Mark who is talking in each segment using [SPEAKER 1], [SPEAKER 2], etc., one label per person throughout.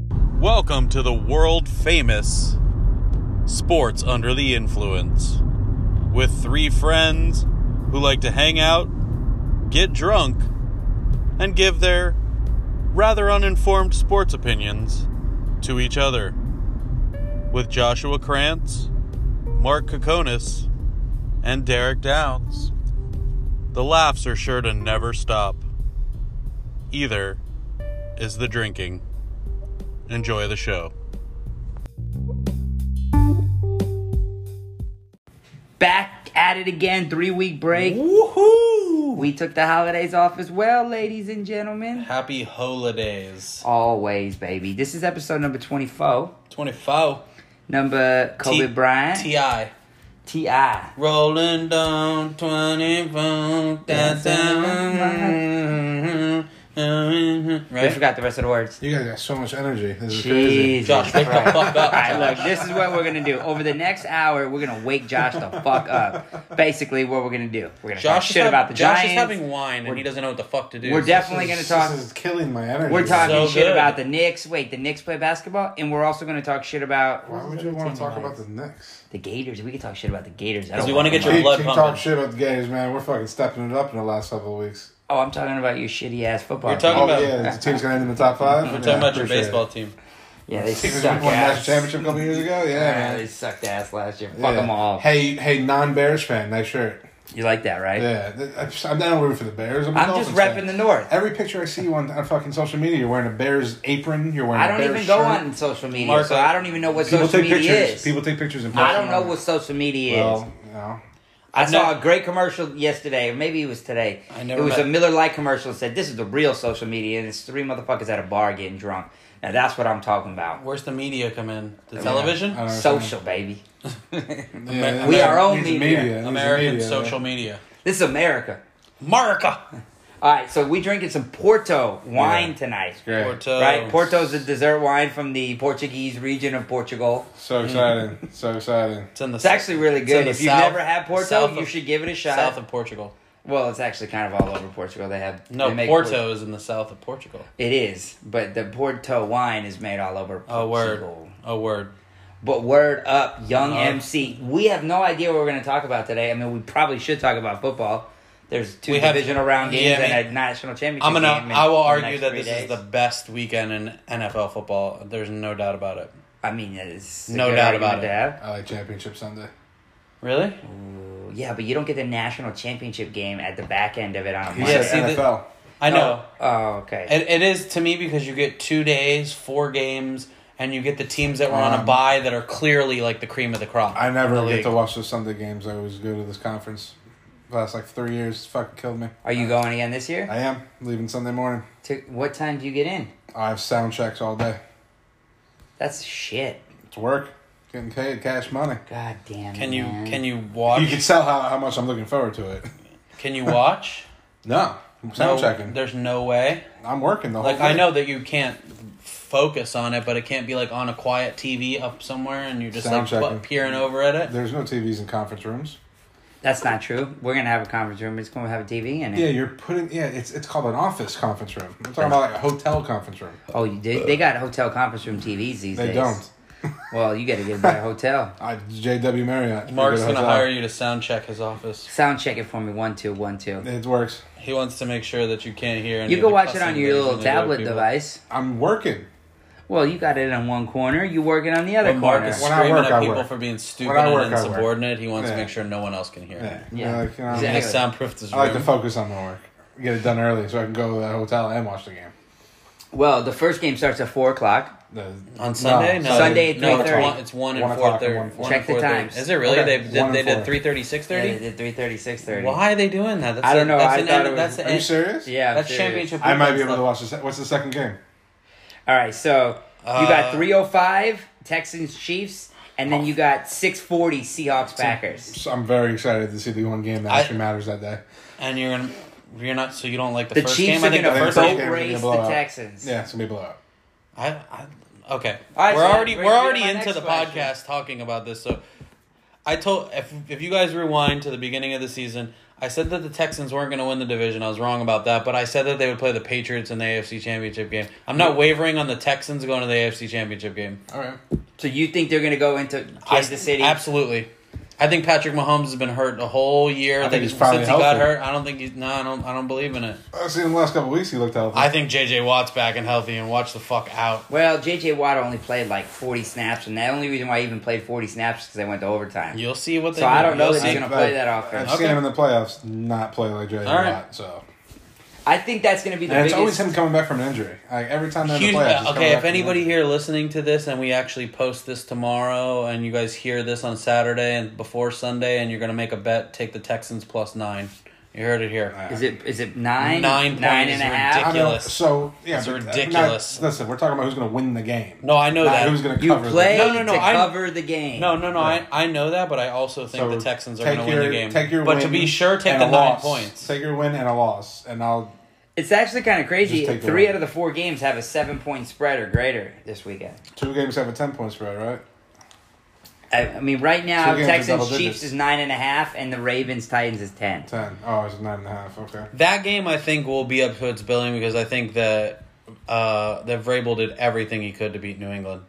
[SPEAKER 1] Welcome to the world famous Sports Under the Influence with three friends who like to hang out, get drunk, and give their rather uninformed sports opinions to each other. With Joshua Krantz, Mark Kokonis, and Derek Downs. The laughs are sure to never stop. Either is the drinking. Enjoy the show.
[SPEAKER 2] back at it again. Three week break.
[SPEAKER 1] Woohoo!
[SPEAKER 2] We took the holidays off as well, ladies and gentlemen.
[SPEAKER 1] Happy holidays.
[SPEAKER 2] Always, baby. This is episode number 24.
[SPEAKER 1] 24.
[SPEAKER 2] Number
[SPEAKER 1] T-
[SPEAKER 2] Kobe Bryant.
[SPEAKER 1] T.I.
[SPEAKER 2] T.I.
[SPEAKER 1] Rolling down 24. That's
[SPEAKER 2] I
[SPEAKER 1] Right?
[SPEAKER 2] forgot the rest of the words.
[SPEAKER 3] You guys got so much energy. This is crazy.
[SPEAKER 2] Jesus
[SPEAKER 1] Josh, wake the
[SPEAKER 2] Christ.
[SPEAKER 1] fuck up.
[SPEAKER 2] All right, look, this is what we're going to do. Over the next hour, we're going to wake Josh the fuck up. Basically, what we're going to do. We're going to talk
[SPEAKER 1] Josh, is,
[SPEAKER 2] shit
[SPEAKER 1] hav-
[SPEAKER 2] about the
[SPEAKER 1] Josh
[SPEAKER 2] Giants.
[SPEAKER 1] is having wine and
[SPEAKER 2] We're-
[SPEAKER 1] he doesn't know what the fuck to do.
[SPEAKER 2] we're
[SPEAKER 1] So-
[SPEAKER 2] definitely
[SPEAKER 3] This
[SPEAKER 2] going to
[SPEAKER 3] is-
[SPEAKER 2] talk.
[SPEAKER 3] This is killing my energy.
[SPEAKER 2] We're talking
[SPEAKER 1] So
[SPEAKER 2] shit
[SPEAKER 1] good.
[SPEAKER 2] about the Knicks. Wait, the Knicks play basketball, and we're also going to talk shit about
[SPEAKER 3] Why would you want to talk about the Knicks?
[SPEAKER 2] The Gators. We can talk shit about the Gators. I
[SPEAKER 1] 'Cause
[SPEAKER 2] don't
[SPEAKER 1] we wanna get
[SPEAKER 2] them.
[SPEAKER 1] your
[SPEAKER 3] Keep,
[SPEAKER 1] blood
[SPEAKER 3] keep
[SPEAKER 1] pumping.
[SPEAKER 3] talking shit about the games, man. We're fucking stepping it up in the last couple of weeks.
[SPEAKER 2] Oh, I'm talking about your shitty ass football.
[SPEAKER 1] You're talking
[SPEAKER 3] oh
[SPEAKER 1] about-
[SPEAKER 3] yeah, the team's gonna end in the top five.
[SPEAKER 1] We're talking about your baseball team.
[SPEAKER 2] yeah, they
[SPEAKER 3] Because
[SPEAKER 2] sucked
[SPEAKER 3] we won national
[SPEAKER 2] ass.
[SPEAKER 3] championship a couple years ago. Yeah,
[SPEAKER 2] Yeah,
[SPEAKER 3] man.
[SPEAKER 2] they sucked ass last year. Fuck
[SPEAKER 3] yeah.
[SPEAKER 2] them all.
[SPEAKER 3] Hey, hey, non-Bears fan, nice shirt.
[SPEAKER 2] You like that, right?
[SPEAKER 3] Yeah, th- I'm just- I'm not rooting for the Bears. I'm, a
[SPEAKER 2] I'm just
[SPEAKER 3] Dolphins
[SPEAKER 2] repping
[SPEAKER 3] fan.
[SPEAKER 2] the North.
[SPEAKER 3] Every picture I see you on, on fucking social media, you're wearing a Bears apron. You're wearing.
[SPEAKER 2] I
[SPEAKER 3] a
[SPEAKER 2] don't
[SPEAKER 3] Bears
[SPEAKER 2] even go
[SPEAKER 3] shirt.
[SPEAKER 2] on social media,
[SPEAKER 1] Mark,
[SPEAKER 2] so I don't even know what
[SPEAKER 3] People
[SPEAKER 2] social
[SPEAKER 3] take
[SPEAKER 2] media
[SPEAKER 3] pictures.
[SPEAKER 2] is.
[SPEAKER 3] People take pictures in person.
[SPEAKER 2] I don't know what social media is.
[SPEAKER 3] Well, you know.
[SPEAKER 2] I
[SPEAKER 1] I've
[SPEAKER 2] saw
[SPEAKER 1] never-
[SPEAKER 2] a great commercial yesterday, or maybe it was today.
[SPEAKER 1] I never
[SPEAKER 2] it was
[SPEAKER 1] met-
[SPEAKER 2] a Miller Lite commercial that said, "This is the real social media, and it's three motherfuckers at a bar getting drunk." Now that's what I'm talking about.
[SPEAKER 1] Where's the media come in? The television?
[SPEAKER 3] I don't know.
[SPEAKER 2] Social, baby.
[SPEAKER 3] Yeah,
[SPEAKER 2] We
[SPEAKER 3] Amer-
[SPEAKER 2] are own
[SPEAKER 3] needs
[SPEAKER 2] media.
[SPEAKER 3] needs the
[SPEAKER 1] American
[SPEAKER 3] media,
[SPEAKER 1] social media.
[SPEAKER 2] This is America.
[SPEAKER 1] America!
[SPEAKER 2] All right, so we drinking some Porto wine
[SPEAKER 3] Yeah.
[SPEAKER 2] tonight,
[SPEAKER 3] Great.
[SPEAKER 1] Porto.
[SPEAKER 2] right? Porto's a dessert wine from the Portuguese region of Portugal.
[SPEAKER 3] So exciting. So exciting.
[SPEAKER 1] It's in the
[SPEAKER 2] It's actually really good.
[SPEAKER 1] in
[SPEAKER 2] If
[SPEAKER 1] the
[SPEAKER 2] you've
[SPEAKER 1] south-
[SPEAKER 2] never had Porto,
[SPEAKER 1] south of-
[SPEAKER 2] you should give it a shot.
[SPEAKER 1] south of Portugal.
[SPEAKER 2] well, it's actually kind of all over Portugal. They have
[SPEAKER 1] No,
[SPEAKER 2] they make
[SPEAKER 1] Porto
[SPEAKER 2] Port-
[SPEAKER 1] is in the south of Portugal.
[SPEAKER 2] It is, but the Porto wine is made all over Oh, Portugal.
[SPEAKER 1] A Oh, word. A word.
[SPEAKER 2] But word up, young
[SPEAKER 1] Uh-huh.
[SPEAKER 2] MC. We have no idea what we're going to talk about today. I mean, we probably should talk about football. There's two
[SPEAKER 1] We have-
[SPEAKER 2] divisional round games
[SPEAKER 1] Yeah, I mean,
[SPEAKER 2] and a national championship.
[SPEAKER 1] I'm gonna.
[SPEAKER 2] Game in
[SPEAKER 1] I will
[SPEAKER 2] the
[SPEAKER 1] argue
[SPEAKER 2] next
[SPEAKER 1] that
[SPEAKER 2] three
[SPEAKER 1] this is
[SPEAKER 2] days.
[SPEAKER 1] the best weekend in NFL football. There's no doubt about it.
[SPEAKER 2] I mean, uh, it's
[SPEAKER 1] No doubt about it.
[SPEAKER 2] Dad.
[SPEAKER 3] I like Championship Sunday.
[SPEAKER 1] Really?
[SPEAKER 2] Yeah, but you don't get the national championship game at the back end of it on a
[SPEAKER 3] He
[SPEAKER 2] Monday.
[SPEAKER 1] Yeah,
[SPEAKER 3] yeah,
[SPEAKER 1] see, the-
[SPEAKER 3] NFL.
[SPEAKER 1] I know.
[SPEAKER 2] Oh, okay.
[SPEAKER 1] It, it is to me because you get two days, four games, and you get the teams that were on a
[SPEAKER 3] Um,
[SPEAKER 1] bye that are clearly like the cream of the crop.
[SPEAKER 3] I never
[SPEAKER 1] The
[SPEAKER 3] get
[SPEAKER 1] league.
[SPEAKER 3] to watch the Sunday games. I always go to this conference. Last like three years, it's fucking killed me.
[SPEAKER 2] Are you going again this year?
[SPEAKER 3] I am leaving Sunday morning.
[SPEAKER 2] To, what time do you get in?
[SPEAKER 3] I have sound checks all day.
[SPEAKER 2] That's shit.
[SPEAKER 3] It's work. Getting paid cash money.
[SPEAKER 2] God damn.
[SPEAKER 1] Can you
[SPEAKER 2] man.
[SPEAKER 1] can you
[SPEAKER 3] You can
[SPEAKER 1] watch?
[SPEAKER 3] tell how, how much I'm looking forward to it.
[SPEAKER 1] Can you watch?
[SPEAKER 3] No, I'm sound
[SPEAKER 1] No,
[SPEAKER 3] checking.
[SPEAKER 1] There's no way.
[SPEAKER 3] I'm working the whole.
[SPEAKER 1] Like I
[SPEAKER 3] thing.
[SPEAKER 1] know that you can't focus on it, but it can't be like on a quiet TV up somewhere and you're just like
[SPEAKER 3] Sound checking.
[SPEAKER 1] bu- peering over at it.
[SPEAKER 3] There's no TVs in conference rooms.
[SPEAKER 2] That's not true. We're gonna have a conference room. It's gonna have a TV in it.
[SPEAKER 3] Yeah, you're putting. Yeah, it's it's called an office conference room. I'm talking about like a hotel conference room.
[SPEAKER 2] Oh, you did? They got hotel conference room TVs these
[SPEAKER 3] They
[SPEAKER 2] days.
[SPEAKER 3] don't.
[SPEAKER 2] Well, you got to get by a hotel.
[SPEAKER 3] I, JW Marriott.
[SPEAKER 1] Mark's
[SPEAKER 3] Go to
[SPEAKER 1] gonna
[SPEAKER 3] hotel.
[SPEAKER 1] hire you to sound check his office.
[SPEAKER 2] Sound check it for me. One two one two.
[SPEAKER 3] It works.
[SPEAKER 1] He wants to make sure that you can't hear. Any
[SPEAKER 2] You
[SPEAKER 1] of
[SPEAKER 2] can
[SPEAKER 1] the
[SPEAKER 2] watch it
[SPEAKER 1] cussing
[SPEAKER 2] on your
[SPEAKER 1] that
[SPEAKER 2] little
[SPEAKER 1] he's gonna do at
[SPEAKER 2] tablet
[SPEAKER 1] people.
[SPEAKER 2] device.
[SPEAKER 3] I'm working.
[SPEAKER 2] Well, you got it in one corner. You working on the other
[SPEAKER 1] When Mark
[SPEAKER 2] corner.
[SPEAKER 1] is
[SPEAKER 3] When I
[SPEAKER 1] screaming
[SPEAKER 3] work,
[SPEAKER 1] at
[SPEAKER 3] I
[SPEAKER 1] people
[SPEAKER 3] work.
[SPEAKER 1] for being stupid
[SPEAKER 3] When I work,
[SPEAKER 1] and
[SPEAKER 3] I work.
[SPEAKER 1] insubordinate, he wants to
[SPEAKER 3] Yeah.
[SPEAKER 1] make sure no one else can hear.
[SPEAKER 3] Yeah.
[SPEAKER 1] him.
[SPEAKER 2] Yeah.
[SPEAKER 3] Like, you know,
[SPEAKER 1] He
[SPEAKER 2] Exactly.
[SPEAKER 1] Next soundproofed his
[SPEAKER 3] I
[SPEAKER 1] room.
[SPEAKER 3] like to focus on my work. Get it done early so I can go to that hotel and watch the game.
[SPEAKER 2] Well, the first game starts at four o'clock.
[SPEAKER 3] The-
[SPEAKER 1] on Sunday, no,
[SPEAKER 2] Sunday at
[SPEAKER 1] no, it's
[SPEAKER 2] 3:30.
[SPEAKER 1] one- It's one and
[SPEAKER 3] One o'clock
[SPEAKER 1] four
[SPEAKER 3] and
[SPEAKER 1] thirty.
[SPEAKER 3] one four.
[SPEAKER 2] Check the times.
[SPEAKER 1] Is it really? They
[SPEAKER 3] Okay, one
[SPEAKER 1] did.
[SPEAKER 3] and
[SPEAKER 1] They did
[SPEAKER 3] four.
[SPEAKER 1] three thirty, six
[SPEAKER 2] Yeah, they
[SPEAKER 1] thirty.
[SPEAKER 2] did three thirty, six thirty.
[SPEAKER 1] Why are they doing that? That's
[SPEAKER 2] I don't
[SPEAKER 1] a-
[SPEAKER 2] know.
[SPEAKER 1] That's
[SPEAKER 2] I
[SPEAKER 1] an
[SPEAKER 2] thought
[SPEAKER 1] end-
[SPEAKER 2] it was-
[SPEAKER 1] that's the
[SPEAKER 3] Are you
[SPEAKER 1] end-
[SPEAKER 3] serious?
[SPEAKER 2] Yeah, I'm
[SPEAKER 1] That's
[SPEAKER 2] serious.
[SPEAKER 1] championship.
[SPEAKER 3] I might be
[SPEAKER 1] weekend
[SPEAKER 3] able to
[SPEAKER 1] stuff.
[SPEAKER 3] watch the. se- What's the second game?
[SPEAKER 2] All right, so you
[SPEAKER 1] Uh,
[SPEAKER 2] got 305 Texans Chiefs, and then you got 640 Seahawks Packers.
[SPEAKER 3] So I'm very excited to see the one game that
[SPEAKER 1] I-
[SPEAKER 3] actually matters that day.
[SPEAKER 1] And you're gonna, you're not. So you don't like the,
[SPEAKER 2] The
[SPEAKER 1] first
[SPEAKER 2] Chiefs
[SPEAKER 1] game. I
[SPEAKER 2] are
[SPEAKER 1] think
[SPEAKER 2] going to
[SPEAKER 1] the
[SPEAKER 3] gonna
[SPEAKER 1] first
[SPEAKER 3] vote.
[SPEAKER 1] game.
[SPEAKER 2] boat
[SPEAKER 3] game is
[SPEAKER 2] race
[SPEAKER 3] gonna
[SPEAKER 2] the
[SPEAKER 3] blow out.
[SPEAKER 2] Texans.
[SPEAKER 3] Yeah, it's gonna be a blowout.
[SPEAKER 1] I, I, okay.
[SPEAKER 2] right,
[SPEAKER 1] we're
[SPEAKER 2] so that
[SPEAKER 1] already
[SPEAKER 2] brings
[SPEAKER 1] we're
[SPEAKER 2] me to
[SPEAKER 1] already
[SPEAKER 2] my
[SPEAKER 1] into
[SPEAKER 2] next
[SPEAKER 1] the
[SPEAKER 2] question.
[SPEAKER 1] podcast talking about this. So
[SPEAKER 4] I told if if you guys rewind to the beginning of the season, I said that the Texans weren't going to win the division. I was wrong about that, but I said that they would play the Patriots in the AFC Championship game. I'm not wavering on the Texans going to the AFC Championship game.
[SPEAKER 3] All right.
[SPEAKER 2] So you think they're going to go into Kansas
[SPEAKER 4] I-
[SPEAKER 2] City?
[SPEAKER 4] Absolutely. I think Patrick Mahomes has been hurt the whole year.
[SPEAKER 3] think
[SPEAKER 4] They-
[SPEAKER 3] he's
[SPEAKER 4] since
[SPEAKER 3] probably
[SPEAKER 4] he got
[SPEAKER 3] healthy.
[SPEAKER 4] hurt. I don't think he's no. I don't. I don't believe in it.
[SPEAKER 3] I've seen him the last couple weeks. He looked healthy.
[SPEAKER 4] I think JJ Watt's back and healthy and watch the fuck out.
[SPEAKER 2] Well, J.J. Watt only played like 40 snaps, and the only reason why he even played 40 snaps is because they went to overtime.
[SPEAKER 4] You'll see what they.
[SPEAKER 2] So
[SPEAKER 4] do.
[SPEAKER 2] I don't know
[SPEAKER 4] You'll
[SPEAKER 2] that he's
[SPEAKER 4] see.
[SPEAKER 2] gonna play that offense.
[SPEAKER 3] I've
[SPEAKER 4] Okay.
[SPEAKER 3] seen him in the playoffs not play like J.J.
[SPEAKER 4] All right.
[SPEAKER 3] Watt, so.
[SPEAKER 2] I think that's going to be the
[SPEAKER 3] And it's
[SPEAKER 2] biggest.
[SPEAKER 3] always him coming back from an injury. Like, every time they're in the
[SPEAKER 4] Huge,
[SPEAKER 3] playoffs. he's
[SPEAKER 4] uh,
[SPEAKER 3] coming
[SPEAKER 4] okay,
[SPEAKER 3] back
[SPEAKER 4] if
[SPEAKER 3] from an
[SPEAKER 4] anybody
[SPEAKER 3] injury.
[SPEAKER 4] here listening to this and we actually post this tomorrow and you guys hear this on Saturday and before Sunday and you're going to make a bet, take the Texans plus nine. You heard it here.
[SPEAKER 2] Is it is it nine?
[SPEAKER 4] Nine point
[SPEAKER 2] nine
[SPEAKER 4] is
[SPEAKER 2] and a half?
[SPEAKER 3] I mean,
[SPEAKER 4] ridiculous.
[SPEAKER 3] so, yeah.
[SPEAKER 4] It's
[SPEAKER 3] but- but
[SPEAKER 4] ridiculous.
[SPEAKER 3] Not, listen, we're talking about who's going to win the game.
[SPEAKER 4] No, I know
[SPEAKER 3] Not
[SPEAKER 4] that.
[SPEAKER 3] who's going to
[SPEAKER 2] You
[SPEAKER 3] cover
[SPEAKER 2] play
[SPEAKER 4] No, no, no,
[SPEAKER 2] to
[SPEAKER 4] I'm-
[SPEAKER 2] cover the game.
[SPEAKER 4] No, no, no. I, I know that, but I also think
[SPEAKER 3] So
[SPEAKER 4] the Texans are
[SPEAKER 3] take
[SPEAKER 4] going to win the
[SPEAKER 3] your-
[SPEAKER 4] game.
[SPEAKER 3] Take your
[SPEAKER 4] but to
[SPEAKER 3] win
[SPEAKER 4] be sure, take
[SPEAKER 3] and
[SPEAKER 4] the
[SPEAKER 3] a
[SPEAKER 4] nine
[SPEAKER 3] loss.
[SPEAKER 4] points.
[SPEAKER 3] Take your win and a loss, and I'll.
[SPEAKER 2] It's actually kind of crazy.
[SPEAKER 3] Just take the
[SPEAKER 2] Three
[SPEAKER 3] win.
[SPEAKER 2] out of the four games have a seven point spread or greater this weekend.
[SPEAKER 3] Two games have a ten point spread, right?
[SPEAKER 2] I, I mean, right now,
[SPEAKER 3] Two games are double
[SPEAKER 2] Texans
[SPEAKER 3] digits.
[SPEAKER 2] Chiefs is nine and a half, and the Ravens Titans is ten.
[SPEAKER 3] Ten. Oh, it's nine and a half. Okay.
[SPEAKER 4] That game, I think, will be up to its billing because I think that uh, that Vrabel did everything he could to beat New England.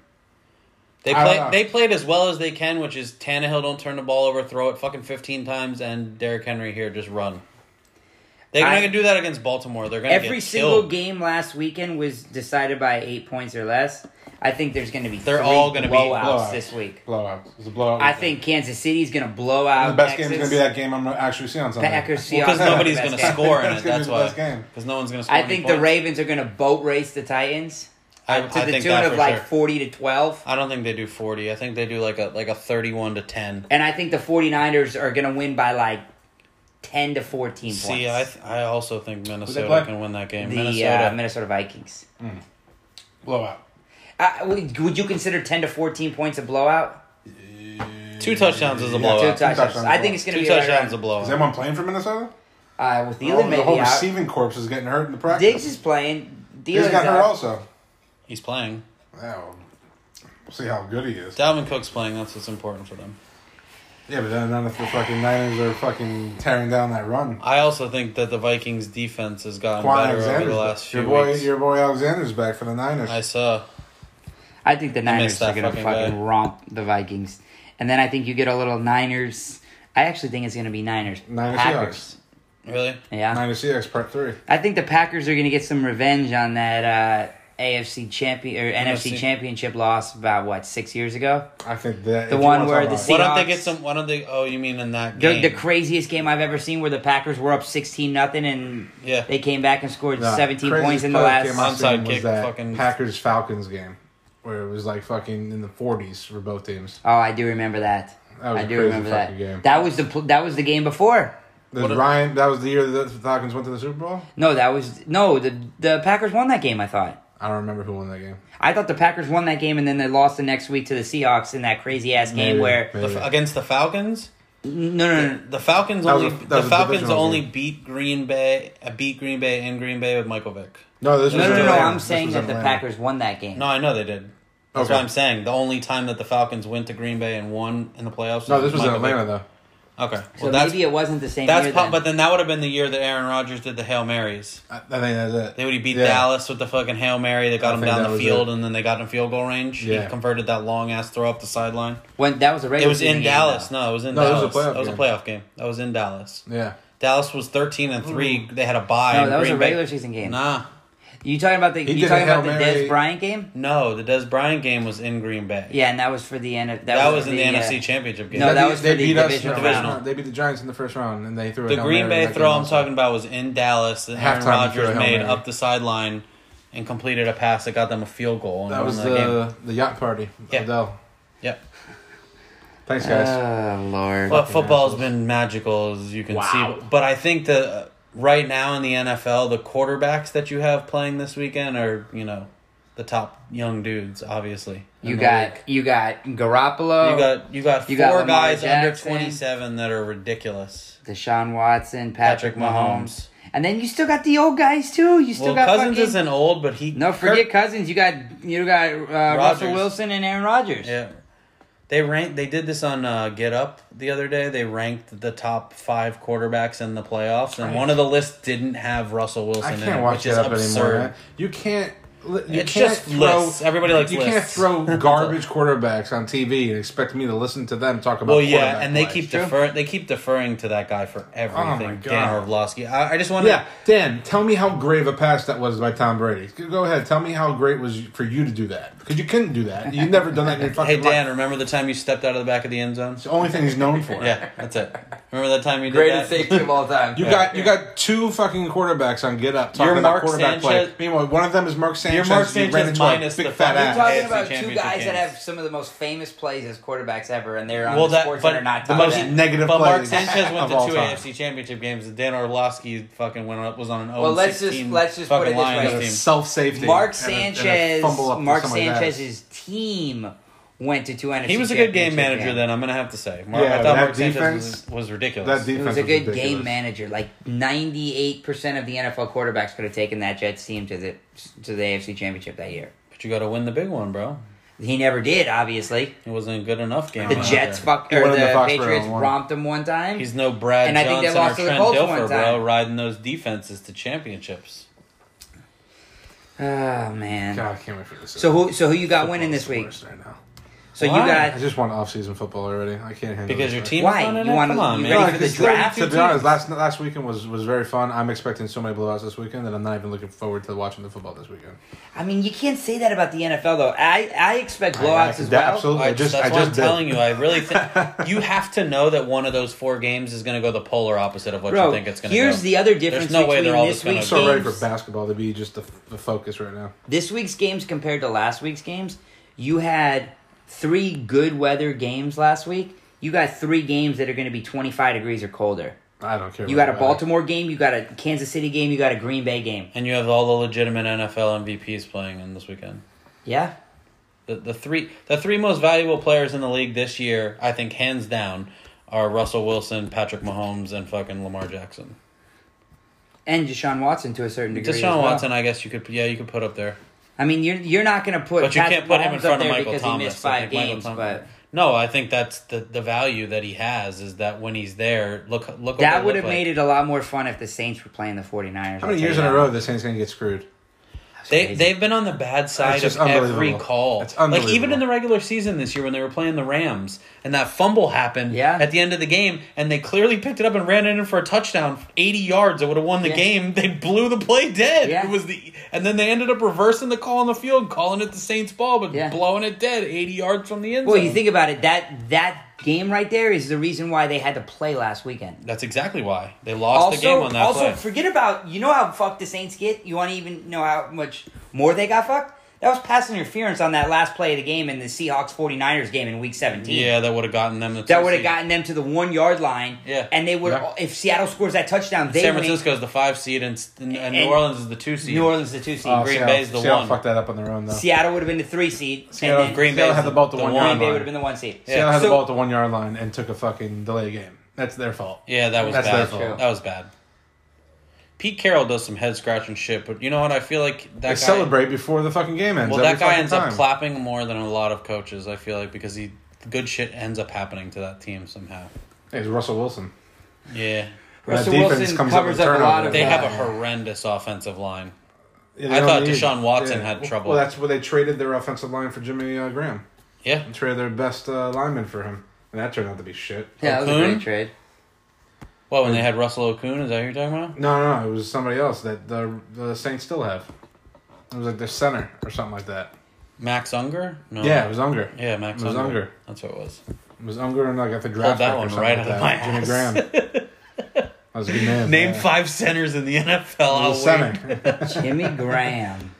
[SPEAKER 4] They
[SPEAKER 3] I
[SPEAKER 4] play,
[SPEAKER 3] don't know.
[SPEAKER 4] they played as well as they can, which is Tannehill don't turn the ball over, throw it fucking fifteen times, and Derrick Henry here just run. They're
[SPEAKER 2] I-
[SPEAKER 4] not gonna do that against Baltimore. They're gonna
[SPEAKER 2] Every
[SPEAKER 4] get
[SPEAKER 2] single
[SPEAKER 4] killed.
[SPEAKER 2] game last weekend was decided by eight points or less. I think there's going to be
[SPEAKER 4] They're
[SPEAKER 2] three
[SPEAKER 4] all gonna be
[SPEAKER 2] blowouts
[SPEAKER 3] blowouts.
[SPEAKER 2] this week.
[SPEAKER 3] Blowout. It's a blowout.
[SPEAKER 2] I
[SPEAKER 3] weekend.
[SPEAKER 2] think Kansas City's going to blow out.
[SPEAKER 3] the best game
[SPEAKER 2] Texas.
[SPEAKER 3] is going to be that game I'm gonna actually see on Sunday.
[SPEAKER 2] Packers Seahawks.
[SPEAKER 4] because
[SPEAKER 3] Yeah.
[SPEAKER 4] nobody's
[SPEAKER 2] Best
[SPEAKER 4] gonna
[SPEAKER 2] game.
[SPEAKER 4] score in it.
[SPEAKER 3] That's gonna be
[SPEAKER 4] That's
[SPEAKER 3] the
[SPEAKER 4] why.
[SPEAKER 3] best game.
[SPEAKER 4] Because no one's gonna. score
[SPEAKER 2] I
[SPEAKER 4] any
[SPEAKER 2] think the
[SPEAKER 4] points.
[SPEAKER 2] Ravens are going to boat race the Titans uh,
[SPEAKER 4] I-
[SPEAKER 2] to
[SPEAKER 4] I
[SPEAKER 2] the
[SPEAKER 4] think
[SPEAKER 2] tune
[SPEAKER 4] that
[SPEAKER 2] of
[SPEAKER 4] for
[SPEAKER 2] like
[SPEAKER 4] sure.
[SPEAKER 2] forty to twelve.
[SPEAKER 4] I don't think they do forty. I think they do like a like a thirty-one to ten.
[SPEAKER 2] And I think the 49ers are going to win by like 10 to 14 points.
[SPEAKER 4] See, I th- I also think
[SPEAKER 3] play?
[SPEAKER 4] Minnesota can win that game.
[SPEAKER 2] the
[SPEAKER 4] Minnesota.
[SPEAKER 2] Uh, Minnesota Vikings.
[SPEAKER 3] Blowout.
[SPEAKER 2] Uh, would would you consider 10 to 14 points a blowout?
[SPEAKER 4] Two touchdowns is a blowout.
[SPEAKER 2] Two
[SPEAKER 4] Two
[SPEAKER 2] touchdowns.
[SPEAKER 3] uh, touchdowns.
[SPEAKER 2] I think it's going to
[SPEAKER 4] Two
[SPEAKER 2] be right
[SPEAKER 4] touchdowns, a
[SPEAKER 2] around-
[SPEAKER 4] blowout.
[SPEAKER 3] Is anyone playing for Minnesota?
[SPEAKER 2] uh, with
[SPEAKER 3] All-
[SPEAKER 2] Thielen
[SPEAKER 3] Oh, the whole
[SPEAKER 2] maybe out.
[SPEAKER 3] receiving corpse is getting hurt in the practice.
[SPEAKER 2] Diggs is playing.
[SPEAKER 3] He's
[SPEAKER 2] Thielen's
[SPEAKER 3] got hurt
[SPEAKER 2] out.
[SPEAKER 3] also.
[SPEAKER 4] He's playing.
[SPEAKER 3] Wow. We'll see how good he is.
[SPEAKER 4] Dalvin Cook's playing. That's what's important for them.
[SPEAKER 3] Yeah, but then none of the fucking Niners are fucking tearing down that run.
[SPEAKER 4] I also think that the Vikings' defense has gotten
[SPEAKER 3] Quan
[SPEAKER 4] better over
[SPEAKER 3] Alexander's
[SPEAKER 4] the last
[SPEAKER 3] back.
[SPEAKER 4] few
[SPEAKER 3] your boy,
[SPEAKER 4] weeks.
[SPEAKER 3] your boy Alexander's back for the Niners.
[SPEAKER 4] I saw.
[SPEAKER 2] I think the Niners
[SPEAKER 4] missed
[SPEAKER 2] are
[SPEAKER 4] that
[SPEAKER 2] going to
[SPEAKER 4] fucking
[SPEAKER 2] fucking,
[SPEAKER 4] guy.
[SPEAKER 2] romp the Vikings. And then I think you get a little Niners. I actually think it's going to be Niners.
[SPEAKER 3] Niners
[SPEAKER 2] Packers.
[SPEAKER 4] Really?
[SPEAKER 2] Yeah.
[SPEAKER 3] Niners CX part three.
[SPEAKER 2] I think the Packers are going to get some revenge on that uh, AFC champion or NFC,
[SPEAKER 4] NFC.
[SPEAKER 2] championship loss about what six years ago.
[SPEAKER 3] I think that
[SPEAKER 2] The
[SPEAKER 3] if you
[SPEAKER 2] one
[SPEAKER 3] wanna
[SPEAKER 2] where
[SPEAKER 3] talk
[SPEAKER 2] the
[SPEAKER 3] about-
[SPEAKER 4] Why don't they
[SPEAKER 2] Seahawks.
[SPEAKER 4] get some? Why don't they? Oh, you mean in that
[SPEAKER 2] The,
[SPEAKER 4] game?
[SPEAKER 2] the craziest game I've ever seen, where the Packers were up sixteen nothing and
[SPEAKER 4] Yeah.
[SPEAKER 2] they came back and scored
[SPEAKER 3] No,
[SPEAKER 2] seventeen
[SPEAKER 3] craziest
[SPEAKER 2] points in the
[SPEAKER 3] playoff
[SPEAKER 2] last.
[SPEAKER 3] game I've
[SPEAKER 4] Onside
[SPEAKER 3] seen was
[SPEAKER 4] kick,
[SPEAKER 3] that
[SPEAKER 4] fucking-
[SPEAKER 3] Packers Falcons game where it was like fucking in the forties for both teams.
[SPEAKER 2] Oh, I do remember that.
[SPEAKER 3] That was
[SPEAKER 2] I
[SPEAKER 3] a
[SPEAKER 2] do
[SPEAKER 3] crazy
[SPEAKER 2] remember that.
[SPEAKER 3] fucking game.
[SPEAKER 2] That was the pl- that was the game before.
[SPEAKER 3] The
[SPEAKER 4] What a-
[SPEAKER 3] Ryan, that was the year that the Falcons went to the Super Bowl.
[SPEAKER 2] No, that was no the the Packers won that game. I thought.
[SPEAKER 3] I don't remember who won that game.
[SPEAKER 2] I thought the Packers won that game and then they lost the next week to the Seahawks in that crazy ass game
[SPEAKER 3] Maybe,
[SPEAKER 2] where
[SPEAKER 4] The
[SPEAKER 3] maybe.
[SPEAKER 4] f- against the Falcons.
[SPEAKER 2] no no no
[SPEAKER 4] The Falcons
[SPEAKER 3] That was
[SPEAKER 4] only.
[SPEAKER 3] a- that
[SPEAKER 4] the
[SPEAKER 3] was a
[SPEAKER 4] Falcons
[SPEAKER 3] divisional
[SPEAKER 4] only
[SPEAKER 3] game.
[SPEAKER 4] beat Green Bay. uh, Beat Green Bay in Green Bay with Michael Vick.
[SPEAKER 3] no, this
[SPEAKER 2] no
[SPEAKER 3] was
[SPEAKER 2] no no, no
[SPEAKER 3] Atlanta.
[SPEAKER 2] I'm
[SPEAKER 3] This
[SPEAKER 2] saying
[SPEAKER 3] was
[SPEAKER 2] that the
[SPEAKER 3] Atlanta.
[SPEAKER 2] Packers won that game.
[SPEAKER 4] No, I know they did. That's
[SPEAKER 3] Okay.
[SPEAKER 4] what I'm saying. The only time that the Falcons went to Green Bay and won in the playoffs.
[SPEAKER 3] No, this was uh, in
[SPEAKER 4] Michael Vick.
[SPEAKER 3] Atlanta though.
[SPEAKER 4] Okay. Well,
[SPEAKER 2] So
[SPEAKER 4] that's
[SPEAKER 2] maybe it wasn't the same
[SPEAKER 4] that's
[SPEAKER 2] year.
[SPEAKER 4] po-
[SPEAKER 2] then.
[SPEAKER 4] but then that would have been the year that Aaron Rodgers did the hail marys.
[SPEAKER 3] I, I think that's it.
[SPEAKER 4] They would have beat
[SPEAKER 3] Yeah.
[SPEAKER 4] Dallas with the fucking Hail Mary that got
[SPEAKER 3] I
[SPEAKER 4] him
[SPEAKER 3] think
[SPEAKER 4] down
[SPEAKER 3] that
[SPEAKER 4] the
[SPEAKER 3] was
[SPEAKER 4] field
[SPEAKER 3] it.
[SPEAKER 4] and then they got in field goal range. He
[SPEAKER 3] Yeah.
[SPEAKER 4] converted that long ass throw up the sideline.
[SPEAKER 2] when that was a
[SPEAKER 4] It
[SPEAKER 2] regular
[SPEAKER 4] was
[SPEAKER 2] season
[SPEAKER 4] in
[SPEAKER 2] game,
[SPEAKER 4] Dallas.
[SPEAKER 2] though.
[SPEAKER 4] No, it was in
[SPEAKER 3] No, it was
[SPEAKER 4] Dallas.
[SPEAKER 3] a
[SPEAKER 4] That was,
[SPEAKER 3] playoff
[SPEAKER 4] a
[SPEAKER 3] game.
[SPEAKER 4] playoff game. That was in Dallas.
[SPEAKER 3] Yeah.
[SPEAKER 4] Dallas was 13 and 3. They had a bye.
[SPEAKER 2] No,
[SPEAKER 4] and
[SPEAKER 2] that was a
[SPEAKER 4] Green Bay-
[SPEAKER 2] regular season game.
[SPEAKER 4] Nah.
[SPEAKER 2] You talking about the
[SPEAKER 3] He
[SPEAKER 2] you
[SPEAKER 3] did
[SPEAKER 2] talking
[SPEAKER 3] a Hail
[SPEAKER 2] about the
[SPEAKER 3] Mary.
[SPEAKER 2] Des Bryant game?
[SPEAKER 4] No, the Des Bryant game was in Green Bay.
[SPEAKER 2] Yeah, and that was for the end. That,
[SPEAKER 4] That,
[SPEAKER 2] was,
[SPEAKER 4] was in the,
[SPEAKER 2] uh,
[SPEAKER 4] NFC Championship game.
[SPEAKER 2] No, that
[SPEAKER 3] they,
[SPEAKER 2] was
[SPEAKER 3] they
[SPEAKER 2] for the
[SPEAKER 3] beat us in
[SPEAKER 2] divisional
[SPEAKER 3] the
[SPEAKER 4] round.
[SPEAKER 3] first round. They beat the Giants in the first round, and they threw a
[SPEAKER 4] the
[SPEAKER 3] Hail
[SPEAKER 4] Green
[SPEAKER 3] Mary
[SPEAKER 4] Bay
[SPEAKER 3] that
[SPEAKER 4] throw
[SPEAKER 3] game
[SPEAKER 4] I'm
[SPEAKER 3] also.
[SPEAKER 4] talking about was in Dallas. That
[SPEAKER 3] Halftime, he
[SPEAKER 4] Aaron
[SPEAKER 3] threw a
[SPEAKER 4] Rodgers
[SPEAKER 3] Hail
[SPEAKER 4] made
[SPEAKER 3] Mary.
[SPEAKER 4] up the sideline and completed a pass that got them a field goal. And
[SPEAKER 3] That
[SPEAKER 4] won
[SPEAKER 3] was uh,
[SPEAKER 4] that game.
[SPEAKER 3] the the yacht party.
[SPEAKER 4] Yeah.
[SPEAKER 3] Odell.
[SPEAKER 4] Yep.
[SPEAKER 3] Thanks, guys.
[SPEAKER 2] Oh lord.
[SPEAKER 4] But football's
[SPEAKER 3] assholes.
[SPEAKER 4] been magical, as you can
[SPEAKER 2] Wow.
[SPEAKER 4] see. But I think the right now in the NFL, the quarterbacks that you have playing this weekend are you know the top young dudes. Obviously, in
[SPEAKER 2] you
[SPEAKER 4] the
[SPEAKER 2] got
[SPEAKER 4] league.
[SPEAKER 2] you got Garoppolo.
[SPEAKER 4] you got you got
[SPEAKER 2] You got
[SPEAKER 4] four
[SPEAKER 2] Lamar
[SPEAKER 4] guys under
[SPEAKER 2] Jackson.
[SPEAKER 4] twenty seven that are ridiculous.
[SPEAKER 2] Deshaun Watson, Patrick,
[SPEAKER 4] Patrick
[SPEAKER 2] Mahomes.
[SPEAKER 4] Mahomes.
[SPEAKER 2] and then you still got the old guys too. You still
[SPEAKER 4] Well,
[SPEAKER 2] got
[SPEAKER 4] Cousins
[SPEAKER 2] fucking,
[SPEAKER 4] isn't old, but he
[SPEAKER 2] no forget
[SPEAKER 4] Kirk-
[SPEAKER 2] Cousins. You got you got uh, Russell
[SPEAKER 4] Rodgers.
[SPEAKER 2] Wilson and Aaron Rodgers.
[SPEAKER 4] yeah. They ranked. They did this on uh, Get Up the other day. They ranked the top five quarterbacks in the playoffs, and one of the lists didn't have Russell Wilson.
[SPEAKER 3] I
[SPEAKER 4] in
[SPEAKER 3] can't
[SPEAKER 4] it,
[SPEAKER 3] watch
[SPEAKER 4] which is
[SPEAKER 3] it up
[SPEAKER 4] absurd.
[SPEAKER 3] anymore. man. You can't. li- You
[SPEAKER 4] It's
[SPEAKER 3] can't
[SPEAKER 4] just
[SPEAKER 3] throw,
[SPEAKER 4] lists. Everybody likes
[SPEAKER 3] You can't
[SPEAKER 4] lists.
[SPEAKER 3] throw garbage quarterbacks on TV and expect me to listen to them talk about.
[SPEAKER 4] Well, yeah,
[SPEAKER 3] quarterback
[SPEAKER 4] and they
[SPEAKER 3] plays.
[SPEAKER 4] keep defer. They keep deferring to that guy for everything. Dan
[SPEAKER 3] God.
[SPEAKER 4] Orlovsky. I, I just want to.
[SPEAKER 3] Yeah, Dan, tell me how grave a pass that was by Tom Brady. Go ahead, tell me how great was for you to do that because you couldn't do that. You've never done that in your
[SPEAKER 4] Hey
[SPEAKER 3] fucking life.
[SPEAKER 4] Dan, remember the time you stepped out of the back of the end zone?
[SPEAKER 3] It's the only thing he's known for.
[SPEAKER 4] Yeah, that's it. Remember that time you did
[SPEAKER 2] Greatest
[SPEAKER 4] that?
[SPEAKER 2] safety of all time.
[SPEAKER 3] You got you got two fucking quarterbacks on Get Up talking
[SPEAKER 4] You're
[SPEAKER 3] about
[SPEAKER 4] Mark
[SPEAKER 3] quarterback play.
[SPEAKER 4] Sanchez-
[SPEAKER 3] Meanwhile, one of them is Mark Sanchez.
[SPEAKER 4] Mark
[SPEAKER 3] who ran
[SPEAKER 4] Sanchez
[SPEAKER 3] into a
[SPEAKER 4] minus
[SPEAKER 3] big
[SPEAKER 4] the
[SPEAKER 3] fat
[SPEAKER 4] fucking-
[SPEAKER 2] We're
[SPEAKER 3] ass.
[SPEAKER 4] AFC
[SPEAKER 2] talking about two
[SPEAKER 4] championship
[SPEAKER 2] guys that
[SPEAKER 4] games.
[SPEAKER 2] have some of the most famous plays as quarterbacks ever, and they're on
[SPEAKER 4] Well,
[SPEAKER 2] well, the
[SPEAKER 4] that
[SPEAKER 2] sports
[SPEAKER 4] but
[SPEAKER 2] are not
[SPEAKER 4] the
[SPEAKER 2] top
[SPEAKER 4] most
[SPEAKER 2] ten.
[SPEAKER 3] negative
[SPEAKER 4] But Mark
[SPEAKER 3] plays
[SPEAKER 4] Sanchez went
[SPEAKER 3] of
[SPEAKER 4] to
[SPEAKER 3] all
[SPEAKER 4] two
[SPEAKER 3] time.
[SPEAKER 4] AFC Championship games. and Dan Orlovsky fucking went up was on an 0
[SPEAKER 2] Well, let's just- let's just put it this way.
[SPEAKER 4] Lions
[SPEAKER 3] It's
[SPEAKER 4] team.
[SPEAKER 3] Self safety.
[SPEAKER 2] Mark
[SPEAKER 3] and a- and a
[SPEAKER 2] Sanchez,
[SPEAKER 3] fumble up to
[SPEAKER 2] Mark
[SPEAKER 3] somebody's ass.
[SPEAKER 2] Sanchez's team went to two NFC.
[SPEAKER 4] He was a good game
[SPEAKER 2] championship
[SPEAKER 4] manager
[SPEAKER 2] games.
[SPEAKER 4] then. I'm gonna have to say. Mark,
[SPEAKER 3] Yeah,
[SPEAKER 4] I thought
[SPEAKER 3] that
[SPEAKER 4] Mark Sanchez
[SPEAKER 3] defense-
[SPEAKER 4] was, was ridiculous.
[SPEAKER 3] That defense
[SPEAKER 2] He was a good game
[SPEAKER 3] ridiculous.
[SPEAKER 2] manager. Like ninety eight percent of the NFL quarterbacks could have taken that Jets team to the to the AFC Championship that year.
[SPEAKER 4] but you got to win the big one, bro.
[SPEAKER 2] He never did, obviously.
[SPEAKER 4] It wasn't a good enough game.
[SPEAKER 2] The
[SPEAKER 4] manager.
[SPEAKER 2] Jets fucked
[SPEAKER 3] One
[SPEAKER 2] or
[SPEAKER 3] of
[SPEAKER 2] the,
[SPEAKER 3] the Foxborough
[SPEAKER 2] Patriots
[SPEAKER 3] one.
[SPEAKER 2] romped him one time.
[SPEAKER 4] He's no Brad
[SPEAKER 2] And I think they
[SPEAKER 4] Johnson or
[SPEAKER 2] lost to the
[SPEAKER 4] Trent
[SPEAKER 2] Colts
[SPEAKER 4] Dilfer,
[SPEAKER 2] one time.
[SPEAKER 4] bro, riding those defenses to championships.
[SPEAKER 2] oh man.
[SPEAKER 3] God, I can't wait for this.
[SPEAKER 2] So who so who you got winning
[SPEAKER 3] Football is
[SPEAKER 2] this
[SPEAKER 3] the
[SPEAKER 2] week?
[SPEAKER 3] worst right now.
[SPEAKER 2] So you
[SPEAKER 4] Why?
[SPEAKER 3] I
[SPEAKER 2] got
[SPEAKER 3] just want off-season football already. I can't handle this
[SPEAKER 4] Because your
[SPEAKER 3] right
[SPEAKER 4] team's
[SPEAKER 2] Why?
[SPEAKER 4] not in
[SPEAKER 2] You
[SPEAKER 4] it?
[SPEAKER 2] wanna-
[SPEAKER 4] Come on,
[SPEAKER 2] you
[SPEAKER 4] man.
[SPEAKER 2] ready
[SPEAKER 3] No,
[SPEAKER 2] for the
[SPEAKER 3] because
[SPEAKER 2] draft?
[SPEAKER 3] To be honest, last last weekend was, was very fun. I'm expecting so many blowouts this weekend that I'm not even looking forward to watching the football this weekend.
[SPEAKER 2] I mean you can't say that about the NFL though. I, I expect blowouts
[SPEAKER 3] I- I-
[SPEAKER 2] as
[SPEAKER 3] that
[SPEAKER 2] well.
[SPEAKER 3] absolutely-
[SPEAKER 4] I
[SPEAKER 3] I just-
[SPEAKER 4] that's
[SPEAKER 3] I
[SPEAKER 4] what
[SPEAKER 3] just
[SPEAKER 4] I'm
[SPEAKER 3] did.
[SPEAKER 4] telling you. I really think you have to know that one of those four games is going to go the polar opposite of what
[SPEAKER 2] Bro,
[SPEAKER 4] you think it's going to go.
[SPEAKER 2] here's the other difference
[SPEAKER 4] no way
[SPEAKER 2] between
[SPEAKER 4] they're all
[SPEAKER 2] this
[SPEAKER 4] just gonna
[SPEAKER 3] I'm
[SPEAKER 2] week's
[SPEAKER 3] so ready
[SPEAKER 2] games.
[SPEAKER 3] for basketball to be just the, the focus right now.
[SPEAKER 2] this week's games compared to last week's games, you had three good weather games last week. You got three games that are going to be 25 degrees or colder.
[SPEAKER 3] I don't care.
[SPEAKER 2] You
[SPEAKER 3] about
[SPEAKER 2] got a
[SPEAKER 3] that.
[SPEAKER 2] Baltimore game, you got a Kansas City game, you got a Green Bay game.
[SPEAKER 4] and you have all the legitimate NFL MVPs playing in this weekend.
[SPEAKER 2] Yeah.
[SPEAKER 4] The, the three the three most valuable players in the league this year, I think hands down, are Russell Wilson, Patrick Mahomes, and fucking Lamar Jackson.
[SPEAKER 2] And Deshaun Watson to a certain degree.
[SPEAKER 4] Deshaun
[SPEAKER 2] as well.
[SPEAKER 4] Watson, I guess you could yeah you could put up there,
[SPEAKER 2] I mean, you're you're not going to put
[SPEAKER 4] but you
[SPEAKER 2] Patrick
[SPEAKER 4] can't put
[SPEAKER 2] Mahomes
[SPEAKER 4] him in
[SPEAKER 2] up
[SPEAKER 4] front of
[SPEAKER 2] there
[SPEAKER 4] Michael
[SPEAKER 2] because
[SPEAKER 4] Thomas.
[SPEAKER 2] he missed
[SPEAKER 4] I
[SPEAKER 2] five
[SPEAKER 4] think Michael
[SPEAKER 2] games,
[SPEAKER 4] Thomas-
[SPEAKER 2] but
[SPEAKER 4] no, I think that's the, the value that he has is that when he's there, look look.
[SPEAKER 2] that would have made it a lot more fun if the Saints were playing the 49ers.
[SPEAKER 3] How many years in a row are the Saints going to get screwed?
[SPEAKER 4] They
[SPEAKER 2] crazy.
[SPEAKER 4] they've been on the bad side
[SPEAKER 3] just
[SPEAKER 4] of every
[SPEAKER 3] unbelievable.
[SPEAKER 4] call.
[SPEAKER 3] It's unbelievable.
[SPEAKER 4] Like even in the regular season this year when they were playing the Rams and that fumble happened
[SPEAKER 2] Yeah.
[SPEAKER 4] at the end of the game and they clearly picked it up and ran it in for a touchdown, eighty yards. It would have won the
[SPEAKER 2] Yeah.
[SPEAKER 4] game. They blew the play dead.
[SPEAKER 2] Yeah.
[SPEAKER 4] It was the and then they ended up reversing the call on the field, calling it the Saints ball, but
[SPEAKER 2] Yeah.
[SPEAKER 4] blowing it dead, eighty yards from the end zone.
[SPEAKER 2] Well, you think about it, that that game right there is the reason why they had to play last weekend.
[SPEAKER 4] that's exactly why they lost the game on that
[SPEAKER 2] also
[SPEAKER 4] play.
[SPEAKER 2] forget about you know how fucked the Saints get. You want to even know how much more they got fucked? That was pass interference on that last play of the game in the Seahawks 49ers game in Week 17.
[SPEAKER 4] yeah, that would have gotten them. The
[SPEAKER 2] That
[SPEAKER 4] two
[SPEAKER 2] would have
[SPEAKER 4] seed.
[SPEAKER 2] gotten them to the one yard line.
[SPEAKER 4] Yeah.
[SPEAKER 2] And they would,
[SPEAKER 3] Yeah.
[SPEAKER 2] if Seattle scores that touchdown, they
[SPEAKER 4] San
[SPEAKER 2] win.
[SPEAKER 4] Francisco is the five seed and, and, and New
[SPEAKER 2] And-
[SPEAKER 4] Orleans is the two seed.
[SPEAKER 2] New Orleans, the two seed.
[SPEAKER 3] Oh,
[SPEAKER 2] Green-
[SPEAKER 4] Green
[SPEAKER 3] Seattle-
[SPEAKER 4] Bay's the
[SPEAKER 3] Seattle
[SPEAKER 4] one.
[SPEAKER 3] fucked that up on their own though.
[SPEAKER 2] Seattle would have been the three seed.
[SPEAKER 3] Seattle-
[SPEAKER 2] and then
[SPEAKER 4] Green
[SPEAKER 3] Seattle
[SPEAKER 4] Bay's
[SPEAKER 3] had the ball at the
[SPEAKER 4] the
[SPEAKER 3] one
[SPEAKER 4] one.
[SPEAKER 3] yard
[SPEAKER 2] Green Bay
[SPEAKER 3] line.
[SPEAKER 2] would have been the one seed.
[SPEAKER 3] Seattle had
[SPEAKER 2] So-
[SPEAKER 3] the ball at the one yard line and took a fucking delay game. That's their fault.
[SPEAKER 4] Yeah, that was
[SPEAKER 3] That's
[SPEAKER 4] bad. Oh,
[SPEAKER 3] their fault.
[SPEAKER 4] That was bad. Pete Carroll does some head scratching shit, but you know what? I feel like that
[SPEAKER 3] They
[SPEAKER 4] guy.
[SPEAKER 3] celebrate before the fucking game ends.
[SPEAKER 4] Well,
[SPEAKER 3] every
[SPEAKER 4] that guy
[SPEAKER 3] fucking
[SPEAKER 4] ends
[SPEAKER 3] time.
[SPEAKER 4] up clapping more than a lot of coaches. I feel like because he good shit ends up happening to that team somehow.
[SPEAKER 3] It's Russell Wilson.
[SPEAKER 4] Yeah,
[SPEAKER 2] Russell
[SPEAKER 3] That defense
[SPEAKER 2] Wilson
[SPEAKER 3] comes up
[SPEAKER 2] covers
[SPEAKER 3] with
[SPEAKER 2] up a lot
[SPEAKER 3] turnovers.
[SPEAKER 2] of.
[SPEAKER 4] they
[SPEAKER 2] uh,
[SPEAKER 4] have a horrendous offensive line.
[SPEAKER 3] Yeah,
[SPEAKER 4] I
[SPEAKER 3] don't
[SPEAKER 4] thought Deshaun Watson had trouble.
[SPEAKER 3] Well, that's where they traded their offensive line for Jimmy uh, Graham.
[SPEAKER 4] Yeah,
[SPEAKER 3] and traded their best uh, lineman for him, and that turned out to be shit.
[SPEAKER 2] Yeah, that was a
[SPEAKER 4] Okun?
[SPEAKER 2] great trade.
[SPEAKER 4] well, when they had Russell Okun, is that who you're talking about?
[SPEAKER 3] No, no, no, it was somebody else that the the Saints still have. It was like their center or something like that.
[SPEAKER 4] Max Unger? No.
[SPEAKER 3] Yeah, it was Unger.
[SPEAKER 4] yeah, Max
[SPEAKER 3] it was
[SPEAKER 4] Unger.
[SPEAKER 3] Unger.
[SPEAKER 4] That's what it was.
[SPEAKER 3] It was Unger and like at the draft.
[SPEAKER 4] Pulled Oh, that
[SPEAKER 3] pick or
[SPEAKER 4] one
[SPEAKER 3] something
[SPEAKER 4] right
[SPEAKER 3] like
[SPEAKER 4] out
[SPEAKER 3] that.
[SPEAKER 4] of my ass.
[SPEAKER 3] Jimmy Graham. That was a good name.
[SPEAKER 4] Name
[SPEAKER 3] yeah.
[SPEAKER 4] five centers in the NFL.
[SPEAKER 3] He
[SPEAKER 4] I'll
[SPEAKER 3] was
[SPEAKER 4] wait.
[SPEAKER 3] center.
[SPEAKER 2] Jimmy Graham.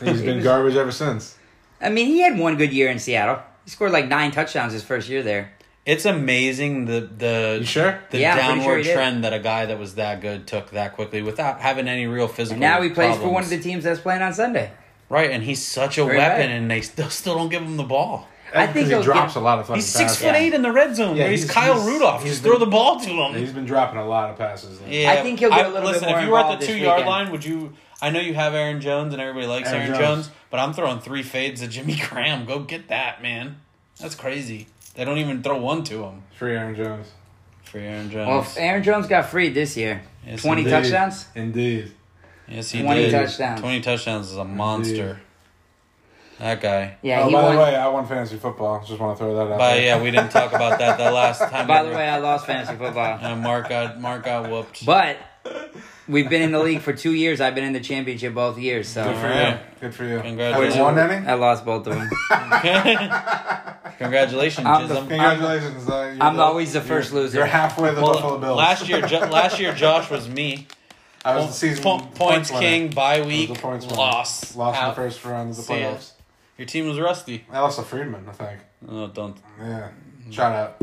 [SPEAKER 3] He's been garbage ever since.
[SPEAKER 2] I mean, he had one good year in Seattle. He scored like nine touchdowns his first year there.
[SPEAKER 4] It's amazing the the
[SPEAKER 3] You sure?
[SPEAKER 4] the
[SPEAKER 2] Yeah, I'm pretty sure
[SPEAKER 4] downward
[SPEAKER 2] he did.
[SPEAKER 4] trend that a guy that was that good took that quickly without having any real physical.
[SPEAKER 2] And now he plays for
[SPEAKER 4] problems.
[SPEAKER 2] one of the teams that's playing on Sunday.
[SPEAKER 4] right, and he's such a
[SPEAKER 2] Very
[SPEAKER 4] weapon,
[SPEAKER 2] right.
[SPEAKER 4] and they still, still don't give him the ball.
[SPEAKER 2] I think
[SPEAKER 3] he
[SPEAKER 2] he'll
[SPEAKER 3] drops
[SPEAKER 2] get-
[SPEAKER 3] a lot of fucking
[SPEAKER 4] He's six
[SPEAKER 3] passes.
[SPEAKER 4] foot eight in the red zone.
[SPEAKER 3] Yeah,
[SPEAKER 4] Yeah, he's,
[SPEAKER 3] he's-
[SPEAKER 4] Kyle
[SPEAKER 3] he's-
[SPEAKER 4] Rudolph.
[SPEAKER 3] he's
[SPEAKER 4] Just throw
[SPEAKER 3] been-
[SPEAKER 4] the ball to him.
[SPEAKER 3] He's been dropping a lot of passes. lately.
[SPEAKER 4] Yeah.
[SPEAKER 2] I think he'll get a little
[SPEAKER 4] listen,
[SPEAKER 2] bit more
[SPEAKER 4] if you were at
[SPEAKER 2] involved
[SPEAKER 4] the
[SPEAKER 2] this
[SPEAKER 4] two yard
[SPEAKER 2] weekend.
[SPEAKER 4] line, would you? I know you have Aaron Jones, and everybody likes Aaron,
[SPEAKER 3] Aaron
[SPEAKER 4] Jones.
[SPEAKER 3] Jones.
[SPEAKER 4] but I'm throwing three fades at Jimmy Graham. Go get that man. That's crazy. They don't even throw one to him.
[SPEAKER 3] Free Aaron Jones.
[SPEAKER 4] For Aaron Jones.
[SPEAKER 2] Well, if Aaron Jones got freed this year.
[SPEAKER 4] Yes,
[SPEAKER 2] 20
[SPEAKER 4] indeed.
[SPEAKER 2] touchdowns?
[SPEAKER 3] Indeed.
[SPEAKER 4] yes, he
[SPEAKER 2] 20
[SPEAKER 4] did.
[SPEAKER 2] touchdowns.
[SPEAKER 4] 20 touchdowns is a monster. That guy.
[SPEAKER 2] Yeah,
[SPEAKER 3] oh,
[SPEAKER 2] he
[SPEAKER 3] by
[SPEAKER 2] won.
[SPEAKER 3] the way, I won fantasy football. Just want to throw that out
[SPEAKER 4] But
[SPEAKER 3] there.
[SPEAKER 4] yeah, we didn't talk about that the last time.
[SPEAKER 2] By
[SPEAKER 4] we
[SPEAKER 2] the
[SPEAKER 4] were-
[SPEAKER 2] way, I lost fantasy football.
[SPEAKER 4] Uh, Mark got Mark got whooped.
[SPEAKER 2] But we've been in the league for two years. I've been in the championship both years,
[SPEAKER 3] Good for
[SPEAKER 2] so
[SPEAKER 4] Alright.
[SPEAKER 3] you. Good for you.
[SPEAKER 4] uh, Congratulations.
[SPEAKER 3] Have you won any?
[SPEAKER 2] I lost both of them.
[SPEAKER 4] Congratulations,
[SPEAKER 2] I'm the
[SPEAKER 4] Jism.
[SPEAKER 3] Congratulations. uh, you're
[SPEAKER 2] I'm always the first
[SPEAKER 3] you're-
[SPEAKER 2] loser.
[SPEAKER 3] You're halfway the
[SPEAKER 4] Well,
[SPEAKER 3] Buffalo Bills.
[SPEAKER 4] last year, jo- last year Josh was me.
[SPEAKER 3] I was
[SPEAKER 4] Po-
[SPEAKER 3] the season
[SPEAKER 4] po- points
[SPEAKER 3] winner.
[SPEAKER 4] king, bye
[SPEAKER 3] I was
[SPEAKER 4] week,
[SPEAKER 3] the points winner.
[SPEAKER 4] loss,
[SPEAKER 3] Lost in
[SPEAKER 4] out.
[SPEAKER 3] the first round of the
[SPEAKER 4] See ya.
[SPEAKER 3] playoffs.
[SPEAKER 4] Your team was rusty.
[SPEAKER 3] I lost to Friedman, I think.
[SPEAKER 4] No, don't.
[SPEAKER 3] Yeah. Shout out.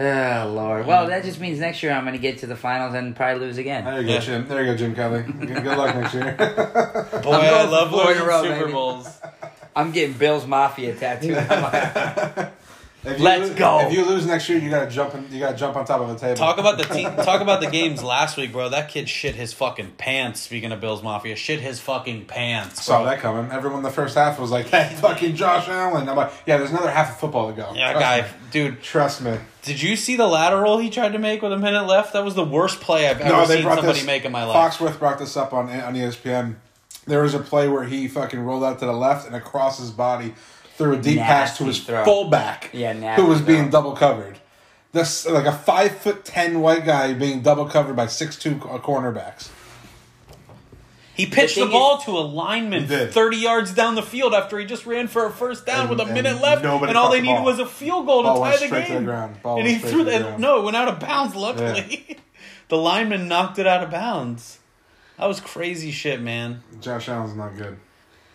[SPEAKER 2] Oh Lord. Well, that just means next year I'm going to get to the finals and probably lose again.
[SPEAKER 3] There you go,
[SPEAKER 4] Yeah.
[SPEAKER 3] Jim. There you go, Jim Kelly. Good good luck next year.
[SPEAKER 4] Boy, I
[SPEAKER 2] going
[SPEAKER 4] love
[SPEAKER 2] four in a
[SPEAKER 4] losing
[SPEAKER 2] row,
[SPEAKER 4] Super
[SPEAKER 2] baby.
[SPEAKER 4] Bowls.
[SPEAKER 2] I'm getting Bills Mafia tattooed. on my-
[SPEAKER 3] If you
[SPEAKER 2] Let's
[SPEAKER 3] lo-
[SPEAKER 2] go.
[SPEAKER 3] If you lose next year, you gotta jump. In, you gotta jump on top of the table.
[SPEAKER 4] Talk about the team. Talk about the games last week, bro. That kid shit his fucking pants. Speaking of Bills Mafia, shit his fucking pants.
[SPEAKER 3] Saw
[SPEAKER 4] Bro.
[SPEAKER 3] that coming. Everyone in the first half was like, "That fucking Josh Allen." I'm like, "Yeah, there's another half of football to go."
[SPEAKER 4] Yeah,
[SPEAKER 3] Trust
[SPEAKER 4] guy,
[SPEAKER 3] me.
[SPEAKER 4] dude.
[SPEAKER 3] Trust me.
[SPEAKER 4] Did you see the lateral he tried to make with a minute left? That was the worst play I've ever
[SPEAKER 3] No, they
[SPEAKER 4] seen
[SPEAKER 3] brought
[SPEAKER 4] somebody
[SPEAKER 3] this.
[SPEAKER 4] make in my life.
[SPEAKER 3] Foxworth brought this up on E on ESPN. There was a play where he fucking rolled out to the left and across his body, threw a deep pass to
[SPEAKER 2] Nasty
[SPEAKER 3] his
[SPEAKER 2] throw.
[SPEAKER 3] fullback,
[SPEAKER 2] Yeah, nasty
[SPEAKER 3] who was being
[SPEAKER 2] throw.
[SPEAKER 3] double covered. This like a five foot ten white guy being double covered by six two cornerbacks.
[SPEAKER 4] He pitched
[SPEAKER 2] The
[SPEAKER 4] the,
[SPEAKER 2] thing
[SPEAKER 4] ball to a lineman
[SPEAKER 3] He did.
[SPEAKER 4] 30 yards down the field after he just ran for a first down
[SPEAKER 3] And-
[SPEAKER 4] with a
[SPEAKER 3] and
[SPEAKER 4] minute left,
[SPEAKER 3] nobody
[SPEAKER 4] and all
[SPEAKER 3] caught
[SPEAKER 4] they
[SPEAKER 3] the
[SPEAKER 4] needed
[SPEAKER 3] ball.
[SPEAKER 4] was a field goal to
[SPEAKER 3] Ball
[SPEAKER 4] tie
[SPEAKER 3] went
[SPEAKER 4] the
[SPEAKER 3] straight to
[SPEAKER 4] game.
[SPEAKER 3] the ground. Ball
[SPEAKER 4] and
[SPEAKER 3] went
[SPEAKER 4] he
[SPEAKER 3] straight
[SPEAKER 4] threw
[SPEAKER 3] to the
[SPEAKER 4] that.
[SPEAKER 3] ground.
[SPEAKER 4] No, it went out of bounds, luckily. the lineman knocked it out of bounds. That was crazy shit, man.
[SPEAKER 3] Josh Allen's not good.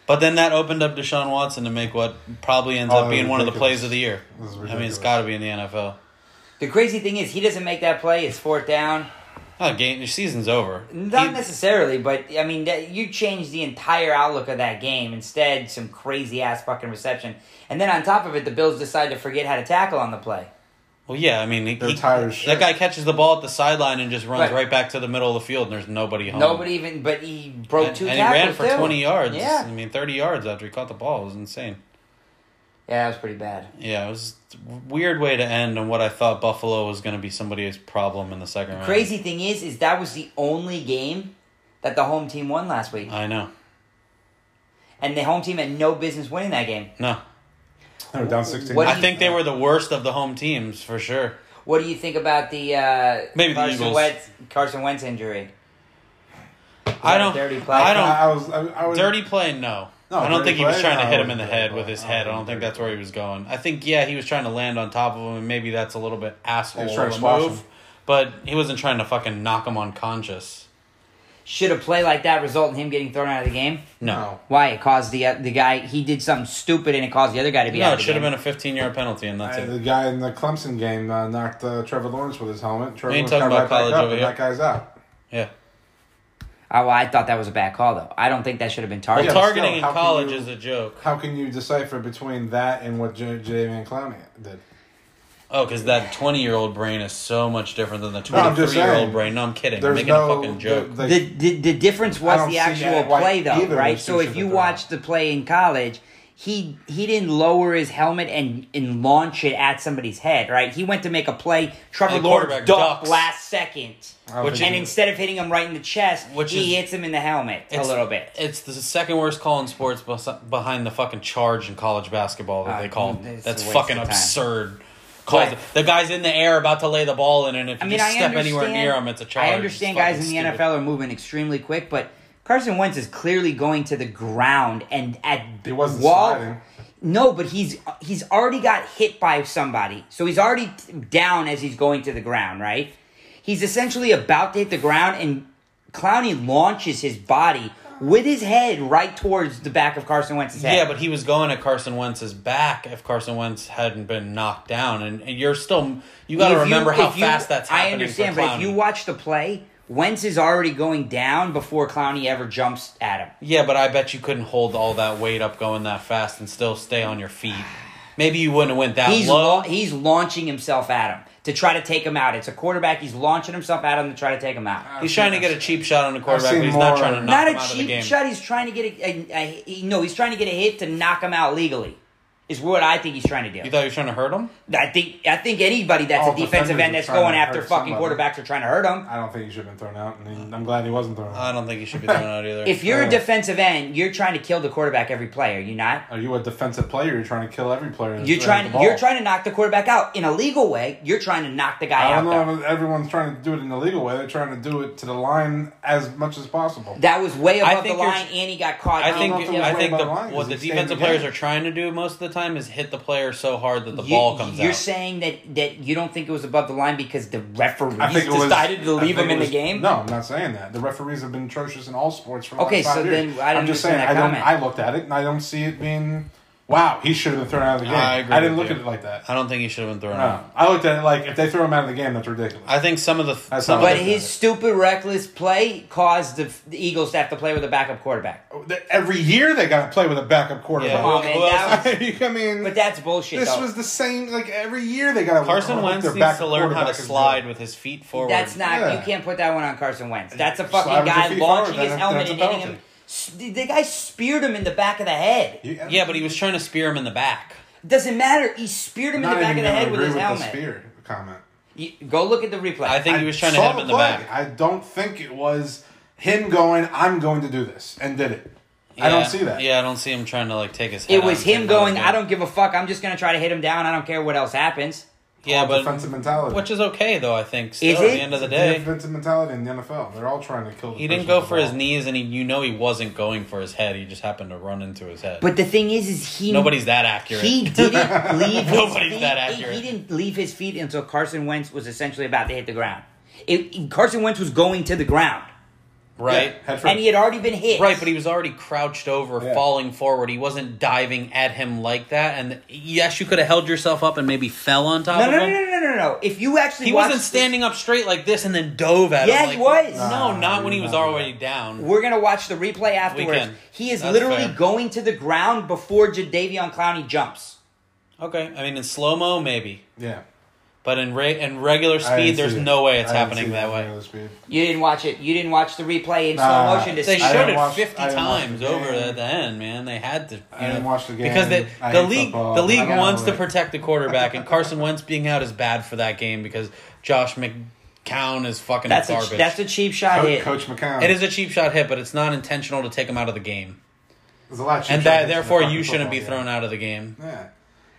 [SPEAKER 4] But then that opened up Deshaun Watson to make what probably ends
[SPEAKER 3] Oh,
[SPEAKER 4] up being one of the
[SPEAKER 3] ridiculous.
[SPEAKER 4] plays of the year.
[SPEAKER 3] This is
[SPEAKER 4] I mean, it's
[SPEAKER 3] ridiculous.
[SPEAKER 4] got to be in the NFL.
[SPEAKER 2] the crazy thing is, he doesn't make that play. It's fourth down.
[SPEAKER 4] Oh, game, your season's over.
[SPEAKER 2] Not
[SPEAKER 4] He-
[SPEAKER 2] necessarily, but I mean, that, you changed the entire outlook of that game. Instead, some crazy ass fucking reception, and then on top of it, the Bills decide to forget how to tackle on the play.
[SPEAKER 4] Well, yeah, I mean, he,
[SPEAKER 3] They're
[SPEAKER 4] he-
[SPEAKER 3] tired as
[SPEAKER 4] that
[SPEAKER 3] shit.
[SPEAKER 4] guy catches the ball at the sideline and just runs
[SPEAKER 2] Right.
[SPEAKER 4] right. back to the middle of the field, and there's nobody home.
[SPEAKER 2] Nobody even, but he broke
[SPEAKER 4] Um, And,
[SPEAKER 2] two
[SPEAKER 4] and he
[SPEAKER 2] tackles.
[SPEAKER 4] ran for
[SPEAKER 2] too.
[SPEAKER 4] 20 yards. I
[SPEAKER 2] Yeah,
[SPEAKER 4] mean, 30 yards after he caught the ball. It was insane.
[SPEAKER 2] yeah, that was pretty bad.
[SPEAKER 4] Yeah, it was a weird way to end on what I thought Buffalo was going to be somebody's problem in the second round.
[SPEAKER 2] Crazy thing is, is that was the only game that the home team won last week,
[SPEAKER 4] I know.
[SPEAKER 2] and the home team had no business winning that game.
[SPEAKER 4] No.
[SPEAKER 3] They were Oh, down sixteen.
[SPEAKER 2] What do
[SPEAKER 4] I
[SPEAKER 2] you-
[SPEAKER 4] think they were the worst of the home teams, for sure.
[SPEAKER 2] What do you think about the uh,
[SPEAKER 4] Maybe the
[SPEAKER 2] Carson
[SPEAKER 4] Eagles.
[SPEAKER 2] Wentz, Carson Wentz injury?
[SPEAKER 4] I don't.
[SPEAKER 2] dirty play?
[SPEAKER 4] I
[SPEAKER 3] I,
[SPEAKER 4] don't.
[SPEAKER 3] I was. I, I was
[SPEAKER 4] Dirty play, no.
[SPEAKER 3] Oh, No,
[SPEAKER 4] I don't
[SPEAKER 3] dirty
[SPEAKER 4] think he was
[SPEAKER 3] play,
[SPEAKER 4] trying to
[SPEAKER 3] no,
[SPEAKER 4] hit
[SPEAKER 3] I
[SPEAKER 4] him in the
[SPEAKER 3] wouldn't
[SPEAKER 4] head
[SPEAKER 3] dirty
[SPEAKER 4] with
[SPEAKER 3] play.
[SPEAKER 4] his
[SPEAKER 3] I
[SPEAKER 4] head. I
[SPEAKER 3] wouldn't
[SPEAKER 4] don't think
[SPEAKER 3] dirty
[SPEAKER 4] that's where he was going. I think yeah, he was trying to land on top of him, and maybe that's a little bit asshole
[SPEAKER 3] trying to
[SPEAKER 4] of a
[SPEAKER 3] squash
[SPEAKER 4] move.
[SPEAKER 3] him.
[SPEAKER 4] But he wasn't trying to fucking knock him unconscious.
[SPEAKER 2] Should a play like that result in him getting thrown out of the game?
[SPEAKER 3] No.
[SPEAKER 2] Why? It caused the uh, the guy he did something stupid and it caused the other guy to be
[SPEAKER 4] No,
[SPEAKER 2] out.
[SPEAKER 4] it should have been a 15 yard penalty, and that's
[SPEAKER 3] I-
[SPEAKER 4] it.
[SPEAKER 3] the guy in the Clemson game uh, knocked uh, Trevor Lawrence with his helmet. Trevor
[SPEAKER 4] We ain't
[SPEAKER 3] Lawrence
[SPEAKER 4] talking
[SPEAKER 3] got
[SPEAKER 4] about college
[SPEAKER 3] back up,
[SPEAKER 4] over
[SPEAKER 3] and
[SPEAKER 4] here.
[SPEAKER 3] That guy's out.
[SPEAKER 4] Yeah.
[SPEAKER 2] Oh, well, I thought that was a bad call though. I don't think that should have been
[SPEAKER 4] Well,
[SPEAKER 2] targeted.
[SPEAKER 3] but tar-
[SPEAKER 4] targeting
[SPEAKER 3] still,
[SPEAKER 4] in
[SPEAKER 3] how can
[SPEAKER 4] college
[SPEAKER 3] you-
[SPEAKER 4] is a joke.
[SPEAKER 3] How can you decipher between that and what J- Jadavian Clowney did?
[SPEAKER 4] Oh, because that 20 year old brain is so much different than the
[SPEAKER 3] I'm
[SPEAKER 4] 23
[SPEAKER 3] just
[SPEAKER 4] year old
[SPEAKER 3] saying.
[SPEAKER 4] brain. No, I'm kidding.
[SPEAKER 3] There's
[SPEAKER 4] I'm making
[SPEAKER 3] no
[SPEAKER 4] a fucking joke.
[SPEAKER 3] The,
[SPEAKER 2] the, the the difference
[SPEAKER 3] I
[SPEAKER 2] was
[SPEAKER 3] don't
[SPEAKER 2] the
[SPEAKER 3] see
[SPEAKER 2] actual
[SPEAKER 3] that why
[SPEAKER 2] play though,
[SPEAKER 3] either of
[SPEAKER 2] right?
[SPEAKER 3] those
[SPEAKER 2] So
[SPEAKER 3] two
[SPEAKER 2] if
[SPEAKER 3] should
[SPEAKER 2] you
[SPEAKER 3] have been
[SPEAKER 2] watched the play in college, he he didn't lower his helmet and, and launch it at somebody's head, right? He went to make a play. Trevor
[SPEAKER 4] And the
[SPEAKER 2] Lawrence
[SPEAKER 4] quarterback
[SPEAKER 2] ducked
[SPEAKER 4] ducks.
[SPEAKER 2] last second,
[SPEAKER 3] don't
[SPEAKER 2] which
[SPEAKER 3] think
[SPEAKER 2] and
[SPEAKER 3] he-
[SPEAKER 2] instead of hitting him right in the chest,
[SPEAKER 4] Which
[SPEAKER 2] he
[SPEAKER 4] is-
[SPEAKER 2] hits him in the helmet a
[SPEAKER 4] It's-
[SPEAKER 2] little bit.
[SPEAKER 4] It's the second worst call in sports bes- behind the fucking charge in college basketball that
[SPEAKER 2] Uh,
[SPEAKER 4] they call.
[SPEAKER 2] it's
[SPEAKER 4] That's
[SPEAKER 2] a waste
[SPEAKER 4] fucking
[SPEAKER 2] of time.
[SPEAKER 4] absurd. Calls
[SPEAKER 2] Right.
[SPEAKER 4] the guy's in the air about to lay the ball in, and if
[SPEAKER 2] I
[SPEAKER 4] you
[SPEAKER 2] mean,
[SPEAKER 4] just
[SPEAKER 2] I
[SPEAKER 4] step
[SPEAKER 2] understand.
[SPEAKER 4] anywhere near him, it's a charge.
[SPEAKER 2] I
[SPEAKER 4] It's
[SPEAKER 2] understand
[SPEAKER 4] fucking
[SPEAKER 2] guys in the
[SPEAKER 4] stupid.
[SPEAKER 2] NFL are moving extremely quick, but Carson Wentz is clearly going to the ground and at
[SPEAKER 3] He wasn't
[SPEAKER 2] wall.
[SPEAKER 3] sliding.
[SPEAKER 2] No, but he's he's already got hit by somebody, so he's already t- down as he's going to the ground. Right? He's essentially about to hit the ground, and Clowney launches his body with his head right towards the back of Carson Wentz's head.
[SPEAKER 4] Yeah, but he was going at Carson Wentz's back if Carson Wentz hadn't been knocked down, and, and you're still you got to
[SPEAKER 2] If you-
[SPEAKER 4] remember how
[SPEAKER 2] if you-
[SPEAKER 4] fast that's happening.
[SPEAKER 2] I understand,
[SPEAKER 4] for
[SPEAKER 2] but if you
[SPEAKER 4] Clowney.
[SPEAKER 2] watch the play, Wentz is already going down before Clowney ever jumps at him.
[SPEAKER 4] Yeah, but I bet you couldn't hold all that weight up going that fast and still stay on your feet. Maybe you wouldn't have went that
[SPEAKER 2] He's
[SPEAKER 4] low.
[SPEAKER 2] la- he's launching himself at him to try to take him out. It's a quarterback. He's launching himself at him to try to take him out.
[SPEAKER 4] He's trying to get a cheap shot on the quarterback,
[SPEAKER 3] seen
[SPEAKER 4] but he's not
[SPEAKER 3] more-
[SPEAKER 4] trying to knock
[SPEAKER 2] Not
[SPEAKER 4] him
[SPEAKER 2] a
[SPEAKER 4] out of the
[SPEAKER 2] cheap
[SPEAKER 4] game.
[SPEAKER 2] shot. He's trying to get a, a, a- he- no. He's trying to get a hit to knock him out legally. Is what I think he's trying to do.
[SPEAKER 4] You thought you were trying to hurt him?
[SPEAKER 2] I think I think anybody that's
[SPEAKER 3] All
[SPEAKER 2] a defensive
[SPEAKER 3] defenders
[SPEAKER 2] end
[SPEAKER 3] are
[SPEAKER 2] that's
[SPEAKER 3] trying
[SPEAKER 2] going
[SPEAKER 3] to
[SPEAKER 2] after
[SPEAKER 3] hurt
[SPEAKER 2] fucking
[SPEAKER 3] somebody.
[SPEAKER 2] quarterbacks are trying to hurt them.
[SPEAKER 3] I don't think he should have been thrown out, and he- I'm glad he wasn't thrown
[SPEAKER 4] I
[SPEAKER 3] out.
[SPEAKER 4] don't think you should be thrown out either.
[SPEAKER 2] If you're a
[SPEAKER 3] Uh,
[SPEAKER 2] defensive end, you're trying to kill the quarterback every play. Are you not?
[SPEAKER 3] Are you a defensive player? You're trying to kill every player. that's
[SPEAKER 2] You're
[SPEAKER 3] throwing
[SPEAKER 2] trying.
[SPEAKER 3] the ball.
[SPEAKER 2] You're trying to knock the quarterback out in a legal way. You're trying to knock the guy
[SPEAKER 3] I
[SPEAKER 2] out.
[SPEAKER 3] don't
[SPEAKER 2] though.
[SPEAKER 3] know if everyone's trying to do it in the legal way. They're trying to do it to the line as much as possible.
[SPEAKER 2] That was way
[SPEAKER 4] I
[SPEAKER 2] above the
[SPEAKER 4] think you're-
[SPEAKER 2] line, and he got caught.
[SPEAKER 4] I
[SPEAKER 2] on
[SPEAKER 4] think
[SPEAKER 3] know if it was
[SPEAKER 4] I
[SPEAKER 3] way
[SPEAKER 4] think
[SPEAKER 3] by
[SPEAKER 4] the,
[SPEAKER 3] the line, 'cause
[SPEAKER 4] what the
[SPEAKER 3] he stayed in
[SPEAKER 4] defensive
[SPEAKER 3] the
[SPEAKER 4] players
[SPEAKER 3] game.
[SPEAKER 4] are trying to do most of the time is hit the player so hard that the
[SPEAKER 2] You-
[SPEAKER 4] ball comes
[SPEAKER 2] You're
[SPEAKER 4] out.
[SPEAKER 2] saying that that you don't think it was above the line because the referees
[SPEAKER 3] I think it was-
[SPEAKER 2] decided to
[SPEAKER 3] I
[SPEAKER 2] leave
[SPEAKER 3] think
[SPEAKER 2] him
[SPEAKER 3] it
[SPEAKER 2] in the
[SPEAKER 3] was-
[SPEAKER 2] game.
[SPEAKER 3] No, I'm not saying that. The referees have been atrocious in all sports for the
[SPEAKER 2] Okay,
[SPEAKER 3] last five
[SPEAKER 2] so
[SPEAKER 3] years.
[SPEAKER 2] then I don't
[SPEAKER 3] I'm just
[SPEAKER 2] understand
[SPEAKER 3] saying.
[SPEAKER 2] that
[SPEAKER 3] I don't.
[SPEAKER 2] comment.
[SPEAKER 3] I looked at it and I don't see it being. Wow, he should have been thrown out of the game.
[SPEAKER 4] I
[SPEAKER 3] I,
[SPEAKER 4] agree
[SPEAKER 3] didn't
[SPEAKER 4] with
[SPEAKER 3] look
[SPEAKER 4] you.
[SPEAKER 3] at it like that.
[SPEAKER 4] I don't think you should have been thrown
[SPEAKER 3] No,
[SPEAKER 4] out.
[SPEAKER 3] I looked at it like if they throw him out of the game, that's ridiculous.
[SPEAKER 4] I think some of the th-
[SPEAKER 3] That's
[SPEAKER 4] some
[SPEAKER 3] not
[SPEAKER 4] of
[SPEAKER 2] But
[SPEAKER 4] the,
[SPEAKER 3] like-
[SPEAKER 2] his stupid, reckless play caused the, the Eagles to have to play with a backup quarterback.
[SPEAKER 3] Every year they got to play with a backup
[SPEAKER 4] yeah,
[SPEAKER 3] quarterback.
[SPEAKER 2] Come on,
[SPEAKER 4] who-
[SPEAKER 2] Oh, man,
[SPEAKER 4] who else-
[SPEAKER 2] that was-
[SPEAKER 3] I mean,
[SPEAKER 2] But that's bullshit.
[SPEAKER 3] this
[SPEAKER 2] though.
[SPEAKER 3] was the same. Like every year they got to.
[SPEAKER 4] Carson Wentz needs to learn how to slide with his feet forward.
[SPEAKER 2] That's not.
[SPEAKER 3] Yeah.
[SPEAKER 2] You can't put that one on Carson Wentz. That's a
[SPEAKER 3] Slide
[SPEAKER 2] fucking
[SPEAKER 3] with your
[SPEAKER 2] guy
[SPEAKER 3] feet
[SPEAKER 2] launching
[SPEAKER 3] forward, then
[SPEAKER 2] his
[SPEAKER 3] that's-
[SPEAKER 2] helmet
[SPEAKER 3] that's a
[SPEAKER 2] and hitting him.
[SPEAKER 3] penalty.
[SPEAKER 2] S- The the guy speared him in the back of the head.
[SPEAKER 4] Yeah, but he was trying to spear him in the back.
[SPEAKER 2] Doesn't matter. He speared him in the back of the head with his
[SPEAKER 3] The
[SPEAKER 2] helmet.
[SPEAKER 3] spear comment.
[SPEAKER 2] You- go look at the replay.
[SPEAKER 4] I think he was trying to
[SPEAKER 3] saw
[SPEAKER 4] hit him in the
[SPEAKER 3] play.
[SPEAKER 4] back.
[SPEAKER 3] I don't think it was him going. I'm going to do this, and did it. I
[SPEAKER 4] Yeah.
[SPEAKER 3] don't see that.
[SPEAKER 4] Yeah, I don't see him trying to like take his. head
[SPEAKER 2] it
[SPEAKER 4] out
[SPEAKER 2] was
[SPEAKER 4] and
[SPEAKER 2] him
[SPEAKER 4] take
[SPEAKER 2] going.
[SPEAKER 4] another
[SPEAKER 2] I
[SPEAKER 4] hit."
[SPEAKER 2] don't give a fuck. I'm just gonna try to hit him down. I don't care what else happens.
[SPEAKER 4] Yeah,
[SPEAKER 3] All
[SPEAKER 4] but
[SPEAKER 3] defensive mentality.
[SPEAKER 4] which is okay though. I think still
[SPEAKER 2] Is
[SPEAKER 4] at
[SPEAKER 2] it?
[SPEAKER 4] the end of the
[SPEAKER 3] It's a
[SPEAKER 4] day,
[SPEAKER 3] defensive mentality in the NFL. They're all trying to kill. The
[SPEAKER 4] he didn't
[SPEAKER 3] person
[SPEAKER 4] go
[SPEAKER 3] with
[SPEAKER 4] for
[SPEAKER 3] the
[SPEAKER 4] his
[SPEAKER 3] ball.
[SPEAKER 4] knees, and he, you know he wasn't going for his head. He just happened to run into his head.
[SPEAKER 2] But the thing is, is he
[SPEAKER 4] nobody's that accurate.
[SPEAKER 2] He didn't leave. his
[SPEAKER 4] Nobody's
[SPEAKER 2] feet-
[SPEAKER 4] that
[SPEAKER 2] he-
[SPEAKER 4] accurate.
[SPEAKER 2] He, didn't leave his feet until Carson Wentz was essentially about to hit the ground. It, Carson Wentz was going to the ground,
[SPEAKER 4] right.
[SPEAKER 3] Yeah, head first.
[SPEAKER 2] and he had already been hit.
[SPEAKER 4] Right, but he was already crouched over,
[SPEAKER 3] Yeah.
[SPEAKER 4] falling forward. He wasn't diving at him like that. And yes, you could have held yourself up and maybe fell on top
[SPEAKER 2] No,
[SPEAKER 4] of
[SPEAKER 2] no,
[SPEAKER 4] him.
[SPEAKER 2] no, no, no, no, no. If you actually
[SPEAKER 4] He
[SPEAKER 2] watch
[SPEAKER 4] wasn't
[SPEAKER 2] this-
[SPEAKER 4] standing up straight like this and then dove at
[SPEAKER 2] Yeah,
[SPEAKER 4] him.
[SPEAKER 2] he
[SPEAKER 4] like-
[SPEAKER 2] was.
[SPEAKER 4] No,
[SPEAKER 3] Nah,
[SPEAKER 4] not when he
[SPEAKER 3] he's
[SPEAKER 4] was
[SPEAKER 3] not
[SPEAKER 4] already
[SPEAKER 3] that.
[SPEAKER 4] down.
[SPEAKER 2] We're gonna watch the replay afterwards.
[SPEAKER 4] can.
[SPEAKER 2] He is
[SPEAKER 4] That's
[SPEAKER 2] literally
[SPEAKER 4] fair.
[SPEAKER 2] going to the ground before Jadavion Clowney jumps.
[SPEAKER 4] Okay, I mean in slow mo maybe,
[SPEAKER 3] Yeah.
[SPEAKER 4] but in re- in regular
[SPEAKER 3] I didn't
[SPEAKER 4] speed,
[SPEAKER 3] see
[SPEAKER 4] there's
[SPEAKER 3] it.
[SPEAKER 4] no way it's
[SPEAKER 3] I didn't see
[SPEAKER 4] happening that
[SPEAKER 3] in
[SPEAKER 4] way.
[SPEAKER 3] regular speed.
[SPEAKER 2] You didn't watch it. You didn't watch the replay in
[SPEAKER 3] Nah.
[SPEAKER 2] slow motion to
[SPEAKER 4] They
[SPEAKER 2] see.
[SPEAKER 3] I
[SPEAKER 4] showed
[SPEAKER 3] didn't
[SPEAKER 4] it
[SPEAKER 3] watch-
[SPEAKER 4] fifty
[SPEAKER 3] I didn't watch
[SPEAKER 4] times
[SPEAKER 3] the
[SPEAKER 4] over
[SPEAKER 3] game.
[SPEAKER 4] at the end, man. They had to. You
[SPEAKER 3] I didn't
[SPEAKER 4] know,
[SPEAKER 3] watch the game.
[SPEAKER 4] because they,
[SPEAKER 3] I
[SPEAKER 4] the
[SPEAKER 3] hate
[SPEAKER 4] league
[SPEAKER 3] football.
[SPEAKER 4] the
[SPEAKER 3] I
[SPEAKER 4] league
[SPEAKER 3] don't
[SPEAKER 4] wants
[SPEAKER 3] know
[SPEAKER 4] to
[SPEAKER 3] it.
[SPEAKER 4] protect the quarterback, and Carson Wentz being out is bad for that game because Josh McCown is fucking
[SPEAKER 2] That's a,
[SPEAKER 4] garbage.
[SPEAKER 2] that's a cheap shot
[SPEAKER 3] Coach,
[SPEAKER 2] hit.
[SPEAKER 3] Coach McCown.
[SPEAKER 4] it is a cheap shot hit, but it's not intentional to take him out of the game,
[SPEAKER 3] There's a lot. of cheap
[SPEAKER 4] and
[SPEAKER 3] shot hits
[SPEAKER 4] that
[SPEAKER 3] in the
[SPEAKER 4] therefore
[SPEAKER 3] fucking
[SPEAKER 4] you shouldn't be
[SPEAKER 3] football
[SPEAKER 4] thrown
[SPEAKER 3] game.
[SPEAKER 4] out of the game.
[SPEAKER 3] Yeah.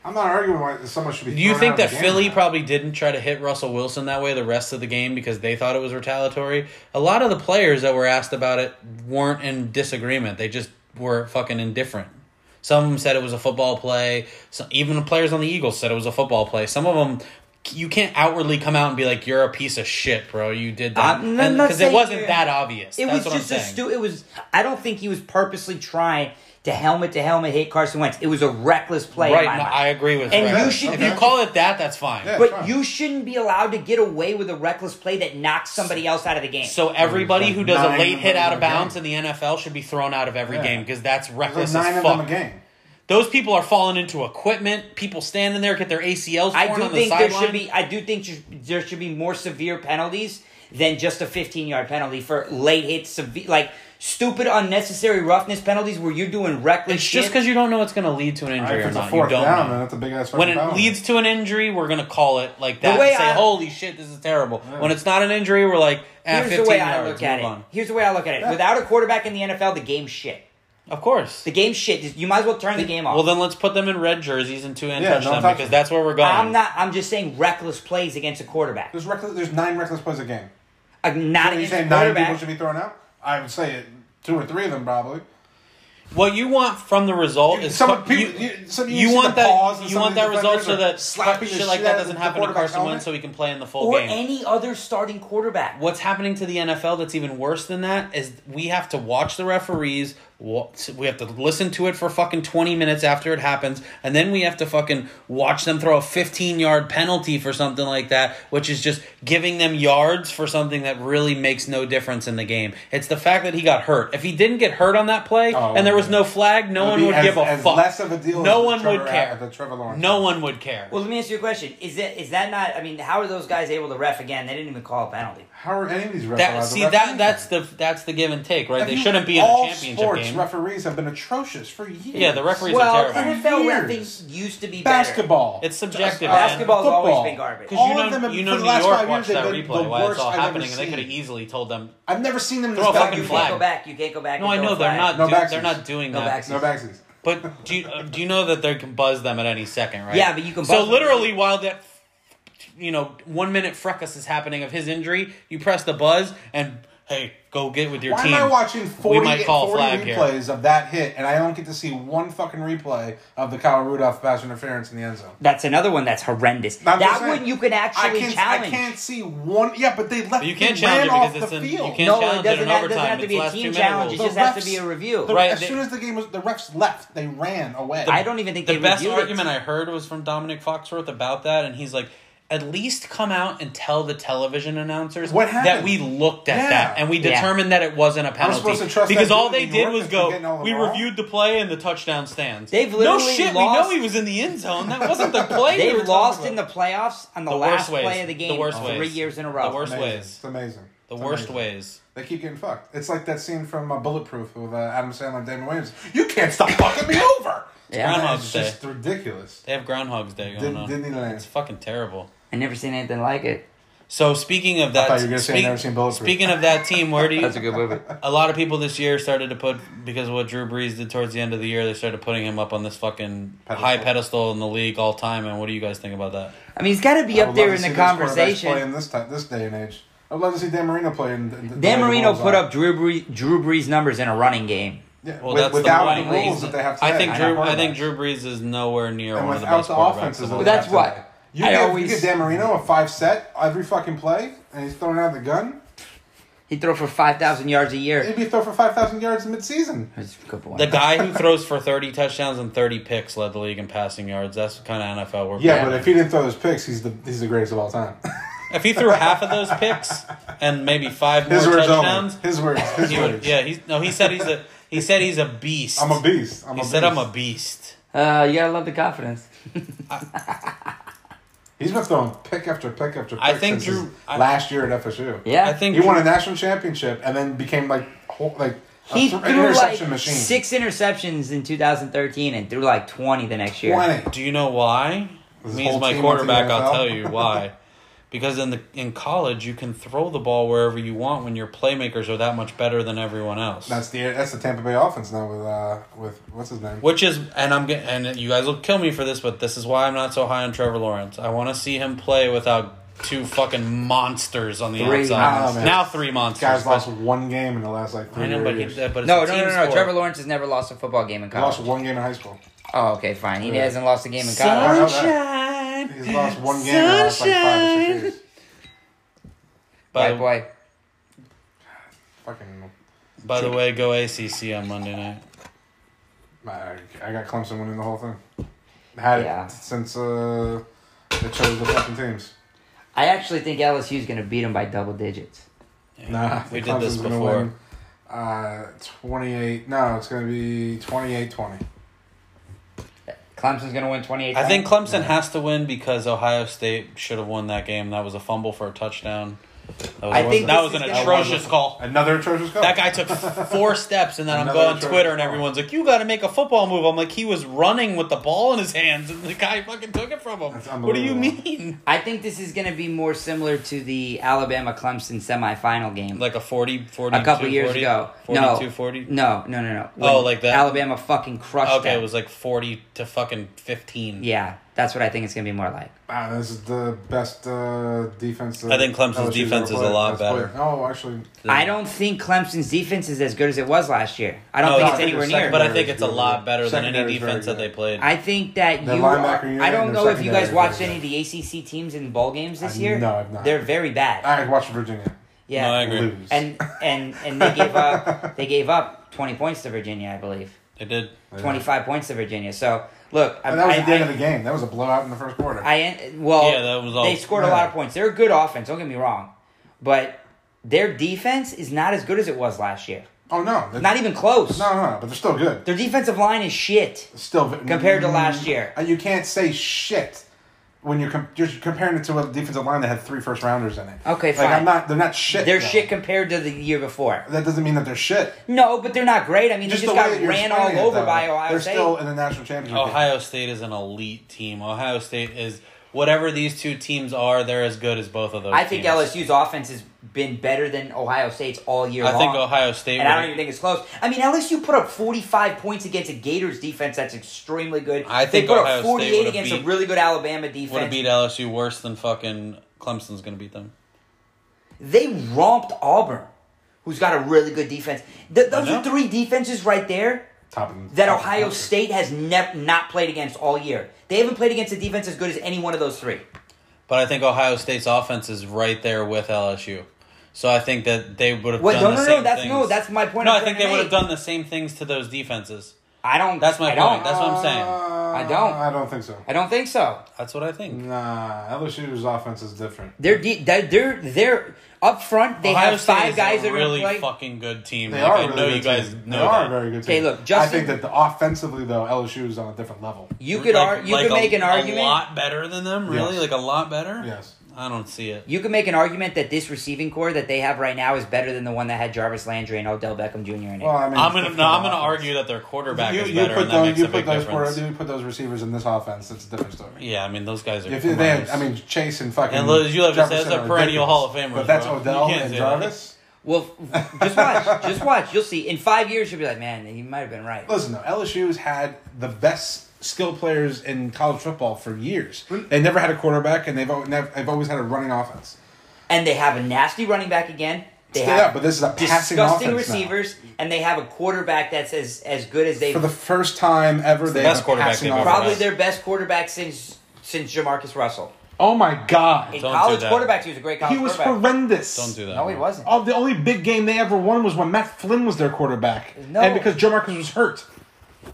[SPEAKER 3] I'm not arguing why someone should be.
[SPEAKER 4] Do you
[SPEAKER 3] thrown out
[SPEAKER 4] think
[SPEAKER 3] of
[SPEAKER 4] that
[SPEAKER 3] the game
[SPEAKER 4] Philly
[SPEAKER 3] now.
[SPEAKER 4] probably didn't try to hit Russell Wilson that way the rest of the game because they thought it was retaliatory? A lot of the players that were asked about it weren't in disagreement. They just were fucking indifferent. Some of them said it was a football play. Some, even the players on the Eagles said it was a football play. Some of them, you can't outwardly come out and be like, "You're a piece of shit, bro. You did that,"
[SPEAKER 2] I'm not- not
[SPEAKER 4] because it
[SPEAKER 2] saying
[SPEAKER 4] wasn't
[SPEAKER 2] you're-
[SPEAKER 4] that obvious.
[SPEAKER 2] It
[SPEAKER 4] That's
[SPEAKER 2] was
[SPEAKER 4] what
[SPEAKER 2] just
[SPEAKER 4] I'm
[SPEAKER 2] a
[SPEAKER 4] saying.
[SPEAKER 2] stu- It was. I don't think he was purposely trying to helmet to helmet hit Carson Wentz. It was a reckless play. in
[SPEAKER 4] right?
[SPEAKER 2] my
[SPEAKER 4] No,
[SPEAKER 2] mind.
[SPEAKER 4] I agree with.
[SPEAKER 2] And
[SPEAKER 4] Brad.
[SPEAKER 2] you should-
[SPEAKER 4] if
[SPEAKER 3] Okay.
[SPEAKER 4] you call it that, that's fine.
[SPEAKER 3] Yeah.
[SPEAKER 2] But
[SPEAKER 3] Sure.
[SPEAKER 2] you shouldn't be allowed to get away with a reckless play that knocks somebody else out of the game.
[SPEAKER 4] So everybody who does a
[SPEAKER 3] Nine
[SPEAKER 4] late
[SPEAKER 3] of
[SPEAKER 4] hit
[SPEAKER 3] them
[SPEAKER 4] out
[SPEAKER 3] in
[SPEAKER 4] of
[SPEAKER 3] a game.
[SPEAKER 4] bounds in the NFL should be thrown out of every
[SPEAKER 3] Yeah.
[SPEAKER 4] game because that's
[SPEAKER 3] There's
[SPEAKER 4] reckless
[SPEAKER 3] like nine
[SPEAKER 4] as
[SPEAKER 3] of
[SPEAKER 4] fuck.
[SPEAKER 3] them a game.
[SPEAKER 4] Those people are falling into equipment. People standing there get their ACLs torn
[SPEAKER 2] I do
[SPEAKER 4] on the
[SPEAKER 2] think there
[SPEAKER 4] sideline.
[SPEAKER 2] should be. I do think sh- there should be more severe penalties than just a 15 yard penalty for late hits, severe like stupid unnecessary roughness penalties where you're doing reckless.
[SPEAKER 4] it's just
[SPEAKER 2] shit.
[SPEAKER 4] because you don't know it's going to lead to an
[SPEAKER 3] All right,
[SPEAKER 4] injury
[SPEAKER 3] if
[SPEAKER 4] or
[SPEAKER 3] it's a
[SPEAKER 4] not. You
[SPEAKER 3] fourth
[SPEAKER 4] don't
[SPEAKER 3] down,
[SPEAKER 4] know.
[SPEAKER 3] then that's a big ass.
[SPEAKER 4] When it leads to an injury, we're going to call it like that.
[SPEAKER 2] way
[SPEAKER 4] and say,
[SPEAKER 2] I-
[SPEAKER 4] "Holy shit, this is terrible." When it's not an injury, we're like, "Ah,
[SPEAKER 2] Here's
[SPEAKER 4] fifteen
[SPEAKER 2] the way I
[SPEAKER 4] yards,
[SPEAKER 2] look at
[SPEAKER 4] move
[SPEAKER 2] it.
[SPEAKER 4] on."
[SPEAKER 2] Here's the way I look at it. Without a quarterback in the NFL, the game's shit.
[SPEAKER 4] Of course.
[SPEAKER 2] The game's shit. You might as well turn the game off.
[SPEAKER 4] Well, then let's put them in red jerseys and two and
[SPEAKER 3] Yeah,
[SPEAKER 4] touch
[SPEAKER 3] don't
[SPEAKER 4] them
[SPEAKER 3] touch
[SPEAKER 4] because
[SPEAKER 3] them.
[SPEAKER 4] that's where we're going.
[SPEAKER 2] I'm not. I'm just saying reckless plays against a quarterback.
[SPEAKER 3] there's reckless. There's nine reckless plays a game.
[SPEAKER 2] Uh, not
[SPEAKER 3] Are you
[SPEAKER 2] against a
[SPEAKER 3] saying nine people
[SPEAKER 2] quarterback.
[SPEAKER 3] should be thrown out? I would say it, two or three of them probably.
[SPEAKER 4] What you want from the result is
[SPEAKER 3] Some
[SPEAKER 4] fu-
[SPEAKER 3] people-
[SPEAKER 4] you,
[SPEAKER 3] you- some- you
[SPEAKER 4] you
[SPEAKER 3] see
[SPEAKER 4] want
[SPEAKER 3] the
[SPEAKER 4] that
[SPEAKER 3] pause and
[SPEAKER 4] you
[SPEAKER 3] some
[SPEAKER 4] want
[SPEAKER 3] of
[SPEAKER 4] that
[SPEAKER 3] these
[SPEAKER 4] result
[SPEAKER 3] defenders
[SPEAKER 4] so
[SPEAKER 3] are
[SPEAKER 4] that
[SPEAKER 3] slapping the
[SPEAKER 4] shit like
[SPEAKER 3] shit
[SPEAKER 4] that
[SPEAKER 3] out of
[SPEAKER 4] doesn't
[SPEAKER 3] the
[SPEAKER 4] happen to
[SPEAKER 3] quarterback's
[SPEAKER 4] Carson
[SPEAKER 3] helmet.
[SPEAKER 4] Wentz, so he can play in the full
[SPEAKER 2] or
[SPEAKER 4] game.
[SPEAKER 2] any other starting quarterback.
[SPEAKER 4] What's happening to the NFL that's even worse than that is we have to watch the referees. wa- We have to listen to it for fucking twenty minutes after it happens, and then we have to fucking watch them throw a fifteen-yard penalty for something like that, which is just giving them yards for something that really makes no difference in the game. It's the fact that he got hurt. If he didn't get hurt on that play
[SPEAKER 3] Oh,
[SPEAKER 4] and there was
[SPEAKER 3] man.
[SPEAKER 4] no flag, no
[SPEAKER 3] It
[SPEAKER 4] one
[SPEAKER 3] be
[SPEAKER 4] would
[SPEAKER 3] as-
[SPEAKER 4] give a
[SPEAKER 3] as
[SPEAKER 4] fuck.
[SPEAKER 3] less of a deal
[SPEAKER 4] No
[SPEAKER 3] as
[SPEAKER 4] one
[SPEAKER 3] the
[SPEAKER 4] would
[SPEAKER 3] Trevor-
[SPEAKER 4] care.
[SPEAKER 3] the Trevor Lawrence.
[SPEAKER 4] No one would care.
[SPEAKER 2] Well, let me ask you a question: Is that is that not? I mean, how are those guys able to ref again? They didn't even call a penalty.
[SPEAKER 3] How are any of these refs allowed
[SPEAKER 4] that
[SPEAKER 3] to
[SPEAKER 4] see
[SPEAKER 3] ref
[SPEAKER 4] that
[SPEAKER 3] anything?
[SPEAKER 4] that's the that's the give and take, right?
[SPEAKER 3] If
[SPEAKER 4] They
[SPEAKER 3] you-
[SPEAKER 4] shouldn't be in a
[SPEAKER 3] all
[SPEAKER 4] championship
[SPEAKER 3] sports, sports
[SPEAKER 4] game.
[SPEAKER 3] referees have been atrocious for years.
[SPEAKER 4] yeah, the referees are
[SPEAKER 2] Well,
[SPEAKER 4] terrible.
[SPEAKER 2] NFL
[SPEAKER 3] Years.
[SPEAKER 2] refs used to be better.
[SPEAKER 3] basketball.
[SPEAKER 4] It's subjective, man.
[SPEAKER 2] Basketball's always been garbage.
[SPEAKER 4] 'Cause
[SPEAKER 3] All
[SPEAKER 4] you
[SPEAKER 3] of
[SPEAKER 4] know,
[SPEAKER 3] them have,
[SPEAKER 4] you
[SPEAKER 3] for
[SPEAKER 4] know
[SPEAKER 3] the
[SPEAKER 4] New
[SPEAKER 3] last
[SPEAKER 4] York
[SPEAKER 3] five years,
[SPEAKER 4] watched that
[SPEAKER 3] they've been
[SPEAKER 4] replay
[SPEAKER 3] the
[SPEAKER 4] why it's
[SPEAKER 3] worst
[SPEAKER 4] all
[SPEAKER 3] I've
[SPEAKER 4] happening,
[SPEAKER 3] ever
[SPEAKER 4] and they could have
[SPEAKER 3] seen.
[SPEAKER 4] easily told them.
[SPEAKER 3] I've never seen them in
[SPEAKER 4] Throw
[SPEAKER 3] this
[SPEAKER 4] a
[SPEAKER 3] bad
[SPEAKER 4] fucking
[SPEAKER 2] You
[SPEAKER 3] shape.
[SPEAKER 4] flag.
[SPEAKER 2] can't go back. You can't go back.
[SPEAKER 4] No,
[SPEAKER 2] and
[SPEAKER 4] I
[SPEAKER 2] throw
[SPEAKER 4] know
[SPEAKER 2] a
[SPEAKER 4] they're
[SPEAKER 2] flag.
[SPEAKER 4] not.
[SPEAKER 3] No
[SPEAKER 4] do-
[SPEAKER 3] backsies.
[SPEAKER 4] they're not doing
[SPEAKER 2] No
[SPEAKER 4] that.
[SPEAKER 2] backsies.
[SPEAKER 3] No backsies.
[SPEAKER 4] But do you, uh, do you know that they can buzz them at any second, right?
[SPEAKER 2] Yeah, but you can
[SPEAKER 4] So
[SPEAKER 2] buzz them.
[SPEAKER 4] literally, while that you know one minute fracas is happening of his injury, you press the buzz and hey, go get with your
[SPEAKER 3] Why
[SPEAKER 4] team.
[SPEAKER 3] am I watching 40,
[SPEAKER 4] We might call a
[SPEAKER 3] 40
[SPEAKER 4] flag here.
[SPEAKER 3] replays of that hit and I don't get to see one fucking replay of the Kyle Rudolph pass interference in the end zone?
[SPEAKER 2] That's another one that's horrendous.
[SPEAKER 3] I'm just
[SPEAKER 2] that
[SPEAKER 3] saying,
[SPEAKER 2] one you could actually
[SPEAKER 3] I can't,
[SPEAKER 2] challenge.
[SPEAKER 3] I can't see one. Yeah, but they left.
[SPEAKER 4] You can't
[SPEAKER 3] they
[SPEAKER 4] challenge
[SPEAKER 3] ran
[SPEAKER 4] it
[SPEAKER 3] off
[SPEAKER 4] because
[SPEAKER 3] the
[SPEAKER 4] it's in- you
[SPEAKER 3] field.
[SPEAKER 4] can't
[SPEAKER 2] no,
[SPEAKER 4] challenge
[SPEAKER 2] it
[SPEAKER 4] it
[SPEAKER 2] doesn't,
[SPEAKER 4] in
[SPEAKER 2] have, doesn't
[SPEAKER 4] overtime.
[SPEAKER 2] have to
[SPEAKER 4] It's
[SPEAKER 2] be a
[SPEAKER 4] last two
[SPEAKER 2] team
[SPEAKER 4] minute
[SPEAKER 2] challenge. It
[SPEAKER 4] rules.
[SPEAKER 2] just has to
[SPEAKER 3] refs-
[SPEAKER 2] be a review.
[SPEAKER 3] The,
[SPEAKER 4] Right,
[SPEAKER 3] As
[SPEAKER 4] they-
[SPEAKER 3] soon as the game was, the refs left. They ran away.
[SPEAKER 2] I don't even think
[SPEAKER 4] the
[SPEAKER 2] they
[SPEAKER 4] best
[SPEAKER 2] reviewed it.
[SPEAKER 4] argument I heard was from Dominic Foxworth about that, and he's like, at least come out and tell the television announcers
[SPEAKER 3] What
[SPEAKER 4] that
[SPEAKER 3] happened?
[SPEAKER 4] we looked at
[SPEAKER 3] Yeah.
[SPEAKER 4] that and we
[SPEAKER 2] Yeah.
[SPEAKER 4] determined that it wasn't a penalty.
[SPEAKER 3] supposed to trust
[SPEAKER 4] because
[SPEAKER 3] that
[SPEAKER 4] all
[SPEAKER 3] dude
[SPEAKER 4] they
[SPEAKER 3] in
[SPEAKER 4] did
[SPEAKER 3] York
[SPEAKER 4] was
[SPEAKER 3] if they're
[SPEAKER 4] go,
[SPEAKER 3] getting all the
[SPEAKER 4] we
[SPEAKER 3] wrong?"
[SPEAKER 4] reviewed the play and the touchdown stands.
[SPEAKER 2] They've
[SPEAKER 4] no
[SPEAKER 2] literally
[SPEAKER 4] shit.
[SPEAKER 2] lost-
[SPEAKER 4] We know he was in the end zone. That wasn't the play. we
[SPEAKER 2] They
[SPEAKER 4] were talking
[SPEAKER 2] lost
[SPEAKER 4] about.
[SPEAKER 2] in the playoffs on the,
[SPEAKER 4] The worst
[SPEAKER 2] last
[SPEAKER 4] ways.
[SPEAKER 2] play of the game
[SPEAKER 4] The worst
[SPEAKER 2] three
[SPEAKER 4] ways.
[SPEAKER 2] years in a row.
[SPEAKER 4] The worst
[SPEAKER 3] Amazing.
[SPEAKER 4] ways.
[SPEAKER 3] It's amazing.
[SPEAKER 4] the
[SPEAKER 3] It's
[SPEAKER 4] worst
[SPEAKER 3] amazing.
[SPEAKER 4] ways.
[SPEAKER 3] They keep getting fucked. It's like that scene from uh, Bulletproof with uh, Adam Sandler and Damon Williams. You can't stop fucking me over.
[SPEAKER 2] Yeah.
[SPEAKER 4] Groundhog
[SPEAKER 3] it's
[SPEAKER 4] Day.
[SPEAKER 3] just ridiculous.
[SPEAKER 4] They have Groundhog's Day going
[SPEAKER 3] Didn't,
[SPEAKER 4] on.
[SPEAKER 3] didn't even
[SPEAKER 4] it's fucking terrible.
[SPEAKER 2] I never seen anything like it.
[SPEAKER 4] So speaking of that,
[SPEAKER 3] thought you were gonna say I
[SPEAKER 4] speak-
[SPEAKER 3] never seen Bulletproof.
[SPEAKER 4] speaking of that team, where do you
[SPEAKER 2] That's a good movie.
[SPEAKER 4] a lot of people this year started to put because of what Drew Brees did towards the end of the year, they started putting him up on this fucking
[SPEAKER 3] Pedestal.
[SPEAKER 4] high pedestal in the league all time. And what do you guys think about that?
[SPEAKER 2] I mean, he's got to be
[SPEAKER 3] I
[SPEAKER 2] up
[SPEAKER 3] would
[SPEAKER 2] there
[SPEAKER 3] love
[SPEAKER 2] in
[SPEAKER 3] to
[SPEAKER 2] the
[SPEAKER 3] see those quarterbacks Play
[SPEAKER 2] conversation.
[SPEAKER 3] in this time, this day and age. I'd love to see Dan Marino play. In the, the way
[SPEAKER 2] Dan
[SPEAKER 3] the
[SPEAKER 2] Marino
[SPEAKER 3] rules
[SPEAKER 2] put
[SPEAKER 3] are.
[SPEAKER 2] up Drew Brees, Drew Brees numbers in a running game.
[SPEAKER 3] yeah,
[SPEAKER 4] Well,
[SPEAKER 3] with-
[SPEAKER 4] that's
[SPEAKER 3] without
[SPEAKER 4] the,
[SPEAKER 3] the,
[SPEAKER 4] point.
[SPEAKER 3] rules that they have. Today,
[SPEAKER 4] I think
[SPEAKER 3] and
[SPEAKER 4] Drew.
[SPEAKER 3] not
[SPEAKER 4] I think
[SPEAKER 3] quarterbacks.
[SPEAKER 4] Drew Brees is nowhere near
[SPEAKER 3] And
[SPEAKER 4] one of the
[SPEAKER 3] without
[SPEAKER 4] best
[SPEAKER 3] the
[SPEAKER 4] quarterbacks.
[SPEAKER 3] offenses
[SPEAKER 4] Of
[SPEAKER 3] that
[SPEAKER 4] all
[SPEAKER 3] they
[SPEAKER 4] time.
[SPEAKER 2] That's
[SPEAKER 3] have today.
[SPEAKER 2] why
[SPEAKER 3] You
[SPEAKER 2] I
[SPEAKER 3] give,
[SPEAKER 2] always-
[SPEAKER 3] you give Dan Marino a five set every fucking play, and he's throwing out the gun.
[SPEAKER 2] He'd throw for 5,000 yards a year.
[SPEAKER 3] He'd be throw for five thousand yards midseason.
[SPEAKER 2] That's a good point.
[SPEAKER 4] The guy who throws for thirty touchdowns and thirty picks led the league in passing yards. That's the kind of NFL we're.
[SPEAKER 3] Yeah,
[SPEAKER 4] playing.
[SPEAKER 3] but if he didn't throw those picks, he's the he's the greatest of all time.
[SPEAKER 4] if he threw half of those picks and maybe five more
[SPEAKER 3] His words
[SPEAKER 4] touchdowns,
[SPEAKER 3] only. His words. His
[SPEAKER 4] he would.
[SPEAKER 3] words.
[SPEAKER 4] Yeah, he's no. He said he's a. He said he's a beast.
[SPEAKER 3] I'm a beast. I'm
[SPEAKER 4] He
[SPEAKER 3] a
[SPEAKER 4] said
[SPEAKER 3] beast.
[SPEAKER 4] I'm a beast.
[SPEAKER 2] Uh, you gotta love the confidence.
[SPEAKER 3] He's been throwing pick after pick after pick
[SPEAKER 4] I think
[SPEAKER 3] since
[SPEAKER 4] Drew-
[SPEAKER 3] his
[SPEAKER 4] I-
[SPEAKER 3] last year at FSU.
[SPEAKER 2] Yeah,
[SPEAKER 4] I think
[SPEAKER 3] he won a national championship and then became like whole, like a
[SPEAKER 2] he
[SPEAKER 3] th- an
[SPEAKER 2] threw like
[SPEAKER 3] interception machine.
[SPEAKER 2] six interceptions in 2013 and threw like 20 the next year.
[SPEAKER 3] Twenty.
[SPEAKER 4] Do you know why?
[SPEAKER 3] His
[SPEAKER 4] Means
[SPEAKER 3] whole
[SPEAKER 4] my
[SPEAKER 3] team went to the
[SPEAKER 4] quarterback. I'll
[SPEAKER 3] NFL.
[SPEAKER 4] tell you why. Because in the in college, you can throw the ball wherever you want when your playmakers are that much better than everyone else.
[SPEAKER 3] That's the that's the Tampa Bay offense now with uh with what's his name.
[SPEAKER 4] Which is, and I'm get- and you guys will kill me for this, but this is why I'm not so high on Trevor Lawrence. I want to see him play without two fucking monsters on the
[SPEAKER 2] Three
[SPEAKER 4] outside.
[SPEAKER 3] monsters.
[SPEAKER 4] now three monsters.
[SPEAKER 3] Guys
[SPEAKER 4] but-
[SPEAKER 3] lost one game in the last like three
[SPEAKER 4] I know, but, he,
[SPEAKER 3] years.
[SPEAKER 4] but it's
[SPEAKER 2] No, no,
[SPEAKER 4] a team
[SPEAKER 2] no, no,
[SPEAKER 4] sport.
[SPEAKER 2] no. Trevor Lawrence has never lost a football game in
[SPEAKER 3] lost
[SPEAKER 2] college.
[SPEAKER 3] one game in high school.
[SPEAKER 2] Oh, okay, fine. He hasn't lost a game in college.
[SPEAKER 4] Sunshine.
[SPEAKER 3] He's lost one game in the last like five or six years.
[SPEAKER 4] By,
[SPEAKER 2] White
[SPEAKER 4] the-
[SPEAKER 2] boy.
[SPEAKER 3] Fucking,
[SPEAKER 4] by the way, go ACC on Monday night.
[SPEAKER 3] I, I got Clemson winning the whole thing. Had
[SPEAKER 2] Yeah.
[SPEAKER 3] it since uh they chose the fucking teams.
[SPEAKER 2] I actually think LSU's gonna beat him by double digits.
[SPEAKER 3] Nah,
[SPEAKER 4] we did
[SPEAKER 3] Clemson's
[SPEAKER 4] this
[SPEAKER 3] gonna
[SPEAKER 4] before.
[SPEAKER 3] win, Uh, twenty-eight. No, it's gonna be 28-20.
[SPEAKER 2] Clemson's gonna win 28.
[SPEAKER 4] I think Clemson has to win because Ohio State should have won that game. That was a fumble for a touchdown. That was,
[SPEAKER 2] I think
[SPEAKER 4] that
[SPEAKER 2] this
[SPEAKER 4] was
[SPEAKER 2] is
[SPEAKER 4] an
[SPEAKER 2] gonna-
[SPEAKER 4] atrocious call.
[SPEAKER 3] Another atrocious goal.
[SPEAKER 4] That guy took f- four steps, and then I'm
[SPEAKER 3] Another
[SPEAKER 4] going on
[SPEAKER 3] atrocious
[SPEAKER 4] Twitter, and
[SPEAKER 3] call.
[SPEAKER 4] everyone's like, "You got to make a football move." I'm like, "He was running with the ball in his hands, and the guy fucking took it from him."
[SPEAKER 3] That's
[SPEAKER 4] What do you
[SPEAKER 3] unbelievable.
[SPEAKER 4] mean?
[SPEAKER 2] I think this is gonna be more similar to the Alabama Clemson semifinal game
[SPEAKER 4] Like a 40, 40
[SPEAKER 2] a couple years ago. No,
[SPEAKER 4] 40?
[SPEAKER 2] no, no, no, no.
[SPEAKER 4] Oh,
[SPEAKER 2] When
[SPEAKER 4] like that?
[SPEAKER 2] Alabama fucking crushed.
[SPEAKER 4] Okay,
[SPEAKER 2] them.
[SPEAKER 4] it was like forty to fucking fifteen.
[SPEAKER 2] Yeah, that's what I think it's gonna be more like.
[SPEAKER 3] Wow, Ah, this is the best uh, defense. that
[SPEAKER 4] I think Clemson's
[SPEAKER 3] LSU's ever
[SPEAKER 4] defense is a
[SPEAKER 3] played.
[SPEAKER 4] lot
[SPEAKER 3] Let's play
[SPEAKER 4] better.
[SPEAKER 3] it. No, actually,
[SPEAKER 2] I don't think Clemson's defense is as good as it was last year. I don't
[SPEAKER 4] No,
[SPEAKER 2] think
[SPEAKER 4] Oh, it's
[SPEAKER 2] it's
[SPEAKER 4] not
[SPEAKER 2] anywhere
[SPEAKER 3] good.
[SPEAKER 2] near.
[SPEAKER 4] But I
[SPEAKER 3] Secondary's
[SPEAKER 4] think it's a
[SPEAKER 3] good.
[SPEAKER 4] lot better than any
[SPEAKER 3] Secondary's very
[SPEAKER 4] defense that
[SPEAKER 3] good.
[SPEAKER 4] they played.
[SPEAKER 2] I think that
[SPEAKER 3] Their
[SPEAKER 2] you.
[SPEAKER 3] linebacker
[SPEAKER 2] Are,
[SPEAKER 3] unit
[SPEAKER 2] I don't
[SPEAKER 3] and
[SPEAKER 2] know
[SPEAKER 3] their
[SPEAKER 2] if you
[SPEAKER 3] secondary
[SPEAKER 2] guys
[SPEAKER 3] is
[SPEAKER 2] watched
[SPEAKER 3] very
[SPEAKER 2] any of the ACC teams in bowl games this year.
[SPEAKER 3] no, I've not.
[SPEAKER 2] They're very bad.
[SPEAKER 3] I watched Virginia
[SPEAKER 2] Yeah,
[SPEAKER 4] No, I agree.
[SPEAKER 3] lose.
[SPEAKER 2] and and and they gave up. They gave up twenty points to Virginia, I believe.
[SPEAKER 4] They did.
[SPEAKER 2] Twenty five points to Virginia. So look, I,
[SPEAKER 3] And that was
[SPEAKER 2] I,
[SPEAKER 3] the end
[SPEAKER 2] I-
[SPEAKER 3] of the game. That was a blowout in the first quarter.
[SPEAKER 2] I en- well,
[SPEAKER 4] Yeah, that was all-
[SPEAKER 2] they scored a lot of points. They're a good offense. Don't get me wrong, but their defense is not as good as it was last year.
[SPEAKER 3] oh no, They-
[SPEAKER 2] Not even close.
[SPEAKER 3] no, no, no, but they're still good.
[SPEAKER 2] Their defensive line is shit.
[SPEAKER 3] Still v- Mm,
[SPEAKER 2] Compared to last year.
[SPEAKER 3] And you can't say shit when you're, com- you're comparing it to a defensive line that had three first rounders in it.
[SPEAKER 2] Okay,
[SPEAKER 3] like,
[SPEAKER 2] fine.
[SPEAKER 3] I'm not. They're not shit.
[SPEAKER 2] They're
[SPEAKER 3] though.
[SPEAKER 2] shit compared to the year before.
[SPEAKER 3] That doesn't mean that they're shit.
[SPEAKER 2] No, but they're not great. I mean, they just
[SPEAKER 3] the way
[SPEAKER 2] got
[SPEAKER 3] that you're
[SPEAKER 2] ran all
[SPEAKER 3] explaining it,
[SPEAKER 2] over
[SPEAKER 3] though,
[SPEAKER 2] by Ohio
[SPEAKER 3] They're
[SPEAKER 2] State.
[SPEAKER 3] still in the national championship. game.
[SPEAKER 4] Ohio State is an elite team. Ohio State is whatever these two teams are. They're as good as both of those.
[SPEAKER 2] I think
[SPEAKER 4] teams.
[SPEAKER 2] LSU's offense has been better than Ohio State's all year
[SPEAKER 4] I
[SPEAKER 2] long.
[SPEAKER 4] think Ohio State.
[SPEAKER 2] and I don't
[SPEAKER 4] would-
[SPEAKER 2] even think it's close. I mean, LSU put up 45 points against a Gators defense that's extremely good.
[SPEAKER 4] I
[SPEAKER 2] they
[SPEAKER 4] think
[SPEAKER 2] put
[SPEAKER 4] Ohio
[SPEAKER 2] up
[SPEAKER 4] State
[SPEAKER 2] 48
[SPEAKER 4] would've
[SPEAKER 2] against a
[SPEAKER 4] beat-
[SPEAKER 2] really good Alabama
[SPEAKER 4] would have
[SPEAKER 2] defense.
[SPEAKER 4] beat LSU worse than fucking Clemson's going to beat them.
[SPEAKER 2] they romped Auburn, who's got a really good defense. Th- those
[SPEAKER 4] know.
[SPEAKER 2] are three defenses right there
[SPEAKER 3] top of the-
[SPEAKER 2] that
[SPEAKER 3] top of the
[SPEAKER 2] Ohio
[SPEAKER 3] country.
[SPEAKER 2] State has nev- not played against all year. They haven't played against a defense as good as any one of those three.
[SPEAKER 4] But I think Ohio State's offense is right there with LSU. So I think that they would have
[SPEAKER 2] Wait,
[SPEAKER 4] done
[SPEAKER 2] no,
[SPEAKER 4] the
[SPEAKER 2] no, no,
[SPEAKER 4] same
[SPEAKER 2] that's-
[SPEAKER 4] things.
[SPEAKER 2] no, that's my point
[SPEAKER 4] No,
[SPEAKER 2] I'm
[SPEAKER 4] I think
[SPEAKER 2] trying
[SPEAKER 4] they
[SPEAKER 2] to
[SPEAKER 4] would have
[SPEAKER 2] make.
[SPEAKER 4] done the same things to those defenses.
[SPEAKER 2] I don't.
[SPEAKER 4] That's my
[SPEAKER 2] I don't.
[SPEAKER 4] point. That's what I'm saying.
[SPEAKER 2] I don't.
[SPEAKER 3] Uh, I don't think so.
[SPEAKER 2] I don't think so.
[SPEAKER 4] That's what I think.
[SPEAKER 3] Nah, LSU's offense is different.
[SPEAKER 2] They're de- they're they're, they're up front. They
[SPEAKER 4] Ohio
[SPEAKER 2] have
[SPEAKER 4] State
[SPEAKER 2] five
[SPEAKER 4] is
[SPEAKER 2] guys that
[SPEAKER 4] a
[SPEAKER 2] are
[SPEAKER 4] really
[SPEAKER 2] gonna play.
[SPEAKER 4] fucking good team.
[SPEAKER 3] They
[SPEAKER 4] Like,
[SPEAKER 3] are.
[SPEAKER 4] I
[SPEAKER 3] a really
[SPEAKER 4] know
[SPEAKER 3] good
[SPEAKER 4] you guys
[SPEAKER 3] team.
[SPEAKER 4] know
[SPEAKER 3] they are a
[SPEAKER 4] that.
[SPEAKER 3] very good.
[SPEAKER 2] Okay,
[SPEAKER 3] team.
[SPEAKER 2] look, Justin-
[SPEAKER 3] I think that the offensively though, LSU is on a different level.
[SPEAKER 2] You could ar- you could
[SPEAKER 4] a-
[SPEAKER 2] make an
[SPEAKER 4] a
[SPEAKER 2] argument.
[SPEAKER 4] lot better than them. Really,
[SPEAKER 3] Yes.
[SPEAKER 4] like a lot better.
[SPEAKER 3] Yes.
[SPEAKER 4] I don't see it.
[SPEAKER 2] You could make an argument that this receiving core that they have right now is better than the one that had Jarvis Landry and Odell Beckham Jr. in it.
[SPEAKER 3] Well, I mean,
[SPEAKER 4] I'm
[SPEAKER 3] it's
[SPEAKER 4] gonna
[SPEAKER 3] different
[SPEAKER 4] no, I'm gonna
[SPEAKER 3] offense.
[SPEAKER 4] argue that their quarterback
[SPEAKER 3] You,
[SPEAKER 4] is
[SPEAKER 3] you
[SPEAKER 4] better,
[SPEAKER 3] put
[SPEAKER 4] and that
[SPEAKER 3] those,
[SPEAKER 4] makes
[SPEAKER 3] you
[SPEAKER 4] a big
[SPEAKER 3] put those,
[SPEAKER 4] difference.
[SPEAKER 3] you put those receivers in this offense. It's a different story.
[SPEAKER 4] Yeah, I mean those guys are.
[SPEAKER 3] If they had,
[SPEAKER 4] gross.
[SPEAKER 3] I mean, Chase and fucking
[SPEAKER 4] And look, you have to say,
[SPEAKER 3] Jefferson
[SPEAKER 4] that's a
[SPEAKER 3] are ridiculous.
[SPEAKER 4] perennial Hall of Famer,
[SPEAKER 3] But that's
[SPEAKER 4] bro. You
[SPEAKER 3] Odell
[SPEAKER 4] can't
[SPEAKER 3] and
[SPEAKER 4] say that.
[SPEAKER 3] Jarvis.
[SPEAKER 2] Well, f- just watch, just watch. You'll see. In five years, you'll be like, man, he might have been right.
[SPEAKER 3] Listen, though, LSU's had the best skill players in college football for years. They never had a quarterback, and they've al- nev- they've always had a running offense.
[SPEAKER 2] And they have a nasty running back again. They
[SPEAKER 3] Yeah,
[SPEAKER 2] have
[SPEAKER 3] but this is a
[SPEAKER 2] disgusting
[SPEAKER 3] passing offense now.
[SPEAKER 2] receivers, and they have a quarterback that's as as good as they
[SPEAKER 3] For the first time ever,
[SPEAKER 4] the
[SPEAKER 3] they
[SPEAKER 4] best
[SPEAKER 3] have a
[SPEAKER 4] quarterback
[SPEAKER 3] passing
[SPEAKER 4] they've ever
[SPEAKER 3] offense.
[SPEAKER 2] probably
[SPEAKER 4] Yes.
[SPEAKER 2] their best quarterback since since Jamarcus Russell.
[SPEAKER 3] Oh my god,
[SPEAKER 2] In
[SPEAKER 4] Don't do
[SPEAKER 2] college
[SPEAKER 4] that.
[SPEAKER 2] quarterbacks, he was a great college
[SPEAKER 3] he was
[SPEAKER 2] quarterback.
[SPEAKER 3] horrendous.
[SPEAKER 4] don't do that.
[SPEAKER 2] No, he wasn't.
[SPEAKER 3] Oh, the only big game they ever won was when Matt Flynn was their quarterback,
[SPEAKER 2] No.
[SPEAKER 3] and because Joe Marcus was hurt.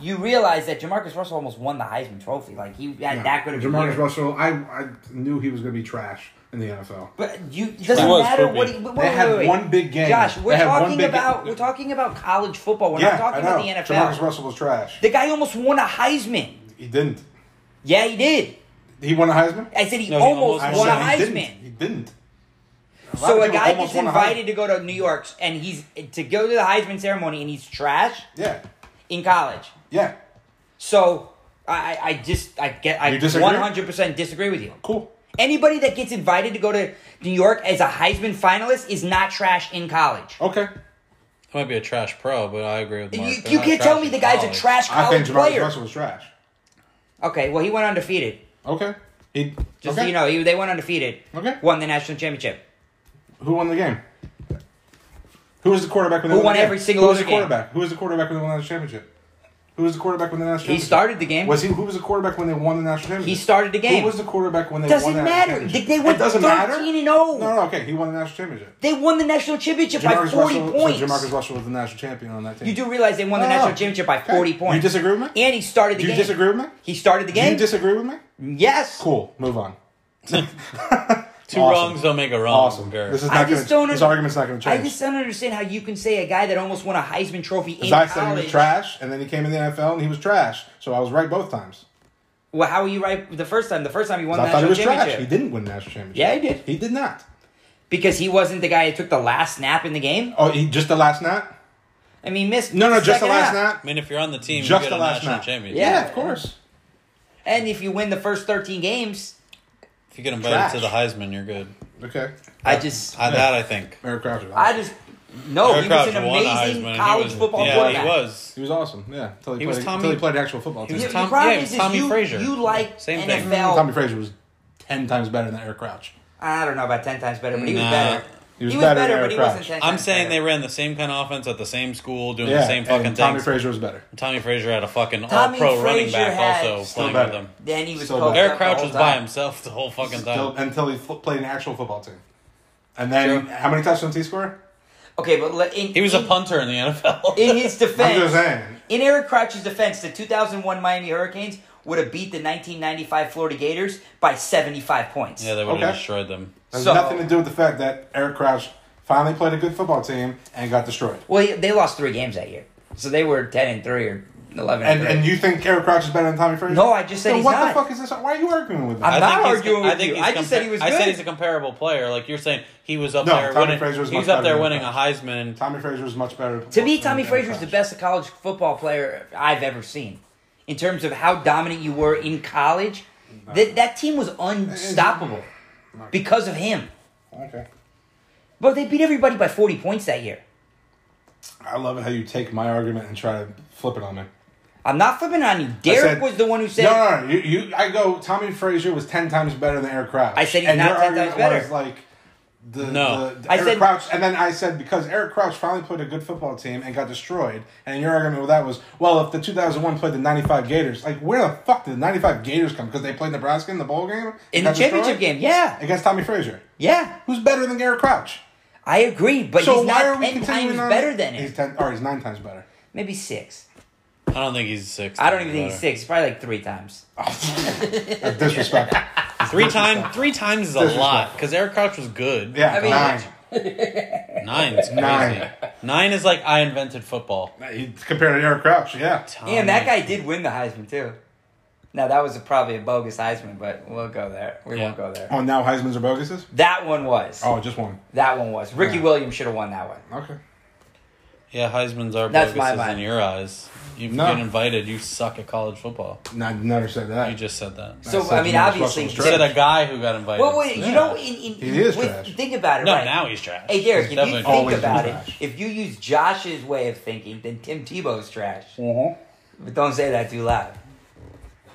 [SPEAKER 2] You realize that Jamarcus Russell almost won the Heisman Trophy. Like he had that good of a year.
[SPEAKER 3] Jamarcus Russell, I, I knew he was going to be trash in the NFL.
[SPEAKER 2] But you it doesn't
[SPEAKER 4] He was
[SPEAKER 2] matter
[SPEAKER 4] poopy.
[SPEAKER 2] what. He, wait,
[SPEAKER 3] They
[SPEAKER 2] wait,
[SPEAKER 3] had
[SPEAKER 2] wait, wait.
[SPEAKER 3] one big game.
[SPEAKER 2] Josh, we're
[SPEAKER 3] They had one
[SPEAKER 2] talking
[SPEAKER 3] big
[SPEAKER 2] about
[SPEAKER 3] game.
[SPEAKER 2] we're talking about college football. We're
[SPEAKER 3] yeah,
[SPEAKER 2] not talking
[SPEAKER 3] I know.
[SPEAKER 2] about the NFL.
[SPEAKER 3] Jamarcus Russell was trash.
[SPEAKER 2] The guy almost won a Heisman.
[SPEAKER 3] He didn't.
[SPEAKER 2] Yeah, he did.
[SPEAKER 3] He won a Heisman.
[SPEAKER 2] I said he
[SPEAKER 4] No, he
[SPEAKER 2] almost,
[SPEAKER 4] almost
[SPEAKER 2] won a
[SPEAKER 3] said
[SPEAKER 4] won.
[SPEAKER 3] he
[SPEAKER 2] Heisman.
[SPEAKER 3] Didn't. He didn't. lot
[SPEAKER 2] so
[SPEAKER 3] of
[SPEAKER 2] a
[SPEAKER 3] people
[SPEAKER 2] guy
[SPEAKER 3] almost
[SPEAKER 2] gets
[SPEAKER 3] won a
[SPEAKER 2] invited
[SPEAKER 3] Heisman.
[SPEAKER 2] to go to New York, and he's to go to the Heisman ceremony, and he's trash
[SPEAKER 3] Yeah,
[SPEAKER 2] in college.
[SPEAKER 3] yeah.
[SPEAKER 2] So I, I- I just I get I
[SPEAKER 3] You disagree?
[SPEAKER 2] one hundred percent disagree with you.
[SPEAKER 3] Cool.
[SPEAKER 2] Anybody that gets invited to go to New York as a Heisman finalist is not trash in college.
[SPEAKER 3] Okay.
[SPEAKER 4] He might be a trash pro, but I agree with Mark.
[SPEAKER 2] You,
[SPEAKER 4] They're
[SPEAKER 2] you
[SPEAKER 4] not
[SPEAKER 2] can't
[SPEAKER 4] trash
[SPEAKER 2] tell me
[SPEAKER 4] in
[SPEAKER 2] the guy's
[SPEAKER 4] college.
[SPEAKER 2] a trash
[SPEAKER 3] I
[SPEAKER 2] college
[SPEAKER 3] think Jamarcus
[SPEAKER 2] player.
[SPEAKER 3] Russell was trash.
[SPEAKER 2] Okay, well, he went undefeated.
[SPEAKER 3] Okay. He,
[SPEAKER 2] Just
[SPEAKER 3] okay.
[SPEAKER 2] so you know, he, they went undefeated.
[SPEAKER 3] Okay.
[SPEAKER 2] Won the national championship.
[SPEAKER 3] Who won the game? Who was the quarterback when they
[SPEAKER 2] Who won
[SPEAKER 3] the game?
[SPEAKER 2] every single
[SPEAKER 3] Who was
[SPEAKER 2] other
[SPEAKER 3] the quarterback? Who was the quarterback when they won the championship? Who was the quarterback when they won the national
[SPEAKER 2] He
[SPEAKER 3] championship?
[SPEAKER 2] started the game.
[SPEAKER 3] Was he? Who was the quarterback when they won the national championship?
[SPEAKER 2] He started the game.
[SPEAKER 3] Who was the quarterback when they
[SPEAKER 2] Doesn't
[SPEAKER 3] won the
[SPEAKER 2] matter.
[SPEAKER 3] national championship?
[SPEAKER 2] They- they went
[SPEAKER 3] it doesn't
[SPEAKER 2] 13
[SPEAKER 3] matter.
[SPEAKER 2] and 0.
[SPEAKER 3] No, no, okay. He won the national championship.
[SPEAKER 2] They won the national championship by
[SPEAKER 3] Jamarcus
[SPEAKER 2] 40
[SPEAKER 3] Russell,
[SPEAKER 2] points.
[SPEAKER 3] So Jamarcus Russell was the national champion on that team.
[SPEAKER 2] you do realize they won the
[SPEAKER 3] No, no,
[SPEAKER 2] national
[SPEAKER 3] no.
[SPEAKER 2] championship by
[SPEAKER 3] Okay.
[SPEAKER 2] 40 points.
[SPEAKER 3] You disagree with me?
[SPEAKER 2] And he started the
[SPEAKER 3] Do you
[SPEAKER 2] game.
[SPEAKER 3] disagree with me?
[SPEAKER 2] He started the
[SPEAKER 3] Do you
[SPEAKER 2] game.
[SPEAKER 3] disagree with me?
[SPEAKER 2] yes.
[SPEAKER 3] Cool. Move on.
[SPEAKER 4] Two
[SPEAKER 3] Awesome.
[SPEAKER 4] wrongs don't make a wrong.
[SPEAKER 3] Awesome.
[SPEAKER 4] Garrett.
[SPEAKER 3] This is
[SPEAKER 2] I
[SPEAKER 3] not
[SPEAKER 2] just
[SPEAKER 3] going.
[SPEAKER 2] don't.
[SPEAKER 3] This
[SPEAKER 2] un-
[SPEAKER 3] argument's not going to
[SPEAKER 2] I
[SPEAKER 3] change.
[SPEAKER 2] just don't understand how you can say a guy that almost won a Heisman Trophy in
[SPEAKER 3] Because I said he
[SPEAKER 2] college.
[SPEAKER 3] was trash, and then he came in the NFL and he was trash. So I was right both times.
[SPEAKER 2] Well, how were you right the first time? The first time he won the
[SPEAKER 3] I thought he
[SPEAKER 2] national
[SPEAKER 3] was trash.
[SPEAKER 2] championship
[SPEAKER 3] He didn't win national championship.
[SPEAKER 2] Yeah, he did.
[SPEAKER 3] He did not.
[SPEAKER 2] because he wasn't the guy that took the last snap in the game.
[SPEAKER 3] Oh, he, just the last knot?
[SPEAKER 2] I mean, missed
[SPEAKER 3] No, no, just the
[SPEAKER 2] second
[SPEAKER 3] last
[SPEAKER 2] half.
[SPEAKER 4] I
[SPEAKER 3] knot.
[SPEAKER 4] mean, if you're on the team,
[SPEAKER 3] Just
[SPEAKER 4] you
[SPEAKER 3] the
[SPEAKER 4] get a
[SPEAKER 3] last
[SPEAKER 4] national
[SPEAKER 3] knot.
[SPEAKER 4] championship.
[SPEAKER 2] Yeah.
[SPEAKER 3] Yeah, of course.
[SPEAKER 2] And if you win the first 13 games,
[SPEAKER 4] If you get invited to the
[SPEAKER 3] Trash.
[SPEAKER 4] Heisman, you're good.
[SPEAKER 3] Okay.
[SPEAKER 2] I just,
[SPEAKER 4] I, that I think.
[SPEAKER 3] Eric Croucher.
[SPEAKER 2] I just, no,
[SPEAKER 4] Eric
[SPEAKER 2] he was
[SPEAKER 4] Crouch
[SPEAKER 2] an
[SPEAKER 4] won a
[SPEAKER 2] amazing
[SPEAKER 4] Heisman. and
[SPEAKER 2] college
[SPEAKER 4] he was,
[SPEAKER 2] football
[SPEAKER 4] yeah,
[SPEAKER 2] quarterback.
[SPEAKER 4] he was.
[SPEAKER 3] he was awesome. Yeah. Until he,
[SPEAKER 4] He
[SPEAKER 3] played,
[SPEAKER 4] was Tommy-
[SPEAKER 3] until he played actual football.
[SPEAKER 4] He
[SPEAKER 3] team.
[SPEAKER 4] was
[SPEAKER 2] The-
[SPEAKER 4] Tom-
[SPEAKER 2] the problem
[SPEAKER 4] yeah, he
[SPEAKER 2] is,
[SPEAKER 4] was
[SPEAKER 2] is
[SPEAKER 4] Tommy
[SPEAKER 2] you,
[SPEAKER 4] Frazier.
[SPEAKER 2] you like
[SPEAKER 4] Same thing.
[SPEAKER 2] NFL.
[SPEAKER 3] Tommy Frazier was 10 times better than Eric Crouch.
[SPEAKER 2] I don't know about 10 times better, but he was
[SPEAKER 4] Nah.
[SPEAKER 2] better.
[SPEAKER 3] He was better than
[SPEAKER 2] but he
[SPEAKER 3] Eric
[SPEAKER 2] wasn't
[SPEAKER 3] Crouch.
[SPEAKER 2] 10
[SPEAKER 4] I'm
[SPEAKER 2] times
[SPEAKER 4] saying they
[SPEAKER 2] better.
[SPEAKER 4] ran the same kind of offense at the same school, doing
[SPEAKER 3] Yeah.
[SPEAKER 4] the same fucking
[SPEAKER 3] and Tommy
[SPEAKER 4] things.
[SPEAKER 3] Frazier was better.
[SPEAKER 4] Tommy Frazier had a fucking
[SPEAKER 2] Tommy
[SPEAKER 4] all-pro running
[SPEAKER 2] Frazier
[SPEAKER 4] back
[SPEAKER 2] had-
[SPEAKER 4] also
[SPEAKER 2] Still
[SPEAKER 4] playing
[SPEAKER 3] better.
[SPEAKER 4] with them.
[SPEAKER 2] Then he was
[SPEAKER 3] So
[SPEAKER 2] coached
[SPEAKER 3] bad.
[SPEAKER 4] Eric
[SPEAKER 2] up
[SPEAKER 4] Crouch
[SPEAKER 2] the
[SPEAKER 4] was
[SPEAKER 2] whole
[SPEAKER 4] by
[SPEAKER 2] time.
[SPEAKER 4] himself the whole fucking
[SPEAKER 3] Still,
[SPEAKER 4] time.
[SPEAKER 3] until he fl- played an actual football team. And then,
[SPEAKER 4] Sure.
[SPEAKER 3] how many touchdowns did he score?
[SPEAKER 2] Okay, but let- in,
[SPEAKER 4] He was a
[SPEAKER 2] in-
[SPEAKER 4] punter in the NFL.
[SPEAKER 2] In his defense,
[SPEAKER 3] I'm just saying.
[SPEAKER 2] in Eric Crouch's defense, the 2001 Miami Hurricanes would have beat the 1995 Florida Gators by 75 points.
[SPEAKER 4] yeah, they would have
[SPEAKER 3] Okay.
[SPEAKER 4] destroyed them.
[SPEAKER 3] Has
[SPEAKER 2] So-
[SPEAKER 3] nothing to do with the fact that Eric Crouch finally played a good football team and got destroyed.
[SPEAKER 2] Well, they lost three games that year, so they were ten and three or eleven.
[SPEAKER 3] And
[SPEAKER 2] three.
[SPEAKER 3] and you think Eric Crouch is better than Tommy Frazier?
[SPEAKER 2] No, I just said
[SPEAKER 3] Then
[SPEAKER 2] he's
[SPEAKER 3] what
[SPEAKER 2] not.
[SPEAKER 3] the fuck is this? Why are you arguing with him?
[SPEAKER 2] I'm not
[SPEAKER 4] he's-
[SPEAKER 2] arguing with you.
[SPEAKER 4] he's
[SPEAKER 2] I just said he was
[SPEAKER 4] I said
[SPEAKER 2] good.
[SPEAKER 4] he's a comparable player. Like you're saying, he was up
[SPEAKER 3] No,
[SPEAKER 4] there
[SPEAKER 3] Tommy
[SPEAKER 4] winning.
[SPEAKER 3] Frazier was
[SPEAKER 4] he
[SPEAKER 3] much
[SPEAKER 4] was up
[SPEAKER 3] better
[SPEAKER 4] there
[SPEAKER 3] than
[SPEAKER 4] winning a
[SPEAKER 3] Eric
[SPEAKER 4] Heisman.
[SPEAKER 3] Tommy Frazier is much better.
[SPEAKER 2] to me,
[SPEAKER 3] than
[SPEAKER 2] Tommy
[SPEAKER 3] Eric
[SPEAKER 2] Frazier is the
[SPEAKER 3] Crouch.
[SPEAKER 2] best college football player I've ever seen. In terms of how dominant you were in college, that that team was unstoppable because of him.
[SPEAKER 3] Okay.
[SPEAKER 2] But they beat everybody by forty points that year.
[SPEAKER 3] I love it how you take my argument and try to flip it on me.
[SPEAKER 2] I'm not flipping on you.
[SPEAKER 3] I
[SPEAKER 2] Derek
[SPEAKER 3] said-
[SPEAKER 2] was the one who said
[SPEAKER 3] No, no, no. You, you, I go. Tommy Frazier was ten times better than Eric Crouch.
[SPEAKER 2] I said he's
[SPEAKER 3] and
[SPEAKER 2] not
[SPEAKER 3] your
[SPEAKER 2] 10
[SPEAKER 3] argument
[SPEAKER 2] times better.
[SPEAKER 3] Was like the,
[SPEAKER 4] No.
[SPEAKER 3] the, the
[SPEAKER 2] I
[SPEAKER 3] Eric
[SPEAKER 2] said-
[SPEAKER 3] Crouch, and then I said because Eric Crouch finally played a good football team and got destroyed, and your argument with that was, well, if the 2001 played the 95 Gators, like where the fuck did the 95 Gators come? Because they played Nebraska in the bowl game, and
[SPEAKER 2] in the
[SPEAKER 3] got
[SPEAKER 2] championship
[SPEAKER 3] destroyed?
[SPEAKER 2] game. Yeah,
[SPEAKER 3] against Tommy Frazier,
[SPEAKER 2] yeah,
[SPEAKER 3] who's better than Eric Crouch.
[SPEAKER 2] I agree. But
[SPEAKER 3] So
[SPEAKER 2] he's
[SPEAKER 3] why
[SPEAKER 2] not
[SPEAKER 3] are we
[SPEAKER 2] ten
[SPEAKER 3] continuing
[SPEAKER 2] times
[SPEAKER 3] on?
[SPEAKER 2] better than him.
[SPEAKER 3] He's ten, or he's nine times better.
[SPEAKER 2] Maybe six.
[SPEAKER 4] I don't think he's six.
[SPEAKER 2] I don't even think he's six. He's probably like three times.
[SPEAKER 3] Oh, That's disrespect.
[SPEAKER 4] Three times. Three times is a
[SPEAKER 3] Disrespect.
[SPEAKER 4] lot because Eric Crouch was good.
[SPEAKER 3] Yeah,
[SPEAKER 2] I mean-
[SPEAKER 3] nine.
[SPEAKER 4] Nine's crazy.
[SPEAKER 3] Nine.
[SPEAKER 4] Nine. is like I invented football.
[SPEAKER 3] He- Compared to Eric Crouch, yeah.
[SPEAKER 2] and that guy did win the Heisman too. Now that was a, probably a bogus Heisman, but we'll go there. We
[SPEAKER 4] Yeah.
[SPEAKER 2] won't go there.
[SPEAKER 3] Oh, now Heisman's are boguses.
[SPEAKER 2] That one was.
[SPEAKER 3] Oh, just one.
[SPEAKER 2] That one was. Ricky
[SPEAKER 3] Yeah.
[SPEAKER 2] Williams should have won that one.
[SPEAKER 3] Okay.
[SPEAKER 4] Yeah, Heisman's are
[SPEAKER 2] That's
[SPEAKER 4] That's
[SPEAKER 2] my
[SPEAKER 4] boguses in
[SPEAKER 2] mind.
[SPEAKER 4] your eyes. You
[SPEAKER 3] No.
[SPEAKER 4] get invited. You suck at college football.
[SPEAKER 3] No, I never said that.
[SPEAKER 4] You just said that.
[SPEAKER 2] So
[SPEAKER 3] said
[SPEAKER 2] I mean,
[SPEAKER 3] Jamarcus
[SPEAKER 2] obviously,
[SPEAKER 3] Russell
[SPEAKER 4] you
[SPEAKER 3] was
[SPEAKER 4] said
[SPEAKER 2] Derek-
[SPEAKER 4] a guy who got invited.
[SPEAKER 2] Well, wait, you know, in, in
[SPEAKER 3] He is
[SPEAKER 2] with,
[SPEAKER 3] trash.
[SPEAKER 2] think about it.
[SPEAKER 4] No,
[SPEAKER 2] right.
[SPEAKER 4] now he's trash.
[SPEAKER 2] Hey Derek, if
[SPEAKER 4] He's
[SPEAKER 2] you
[SPEAKER 4] definitely
[SPEAKER 2] think
[SPEAKER 4] trash.
[SPEAKER 3] Always been
[SPEAKER 2] about it,
[SPEAKER 3] trash.
[SPEAKER 2] if you use Josh's way of thinking, then Tim Tebow's trash.
[SPEAKER 3] Mm-hmm.
[SPEAKER 2] But don't say that too loud.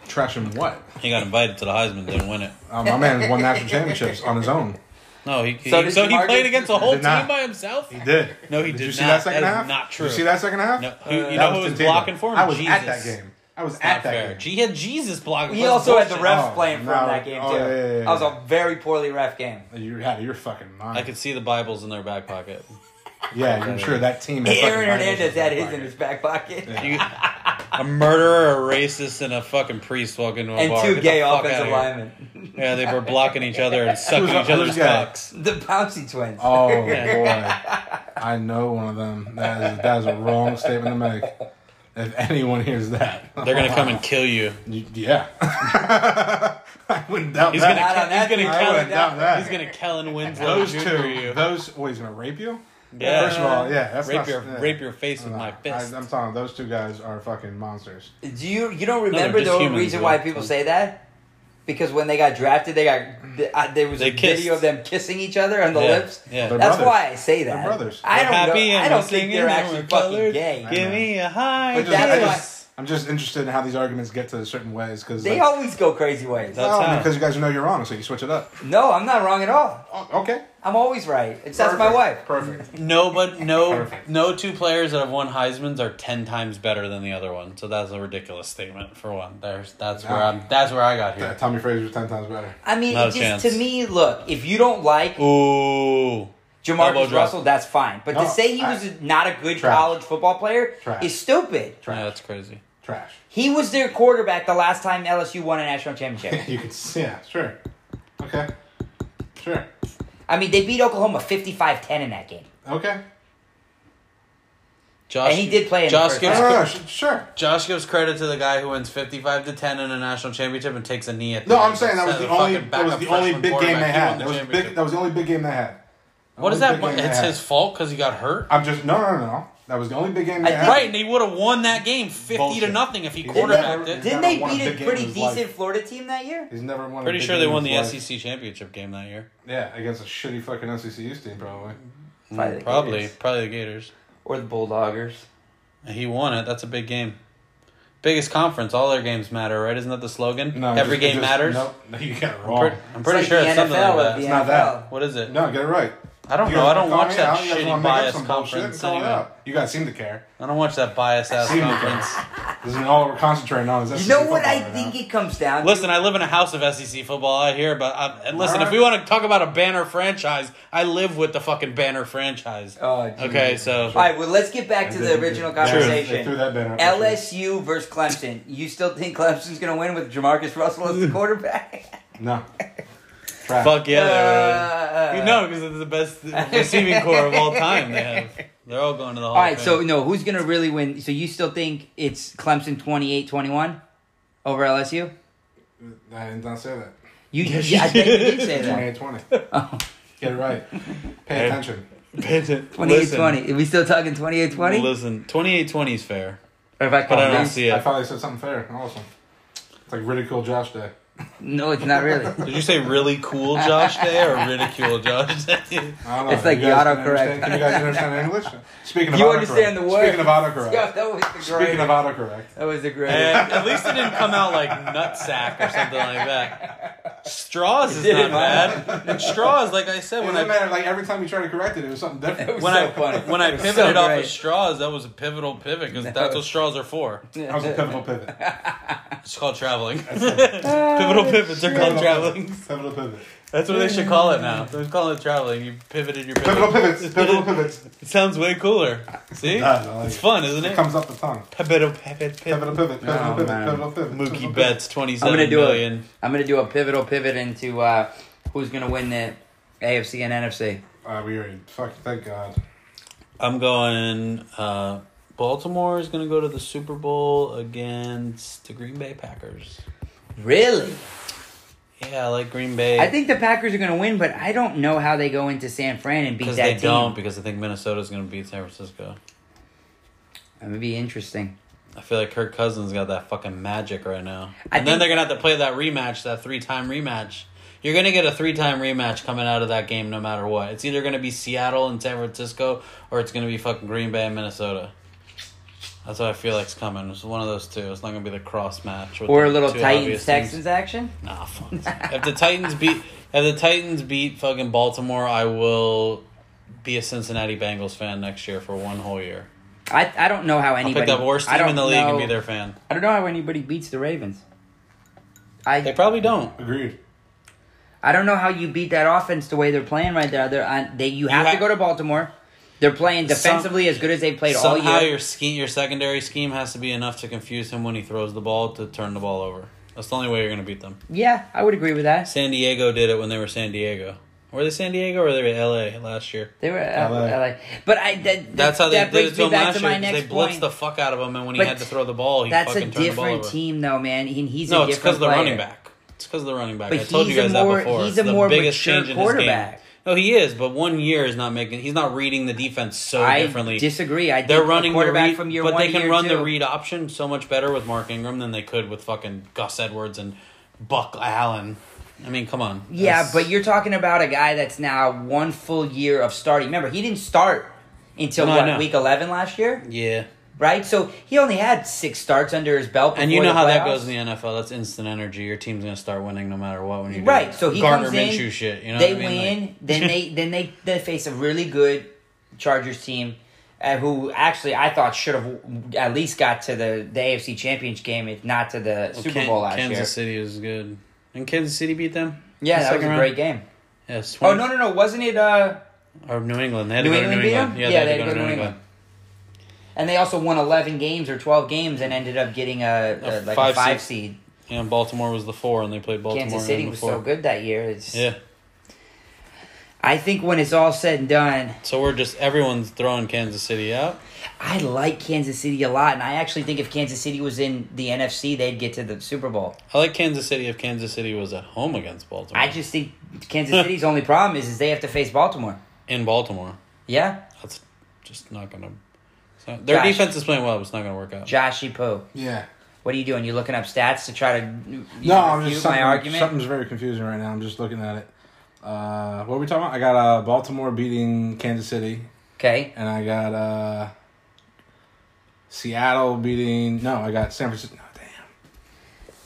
[SPEAKER 3] Trash him what?
[SPEAKER 4] He got invited to the Heisman, didn't win it.
[SPEAKER 3] Uh, my man won national championships on his own.
[SPEAKER 4] No, he he-
[SPEAKER 2] So
[SPEAKER 4] so
[SPEAKER 2] did
[SPEAKER 4] he,
[SPEAKER 2] Jamarcus-
[SPEAKER 4] played against a whole
[SPEAKER 3] Did not.
[SPEAKER 4] team by himself.
[SPEAKER 3] He did.
[SPEAKER 4] No, he
[SPEAKER 3] did.
[SPEAKER 4] did
[SPEAKER 3] you see
[SPEAKER 4] not.
[SPEAKER 3] that second
[SPEAKER 4] That is
[SPEAKER 3] half?
[SPEAKER 4] not
[SPEAKER 3] Did
[SPEAKER 4] true.
[SPEAKER 3] you see that second half?
[SPEAKER 4] No, who, you
[SPEAKER 3] That
[SPEAKER 4] know who was
[SPEAKER 3] Tim Tebow.
[SPEAKER 4] blocking for him?
[SPEAKER 3] I was
[SPEAKER 4] Jesus.
[SPEAKER 3] at that game. I was at
[SPEAKER 4] Not
[SPEAKER 3] that
[SPEAKER 4] fair.
[SPEAKER 3] game.
[SPEAKER 4] He had Jesus blocking.
[SPEAKER 2] He
[SPEAKER 4] for him.
[SPEAKER 2] also had the
[SPEAKER 4] Bullshit.
[SPEAKER 2] refs
[SPEAKER 3] Oh,
[SPEAKER 2] playing for him
[SPEAKER 3] no.
[SPEAKER 2] that game
[SPEAKER 3] Oh,
[SPEAKER 2] too.
[SPEAKER 3] yeah, yeah, yeah,
[SPEAKER 2] That was
[SPEAKER 3] yeah.
[SPEAKER 2] a very poorly ref game.
[SPEAKER 3] You're out of your fucking mind.
[SPEAKER 4] I could see the Bibles in their back pocket.
[SPEAKER 3] yeah, I'm sure that team. had
[SPEAKER 2] Aaron
[SPEAKER 3] fucking
[SPEAKER 2] Hernandez
[SPEAKER 3] Bibles in
[SPEAKER 2] had
[SPEAKER 3] their
[SPEAKER 2] his in
[SPEAKER 3] pocket.
[SPEAKER 2] his back pocket.
[SPEAKER 4] You- a murderer, a racist, and a fucking priest walk into a
[SPEAKER 2] And
[SPEAKER 4] bar.
[SPEAKER 2] two
[SPEAKER 4] Get the
[SPEAKER 2] gay
[SPEAKER 4] fuck
[SPEAKER 2] offensive
[SPEAKER 4] outta here.
[SPEAKER 2] linemen.
[SPEAKER 4] Yeah, they were blocking each other and sucking
[SPEAKER 3] Who's-
[SPEAKER 4] each other's
[SPEAKER 3] who's gay?
[SPEAKER 4] cocks.
[SPEAKER 2] The bouncy twins.
[SPEAKER 3] Oh boy, I know one of them. That is that is a wrong statement to make. If anyone hears that,
[SPEAKER 4] They're gonna come and kill you.
[SPEAKER 3] Yeah, I wouldn't doubt
[SPEAKER 4] He's
[SPEAKER 3] that.
[SPEAKER 4] gonna,
[SPEAKER 2] Not on
[SPEAKER 4] he's
[SPEAKER 2] that
[SPEAKER 4] gonna,
[SPEAKER 2] team.
[SPEAKER 3] I
[SPEAKER 4] Kellen,
[SPEAKER 3] wouldn't doubt that.
[SPEAKER 4] he's gonna Kellen Winslow
[SPEAKER 3] Those
[SPEAKER 4] Jr.
[SPEAKER 3] two,
[SPEAKER 4] you.
[SPEAKER 3] those. What, he's gonna rape you?
[SPEAKER 4] Yeah.
[SPEAKER 3] First of all, yeah, that's
[SPEAKER 4] Uh, rape
[SPEAKER 3] not-
[SPEAKER 4] your
[SPEAKER 3] yeah.
[SPEAKER 4] rape your face with my fist.
[SPEAKER 3] I, I'm telling you, those two guys are fucking monsters.
[SPEAKER 2] Do you you don't
[SPEAKER 4] they're
[SPEAKER 2] remember the
[SPEAKER 4] just
[SPEAKER 2] only
[SPEAKER 4] humans,
[SPEAKER 2] reason
[SPEAKER 4] yeah.
[SPEAKER 2] why people say that? Because when they got drafted, they got th- uh, there was
[SPEAKER 4] They
[SPEAKER 2] a video
[SPEAKER 4] kissed.
[SPEAKER 2] of them kissing each other on the
[SPEAKER 4] yeah,
[SPEAKER 2] lips.
[SPEAKER 4] yeah.
[SPEAKER 3] They're
[SPEAKER 2] That's
[SPEAKER 3] brothers.
[SPEAKER 2] why I say that.
[SPEAKER 3] They're brothers.
[SPEAKER 2] I
[SPEAKER 4] They're
[SPEAKER 2] don't
[SPEAKER 4] happy
[SPEAKER 2] know.
[SPEAKER 4] and
[SPEAKER 2] I don't
[SPEAKER 4] we're
[SPEAKER 2] think
[SPEAKER 4] singing
[SPEAKER 2] they're
[SPEAKER 4] and
[SPEAKER 2] actually
[SPEAKER 4] we're
[SPEAKER 2] fucking
[SPEAKER 4] colored.
[SPEAKER 2] gay.
[SPEAKER 4] Give me a
[SPEAKER 3] I
[SPEAKER 4] high.
[SPEAKER 3] just, I
[SPEAKER 2] that's why-
[SPEAKER 3] just, I'm just interested in how these arguments get to certain ways because
[SPEAKER 2] They always go crazy ways.
[SPEAKER 4] That's how.
[SPEAKER 3] because you guys know you're wrong, so you switch it up.
[SPEAKER 2] No, I'm not wrong at all.
[SPEAKER 3] Oh, okay,
[SPEAKER 2] I'm always right. It's that's my
[SPEAKER 3] Perfect.
[SPEAKER 2] wife.
[SPEAKER 3] Perfect.
[SPEAKER 4] No, but no,
[SPEAKER 3] Perfect.
[SPEAKER 4] no two players that have won Heisman's are ten times better than the other one. So that's a ridiculous statement for one. There's that's where
[SPEAKER 3] Nah.
[SPEAKER 4] I'm. That's where I got
[SPEAKER 3] Yeah,
[SPEAKER 4] here.
[SPEAKER 3] Tommy Fraser was ten times better.
[SPEAKER 2] I mean, it
[SPEAKER 4] Not a
[SPEAKER 2] just to
[SPEAKER 4] chance.
[SPEAKER 2] me, look, if you don't like
[SPEAKER 4] Ooh, Elbow
[SPEAKER 2] Jamarcus
[SPEAKER 4] drop.
[SPEAKER 2] Russell, that's fine. But to
[SPEAKER 3] No,
[SPEAKER 2] say he
[SPEAKER 3] I-
[SPEAKER 2] was not a good
[SPEAKER 3] Trash.
[SPEAKER 2] college football player
[SPEAKER 3] Trash.
[SPEAKER 2] is stupid.
[SPEAKER 4] yeah,
[SPEAKER 3] Trash.
[SPEAKER 4] that's crazy.
[SPEAKER 3] Trash.
[SPEAKER 2] He was their quarterback the last time LSU won a national championship.
[SPEAKER 3] You could. s- Yeah. Sure. Okay. Sure.
[SPEAKER 2] I mean, they beat Oklahoma 55-10 in that game.
[SPEAKER 3] Okay.
[SPEAKER 4] Josh,
[SPEAKER 2] And he did play in the
[SPEAKER 4] Josh
[SPEAKER 2] first
[SPEAKER 4] gives
[SPEAKER 3] No, no, no, sh- sure.
[SPEAKER 4] Josh gives credit to the guy who wins fifty-five to ten in a national championship and takes a knee at. The
[SPEAKER 3] No,
[SPEAKER 4] end.
[SPEAKER 3] I'm saying that was
[SPEAKER 4] Instead
[SPEAKER 3] the
[SPEAKER 4] of
[SPEAKER 3] only
[SPEAKER 4] fucking
[SPEAKER 3] that was
[SPEAKER 4] backup
[SPEAKER 3] the only
[SPEAKER 4] freshman
[SPEAKER 3] big game they
[SPEAKER 4] quarterback, he won
[SPEAKER 3] had.
[SPEAKER 4] the
[SPEAKER 3] That was big.
[SPEAKER 4] championship.
[SPEAKER 3] That was the only big game they had.
[SPEAKER 4] What is
[SPEAKER 3] only
[SPEAKER 4] that?
[SPEAKER 3] big game
[SPEAKER 4] It's
[SPEAKER 3] they
[SPEAKER 4] his
[SPEAKER 3] had.
[SPEAKER 4] fault because he got hurt.
[SPEAKER 3] I'm just no, no, no, no. That was the only big game they
[SPEAKER 2] I-
[SPEAKER 3] had.
[SPEAKER 4] Right, and he would have won that game fifty to
[SPEAKER 3] Bullshit.
[SPEAKER 4] nothing if he
[SPEAKER 3] He's
[SPEAKER 4] quarterbacked
[SPEAKER 3] never-
[SPEAKER 4] it.
[SPEAKER 2] Didn't
[SPEAKER 3] never
[SPEAKER 2] they
[SPEAKER 3] won a
[SPEAKER 2] beat a
[SPEAKER 3] big game
[SPEAKER 2] pretty
[SPEAKER 3] in his life.
[SPEAKER 2] decent Florida team that year?
[SPEAKER 3] He's never won. a
[SPEAKER 4] Pretty
[SPEAKER 3] big
[SPEAKER 4] sure
[SPEAKER 3] game
[SPEAKER 4] they
[SPEAKER 3] in
[SPEAKER 4] won
[SPEAKER 3] his
[SPEAKER 4] the E
[SPEAKER 3] life.
[SPEAKER 4] SEC championship game that year.
[SPEAKER 3] Yeah, against a shitty fucking SECU team, probably.
[SPEAKER 2] Probably the
[SPEAKER 4] Mm, Probably,
[SPEAKER 2] Gators.
[SPEAKER 4] probably the Gators.
[SPEAKER 2] Or the Bulldoggers.
[SPEAKER 4] He won it. That's a big game. Biggest conference. All their games matter, right? Isn't that the slogan?
[SPEAKER 3] No,
[SPEAKER 4] Every
[SPEAKER 3] just-
[SPEAKER 4] game
[SPEAKER 3] just-
[SPEAKER 4] matters.
[SPEAKER 3] Nope, no, you got it
[SPEAKER 4] I'm
[SPEAKER 3] wrong.
[SPEAKER 4] pretty, I'm pretty
[SPEAKER 2] It's
[SPEAKER 4] sure
[SPEAKER 2] like
[SPEAKER 4] it's
[SPEAKER 2] the
[SPEAKER 4] something
[SPEAKER 2] NFL
[SPEAKER 4] like
[SPEAKER 2] of
[SPEAKER 4] that.
[SPEAKER 2] the
[SPEAKER 3] not that.
[SPEAKER 2] NFL.
[SPEAKER 4] What is it?
[SPEAKER 3] No, get it right.
[SPEAKER 4] I don't
[SPEAKER 3] You
[SPEAKER 4] know.
[SPEAKER 3] guys
[SPEAKER 4] I don't
[SPEAKER 3] wanna call
[SPEAKER 4] watch
[SPEAKER 3] me
[SPEAKER 4] that
[SPEAKER 3] out? You guys
[SPEAKER 4] shitty
[SPEAKER 3] wanna make up
[SPEAKER 4] bias
[SPEAKER 3] some bullshit and
[SPEAKER 4] conference
[SPEAKER 3] call it
[SPEAKER 4] anyway.
[SPEAKER 3] out. You guys seem to care.
[SPEAKER 4] I don't watch that bias ass
[SPEAKER 3] Seem to care.
[SPEAKER 4] conference.
[SPEAKER 3] This is all we're concentrating on. Is SEC
[SPEAKER 2] You know what
[SPEAKER 3] E football
[SPEAKER 2] I
[SPEAKER 3] right
[SPEAKER 2] think
[SPEAKER 3] now.
[SPEAKER 2] it comes down to?
[SPEAKER 4] Listen, I live in a house of SEC football. I hear about. I, and listen,
[SPEAKER 3] Alright.
[SPEAKER 4] if we want to talk about a banner franchise, I live with the fucking banner franchise.
[SPEAKER 2] Oh, geez.
[SPEAKER 4] okay, so
[SPEAKER 2] All right, well, let's get back to
[SPEAKER 3] They-
[SPEAKER 2] the
[SPEAKER 3] they-
[SPEAKER 2] original
[SPEAKER 3] they- they
[SPEAKER 2] conversation.
[SPEAKER 3] threw that banner up.
[SPEAKER 2] LSU versus Clemson. You still think Clemson's going to win with Jamarcus Russell as the quarterback?
[SPEAKER 3] No, Trash.
[SPEAKER 4] Fuck yeah,
[SPEAKER 2] Uh,
[SPEAKER 4] they would. You know, because it's the best receiving core of all time. They have. They're all going to the Hall.
[SPEAKER 2] All
[SPEAKER 4] of
[SPEAKER 2] right, so
[SPEAKER 4] Fame.
[SPEAKER 2] no, who's gonna really win? So you still think it's Clemson 28-21 over LSU?
[SPEAKER 3] I did not say that.
[SPEAKER 2] You, yeah, I think you did say that.
[SPEAKER 3] 28-20.
[SPEAKER 2] Oh.
[SPEAKER 3] Get it right. Pay attention.
[SPEAKER 4] Listen,
[SPEAKER 2] 28-20. Are we still talking 28-20?
[SPEAKER 4] Listen, 28-20 is fair,
[SPEAKER 2] Or if I
[SPEAKER 4] but I
[SPEAKER 2] call
[SPEAKER 4] don't
[SPEAKER 2] it-
[SPEAKER 4] see
[SPEAKER 3] I
[SPEAKER 4] it.
[SPEAKER 3] finally said something fair. Awesome. It's like ridicule Josh Day.
[SPEAKER 2] No, it's not really.
[SPEAKER 4] Did you say really cool Josh Day or ridicule Josh Day?
[SPEAKER 3] I don't know.
[SPEAKER 2] It's like
[SPEAKER 3] You guys
[SPEAKER 2] the autocorrect.
[SPEAKER 3] can understand- Can you guys understand English? Speaking of
[SPEAKER 2] You
[SPEAKER 3] autocorrect.
[SPEAKER 2] understand the word.
[SPEAKER 3] Speaking of autocorrect.
[SPEAKER 2] Yo, that was the greatest.
[SPEAKER 3] Speaking of autocorrect.
[SPEAKER 2] that was the greatest.
[SPEAKER 4] And at least it didn't come out like nutsack or something like that. Straws is not
[SPEAKER 2] didn't.
[SPEAKER 4] bad. And straws, like I said,
[SPEAKER 3] It
[SPEAKER 4] when
[SPEAKER 3] doesn't
[SPEAKER 4] I
[SPEAKER 3] matter. Like every time you try to correct it, it was something different.
[SPEAKER 2] was
[SPEAKER 4] when
[SPEAKER 2] so
[SPEAKER 4] I
[SPEAKER 2] funny.
[SPEAKER 4] when I
[SPEAKER 2] It was
[SPEAKER 4] pivoted
[SPEAKER 2] so
[SPEAKER 4] off
[SPEAKER 2] great.
[SPEAKER 4] of straws, that was a pivotal pivot because that's what straws are for.
[SPEAKER 3] that was a pivotal pivot.
[SPEAKER 4] It's called traveling. pivotal pivots
[SPEAKER 2] Uh,
[SPEAKER 4] are called traveling.
[SPEAKER 3] Pivotal pivot.
[SPEAKER 4] That's what they should call it now. They're calling it traveling. You pivoted your pivot.
[SPEAKER 3] Pivotal pivots. Pivotal pivots.
[SPEAKER 4] It sounds way cooler. See,
[SPEAKER 3] Yeah, I like
[SPEAKER 4] it's
[SPEAKER 3] it.
[SPEAKER 4] fun, isn't
[SPEAKER 3] It
[SPEAKER 4] it?
[SPEAKER 3] comes up the tongue.
[SPEAKER 4] Pivotal Uh, pivot. pivot.
[SPEAKER 3] Pivotal pivot. Pivotal
[SPEAKER 2] Oh,
[SPEAKER 3] pivot.
[SPEAKER 2] man.
[SPEAKER 3] Pivotal pivot. pivotal
[SPEAKER 4] Mookie
[SPEAKER 3] pivot.
[SPEAKER 4] bets
[SPEAKER 2] I'm
[SPEAKER 4] twenty-seven
[SPEAKER 2] gonna do
[SPEAKER 4] million.
[SPEAKER 2] a, I'm gonna do a pivotal pivot into uh, who's gonna win the AFC and NFC.
[SPEAKER 3] Uh, we already. Fuck. Thank God.
[SPEAKER 4] I'm going. Uh, Baltimore is going to go to the Super Bowl against the Green Bay Packers.
[SPEAKER 2] Really?
[SPEAKER 4] Yeah, I like Green Bay.
[SPEAKER 2] I think the Packers are gonna win, but I don't know how they go into San Fran and beat
[SPEAKER 4] because
[SPEAKER 2] that
[SPEAKER 4] they
[SPEAKER 2] team.
[SPEAKER 4] don't. Because I think Minnesota's going to beat San Francisco.
[SPEAKER 2] That would be interesting.
[SPEAKER 4] I feel like Kirk Cousins got that fucking magic right now.
[SPEAKER 2] I
[SPEAKER 4] and
[SPEAKER 2] think-
[SPEAKER 4] then they're going to have to play that rematch, that three-time rematch. You're going to get a three-time rematch coming out of that game no matter what. It's either going to be Seattle and San Francisco or it's going to be fucking Green Bay and Minnesota. That's what I feel like's coming. It's one of those two. It's not going to be the cross match. with
[SPEAKER 2] Or a
[SPEAKER 4] the
[SPEAKER 2] little
[SPEAKER 4] two
[SPEAKER 2] Titans
[SPEAKER 4] obvious
[SPEAKER 2] Texans
[SPEAKER 4] teams.
[SPEAKER 2] action.
[SPEAKER 4] Nah, fuck. if the Titans beat if the Titans beat fucking Baltimore, I will be a Cincinnati Bengals fan next year for one whole year.
[SPEAKER 2] I I don't know how
[SPEAKER 4] I'll
[SPEAKER 2] anybody.
[SPEAKER 4] pick the worst
[SPEAKER 2] I
[SPEAKER 4] team
[SPEAKER 2] don't
[SPEAKER 4] in the league and
[SPEAKER 2] know-
[SPEAKER 4] be their fan.
[SPEAKER 2] I don't know how anybody beats the Ravens. I
[SPEAKER 4] They probably don't.
[SPEAKER 3] Agreed.
[SPEAKER 2] I don't know how you beat that offense the way they're playing right there. They're on, they you have
[SPEAKER 4] ha-
[SPEAKER 2] to go to Baltimore. They're playing defensively as good as they've played all
[SPEAKER 4] Somehow
[SPEAKER 2] year.
[SPEAKER 4] your scheme, your secondary scheme has to be enough to confuse him when he throws the ball to turn the ball over. That's the only way you're going to beat them.
[SPEAKER 2] Yeah, I would agree with that.
[SPEAKER 4] San Diego did it when they were San Diego. Were they San Diego or were they LA last year?
[SPEAKER 2] They were uh,
[SPEAKER 3] LA.
[SPEAKER 2] LA. but I that,
[SPEAKER 4] That's how they
[SPEAKER 2] that
[SPEAKER 4] did
[SPEAKER 2] brings
[SPEAKER 4] it to
[SPEAKER 2] me
[SPEAKER 4] him
[SPEAKER 2] back
[SPEAKER 4] last
[SPEAKER 2] to
[SPEAKER 4] year.
[SPEAKER 2] my
[SPEAKER 4] 'cause They
[SPEAKER 2] next
[SPEAKER 4] blitzed
[SPEAKER 2] point.
[SPEAKER 4] the fuck out of him, and when he
[SPEAKER 2] But
[SPEAKER 4] had to throw the ball, he
[SPEAKER 2] That's a
[SPEAKER 4] fucking turned the ball
[SPEAKER 2] different
[SPEAKER 4] over.
[SPEAKER 2] team, though, man. And he's
[SPEAKER 4] No,
[SPEAKER 2] a
[SPEAKER 4] it's
[SPEAKER 2] different
[SPEAKER 4] because of the
[SPEAKER 2] player.
[SPEAKER 4] running back. It's because of the running back.
[SPEAKER 2] But
[SPEAKER 4] I told you
[SPEAKER 2] he's a
[SPEAKER 4] guys
[SPEAKER 2] more-
[SPEAKER 4] that before.
[SPEAKER 2] he's
[SPEAKER 4] It's
[SPEAKER 2] a
[SPEAKER 4] the
[SPEAKER 2] more
[SPEAKER 4] biggest
[SPEAKER 2] mature
[SPEAKER 4] change in
[SPEAKER 2] quarterback.
[SPEAKER 4] his game. No, he is, but one year is not making. He's not reading the defense so
[SPEAKER 2] I
[SPEAKER 4] differently.
[SPEAKER 2] disagree. I
[SPEAKER 4] They're
[SPEAKER 2] think
[SPEAKER 4] running
[SPEAKER 2] a
[SPEAKER 4] the
[SPEAKER 2] quarterback
[SPEAKER 4] read,
[SPEAKER 2] from year
[SPEAKER 4] but
[SPEAKER 2] one
[SPEAKER 4] they
[SPEAKER 2] to
[SPEAKER 4] can
[SPEAKER 2] year
[SPEAKER 4] run the
[SPEAKER 2] two.
[SPEAKER 4] read option so much better with Mark Ingram than they could with fucking Gus Edwards and Buck Allen. I mean, come on.
[SPEAKER 2] Yeah,
[SPEAKER 4] That's-
[SPEAKER 2] but you're talking about a guy that's now one full year of starting. Remember, he didn't start until
[SPEAKER 4] No, I know.
[SPEAKER 2] what week eleven last year,
[SPEAKER 4] yeah,
[SPEAKER 2] right? So he only had six starts under his belt. Before
[SPEAKER 4] and you
[SPEAKER 2] the
[SPEAKER 4] know how that
[SPEAKER 2] playoffs.
[SPEAKER 4] goes in the NFL. That's instant energy. Your team's gonna start winning no matter what when you do
[SPEAKER 2] Right,
[SPEAKER 4] that.
[SPEAKER 2] so he
[SPEAKER 4] Gardner
[SPEAKER 2] comes in,
[SPEAKER 4] Minshew shit. You know,
[SPEAKER 2] they
[SPEAKER 4] what I mean?
[SPEAKER 2] win,
[SPEAKER 4] Like-
[SPEAKER 2] then they then they, they face a really good Chargers team, uh, who actually I thought should have at least got to the, the AFC Championship game, if not to the Super
[SPEAKER 4] Ken-
[SPEAKER 2] Bowl last
[SPEAKER 4] Kansas
[SPEAKER 2] year.
[SPEAKER 4] City is good, and Kansas City beat them.
[SPEAKER 2] Yeah,
[SPEAKER 4] The
[SPEAKER 2] that was a
[SPEAKER 4] second
[SPEAKER 2] great
[SPEAKER 4] round?
[SPEAKER 2] game.
[SPEAKER 4] Yes.
[SPEAKER 2] Oh no no no! Wasn't it? Uh,
[SPEAKER 4] Or New England. They had
[SPEAKER 2] New
[SPEAKER 4] to go
[SPEAKER 2] England
[SPEAKER 4] to New
[SPEAKER 2] beat
[SPEAKER 4] England.
[SPEAKER 2] them?
[SPEAKER 4] Yeah, they had to go to New England.
[SPEAKER 2] and they also won eleven games or twelve games and ended up getting a, a,
[SPEAKER 4] A
[SPEAKER 2] like
[SPEAKER 4] five
[SPEAKER 2] a five
[SPEAKER 4] seed.
[SPEAKER 2] seed.
[SPEAKER 4] Yeah, And Baltimore was the four, and they played Baltimore.
[SPEAKER 2] Kansas
[SPEAKER 4] in
[SPEAKER 2] City
[SPEAKER 4] the
[SPEAKER 2] was
[SPEAKER 4] four.
[SPEAKER 2] so good that year. It's,
[SPEAKER 4] Yeah.
[SPEAKER 2] I think when it's all said and done,
[SPEAKER 4] So we're just everyone's throwing Kansas City out.
[SPEAKER 2] I like Kansas City a lot, and I actually think if Kansas City was in the NFC, they'd get to the Super Bowl.
[SPEAKER 4] I like Kansas City if Kansas City was at home against Baltimore.
[SPEAKER 2] I just think Kansas City's only problem is is they have to face Baltimore.
[SPEAKER 4] in Baltimore,
[SPEAKER 2] Yeah,
[SPEAKER 4] that's just not gonna. it's not- their
[SPEAKER 2] Josh.
[SPEAKER 4] defense is playing well, but it's not gonna work out.
[SPEAKER 2] Joshy Poe.
[SPEAKER 3] Yeah.
[SPEAKER 2] What are you doing? You looking up stats to try to no?
[SPEAKER 3] No, I'm just
[SPEAKER 2] my
[SPEAKER 3] something-
[SPEAKER 2] argument.
[SPEAKER 3] Something's very confusing right now. I'm just looking at it. Uh, what are we talking about? I got uh, Baltimore beating Kansas City,
[SPEAKER 2] Okay,
[SPEAKER 3] and I got uh, Seattle beating. No, I got San Francisco. No, damn.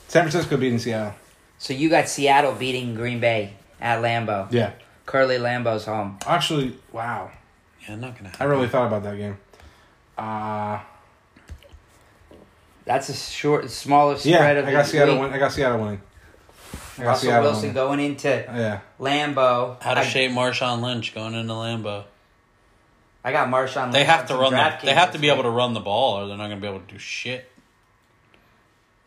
[SPEAKER 3] San Francisco beating Seattle.
[SPEAKER 2] so you got Seattle beating Green Bay at Lambeau.
[SPEAKER 3] Yeah.
[SPEAKER 2] Curly Lambeau's home.
[SPEAKER 3] Actually, wow.
[SPEAKER 4] Yeah, not gonna.
[SPEAKER 3] I
[SPEAKER 4] Happen.
[SPEAKER 3] really thought about that game. Uh,
[SPEAKER 2] That's a short, smaller spread
[SPEAKER 3] yeah,
[SPEAKER 2] of
[SPEAKER 3] I
[SPEAKER 2] the
[SPEAKER 3] got Seattle.
[SPEAKER 2] week.
[SPEAKER 3] Win- I got Seattle winning. I got
[SPEAKER 2] Russell
[SPEAKER 3] Seattle
[SPEAKER 2] Wilson
[SPEAKER 3] winning.
[SPEAKER 2] going into
[SPEAKER 3] Yeah.
[SPEAKER 2] Lambeau.
[SPEAKER 4] How to
[SPEAKER 2] I,
[SPEAKER 4] shape Marshawn Lynch going into Lambeau?
[SPEAKER 2] I got Marshawn.
[SPEAKER 4] They
[SPEAKER 2] Lynch
[SPEAKER 4] have
[SPEAKER 2] on
[SPEAKER 4] to
[SPEAKER 2] some
[SPEAKER 4] run.
[SPEAKER 2] DraftKings
[SPEAKER 4] The, they have to
[SPEAKER 2] this
[SPEAKER 4] be able
[SPEAKER 2] week.
[SPEAKER 4] to run the ball, or they're not gonna be able to do shit.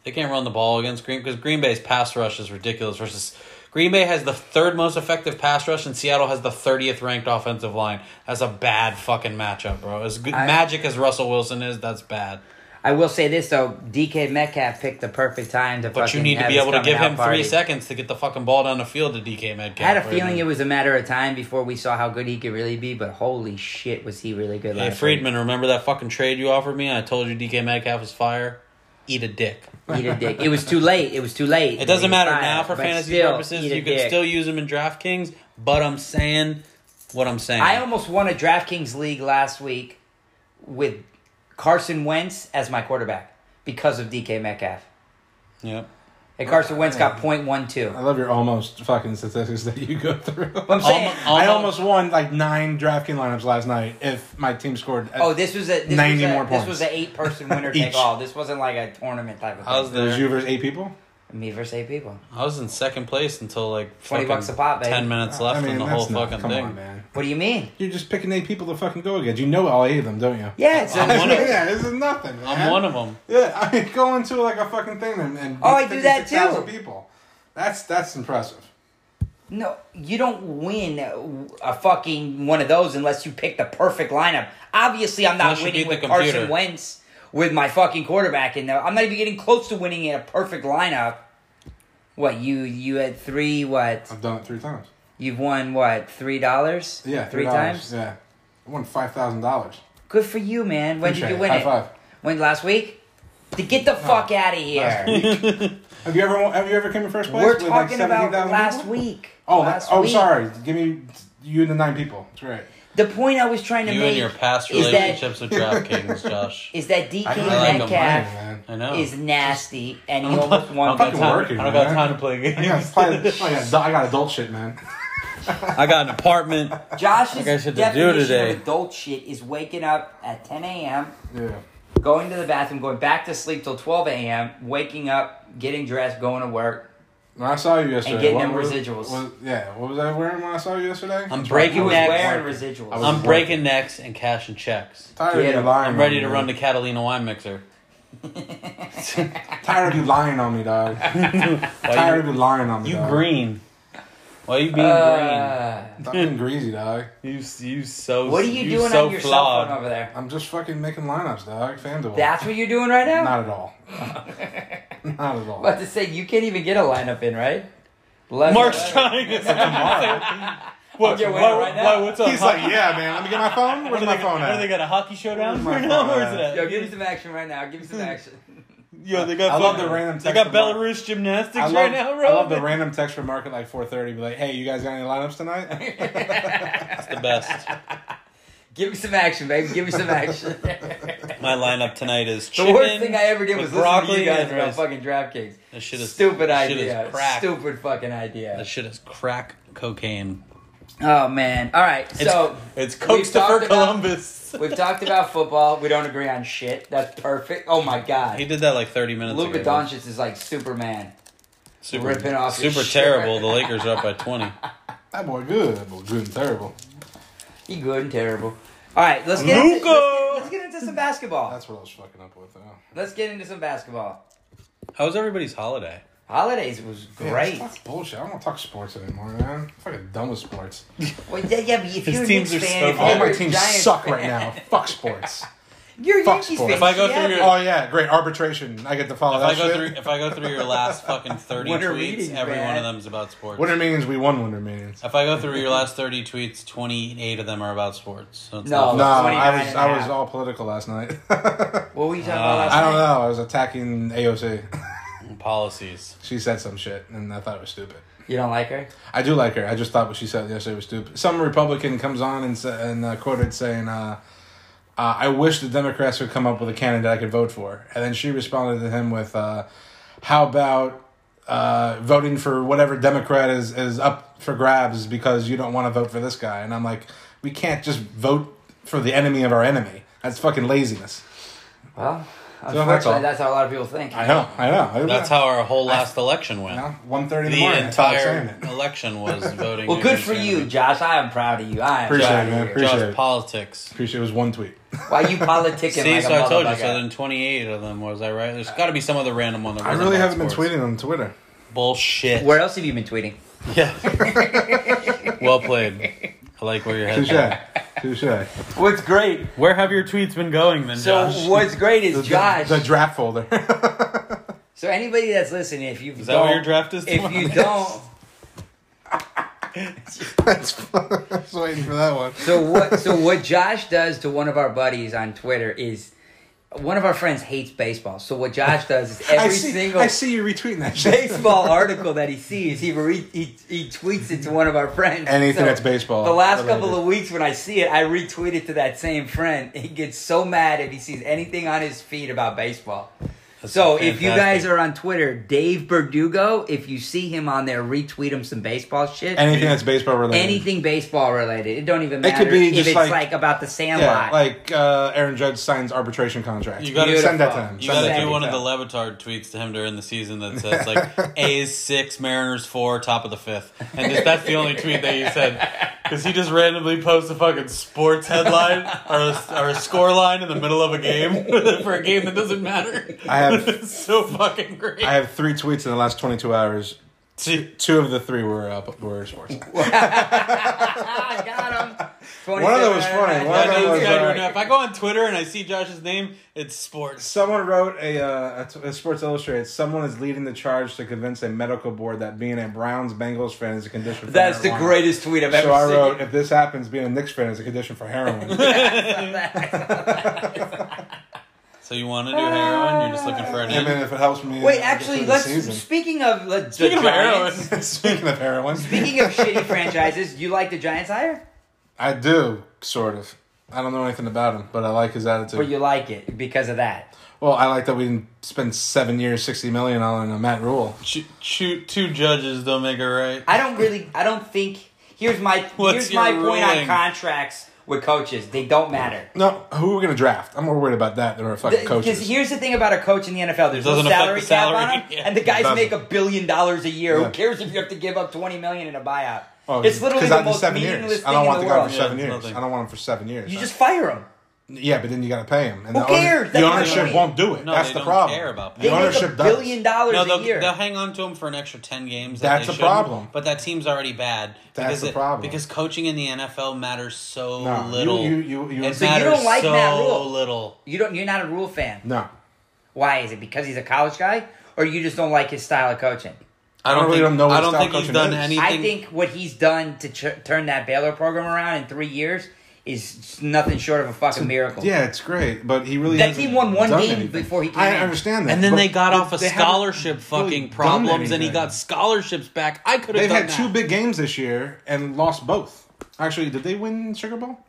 [SPEAKER 4] They can't run the ball against Green because Green Bay's pass rush is ridiculous versus Green Bay has the third most effective pass rush, and Seattle has the thirtieth ranked offensive line. That's a bad fucking matchup, bro. As good, magic as Russell Wilson is, that's bad.
[SPEAKER 2] I will say this though, DK Metcalf picked the perfect time to.
[SPEAKER 4] But you need to be able to give him three seconds to get the fucking ball down the field to DK Metcalf.
[SPEAKER 2] I had a
[SPEAKER 4] right
[SPEAKER 2] feeling
[SPEAKER 4] now.
[SPEAKER 2] it was a matter of time before we saw how good he could really be, but holy shit, was he really good
[SPEAKER 4] Hey,
[SPEAKER 2] last
[SPEAKER 4] Friedman, remember that fucking trade you offered me? I told you DK Metcalf was fire. Eat a dick.
[SPEAKER 2] week? Eat a dick. It was too late. It was too late.
[SPEAKER 4] It doesn't matter
[SPEAKER 2] Fine,
[SPEAKER 4] now for
[SPEAKER 2] but
[SPEAKER 4] fantasy
[SPEAKER 2] still,
[SPEAKER 4] purposes.
[SPEAKER 2] eat a
[SPEAKER 4] You can
[SPEAKER 2] dick.
[SPEAKER 4] still use him in DraftKings, but I'm saying what I'm saying.
[SPEAKER 2] I almost won a DraftKings league last week with Carson Wentz as my quarterback because of DK Metcalf.
[SPEAKER 4] yep.
[SPEAKER 2] And Carson Wentz got .12.
[SPEAKER 3] I love your almost fucking statistics that you go through.
[SPEAKER 2] But I'm saying,
[SPEAKER 4] Almo-
[SPEAKER 3] I almost won like nine DraftKings lineups last night if my team scored. at-
[SPEAKER 2] oh, this was a this
[SPEAKER 3] 90
[SPEAKER 2] was a,
[SPEAKER 3] more
[SPEAKER 2] this
[SPEAKER 3] points.
[SPEAKER 2] was an eight person winner
[SPEAKER 3] Each.
[SPEAKER 2] take all. This wasn't like a tournament type of thing.
[SPEAKER 4] I was
[SPEAKER 3] It was
[SPEAKER 4] there.
[SPEAKER 3] you versus eight people.
[SPEAKER 2] Me versus eight people.
[SPEAKER 4] I was in second place until like
[SPEAKER 2] 20
[SPEAKER 4] fucking
[SPEAKER 2] bucks a pop, baby.
[SPEAKER 4] Ten minutes left
[SPEAKER 3] I mean,
[SPEAKER 4] in the
[SPEAKER 3] that's
[SPEAKER 4] whole
[SPEAKER 3] not-
[SPEAKER 4] fucking
[SPEAKER 3] come
[SPEAKER 4] thing.
[SPEAKER 3] on, man.
[SPEAKER 2] What do you mean?
[SPEAKER 3] You're just picking eight people to fucking go against. You know all eight of them, don't you?
[SPEAKER 2] Yeah, it's a,
[SPEAKER 4] I'm one of-
[SPEAKER 3] yeah, this is nothing. Man.
[SPEAKER 4] I'm one of them.
[SPEAKER 3] Yeah, I mean, go into like a fucking thing and, and
[SPEAKER 2] Oh, I
[SPEAKER 3] beat
[SPEAKER 2] do that
[SPEAKER 3] 56,000
[SPEAKER 2] too.
[SPEAKER 3] People, that's that's impressive.
[SPEAKER 2] no. You don't win a fucking one of those unless you pick the perfect lineup. Obviously, I'm not
[SPEAKER 4] Unless you
[SPEAKER 2] winning
[SPEAKER 4] beat the
[SPEAKER 2] with Carson
[SPEAKER 4] computer.
[SPEAKER 2] Wentz with my fucking quarterback in there. I'm not even getting close to winning in a perfect lineup. What you you had three? What
[SPEAKER 3] I've done it three times.
[SPEAKER 2] you've won? What three dollars?
[SPEAKER 3] Yeah,
[SPEAKER 2] three
[SPEAKER 3] $3.
[SPEAKER 2] times.
[SPEAKER 3] Yeah, I won five thousand dollars.
[SPEAKER 2] Good for you, man. When did
[SPEAKER 3] Appreciate
[SPEAKER 2] you
[SPEAKER 3] it.
[SPEAKER 2] win
[SPEAKER 3] High
[SPEAKER 2] it?
[SPEAKER 3] five.
[SPEAKER 2] When last week? To get the fuck out of here.
[SPEAKER 3] Last week. have you ever won- have you ever came in first place?
[SPEAKER 2] We're
[SPEAKER 3] with, like,
[SPEAKER 2] talking about
[SPEAKER 3] 17,000
[SPEAKER 2] last
[SPEAKER 3] people?
[SPEAKER 2] week.
[SPEAKER 3] Oh,
[SPEAKER 2] last
[SPEAKER 3] that, oh, sorry. Give me you and the nine people. That's right.
[SPEAKER 2] The point I was trying to
[SPEAKER 4] You
[SPEAKER 2] make
[SPEAKER 4] and your past
[SPEAKER 2] is that
[SPEAKER 4] relationships with DraftKings, Josh.
[SPEAKER 2] is that DK
[SPEAKER 3] I don't like
[SPEAKER 4] the
[SPEAKER 2] Metcalf
[SPEAKER 4] I know.
[SPEAKER 2] is nasty, and he almost won.
[SPEAKER 3] fucking
[SPEAKER 2] the-
[SPEAKER 4] time.
[SPEAKER 3] working,
[SPEAKER 4] I don't got
[SPEAKER 3] man.
[SPEAKER 4] time to play
[SPEAKER 3] I got,
[SPEAKER 4] games.
[SPEAKER 3] probably- I got- I got adult shit, man.
[SPEAKER 4] I got an apartment.
[SPEAKER 2] Josh's
[SPEAKER 4] Like I said to do
[SPEAKER 2] definition
[SPEAKER 4] today.
[SPEAKER 2] of adult shit is waking up at 10 a.m.,
[SPEAKER 3] Yeah.
[SPEAKER 2] going to the bathroom, going back to sleep till 12 a.m., waking up, getting dressed, going to work.
[SPEAKER 3] When I saw you yesterday,
[SPEAKER 2] getting
[SPEAKER 3] what
[SPEAKER 2] them
[SPEAKER 3] was-
[SPEAKER 2] residuals.
[SPEAKER 3] was- yeah, what was I wearing when I saw you yesterday?
[SPEAKER 4] I'm
[SPEAKER 2] He
[SPEAKER 4] breaking
[SPEAKER 2] was
[SPEAKER 4] necks.
[SPEAKER 2] wearing residuals.
[SPEAKER 3] I was-
[SPEAKER 4] I'm breaking necks and cashing checks.
[SPEAKER 3] tired of
[SPEAKER 2] Yeah,
[SPEAKER 3] you lying.
[SPEAKER 4] I'm ready
[SPEAKER 3] on
[SPEAKER 4] to
[SPEAKER 3] me,
[SPEAKER 4] run the
[SPEAKER 3] man.
[SPEAKER 4] Catalina wine mixer.
[SPEAKER 3] Tired of you lying on me, dog. tired of you lying on me.
[SPEAKER 4] You
[SPEAKER 3] dog.
[SPEAKER 4] green. Why you being
[SPEAKER 2] Uh,
[SPEAKER 3] Stop being greasy, dog.
[SPEAKER 4] green? You you so
[SPEAKER 2] what are you, doing
[SPEAKER 4] so
[SPEAKER 2] on your
[SPEAKER 4] flawed.
[SPEAKER 2] cell phone over there?
[SPEAKER 3] I'm just fucking making lineups, dog. FanDuel.
[SPEAKER 2] That's what you're doing right now?
[SPEAKER 3] Not at all. Not at all.
[SPEAKER 2] about to say you can't even get a lineup in, right? Left
[SPEAKER 4] Mark's trying to What,
[SPEAKER 2] get
[SPEAKER 4] why,
[SPEAKER 2] one right now.
[SPEAKER 4] why, what's up?
[SPEAKER 3] He's like, yeah, man. Let me get my phone. Where's
[SPEAKER 4] What
[SPEAKER 3] my
[SPEAKER 4] they,
[SPEAKER 3] phone
[SPEAKER 4] what do
[SPEAKER 3] at?
[SPEAKER 4] they got a hockey showdown
[SPEAKER 3] Where's
[SPEAKER 4] right
[SPEAKER 3] my
[SPEAKER 4] now?
[SPEAKER 3] phone
[SPEAKER 4] Where's
[SPEAKER 3] at?
[SPEAKER 4] that?
[SPEAKER 2] Yo, give me some action right now. Give me
[SPEAKER 4] Hmm.
[SPEAKER 2] some action.
[SPEAKER 4] Yo, they got.
[SPEAKER 3] I love
[SPEAKER 4] fucking-
[SPEAKER 3] the random
[SPEAKER 4] They
[SPEAKER 3] text
[SPEAKER 4] got
[SPEAKER 3] from Mark.
[SPEAKER 4] Belarus gymnastics
[SPEAKER 3] I love,
[SPEAKER 4] right now, bro.
[SPEAKER 3] I love the random text from Mark at like 4.30. Be like, hey, you guys got any lineups tonight?
[SPEAKER 4] That's the best.
[SPEAKER 2] give me some action, baby. Give me some action.
[SPEAKER 4] My lineup tonight is
[SPEAKER 2] the
[SPEAKER 4] chicken.
[SPEAKER 2] worst thing I ever did was
[SPEAKER 4] with
[SPEAKER 2] listen to
[SPEAKER 4] broccoli
[SPEAKER 2] you guys
[SPEAKER 4] and
[SPEAKER 2] about
[SPEAKER 4] rice.
[SPEAKER 2] fucking DraftKings.
[SPEAKER 4] That shit is
[SPEAKER 2] Stupid
[SPEAKER 4] that shit is
[SPEAKER 2] idea.
[SPEAKER 4] crack.
[SPEAKER 2] Stupid fucking idea.
[SPEAKER 4] That shit is crack cocaine.
[SPEAKER 2] Oh man. All right.
[SPEAKER 4] It's,
[SPEAKER 2] So
[SPEAKER 4] it's
[SPEAKER 2] we've
[SPEAKER 4] Cokester
[SPEAKER 2] talked about-
[SPEAKER 4] Columbus.
[SPEAKER 2] we've talked about football. We don't agree on shit. That's perfect. Oh my
[SPEAKER 4] He
[SPEAKER 2] god.
[SPEAKER 4] did that like 30 minutes
[SPEAKER 2] Luka
[SPEAKER 4] ago.
[SPEAKER 2] Doncic is like Superman.
[SPEAKER 4] super,
[SPEAKER 2] ripping off his
[SPEAKER 4] Super
[SPEAKER 2] shirt.
[SPEAKER 4] terrible. The Lakers are up by 20.
[SPEAKER 3] that boy good. That boy good and terrible.
[SPEAKER 2] He good and terrible. All right. Let's get into,
[SPEAKER 4] Luka!
[SPEAKER 2] let's get into some basketball.
[SPEAKER 3] That's what I was fucking up with. Though.
[SPEAKER 2] Let's get into some basketball.
[SPEAKER 4] How was everybody's holiday?
[SPEAKER 2] Holidays was great.
[SPEAKER 3] Yeah, that's bullshit. I don't want to talk sports anymore, man. I'm fucking done with sports.
[SPEAKER 2] well, yeah, yeah, but if
[SPEAKER 4] His
[SPEAKER 2] you're a
[SPEAKER 4] teams
[SPEAKER 2] Knicks
[SPEAKER 4] are
[SPEAKER 2] fan,
[SPEAKER 4] so
[SPEAKER 2] if
[SPEAKER 4] bad.
[SPEAKER 3] All
[SPEAKER 2] you're
[SPEAKER 3] my
[SPEAKER 2] a
[SPEAKER 3] teams
[SPEAKER 2] Giants
[SPEAKER 3] suck
[SPEAKER 2] fan-
[SPEAKER 3] right now. Fuck sports.
[SPEAKER 2] You're a
[SPEAKER 3] Fuck
[SPEAKER 2] Yankees fan.
[SPEAKER 3] sports.
[SPEAKER 4] If I go
[SPEAKER 2] Seattle.
[SPEAKER 4] through your-
[SPEAKER 3] Oh, yeah. Great. Arbitration. I get to follow
[SPEAKER 4] If
[SPEAKER 3] that
[SPEAKER 4] I go
[SPEAKER 3] shit.
[SPEAKER 4] through if I go through your last fucking 30
[SPEAKER 2] Winter
[SPEAKER 4] tweets,
[SPEAKER 2] meetings,
[SPEAKER 4] every
[SPEAKER 2] man.
[SPEAKER 4] one of them is about sports.
[SPEAKER 3] Winter meetings, we won winter meetings.
[SPEAKER 4] if I go through your last 30 tweets, 28 of them are about sports. So it's
[SPEAKER 2] No.
[SPEAKER 4] not-
[SPEAKER 3] No, I
[SPEAKER 2] 29
[SPEAKER 3] was
[SPEAKER 2] and a
[SPEAKER 3] I was
[SPEAKER 2] half.
[SPEAKER 3] all political last night. I
[SPEAKER 2] What were you talking about
[SPEAKER 4] Uh,
[SPEAKER 2] last
[SPEAKER 3] don't
[SPEAKER 2] night?
[SPEAKER 3] know. I was attacking AOC.
[SPEAKER 4] policies.
[SPEAKER 3] She said some shit, and I thought it was stupid.
[SPEAKER 2] You don't like her?
[SPEAKER 3] I do like her. I just thought what she said yesterday was stupid. Some Republican comes on and sa- and uh, quoted saying, uh, uh, "I wish the Democrats would come up with a candidate I could vote for." And then she responded to him with, uh, "How about uh, voting for whatever Democrat is is up for grabs because you don't want to vote for this guy?" And I'm like, "We can't just vote for the enemy of our enemy. That's fucking laziness."
[SPEAKER 2] Well,
[SPEAKER 3] all.
[SPEAKER 2] unfortunately, that's how a lot of people think.
[SPEAKER 3] I know. I know.
[SPEAKER 4] That's how our whole last election went.
[SPEAKER 3] One thirty in the, morning.
[SPEAKER 4] the
[SPEAKER 3] that's how I'm saying
[SPEAKER 4] entire
[SPEAKER 3] it.
[SPEAKER 4] election was voting.
[SPEAKER 2] Well, good
[SPEAKER 4] against
[SPEAKER 2] for
[SPEAKER 4] him.
[SPEAKER 2] you, Josh. I am proud of you. I am
[SPEAKER 3] Appreciate
[SPEAKER 2] proud
[SPEAKER 3] it,
[SPEAKER 2] of
[SPEAKER 3] man.
[SPEAKER 2] you.
[SPEAKER 3] Appreciate
[SPEAKER 4] Josh,
[SPEAKER 3] it.
[SPEAKER 4] politics.
[SPEAKER 3] Appreciate it was one tweet.
[SPEAKER 2] Why you politicking
[SPEAKER 4] See,
[SPEAKER 2] like
[SPEAKER 4] so
[SPEAKER 2] a
[SPEAKER 4] I told you.
[SPEAKER 2] motherfucker?
[SPEAKER 4] So then, twenty-eight of them was I right? There's got to be some other random one that
[SPEAKER 3] I
[SPEAKER 4] wasn't
[SPEAKER 3] really
[SPEAKER 4] about
[SPEAKER 3] haven't been
[SPEAKER 4] sports.
[SPEAKER 3] tweeting on Twitter.
[SPEAKER 4] Bullshit.
[SPEAKER 2] Where else have you been tweeting?
[SPEAKER 4] Yeah. well played. I like where your head's at.
[SPEAKER 3] Touche. Touche.
[SPEAKER 2] What's great?
[SPEAKER 4] Where have your tweets been going then,
[SPEAKER 2] So
[SPEAKER 4] Josh?
[SPEAKER 2] what's great is Josh.
[SPEAKER 3] The draft folder.
[SPEAKER 2] so anybody that's listening, if you
[SPEAKER 4] Is that what
[SPEAKER 2] don't-
[SPEAKER 4] your draft is
[SPEAKER 2] If
[SPEAKER 4] tomorrow?
[SPEAKER 2] you don't,
[SPEAKER 3] That's fun. I was waiting for that one.
[SPEAKER 2] so what? So what Josh does to one of our buddies on Twitter is. One of our friends hates baseball, so what Josh does is every
[SPEAKER 3] I see,
[SPEAKER 2] single
[SPEAKER 3] I see you retweeting that shit.
[SPEAKER 2] baseball article that he sees, he, re- he he tweets it to one of our friends.
[SPEAKER 3] Anything that's baseball
[SPEAKER 2] The last
[SPEAKER 3] related.
[SPEAKER 2] couple of weeks when I see it, I retweet it to that same friend. He gets so mad if he sees anything on his feed about baseball. so if you guys
[SPEAKER 4] fantastic.
[SPEAKER 2] are on Twitter, Dave Verdugo, if you see him on there, retweet him some baseball shit.
[SPEAKER 3] Anything that's baseball related.
[SPEAKER 2] Anything baseball related, it don't even matter
[SPEAKER 3] could be
[SPEAKER 2] if
[SPEAKER 3] just
[SPEAKER 2] it's like,
[SPEAKER 3] like-
[SPEAKER 2] about the Sandlot.
[SPEAKER 3] Yeah, like uh, Aaron Judge signs arbitration contract.
[SPEAKER 4] You gotta-
[SPEAKER 3] send that to him.
[SPEAKER 4] You
[SPEAKER 3] Send
[SPEAKER 4] gotta
[SPEAKER 3] that
[SPEAKER 2] Sunday.
[SPEAKER 4] do one of the
[SPEAKER 3] to him.
[SPEAKER 4] Levitard tweets to him during the season that says like A's six, Mariners four, top of the fifth, and just, that's the only tweet that you said because he just randomly posts a fucking sports headline or a, or a score line in the middle of a game for a game that doesn't matter.
[SPEAKER 3] I have-
[SPEAKER 4] it's so fucking great.
[SPEAKER 3] I have three tweets in the last 22 hours.
[SPEAKER 4] Two-
[SPEAKER 3] Two of the three were uh, were sports.
[SPEAKER 2] ah, got him.
[SPEAKER 3] One of them was funny. One
[SPEAKER 4] I
[SPEAKER 3] of them
[SPEAKER 4] know
[SPEAKER 3] was
[SPEAKER 4] this guy
[SPEAKER 3] uh,
[SPEAKER 4] doing that. If I go on Twitter and I see Josh's name, it's sports.
[SPEAKER 3] Someone wrote a, uh, a t- a Sports Illustrated. Someone is leading the charge to convince a medical board that being a Browns Bengals fan is a condition. for
[SPEAKER 2] That's the
[SPEAKER 3] marijuana.
[SPEAKER 2] greatest tweet I've
[SPEAKER 3] So
[SPEAKER 2] ever
[SPEAKER 3] I
[SPEAKER 2] seen.
[SPEAKER 3] wrote, if this happens, being a Knicks fan is a condition for heroin.
[SPEAKER 4] So you want to do heroin? You're just looking for an
[SPEAKER 3] I mean,
[SPEAKER 4] in.
[SPEAKER 3] if it helps me.
[SPEAKER 2] Wait,
[SPEAKER 3] uh,
[SPEAKER 2] actually,
[SPEAKER 3] get through the
[SPEAKER 2] let's.
[SPEAKER 3] season.
[SPEAKER 2] Speaking of, let's.
[SPEAKER 4] Speaking of heroin.
[SPEAKER 3] Speaking of heroin,
[SPEAKER 2] Speaking of shitty franchises, you like the Giants hire,
[SPEAKER 3] I do sort of. I don't know anything about him, but I like his attitude.
[SPEAKER 2] but you like it because of that.
[SPEAKER 3] Well, I like that we didn't spend seven years, sixty million on a Matt Rule.
[SPEAKER 4] Shoot, shoot two judges, don't make it right.
[SPEAKER 2] I don't really. I don't think. Here's my.
[SPEAKER 4] What's
[SPEAKER 2] here's
[SPEAKER 4] your
[SPEAKER 2] my point on
[SPEAKER 4] ruling?
[SPEAKER 2] contracts with coaches. They don't matter.
[SPEAKER 3] No, who are we gonna draft? I'm more worried about that than our fucking
[SPEAKER 2] Because
[SPEAKER 3] coaches.
[SPEAKER 2] here's the thing about a coach in the NFL: there's no
[SPEAKER 4] Doesn't affect
[SPEAKER 2] salary,
[SPEAKER 4] the salary,
[SPEAKER 2] cap on him,
[SPEAKER 4] yeah.
[SPEAKER 2] and the guys
[SPEAKER 3] Doesn't.
[SPEAKER 2] make a billion dollars a year.
[SPEAKER 3] Yeah.
[SPEAKER 2] Who cares if you have to give up twenty million in a buyout?
[SPEAKER 4] Oh,
[SPEAKER 3] Well,
[SPEAKER 2] it's literally
[SPEAKER 3] Oh, 'cause
[SPEAKER 2] the
[SPEAKER 3] I'd be
[SPEAKER 2] most meaningless
[SPEAKER 3] years.
[SPEAKER 2] thing
[SPEAKER 3] I don't want
[SPEAKER 2] in
[SPEAKER 3] the
[SPEAKER 2] the
[SPEAKER 3] guy
[SPEAKER 2] world.
[SPEAKER 3] for seven
[SPEAKER 4] Yeah,
[SPEAKER 3] years.
[SPEAKER 4] it's nothing.
[SPEAKER 3] I don't want him for seven years.
[SPEAKER 2] You just fire him.
[SPEAKER 3] yeah, but then you gotta pay him. And
[SPEAKER 2] Who
[SPEAKER 3] the owner-
[SPEAKER 2] cares?
[SPEAKER 3] The
[SPEAKER 2] That's my
[SPEAKER 3] ownership
[SPEAKER 2] point.
[SPEAKER 3] won't do it.
[SPEAKER 4] No,
[SPEAKER 3] That's
[SPEAKER 4] they
[SPEAKER 3] the
[SPEAKER 4] don't
[SPEAKER 3] problem.
[SPEAKER 4] care about
[SPEAKER 2] They
[SPEAKER 3] The
[SPEAKER 4] that.
[SPEAKER 2] make a
[SPEAKER 3] ownership does.
[SPEAKER 2] billion dollars
[SPEAKER 4] No,
[SPEAKER 2] a
[SPEAKER 4] they'll,
[SPEAKER 2] year.
[SPEAKER 4] they'll hang on to him for an extra ten games. that
[SPEAKER 3] That's
[SPEAKER 4] they
[SPEAKER 3] a
[SPEAKER 4] shouldn't,
[SPEAKER 3] problem.
[SPEAKER 4] But that team's already bad.
[SPEAKER 3] That's
[SPEAKER 4] because
[SPEAKER 3] the
[SPEAKER 4] it-
[SPEAKER 3] problem.
[SPEAKER 4] Because coaching in the NFL matters so
[SPEAKER 3] No, you-
[SPEAKER 4] little.
[SPEAKER 3] you- you- you-
[SPEAKER 4] it
[SPEAKER 3] So you
[SPEAKER 4] matters
[SPEAKER 2] don't like
[SPEAKER 4] so
[SPEAKER 2] Matt Rule?
[SPEAKER 4] little.
[SPEAKER 2] you don't. You're not a rule fan.
[SPEAKER 3] No,
[SPEAKER 2] Why is it? Because he's a college guy, or you just don't like his style of coaching?
[SPEAKER 4] I
[SPEAKER 3] don't
[SPEAKER 4] don't
[SPEAKER 3] really
[SPEAKER 4] think,
[SPEAKER 3] know what
[SPEAKER 4] I don't
[SPEAKER 3] style
[SPEAKER 4] think he's
[SPEAKER 3] coaching
[SPEAKER 4] done
[SPEAKER 3] is. I
[SPEAKER 4] anything.
[SPEAKER 2] I think what he's done to ch- turn that Baylor program around in three years is nothing short of a fucking miracle.
[SPEAKER 3] yeah, it's great, but he really
[SPEAKER 2] That
[SPEAKER 3] hasn't
[SPEAKER 2] team won one
[SPEAKER 3] done
[SPEAKER 2] game
[SPEAKER 3] anything.
[SPEAKER 2] before he came
[SPEAKER 3] I
[SPEAKER 2] in.
[SPEAKER 3] understand that,
[SPEAKER 4] and then
[SPEAKER 3] but
[SPEAKER 4] they got off of
[SPEAKER 3] they haven't
[SPEAKER 4] scholarship
[SPEAKER 3] really
[SPEAKER 4] fucking
[SPEAKER 3] done
[SPEAKER 4] problems, and he
[SPEAKER 3] anything.
[SPEAKER 4] got scholarships back. I could have
[SPEAKER 3] They've
[SPEAKER 4] done
[SPEAKER 3] had
[SPEAKER 4] that.
[SPEAKER 3] two big games this year and lost both. Actually, did they win Sugar Bowl?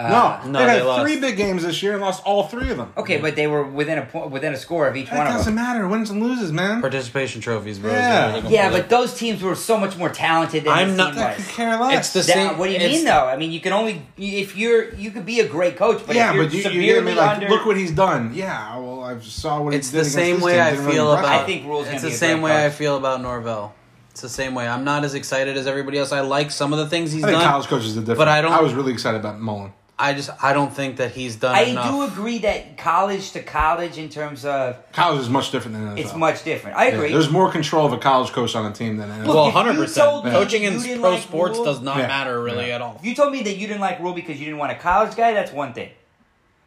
[SPEAKER 3] no,
[SPEAKER 4] no,
[SPEAKER 3] they've
[SPEAKER 4] they
[SPEAKER 3] had
[SPEAKER 4] lost.
[SPEAKER 3] three big games this year and lost all three of them.
[SPEAKER 2] Uh, Okay, but they were within a po- within a score of each
[SPEAKER 3] That
[SPEAKER 2] one of
[SPEAKER 3] doesn't
[SPEAKER 2] them.
[SPEAKER 3] matter. Wins and loses, man.
[SPEAKER 4] participation trophies, bro.
[SPEAKER 3] Yeah.
[SPEAKER 2] Yeah, but those teams were so much more talented than
[SPEAKER 4] I'm
[SPEAKER 2] this
[SPEAKER 4] not-
[SPEAKER 2] team
[SPEAKER 3] I could
[SPEAKER 2] was.
[SPEAKER 3] care less.
[SPEAKER 4] It's the same-
[SPEAKER 2] That, what do you
[SPEAKER 4] it's-
[SPEAKER 2] mean though? I mean, you can only if you're you could be a great coach, but
[SPEAKER 3] yeah,
[SPEAKER 2] if you're
[SPEAKER 3] but you, you
[SPEAKER 2] severely
[SPEAKER 3] get me like,
[SPEAKER 2] under.
[SPEAKER 3] look what he's done. Yeah, well, I saw what
[SPEAKER 4] It's
[SPEAKER 3] he did
[SPEAKER 4] the
[SPEAKER 3] against
[SPEAKER 4] same
[SPEAKER 3] this
[SPEAKER 4] way
[SPEAKER 3] team.
[SPEAKER 4] I
[SPEAKER 3] Didn't really
[SPEAKER 4] feel
[SPEAKER 3] impress
[SPEAKER 4] about.
[SPEAKER 3] me.
[SPEAKER 2] I think Rule's
[SPEAKER 4] It's
[SPEAKER 2] gonna
[SPEAKER 4] the
[SPEAKER 2] be a
[SPEAKER 4] same
[SPEAKER 2] great
[SPEAKER 4] way I
[SPEAKER 2] coach.
[SPEAKER 4] feel about Norvell. It's the same way. I'm not as excited as everybody else. I like some of the things he's
[SPEAKER 3] I think
[SPEAKER 4] done.
[SPEAKER 3] college coaches are different.
[SPEAKER 4] But I don't-
[SPEAKER 3] I was really excited about Mullen.
[SPEAKER 4] I just I don't think that he's done
[SPEAKER 2] I
[SPEAKER 4] enough.
[SPEAKER 2] do agree that college to college in terms of
[SPEAKER 3] College is much different than NFL.
[SPEAKER 2] it's much different. I
[SPEAKER 3] Yeah,
[SPEAKER 2] agree.
[SPEAKER 3] There's more control of a college coach on a team than NFL.
[SPEAKER 4] Well,
[SPEAKER 2] If you
[SPEAKER 4] hundred
[SPEAKER 2] told
[SPEAKER 4] percent.
[SPEAKER 2] me
[SPEAKER 4] Coaching
[SPEAKER 2] you
[SPEAKER 4] in
[SPEAKER 2] didn't
[SPEAKER 4] pro
[SPEAKER 2] like
[SPEAKER 4] sports
[SPEAKER 2] Rule-
[SPEAKER 4] does not
[SPEAKER 3] Yeah.
[SPEAKER 4] matter really
[SPEAKER 3] Yeah.
[SPEAKER 4] at all.
[SPEAKER 2] If you told me that you didn't like Rule because you didn't want a college guy, that's one thing.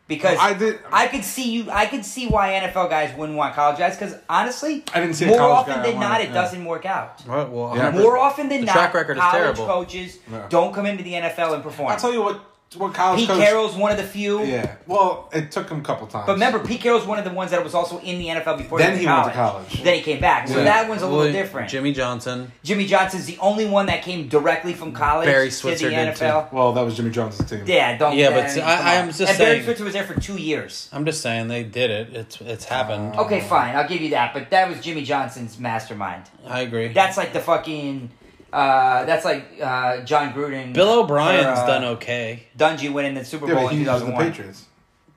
[SPEAKER 2] Because
[SPEAKER 3] I did-
[SPEAKER 2] I could see you. I could see why NFL guys wouldn't want college guys. Because honestly,
[SPEAKER 3] I didn't see a
[SPEAKER 2] more
[SPEAKER 3] college
[SPEAKER 2] often
[SPEAKER 3] guy I
[SPEAKER 2] than not,
[SPEAKER 3] wanted,
[SPEAKER 2] it
[SPEAKER 3] yeah.
[SPEAKER 2] doesn't work out.
[SPEAKER 4] Right, well,
[SPEAKER 3] Yeah.
[SPEAKER 4] 100%.
[SPEAKER 2] More often than
[SPEAKER 4] The
[SPEAKER 2] not,
[SPEAKER 4] track record is
[SPEAKER 2] college
[SPEAKER 4] terrible.
[SPEAKER 2] coaches
[SPEAKER 3] Yeah.
[SPEAKER 2] don't come into the NFL and perform.
[SPEAKER 3] I'll tell you what. What college
[SPEAKER 2] Pete
[SPEAKER 3] coach?
[SPEAKER 2] Carroll's one of the few.
[SPEAKER 3] Yeah. Well, it took him a couple times.
[SPEAKER 2] But remember, Pete Carroll's one of the ones that was also in the NFL before.
[SPEAKER 3] Then he went to college.
[SPEAKER 2] Then he came back. So
[SPEAKER 3] Yeah.
[SPEAKER 2] that one's a little
[SPEAKER 4] William-
[SPEAKER 2] different. Jimmy,
[SPEAKER 4] Jimmy Johnson.
[SPEAKER 2] Johnson's the only one that came directly from college
[SPEAKER 4] Barry
[SPEAKER 2] to
[SPEAKER 4] Switzer
[SPEAKER 2] the
[SPEAKER 4] did,
[SPEAKER 2] NFL.
[SPEAKER 3] Well, that was Jimmy Johnson's team.
[SPEAKER 2] Yeah, don't.
[SPEAKER 4] Yeah,
[SPEAKER 2] uh,
[SPEAKER 4] but see, I-
[SPEAKER 2] come
[SPEAKER 4] I
[SPEAKER 2] on.
[SPEAKER 4] am just
[SPEAKER 2] and Barry
[SPEAKER 4] saying-
[SPEAKER 2] Switzer was there for two years.
[SPEAKER 4] I'm just saying they did it. It's it's happened.
[SPEAKER 2] Okay, fine, I'll give you that. But that was Jimmy Johnson's mastermind.
[SPEAKER 4] I agree.
[SPEAKER 2] That's like the fucking. Uh, that's like uh, John Gruden.
[SPEAKER 4] Bill O'Brien's
[SPEAKER 2] or, uh,
[SPEAKER 4] done okay.
[SPEAKER 2] Dungy winning the Super
[SPEAKER 3] Yeah,
[SPEAKER 2] Bowl
[SPEAKER 3] but
[SPEAKER 2] in
[SPEAKER 3] he was the
[SPEAKER 2] 2001.
[SPEAKER 3] Patriots.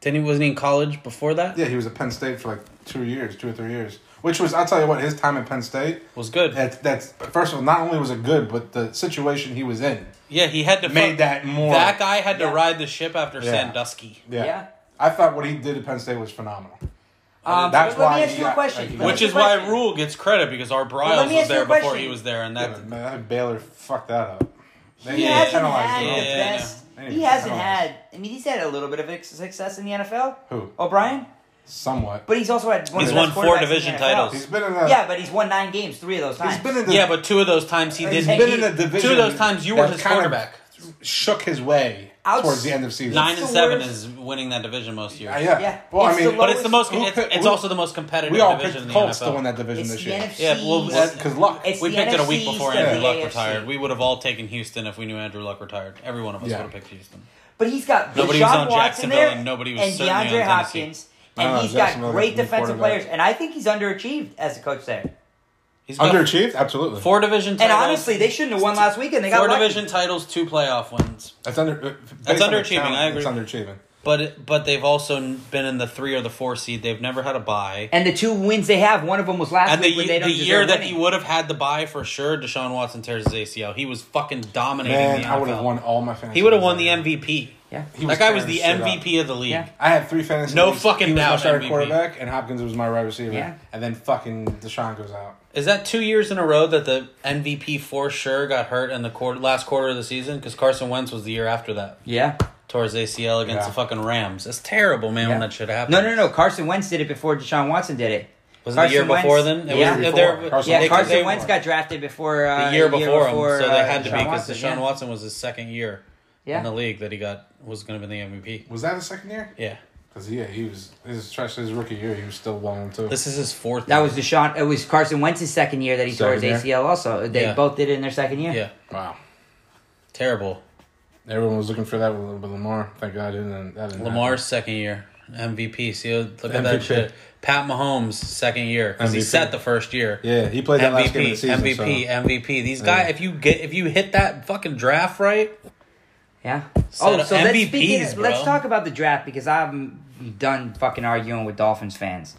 [SPEAKER 4] Didn't he wasn't he in college before that?
[SPEAKER 3] Yeah, he was at Penn State for like two years, two or three years. Which was, I'll tell you what, his time at Penn State.
[SPEAKER 4] Was good.
[SPEAKER 3] That, that's first of all, not only was it good, but the situation he was in.
[SPEAKER 4] Yeah, he had to
[SPEAKER 3] Made
[SPEAKER 4] fuck-
[SPEAKER 3] that more-
[SPEAKER 4] That guy had to
[SPEAKER 2] Yeah.
[SPEAKER 4] ride the ship after
[SPEAKER 3] Yeah.
[SPEAKER 4] Sandusky.
[SPEAKER 2] Yeah.
[SPEAKER 3] I thought what he did at Penn State was phenomenal.
[SPEAKER 2] Um,
[SPEAKER 3] That's
[SPEAKER 2] but let
[SPEAKER 3] why
[SPEAKER 2] me ask
[SPEAKER 3] he
[SPEAKER 2] you a
[SPEAKER 3] got-
[SPEAKER 2] question.
[SPEAKER 3] like he
[SPEAKER 2] Let me
[SPEAKER 3] got-
[SPEAKER 4] Which
[SPEAKER 2] ask
[SPEAKER 4] is
[SPEAKER 2] you a
[SPEAKER 4] why
[SPEAKER 2] question.
[SPEAKER 4] Rule gets credit because Art
[SPEAKER 2] let
[SPEAKER 4] Bryles
[SPEAKER 2] me
[SPEAKER 4] was
[SPEAKER 2] ask you
[SPEAKER 4] there
[SPEAKER 2] a
[SPEAKER 4] before
[SPEAKER 2] question.
[SPEAKER 4] he was there, and
[SPEAKER 3] Yeah,
[SPEAKER 4] that
[SPEAKER 3] but, man, that Baylor fucked that up. They
[SPEAKER 2] He
[SPEAKER 4] Yeah.
[SPEAKER 2] hasn't
[SPEAKER 3] penalized
[SPEAKER 2] had
[SPEAKER 3] them.
[SPEAKER 2] the
[SPEAKER 4] Yeah.
[SPEAKER 2] best.
[SPEAKER 3] Yeah.
[SPEAKER 2] He hasn't
[SPEAKER 3] Penalized.
[SPEAKER 2] had. I mean, he's had a little bit of ex- success in the NFL.
[SPEAKER 3] Who?
[SPEAKER 2] O'Brien,
[SPEAKER 3] Somewhat.
[SPEAKER 2] but he's also had. One of
[SPEAKER 4] He's
[SPEAKER 2] the best
[SPEAKER 4] won four
[SPEAKER 2] quarterbacks in the
[SPEAKER 4] division
[SPEAKER 2] NFL.
[SPEAKER 4] titles.
[SPEAKER 3] He's been in a.
[SPEAKER 2] Yeah, but he's won nine games, three of those times.
[SPEAKER 3] he's been in the.
[SPEAKER 4] yeah, but two of those times he
[SPEAKER 3] he's
[SPEAKER 4] did.
[SPEAKER 2] Hey,
[SPEAKER 3] been
[SPEAKER 2] he-
[SPEAKER 3] in a division.
[SPEAKER 4] Two of those times you were
[SPEAKER 3] that
[SPEAKER 4] his
[SPEAKER 3] kind of
[SPEAKER 4] quarterback.
[SPEAKER 3] Shook his way
[SPEAKER 2] Outs-
[SPEAKER 3] towards the end of season.
[SPEAKER 4] Nine
[SPEAKER 2] It's
[SPEAKER 4] and
[SPEAKER 2] the
[SPEAKER 4] seven
[SPEAKER 2] worst.
[SPEAKER 4] is winning that division most
[SPEAKER 3] Uh,
[SPEAKER 4] years.
[SPEAKER 3] yeah.
[SPEAKER 2] Yeah,
[SPEAKER 3] Well,
[SPEAKER 2] it's
[SPEAKER 3] I mean,
[SPEAKER 2] the
[SPEAKER 4] But it's the most.
[SPEAKER 3] Who
[SPEAKER 4] It's,
[SPEAKER 3] could-
[SPEAKER 4] it's
[SPEAKER 3] we-
[SPEAKER 4] also the most competitive
[SPEAKER 3] we all
[SPEAKER 4] division
[SPEAKER 3] picked
[SPEAKER 4] in
[SPEAKER 3] the
[SPEAKER 4] the
[SPEAKER 3] Colts
[SPEAKER 4] NFL.
[SPEAKER 3] to win that division
[SPEAKER 2] it's
[SPEAKER 3] this
[SPEAKER 2] the
[SPEAKER 3] year.
[SPEAKER 2] NFC.
[SPEAKER 4] Yeah, well,
[SPEAKER 3] Yeah, because luck.
[SPEAKER 2] It's
[SPEAKER 4] we
[SPEAKER 2] the
[SPEAKER 4] picked it a week
[SPEAKER 2] NFC
[SPEAKER 4] before
[SPEAKER 2] East and
[SPEAKER 4] Andrew
[SPEAKER 2] the
[SPEAKER 4] Luck
[SPEAKER 2] AFC.
[SPEAKER 4] retired. We would have all taken Houston if we knew Andrew Luck retired. Every one of us
[SPEAKER 3] Yeah.
[SPEAKER 4] would have picked Houston.
[SPEAKER 2] But he's got
[SPEAKER 4] Nobody
[SPEAKER 2] Deshaun
[SPEAKER 4] was on
[SPEAKER 2] Watson
[SPEAKER 4] Jacksonville
[SPEAKER 2] there,
[SPEAKER 4] and nobody was
[SPEAKER 2] and
[SPEAKER 4] certainly on
[SPEAKER 2] DeAndre
[SPEAKER 4] Tennessee.
[SPEAKER 2] Hopkins,
[SPEAKER 3] No,
[SPEAKER 2] and
[SPEAKER 3] no,
[SPEAKER 2] he's got
[SPEAKER 3] Jacksonville
[SPEAKER 2] great
[SPEAKER 3] got a new
[SPEAKER 2] defensive
[SPEAKER 3] quarterback.
[SPEAKER 2] players. And I think he's underachieved as a coach there.
[SPEAKER 4] He's got
[SPEAKER 3] Underachieved? Absolutely.
[SPEAKER 4] four division
[SPEAKER 2] And
[SPEAKER 4] titles.
[SPEAKER 2] honestly, they shouldn't have won last weekend. They got
[SPEAKER 4] four
[SPEAKER 2] lucky.
[SPEAKER 4] division titles, two playoff wins.
[SPEAKER 3] That's under. uh,
[SPEAKER 4] That's
[SPEAKER 3] based on their
[SPEAKER 4] underachieving,
[SPEAKER 3] talent,
[SPEAKER 4] I agree.
[SPEAKER 3] It's underachieving.
[SPEAKER 4] But it, but they've also been in the three or the four seed. They've never had a bye.
[SPEAKER 2] And the two wins they have, one of them was last
[SPEAKER 4] And the,
[SPEAKER 2] week when they
[SPEAKER 4] ye-
[SPEAKER 2] don't
[SPEAKER 4] the
[SPEAKER 2] deserve
[SPEAKER 4] year that
[SPEAKER 2] winning.
[SPEAKER 4] he would have had the bye for sure, Deshaun Watson tears his ACL. He was fucking dominating
[SPEAKER 3] Man,
[SPEAKER 4] the
[SPEAKER 3] I would
[SPEAKER 4] NFL.
[SPEAKER 3] have won all my fantasy.
[SPEAKER 4] He would have won the
[SPEAKER 3] leagues.
[SPEAKER 4] MVP.
[SPEAKER 2] Yeah.
[SPEAKER 3] He
[SPEAKER 4] that guy was
[SPEAKER 3] tearing
[SPEAKER 4] the
[SPEAKER 3] shit up.
[SPEAKER 4] MVP of the league.
[SPEAKER 2] Yeah.
[SPEAKER 3] I had three fantasy.
[SPEAKER 4] No
[SPEAKER 3] leagues.
[SPEAKER 4] fucking
[SPEAKER 3] he was
[SPEAKER 4] doubt,
[SPEAKER 3] My starting
[SPEAKER 4] MVP.
[SPEAKER 3] quarterback and Hopkins was my wide receiver.
[SPEAKER 2] Yeah.
[SPEAKER 3] And then fucking Deshaun goes out.
[SPEAKER 4] Is that two years in a row that the MVP for sure got hurt in the quarter, last quarter of the season? Because Carson Wentz was the year after that.
[SPEAKER 2] Yeah.
[SPEAKER 4] Tore his ACL against
[SPEAKER 3] Yeah.
[SPEAKER 4] the fucking Rams. That's terrible, man,
[SPEAKER 2] Yeah.
[SPEAKER 4] when that shit happened.
[SPEAKER 2] No, no, no. Carson Wentz did it before Deshaun Watson did it.
[SPEAKER 4] Was it the year
[SPEAKER 2] Carson
[SPEAKER 4] before
[SPEAKER 2] Wentz-
[SPEAKER 4] then? It
[SPEAKER 2] yeah.
[SPEAKER 4] was,
[SPEAKER 3] Year
[SPEAKER 4] there-
[SPEAKER 3] before. Carson
[SPEAKER 2] yeah,
[SPEAKER 4] they-
[SPEAKER 3] Wentz.
[SPEAKER 2] Carson
[SPEAKER 4] they-
[SPEAKER 2] Wentz got drafted before uh,
[SPEAKER 4] the year before, him, so they
[SPEAKER 2] uh,
[SPEAKER 4] had to be
[SPEAKER 2] Deshaun
[SPEAKER 4] because
[SPEAKER 2] Watson,
[SPEAKER 4] Deshaun
[SPEAKER 2] yeah.
[SPEAKER 4] Watson was his second year
[SPEAKER 2] Yeah.
[SPEAKER 4] in the league that he got was going to be the MVP.
[SPEAKER 3] Was that his second year?
[SPEAKER 4] Yeah,
[SPEAKER 3] Because yeah, he was his trash his rookie year. He was still balling too.
[SPEAKER 4] this is his fourth.
[SPEAKER 2] That was Deshaun. It was Carson Wentz's second year that he tore his
[SPEAKER 3] Second year.
[SPEAKER 2] ACL. Also, they
[SPEAKER 4] Yeah.
[SPEAKER 2] both did it in their second year.
[SPEAKER 4] yeah,
[SPEAKER 3] wow.
[SPEAKER 4] terrible.
[SPEAKER 3] Everyone was looking for that with, with Lamar. Thank God it didn't. That didn't
[SPEAKER 4] Lamar's second year MVP. See, look at that
[SPEAKER 3] MVP.
[SPEAKER 4] shit. Pat Mahomes second year because he
[SPEAKER 3] MVP.
[SPEAKER 4] sat the first year.
[SPEAKER 3] happen. Yeah, he played that last game of
[SPEAKER 4] MVP,
[SPEAKER 3] the season.
[SPEAKER 4] MVP,
[SPEAKER 3] so-
[SPEAKER 4] MVP. These guys, if you get if you hit that fucking draft right,
[SPEAKER 2] Yeah.
[SPEAKER 4] So
[SPEAKER 2] oh, so let's,
[SPEAKER 4] MVPs,
[SPEAKER 2] speaking of- let's
[SPEAKER 4] bro.
[SPEAKER 2] talk about the draft because I'm done fucking arguing with Dolphins fans.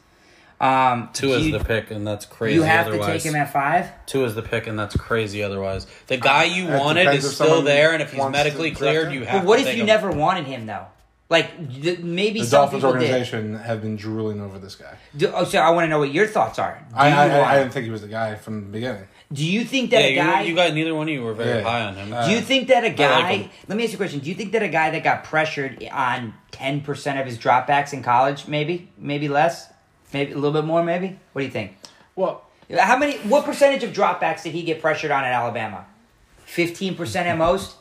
[SPEAKER 2] Um,
[SPEAKER 4] two is
[SPEAKER 2] you,
[SPEAKER 4] the pick, and that's crazy.
[SPEAKER 2] You have to
[SPEAKER 4] otherwise.
[SPEAKER 2] take him Ah, at five.
[SPEAKER 4] Two is the pick, and that's crazy. Otherwise, the guy you
[SPEAKER 3] That
[SPEAKER 4] wanted
[SPEAKER 3] depends
[SPEAKER 4] is
[SPEAKER 3] if
[SPEAKER 4] still
[SPEAKER 3] someone
[SPEAKER 4] there, and if he's
[SPEAKER 3] wants to
[SPEAKER 4] medically
[SPEAKER 3] draft
[SPEAKER 4] cleared,
[SPEAKER 3] him.
[SPEAKER 4] you have.
[SPEAKER 2] But what
[SPEAKER 4] to
[SPEAKER 2] if
[SPEAKER 4] take
[SPEAKER 2] you
[SPEAKER 4] him.
[SPEAKER 2] never wanted him though? Like th- maybe
[SPEAKER 3] The
[SPEAKER 2] some
[SPEAKER 3] Dolphins
[SPEAKER 2] people did.
[SPEAKER 3] organization have been drooling over this guy.
[SPEAKER 2] Do, oh, so I want to know what your thoughts are. Do
[SPEAKER 3] I, I,
[SPEAKER 2] you,
[SPEAKER 3] I, I didn't think he was the guy from the beginning.
[SPEAKER 2] do you think
[SPEAKER 4] Yeah,
[SPEAKER 2] that
[SPEAKER 4] you,
[SPEAKER 2] a guy?
[SPEAKER 4] you guys, neither one of you were very
[SPEAKER 3] Yeah.
[SPEAKER 4] high on him.
[SPEAKER 3] Uh,
[SPEAKER 2] do you think that a guy?
[SPEAKER 4] him.
[SPEAKER 2] let me ask you a question. Do you think that a guy that got pressured on ten percent of his dropbacks in college, maybe, maybe less, maybe a little bit more, maybe? What do you think?
[SPEAKER 3] Well,
[SPEAKER 2] How many? What percentage of dropbacks did he get pressured on in Alabama? Fifteen percent at most.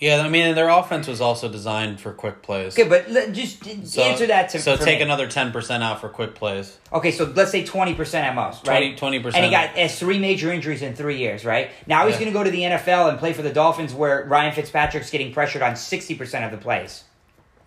[SPEAKER 4] yeah, I mean, their offense was also designed for quick plays.
[SPEAKER 2] Okay, but let, just
[SPEAKER 4] So-
[SPEAKER 2] answer that to
[SPEAKER 4] So
[SPEAKER 2] for
[SPEAKER 4] take
[SPEAKER 2] me.
[SPEAKER 4] another ten percent out for quick plays.
[SPEAKER 2] Okay, so let's say twenty percent at most, right?
[SPEAKER 4] 20 20%.
[SPEAKER 2] And he got has three major injuries in three years, right? Now he's
[SPEAKER 4] Yeah.
[SPEAKER 2] going to go to the NFL and play for the Dolphins, where Ryan Fitzpatrick's getting pressured on sixty percent of the plays.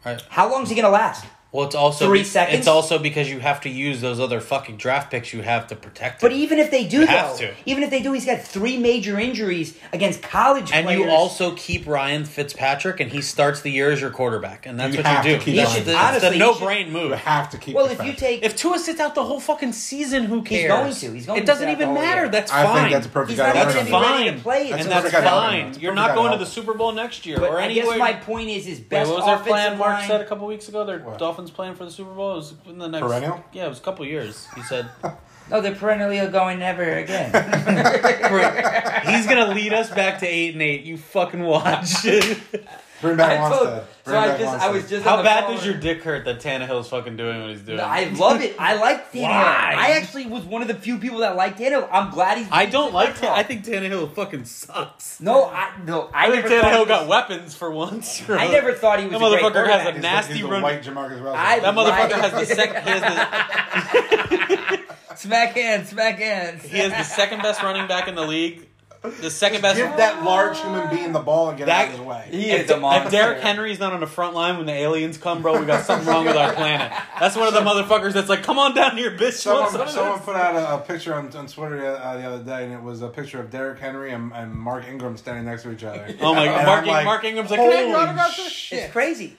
[SPEAKER 4] Right.
[SPEAKER 2] How long is he going to last?
[SPEAKER 4] Well, it's also
[SPEAKER 2] Three
[SPEAKER 4] be-
[SPEAKER 2] seconds?
[SPEAKER 4] It's also because you have to use those other fucking draft picks you have to protect.
[SPEAKER 2] But
[SPEAKER 4] him.
[SPEAKER 2] even if they do, though,
[SPEAKER 4] have to.
[SPEAKER 2] even if they do, he's got three major injuries against college
[SPEAKER 4] and
[SPEAKER 2] players.
[SPEAKER 4] you also keep Ryan Fitzpatrick, and he starts the year as your quarterback, and that's
[SPEAKER 3] You
[SPEAKER 4] what
[SPEAKER 3] have
[SPEAKER 4] you
[SPEAKER 3] to
[SPEAKER 4] do.
[SPEAKER 3] keep
[SPEAKER 4] It's
[SPEAKER 3] Ryan.
[SPEAKER 4] the,
[SPEAKER 2] Honestly, you
[SPEAKER 4] no
[SPEAKER 2] should-
[SPEAKER 4] brain
[SPEAKER 3] you
[SPEAKER 4] move.
[SPEAKER 3] have to keep.
[SPEAKER 2] well,
[SPEAKER 3] the
[SPEAKER 2] if you
[SPEAKER 3] fact.
[SPEAKER 2] take
[SPEAKER 4] If Tua sits out the whole fucking season, who cares?
[SPEAKER 2] He's going to. He's going
[SPEAKER 4] It
[SPEAKER 2] to
[SPEAKER 4] doesn't
[SPEAKER 2] sit out the
[SPEAKER 4] even
[SPEAKER 2] whole
[SPEAKER 4] matter.
[SPEAKER 2] year.
[SPEAKER 4] That's
[SPEAKER 3] Oh, I
[SPEAKER 4] fine.
[SPEAKER 3] think that's a perfect
[SPEAKER 2] He's
[SPEAKER 3] guy
[SPEAKER 2] not
[SPEAKER 3] to
[SPEAKER 2] even
[SPEAKER 3] learn
[SPEAKER 2] gonna
[SPEAKER 4] That's
[SPEAKER 3] from.
[SPEAKER 2] be
[SPEAKER 4] fine.
[SPEAKER 2] ready to play.
[SPEAKER 4] and
[SPEAKER 3] That's
[SPEAKER 4] that's
[SPEAKER 3] perfect guy to learn
[SPEAKER 4] fine.
[SPEAKER 3] from. It's
[SPEAKER 4] You're
[SPEAKER 3] perfect
[SPEAKER 4] not
[SPEAKER 3] guy to
[SPEAKER 4] going to
[SPEAKER 3] learn
[SPEAKER 4] the
[SPEAKER 3] from.
[SPEAKER 4] Super Bowl next year
[SPEAKER 2] But
[SPEAKER 4] or
[SPEAKER 2] I guess
[SPEAKER 4] anywhere.
[SPEAKER 2] my point is his
[SPEAKER 4] Wait,
[SPEAKER 2] best
[SPEAKER 4] what was their
[SPEAKER 2] offensive
[SPEAKER 4] plan? Mark
[SPEAKER 2] line-
[SPEAKER 4] said a couple weeks ago. Their
[SPEAKER 3] What?
[SPEAKER 4] Dolphins playing for the Super Bowl. It was in the next
[SPEAKER 3] Perennial?
[SPEAKER 4] Yeah, it was a couple years. He said
[SPEAKER 2] No, they're perennially going never again.
[SPEAKER 4] he's gonna lead us back to eight and eight. You fucking watch.
[SPEAKER 3] Bring back
[SPEAKER 2] I told-
[SPEAKER 3] Wanstead.
[SPEAKER 2] so
[SPEAKER 3] Bring
[SPEAKER 2] I
[SPEAKER 3] back
[SPEAKER 2] just, I
[SPEAKER 3] Wanstead.
[SPEAKER 2] was just. on
[SPEAKER 4] How
[SPEAKER 2] the
[SPEAKER 4] bad
[SPEAKER 2] phone
[SPEAKER 4] does your dick hurt that Tannehill's fucking doing what he's doing?
[SPEAKER 2] I love it. I like Tannehill.
[SPEAKER 4] Why?
[SPEAKER 2] I actually was one of the few people that liked Tannehill. I'm glad he's.
[SPEAKER 4] I don't like.
[SPEAKER 2] him.
[SPEAKER 4] Tan- I think Tannehill fucking sucks.
[SPEAKER 2] no, I no. I,
[SPEAKER 4] I think
[SPEAKER 2] never thought he
[SPEAKER 4] Tannehill got
[SPEAKER 2] was,
[SPEAKER 4] weapons for once. bro.
[SPEAKER 2] I never thought he was.
[SPEAKER 4] That
[SPEAKER 2] a great
[SPEAKER 4] motherfucker has a
[SPEAKER 2] quarterback.
[SPEAKER 3] He's the-
[SPEAKER 4] nasty
[SPEAKER 3] he's the
[SPEAKER 4] run-
[SPEAKER 3] white Jamarcus Russell.
[SPEAKER 2] I-
[SPEAKER 4] That motherfucker
[SPEAKER 2] Right.
[SPEAKER 4] has the second. He has the,
[SPEAKER 2] smack hands, smack hands.
[SPEAKER 4] he has the second best running back in the league. The second best.
[SPEAKER 3] Give that large human being the ball and get
[SPEAKER 4] That-
[SPEAKER 3] out of his way.
[SPEAKER 2] He
[SPEAKER 4] If,
[SPEAKER 2] is a monster.
[SPEAKER 4] if Derrick Henry's not on the front line when the aliens come, bro, we got something wrong with our planet. That's one of the motherfuckers that's like, come on down here, bitch. you want some
[SPEAKER 3] Someone,
[SPEAKER 4] of
[SPEAKER 3] someone
[SPEAKER 4] this?"
[SPEAKER 3] put out a, a picture on, on Twitter the, uh, the other day, and it was a picture of Derrick Henry and, and Mark Ingram standing next to each other.
[SPEAKER 4] Oh my
[SPEAKER 3] And
[SPEAKER 4] god,
[SPEAKER 3] I'm
[SPEAKER 4] Mark,
[SPEAKER 3] like,
[SPEAKER 4] Mark Ingram's like, "Can I have your
[SPEAKER 3] holy
[SPEAKER 4] autograph?"
[SPEAKER 3] shit.
[SPEAKER 2] It's crazy.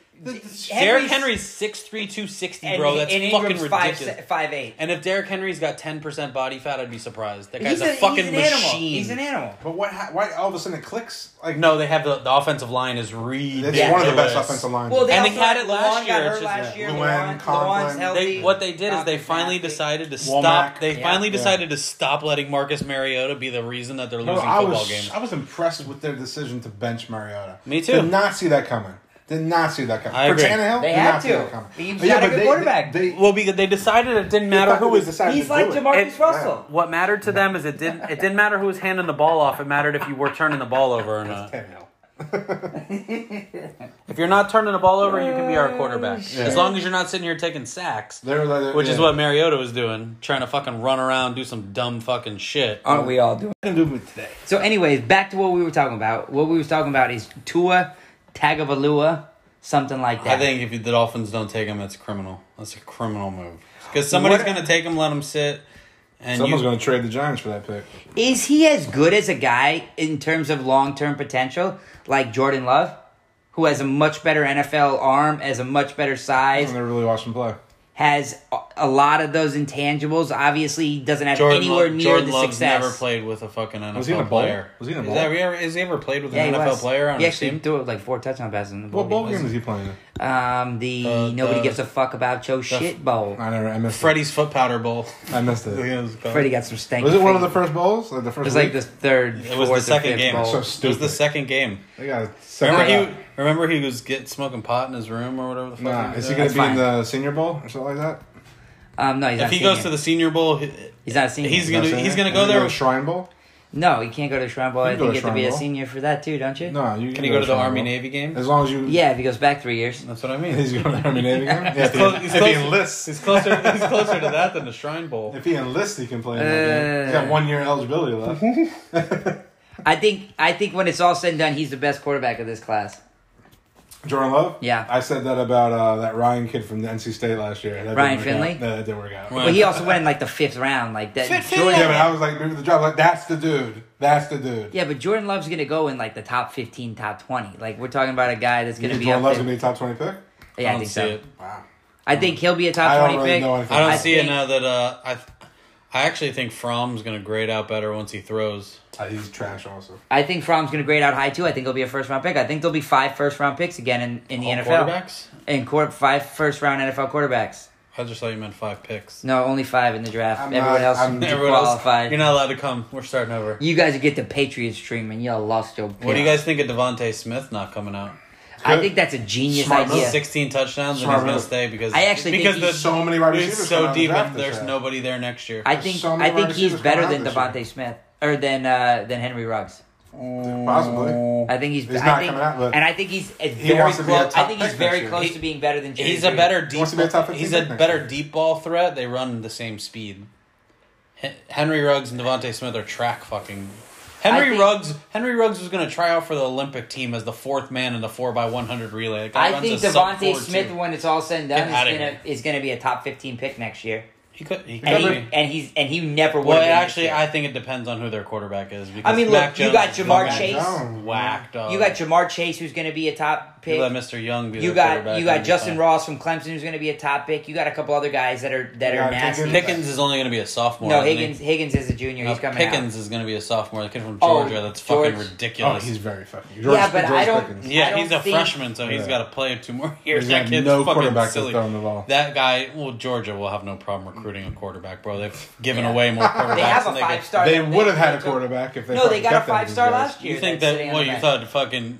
[SPEAKER 4] Derrick Henry's six three two sixty, bro. That's
[SPEAKER 2] and
[SPEAKER 4] fucking
[SPEAKER 2] Ingram's five,
[SPEAKER 4] ridiculous.
[SPEAKER 2] se- five eight.
[SPEAKER 4] and if Derrick Henry's got ten percent body fat, I'd be surprised. That
[SPEAKER 2] He's
[SPEAKER 4] guy's a, fucking
[SPEAKER 2] he's an
[SPEAKER 4] machine.
[SPEAKER 2] Animal. He's an animal.
[SPEAKER 3] But what? Ha- why all of a sudden it clicks? Like
[SPEAKER 4] No, they have the, the offensive line is ridiculous.
[SPEAKER 3] it's one of the best offensive lines.
[SPEAKER 2] Well, they
[SPEAKER 4] And they
[SPEAKER 2] also
[SPEAKER 4] had it last
[SPEAKER 2] Lawan got
[SPEAKER 4] year,
[SPEAKER 2] hurt
[SPEAKER 4] which is-
[SPEAKER 2] last year.
[SPEAKER 3] Luan,
[SPEAKER 2] Lawan-
[SPEAKER 3] Conklin.
[SPEAKER 2] Lawan's
[SPEAKER 3] They-
[SPEAKER 2] healthy.
[SPEAKER 4] They, what they did is they
[SPEAKER 2] Conklin,
[SPEAKER 4] finally
[SPEAKER 2] Matthew.
[SPEAKER 4] decided to
[SPEAKER 3] Womack.
[SPEAKER 4] stop. They
[SPEAKER 2] Yeah.
[SPEAKER 4] finally
[SPEAKER 3] Yeah.
[SPEAKER 4] decided to stop letting Marcus Mariota be the reason that they're
[SPEAKER 3] Bro,
[SPEAKER 4] losing
[SPEAKER 3] I
[SPEAKER 4] football
[SPEAKER 3] was
[SPEAKER 4] games.
[SPEAKER 3] I was impressed with their decision to bench Mariota.
[SPEAKER 4] Me too.
[SPEAKER 3] Did not see that coming. Did not see that coming.
[SPEAKER 4] I
[SPEAKER 3] For
[SPEAKER 4] agree.
[SPEAKER 3] Tannehill,
[SPEAKER 2] They
[SPEAKER 3] did
[SPEAKER 2] had
[SPEAKER 3] not see
[SPEAKER 2] to.
[SPEAKER 3] that coming.
[SPEAKER 2] He's
[SPEAKER 3] But
[SPEAKER 2] got a
[SPEAKER 3] but
[SPEAKER 2] good quarterback.
[SPEAKER 3] They,
[SPEAKER 4] Well, because they decided it didn't matter who was.
[SPEAKER 2] He's like Demarcus
[SPEAKER 4] It-
[SPEAKER 2] Russell.
[SPEAKER 4] What mattered to them is it didn't. It didn't matter who was handing the ball off. It mattered if you were turning the ball over or not.
[SPEAKER 3] Tannehill.
[SPEAKER 4] If you're not turning the ball over, you can be our quarterback.
[SPEAKER 3] Yeah.
[SPEAKER 4] As long as you're not sitting here taking sacks,
[SPEAKER 3] They were like,
[SPEAKER 4] which is
[SPEAKER 3] yeah.
[SPEAKER 4] what Mariota was doing, trying to fucking run around, do some dumb fucking shit.
[SPEAKER 3] Um,
[SPEAKER 2] Aren't we all doing?
[SPEAKER 3] What are you gonna do today?
[SPEAKER 2] So, anyways, back to what we were talking about. What we were talking about is Tua Tagovailoa, something like that.
[SPEAKER 4] I think if you- the Dolphins don't take him, that's criminal. That's a criminal move. Because somebody's
[SPEAKER 2] What-
[SPEAKER 4] going to take him, let him sit, and
[SPEAKER 3] Someone's
[SPEAKER 4] you,
[SPEAKER 3] going to trade the Giants for that pick.
[SPEAKER 2] is he as good as a guy in terms of long term potential like Jordan Love, who has a much better NFL arm, has a much better size,
[SPEAKER 3] And they really watched him play.
[SPEAKER 2] has a- a lot of those intangibles. Obviously, he doesn't have
[SPEAKER 4] Jordan,
[SPEAKER 2] anywhere
[SPEAKER 4] Love,
[SPEAKER 2] near
[SPEAKER 4] Jordan
[SPEAKER 2] the
[SPEAKER 4] Love's
[SPEAKER 2] success.
[SPEAKER 4] never played with a fucking NFL
[SPEAKER 3] he in a bowl?
[SPEAKER 4] player.
[SPEAKER 3] Was he in a
[SPEAKER 4] Is
[SPEAKER 3] bowl?
[SPEAKER 4] that- has he ever played with
[SPEAKER 2] Yeah,
[SPEAKER 4] an
[SPEAKER 2] he
[SPEAKER 4] NFL
[SPEAKER 2] was.
[SPEAKER 4] player on
[SPEAKER 2] he
[SPEAKER 4] his
[SPEAKER 2] actually
[SPEAKER 4] team?
[SPEAKER 2] threw like four touchdown passes in the bowl.
[SPEAKER 3] What bowl
[SPEAKER 2] game.
[SPEAKER 3] game is he playing? in?
[SPEAKER 2] Um, the
[SPEAKER 4] Uh,
[SPEAKER 2] nobody gives a fuck about Joe shit bowl.
[SPEAKER 3] I never. I missed
[SPEAKER 4] Freddie's foot powder bowl.
[SPEAKER 3] it. I missed it.
[SPEAKER 2] Freddie got some stank.
[SPEAKER 3] Was it one of the first bowls? Like the first.
[SPEAKER 2] It was like
[SPEAKER 3] week?
[SPEAKER 2] the third.
[SPEAKER 4] It was the second game.
[SPEAKER 2] Bowl.
[SPEAKER 3] So
[SPEAKER 4] It was
[SPEAKER 3] stupid.
[SPEAKER 4] the second game.
[SPEAKER 3] They got to
[SPEAKER 4] Remember he remember he was get smoking pot in his room or whatever the fuck.
[SPEAKER 3] Nah,
[SPEAKER 4] he
[SPEAKER 3] is
[SPEAKER 4] was
[SPEAKER 3] he
[SPEAKER 4] doing?
[SPEAKER 3] going
[SPEAKER 2] That's
[SPEAKER 3] to be in
[SPEAKER 2] fine.
[SPEAKER 3] the Senior Bowl or something like that?
[SPEAKER 2] Um, no, he's
[SPEAKER 4] If
[SPEAKER 2] not
[SPEAKER 4] he
[SPEAKER 2] senior.
[SPEAKER 4] goes to the Senior Bowl, he-
[SPEAKER 2] he's not a senior.
[SPEAKER 4] he's
[SPEAKER 3] You know
[SPEAKER 4] gonna
[SPEAKER 3] what I'm
[SPEAKER 4] he's
[SPEAKER 3] saying?
[SPEAKER 4] gonna go
[SPEAKER 3] And
[SPEAKER 4] there.
[SPEAKER 3] the Shrine Bowl.
[SPEAKER 2] no, he can't go to the Shrine Bowl. I
[SPEAKER 3] can
[SPEAKER 2] think
[SPEAKER 3] go
[SPEAKER 2] you
[SPEAKER 3] to
[SPEAKER 2] have to be
[SPEAKER 3] Shrine
[SPEAKER 2] a
[SPEAKER 3] Bowl.
[SPEAKER 2] senior for that too, don't you?
[SPEAKER 3] No, you
[SPEAKER 4] Can he go to the
[SPEAKER 3] Shrine
[SPEAKER 4] Army
[SPEAKER 3] Bowl.
[SPEAKER 4] Navy game?
[SPEAKER 3] As long as you
[SPEAKER 2] Yeah, if he goes back three years.
[SPEAKER 4] That's what I mean.
[SPEAKER 3] He's going to the Army Navy game. Yeah, if,
[SPEAKER 4] close-
[SPEAKER 3] he,
[SPEAKER 4] he's
[SPEAKER 3] if he
[SPEAKER 4] close.
[SPEAKER 3] enlists,
[SPEAKER 4] He's closer. He's closer to that than the Shrine Bowl.
[SPEAKER 3] if he enlists, he can play. in
[SPEAKER 4] Uh,
[SPEAKER 3] that game. He's got one year eligibility left.
[SPEAKER 2] I think I think when it's all said and done, he's the best quarterback of this class.
[SPEAKER 3] Jordan Love.
[SPEAKER 2] Yeah.
[SPEAKER 3] I said that about uh, that Ryan kid from the NC State last year. That
[SPEAKER 2] Ryan
[SPEAKER 3] didn't work
[SPEAKER 2] Finley?
[SPEAKER 3] out. No, that didn't work out.
[SPEAKER 4] Right.
[SPEAKER 2] But he also went in like the fifth round, like that.
[SPEAKER 4] Fifth
[SPEAKER 2] Jordan,
[SPEAKER 3] Yeah, but I was like, maybe the job. Like that's the dude. That's the dude.
[SPEAKER 2] yeah, but Jordan Love's gonna go in like the top fifteen, top twenty. Like we're talking about a guy that's
[SPEAKER 3] You
[SPEAKER 2] gonna
[SPEAKER 3] think
[SPEAKER 2] be up
[SPEAKER 3] Jordan Love's
[SPEAKER 2] there.
[SPEAKER 3] going to be a top twenty pick?
[SPEAKER 2] yeah, I,
[SPEAKER 4] don't
[SPEAKER 2] think
[SPEAKER 4] see
[SPEAKER 2] so.
[SPEAKER 4] it.
[SPEAKER 3] Wow.
[SPEAKER 2] I think he'll be a top
[SPEAKER 3] I don't
[SPEAKER 2] twenty
[SPEAKER 3] really
[SPEAKER 2] pick.
[SPEAKER 3] know anything.
[SPEAKER 4] I don't
[SPEAKER 2] I
[SPEAKER 4] see
[SPEAKER 2] think-
[SPEAKER 4] it now that uh, I. I actually think Fromm's gonna grade out better once he throws.
[SPEAKER 3] Uh, he's trash. Also,
[SPEAKER 2] I think Fromm's gonna grade out high too. I think he'll be a first round pick. I think there'll be five first round picks again in, in the
[SPEAKER 4] All
[SPEAKER 2] NFL.
[SPEAKER 4] quarterbacks.
[SPEAKER 2] And quarter, five first round NFL quarterbacks.
[SPEAKER 4] I just thought you meant five picks.
[SPEAKER 2] No, only five in the draft.
[SPEAKER 3] I'm
[SPEAKER 2] Everyone
[SPEAKER 3] not-
[SPEAKER 2] else
[SPEAKER 3] I'm-
[SPEAKER 2] is
[SPEAKER 4] Everyone else,
[SPEAKER 2] qualified.
[SPEAKER 4] you're not allowed to come. We're starting over.
[SPEAKER 2] you guys get the Patriots dream and y'all lost your.
[SPEAKER 4] What do you guys think of Devonte Smith not coming out?
[SPEAKER 2] I think that's a genius
[SPEAKER 3] Smart move.
[SPEAKER 2] idea.
[SPEAKER 4] 16
[SPEAKER 3] Smart
[SPEAKER 4] touchdowns and he's going
[SPEAKER 3] move.
[SPEAKER 4] to stay because
[SPEAKER 2] I actually think
[SPEAKER 4] because
[SPEAKER 2] he's-
[SPEAKER 4] the
[SPEAKER 3] so many wide receivers.
[SPEAKER 4] it's
[SPEAKER 3] coming out
[SPEAKER 4] so
[SPEAKER 3] of the
[SPEAKER 4] deep
[SPEAKER 3] draft
[SPEAKER 4] and
[SPEAKER 3] this
[SPEAKER 4] there's
[SPEAKER 3] year.
[SPEAKER 4] nobody there next year.
[SPEAKER 2] I
[SPEAKER 3] There's
[SPEAKER 2] think
[SPEAKER 3] so many
[SPEAKER 2] I
[SPEAKER 3] wide
[SPEAKER 2] think he's
[SPEAKER 3] receivers
[SPEAKER 2] better
[SPEAKER 3] coming
[SPEAKER 2] than
[SPEAKER 3] out
[SPEAKER 2] Devontae
[SPEAKER 3] this
[SPEAKER 2] Smith or than uh, than Henry Ruggs.
[SPEAKER 3] possibly.
[SPEAKER 2] I think he's,
[SPEAKER 3] He's
[SPEAKER 2] I
[SPEAKER 3] not
[SPEAKER 2] think,
[SPEAKER 3] coming out, but-
[SPEAKER 2] and I think he's uh, very
[SPEAKER 3] wants to be a
[SPEAKER 2] close. I
[SPEAKER 3] top
[SPEAKER 2] think he's
[SPEAKER 3] pick
[SPEAKER 2] very
[SPEAKER 3] next year.
[SPEAKER 2] close
[SPEAKER 4] He-
[SPEAKER 2] to being better than Jerry.
[SPEAKER 4] he's a
[SPEAKER 2] Judy.
[SPEAKER 4] better deep.
[SPEAKER 3] wants to be a top 15
[SPEAKER 4] he's a
[SPEAKER 3] pick next
[SPEAKER 4] better
[SPEAKER 3] year.
[SPEAKER 4] deep ball threat. They run the same speed. Hen- Henry Ruggs and Devontae Smith are track fucking. Henry
[SPEAKER 2] think-
[SPEAKER 4] Ruggs. Henry Ruggs was going to try out for the Olympic team as the fourth man in the four x one hundred relay. That guy
[SPEAKER 2] I
[SPEAKER 4] runs
[SPEAKER 2] think
[SPEAKER 4] a sub
[SPEAKER 2] Devontae
[SPEAKER 4] four,
[SPEAKER 2] Smith,
[SPEAKER 4] too.
[SPEAKER 2] when it's all said and
[SPEAKER 4] Get
[SPEAKER 2] done, is
[SPEAKER 4] outta
[SPEAKER 2] gonna
[SPEAKER 4] here.
[SPEAKER 2] is gonna be a top fifteen pick next year.
[SPEAKER 4] He could. He could
[SPEAKER 2] And,
[SPEAKER 4] be.
[SPEAKER 2] he, and he's and he never would.
[SPEAKER 4] well,
[SPEAKER 2] have been this
[SPEAKER 4] actually,
[SPEAKER 2] year.
[SPEAKER 4] I think it depends on who their quarterback is. Because
[SPEAKER 2] I mean,
[SPEAKER 4] Mac
[SPEAKER 2] look, you
[SPEAKER 4] Jones
[SPEAKER 2] got
[SPEAKER 4] is
[SPEAKER 2] Jamar
[SPEAKER 4] fucking
[SPEAKER 2] Chase.
[SPEAKER 4] whacked up.
[SPEAKER 2] you got Jamar Chase, who's gonna be a top
[SPEAKER 4] You
[SPEAKER 2] pick.
[SPEAKER 4] let Mr. Young be
[SPEAKER 2] You
[SPEAKER 4] their
[SPEAKER 2] got
[SPEAKER 4] quarterback,
[SPEAKER 2] you
[SPEAKER 4] that'd
[SPEAKER 2] got
[SPEAKER 4] be
[SPEAKER 2] Justin
[SPEAKER 4] fine.
[SPEAKER 2] Ross from Clemson, who's gonna be a top pick. You got a couple other guys that are that
[SPEAKER 3] You
[SPEAKER 2] are
[SPEAKER 3] got
[SPEAKER 2] nasty.
[SPEAKER 3] Pickens.
[SPEAKER 4] Pickens is only going to be a sophomore.
[SPEAKER 2] No,
[SPEAKER 4] isn't he?
[SPEAKER 2] Higgins Higgins is a junior.
[SPEAKER 4] No,
[SPEAKER 2] He's coming out.
[SPEAKER 4] Pickens is going to be a sophomore. The kid from
[SPEAKER 2] Oh,
[SPEAKER 4] Georgia. that's
[SPEAKER 2] George.
[SPEAKER 4] fucking
[SPEAKER 3] Oh,
[SPEAKER 4] ridiculous.
[SPEAKER 3] he's very fucking.
[SPEAKER 2] Yeah, but I don't- I
[SPEAKER 4] yeah,
[SPEAKER 2] don't
[SPEAKER 4] he's a
[SPEAKER 2] think-
[SPEAKER 4] freshman, so he's
[SPEAKER 3] Yeah.
[SPEAKER 4] got to play two more years.
[SPEAKER 3] He's
[SPEAKER 4] That
[SPEAKER 3] got
[SPEAKER 4] kid's
[SPEAKER 3] no
[SPEAKER 4] fucking
[SPEAKER 3] quarterback that's
[SPEAKER 4] silly.
[SPEAKER 3] throwing the ball.
[SPEAKER 4] That guy. Well, Georgia will have no problem recruiting a quarterback, bro. They've given away more quarterbacks.
[SPEAKER 2] They have
[SPEAKER 4] than
[SPEAKER 2] a
[SPEAKER 4] could-
[SPEAKER 2] five star.
[SPEAKER 3] They would have had a quarterback if they.
[SPEAKER 2] No, they
[SPEAKER 3] fucking
[SPEAKER 2] got a
[SPEAKER 3] kept them
[SPEAKER 2] five star
[SPEAKER 3] these guys.
[SPEAKER 2] last year.
[SPEAKER 4] You think
[SPEAKER 2] that's
[SPEAKER 4] that?
[SPEAKER 2] sitting on
[SPEAKER 4] Well,
[SPEAKER 2] the
[SPEAKER 4] you
[SPEAKER 2] bench.
[SPEAKER 4] thought fucking.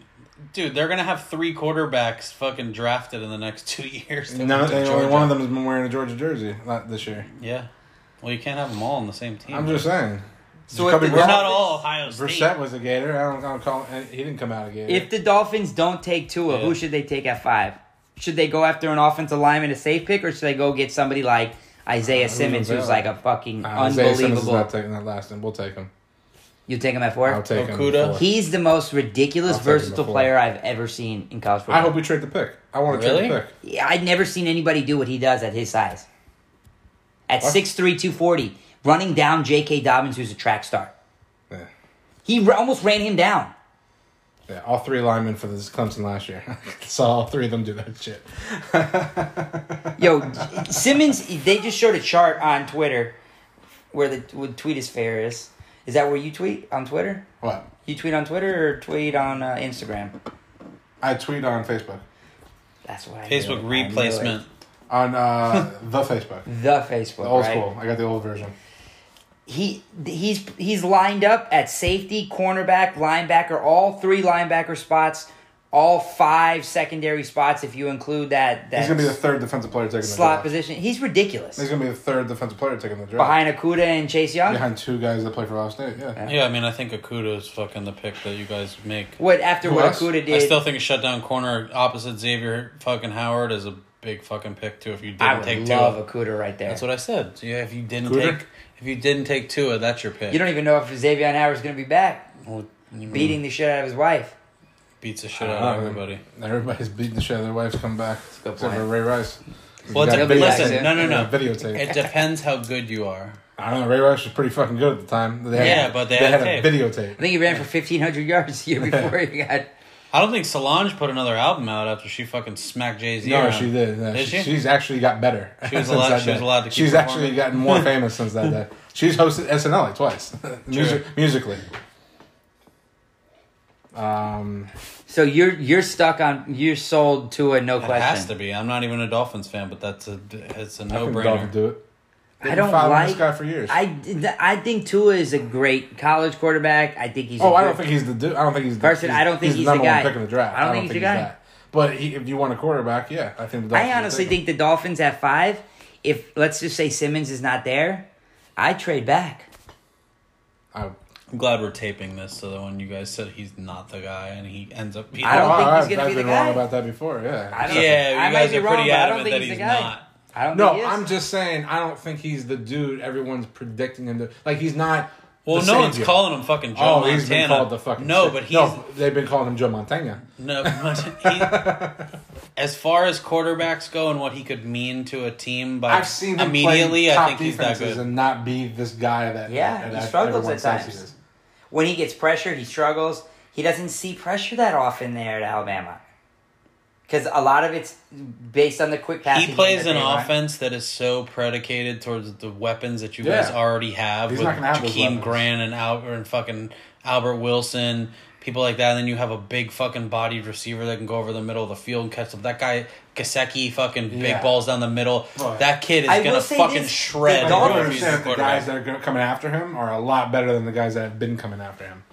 [SPEAKER 4] Dude, they're gonna have three quarterbacks fucking drafted in the next two years. that
[SPEAKER 3] None
[SPEAKER 4] went
[SPEAKER 3] of,
[SPEAKER 4] to
[SPEAKER 3] and only
[SPEAKER 4] Georgia.
[SPEAKER 3] one of them has been wearing a Georgia jersey not this year.
[SPEAKER 4] Yeah. Well, you can't have them all on the same team.
[SPEAKER 3] I'm just saying.
[SPEAKER 2] So if
[SPEAKER 3] Jacoby
[SPEAKER 2] the
[SPEAKER 4] We're
[SPEAKER 3] Brissett-
[SPEAKER 4] not all Ohio State.
[SPEAKER 3] Brissett was a Gator. I don't, I don't call. eh, He didn't come out a Gator.
[SPEAKER 2] If the Dolphins don't take Tua,
[SPEAKER 4] Yeah.
[SPEAKER 2] who should they take at five? Should they go after an offensive lineman, a safe pick, or should they go get somebody like Isaiah Simmons, who's
[SPEAKER 3] available?
[SPEAKER 2] like a fucking
[SPEAKER 3] uh, Isaiah Simmons is
[SPEAKER 2] unbelievable?
[SPEAKER 3] not taking that last, and we'll take him.
[SPEAKER 2] you take him at four.
[SPEAKER 3] I'll take him.
[SPEAKER 4] Okuda?
[SPEAKER 3] before.
[SPEAKER 2] He's the most ridiculous,
[SPEAKER 3] I'll take him at
[SPEAKER 2] versatile
[SPEAKER 3] four.
[SPEAKER 2] player I've ever seen in college football.
[SPEAKER 3] I hope we trade the pick. I want to
[SPEAKER 4] Really?
[SPEAKER 3] trade the pick.
[SPEAKER 2] Yeah, I'd never seen anybody do what he does at his size. At six three, two forty, running down J.K. Dobbins, who's a track star.
[SPEAKER 3] Yeah.
[SPEAKER 2] He r- almost ran him down.
[SPEAKER 3] Yeah, all three linemen for this Clemson last year. Saw all three of them do that shit.
[SPEAKER 2] Yo, Simmons, they just showed a chart on Twitter where the would tweet is fair is. Is that where you tweet on Twitter?
[SPEAKER 3] What?
[SPEAKER 2] You tweet on Twitter or tweet on uh, Instagram?
[SPEAKER 3] I tweet on Facebook.
[SPEAKER 2] That's what I knew it. I
[SPEAKER 4] Facebook
[SPEAKER 2] knew
[SPEAKER 4] replacement.
[SPEAKER 3] On uh, the Facebook.
[SPEAKER 2] it. The Facebook,
[SPEAKER 3] The old
[SPEAKER 2] right?
[SPEAKER 3] school. I got the old version.
[SPEAKER 2] He he's he's lined up at safety, cornerback, linebacker, all three linebacker spots, all five secondary spots if you include that that
[SPEAKER 3] He's going to be the third defensive player taking the
[SPEAKER 2] slot
[SPEAKER 3] draft.
[SPEAKER 2] position. He's ridiculous.
[SPEAKER 3] He's going to be the third defensive player taking the draft.
[SPEAKER 2] Behind Akuda and Chase Young.
[SPEAKER 3] Behind two guys that play for Ohio State, yeah.
[SPEAKER 4] Yeah, I mean, I think Akuda is fucking the pick that you guys make.
[SPEAKER 2] What after
[SPEAKER 3] Who
[SPEAKER 2] what
[SPEAKER 3] else?
[SPEAKER 2] Akuda did?
[SPEAKER 4] I still think a shutdown corner opposite Xavier fucking Howard is a big fucking pick too. If you didn't
[SPEAKER 2] I would
[SPEAKER 4] take
[SPEAKER 2] love
[SPEAKER 4] Tua,
[SPEAKER 2] a Cooter right there.
[SPEAKER 4] that's what I said. So, yeah, if you didn't
[SPEAKER 3] Cooter?
[SPEAKER 4] take if you didn't take Tua, that's your pick.
[SPEAKER 2] you don't even know if Xavier Howard's going to be back,
[SPEAKER 4] Well, you mean,
[SPEAKER 2] beating the shit out of his wife.
[SPEAKER 4] beats the shit out of
[SPEAKER 3] Um,
[SPEAKER 4] everybody.
[SPEAKER 3] Everybody's beating the shit out of their wives come back.
[SPEAKER 2] good
[SPEAKER 3] Except for
[SPEAKER 2] point.
[SPEAKER 3] Ray Rice.
[SPEAKER 4] Well,
[SPEAKER 3] He's
[SPEAKER 4] it
[SPEAKER 3] got
[SPEAKER 4] de-
[SPEAKER 2] video
[SPEAKER 4] listen,
[SPEAKER 2] tape.
[SPEAKER 4] no, no,
[SPEAKER 3] he's
[SPEAKER 4] no.
[SPEAKER 3] got Videotape.
[SPEAKER 4] It depends how good you are.
[SPEAKER 3] I don't know. Ray Rice was pretty fucking good at the time. They had,
[SPEAKER 4] Yeah, but they had
[SPEAKER 3] a
[SPEAKER 4] tape.
[SPEAKER 3] videotape.
[SPEAKER 2] I think he ran for fifteen hundred yards the year before he got.
[SPEAKER 4] I don't think Solange put another album out after she fucking smacked Jay Z.
[SPEAKER 3] No, she did. Yeah,
[SPEAKER 4] Did she?
[SPEAKER 3] She's actually got better.
[SPEAKER 4] She was
[SPEAKER 3] since
[SPEAKER 4] allowed-
[SPEAKER 3] that
[SPEAKER 4] she was
[SPEAKER 3] day.
[SPEAKER 4] allowed to keep
[SPEAKER 3] She's actually
[SPEAKER 4] performing.
[SPEAKER 3] gotten more famous since that day. She's hosted SNL like twice, Music, musically. Um,
[SPEAKER 2] So you're you're stuck on you're sold to a no
[SPEAKER 4] It
[SPEAKER 2] question.
[SPEAKER 4] has to be. I'm not even a Dolphins fan, but that's a it's a
[SPEAKER 3] I
[SPEAKER 4] no
[SPEAKER 3] think Dolphin
[SPEAKER 4] brainer.
[SPEAKER 3] do it.
[SPEAKER 2] I don't
[SPEAKER 3] following this
[SPEAKER 2] like.
[SPEAKER 3] guy for years.
[SPEAKER 2] I did- I think Tua is a great college quarterback. I think he's. a
[SPEAKER 3] oh, I
[SPEAKER 2] good-
[SPEAKER 3] don't think he's the dude. I don't think he's the,
[SPEAKER 2] Carson,
[SPEAKER 3] he's-
[SPEAKER 2] I don't think he's the
[SPEAKER 3] number
[SPEAKER 2] guy.
[SPEAKER 3] one pick in the draft.
[SPEAKER 2] I don't think he's the guy.
[SPEAKER 3] that. But he, if you want a quarterback, yeah, I think. The Dolphins
[SPEAKER 2] I
[SPEAKER 3] will
[SPEAKER 2] honestly
[SPEAKER 3] take
[SPEAKER 2] think
[SPEAKER 3] him.
[SPEAKER 2] the Dolphins at five. If let's just say Simmons is not there, I trade back.
[SPEAKER 3] I,
[SPEAKER 4] I'm glad we're taping this, so that when you guys said he's not the guy and he ends up, he,
[SPEAKER 2] I don't
[SPEAKER 3] Oh,
[SPEAKER 2] think he's
[SPEAKER 3] I've-
[SPEAKER 2] gonna
[SPEAKER 3] I've
[SPEAKER 2] be the
[SPEAKER 3] been wrong
[SPEAKER 2] guy.
[SPEAKER 3] about that before. Yeah,
[SPEAKER 2] I don't.
[SPEAKER 4] Yeah,
[SPEAKER 2] I might
[SPEAKER 4] you guys
[SPEAKER 2] be
[SPEAKER 4] are
[SPEAKER 2] wrong,
[SPEAKER 4] pretty
[SPEAKER 2] but I
[SPEAKER 4] adamant
[SPEAKER 2] don't think
[SPEAKER 4] that
[SPEAKER 2] he's
[SPEAKER 4] he's
[SPEAKER 2] the guy.
[SPEAKER 4] not.
[SPEAKER 2] I don't.
[SPEAKER 3] No,
[SPEAKER 2] think he is.
[SPEAKER 3] I'm just saying I don't think he's the dude everyone's predicting him to. Like he's not.
[SPEAKER 4] Well,
[SPEAKER 3] the
[SPEAKER 4] no one's
[SPEAKER 3] savior.
[SPEAKER 4] calling him fucking Joe
[SPEAKER 3] oh,
[SPEAKER 4] Montana.
[SPEAKER 3] he's been called the fucking.
[SPEAKER 4] no,
[SPEAKER 3] shit.
[SPEAKER 4] but he's
[SPEAKER 3] no. They've been calling him Joe Montana.
[SPEAKER 4] no. but he- as far as quarterbacks go and what he could mean to a team, by
[SPEAKER 3] I've seen him
[SPEAKER 4] immediately,
[SPEAKER 3] play
[SPEAKER 4] I
[SPEAKER 3] top
[SPEAKER 4] think he's that
[SPEAKER 3] defenses
[SPEAKER 4] good.
[SPEAKER 3] and not be this guy that.
[SPEAKER 2] Yeah,
[SPEAKER 3] that
[SPEAKER 2] he
[SPEAKER 3] I-
[SPEAKER 2] struggles
[SPEAKER 3] everyone
[SPEAKER 2] at
[SPEAKER 3] says
[SPEAKER 2] times.
[SPEAKER 3] he is.
[SPEAKER 2] when he gets pressure, he struggles. He doesn't see pressure that often there at Alabama. Because a lot of it's based on the quick passing.
[SPEAKER 4] He
[SPEAKER 2] game
[SPEAKER 4] plays
[SPEAKER 2] that
[SPEAKER 4] an
[SPEAKER 2] they run.
[SPEAKER 4] offense that is so predicated towards the weapons that you
[SPEAKER 3] Yeah.
[SPEAKER 4] guys already have
[SPEAKER 3] He's
[SPEAKER 4] with
[SPEAKER 3] not gonna have those
[SPEAKER 4] Jakeem
[SPEAKER 3] weapons.
[SPEAKER 4] Grant and Albert and fucking Albert Wilson, people like that. And then you have a big fucking bodied receiver that can go over the middle of the field and catch up. That guy Kaseki fucking
[SPEAKER 3] Yeah.
[SPEAKER 4] big balls down the middle.
[SPEAKER 3] Right.
[SPEAKER 4] That kid is
[SPEAKER 2] I will
[SPEAKER 4] gonna
[SPEAKER 2] say
[SPEAKER 4] fucking
[SPEAKER 2] this,
[SPEAKER 4] shred.
[SPEAKER 2] the
[SPEAKER 3] Like,
[SPEAKER 4] whoever
[SPEAKER 3] you
[SPEAKER 2] Dolphins-
[SPEAKER 3] don't
[SPEAKER 4] he's
[SPEAKER 3] understand that the
[SPEAKER 4] quarterback.
[SPEAKER 3] guys that are gonna- coming after him are a lot better than the guys that have been coming after him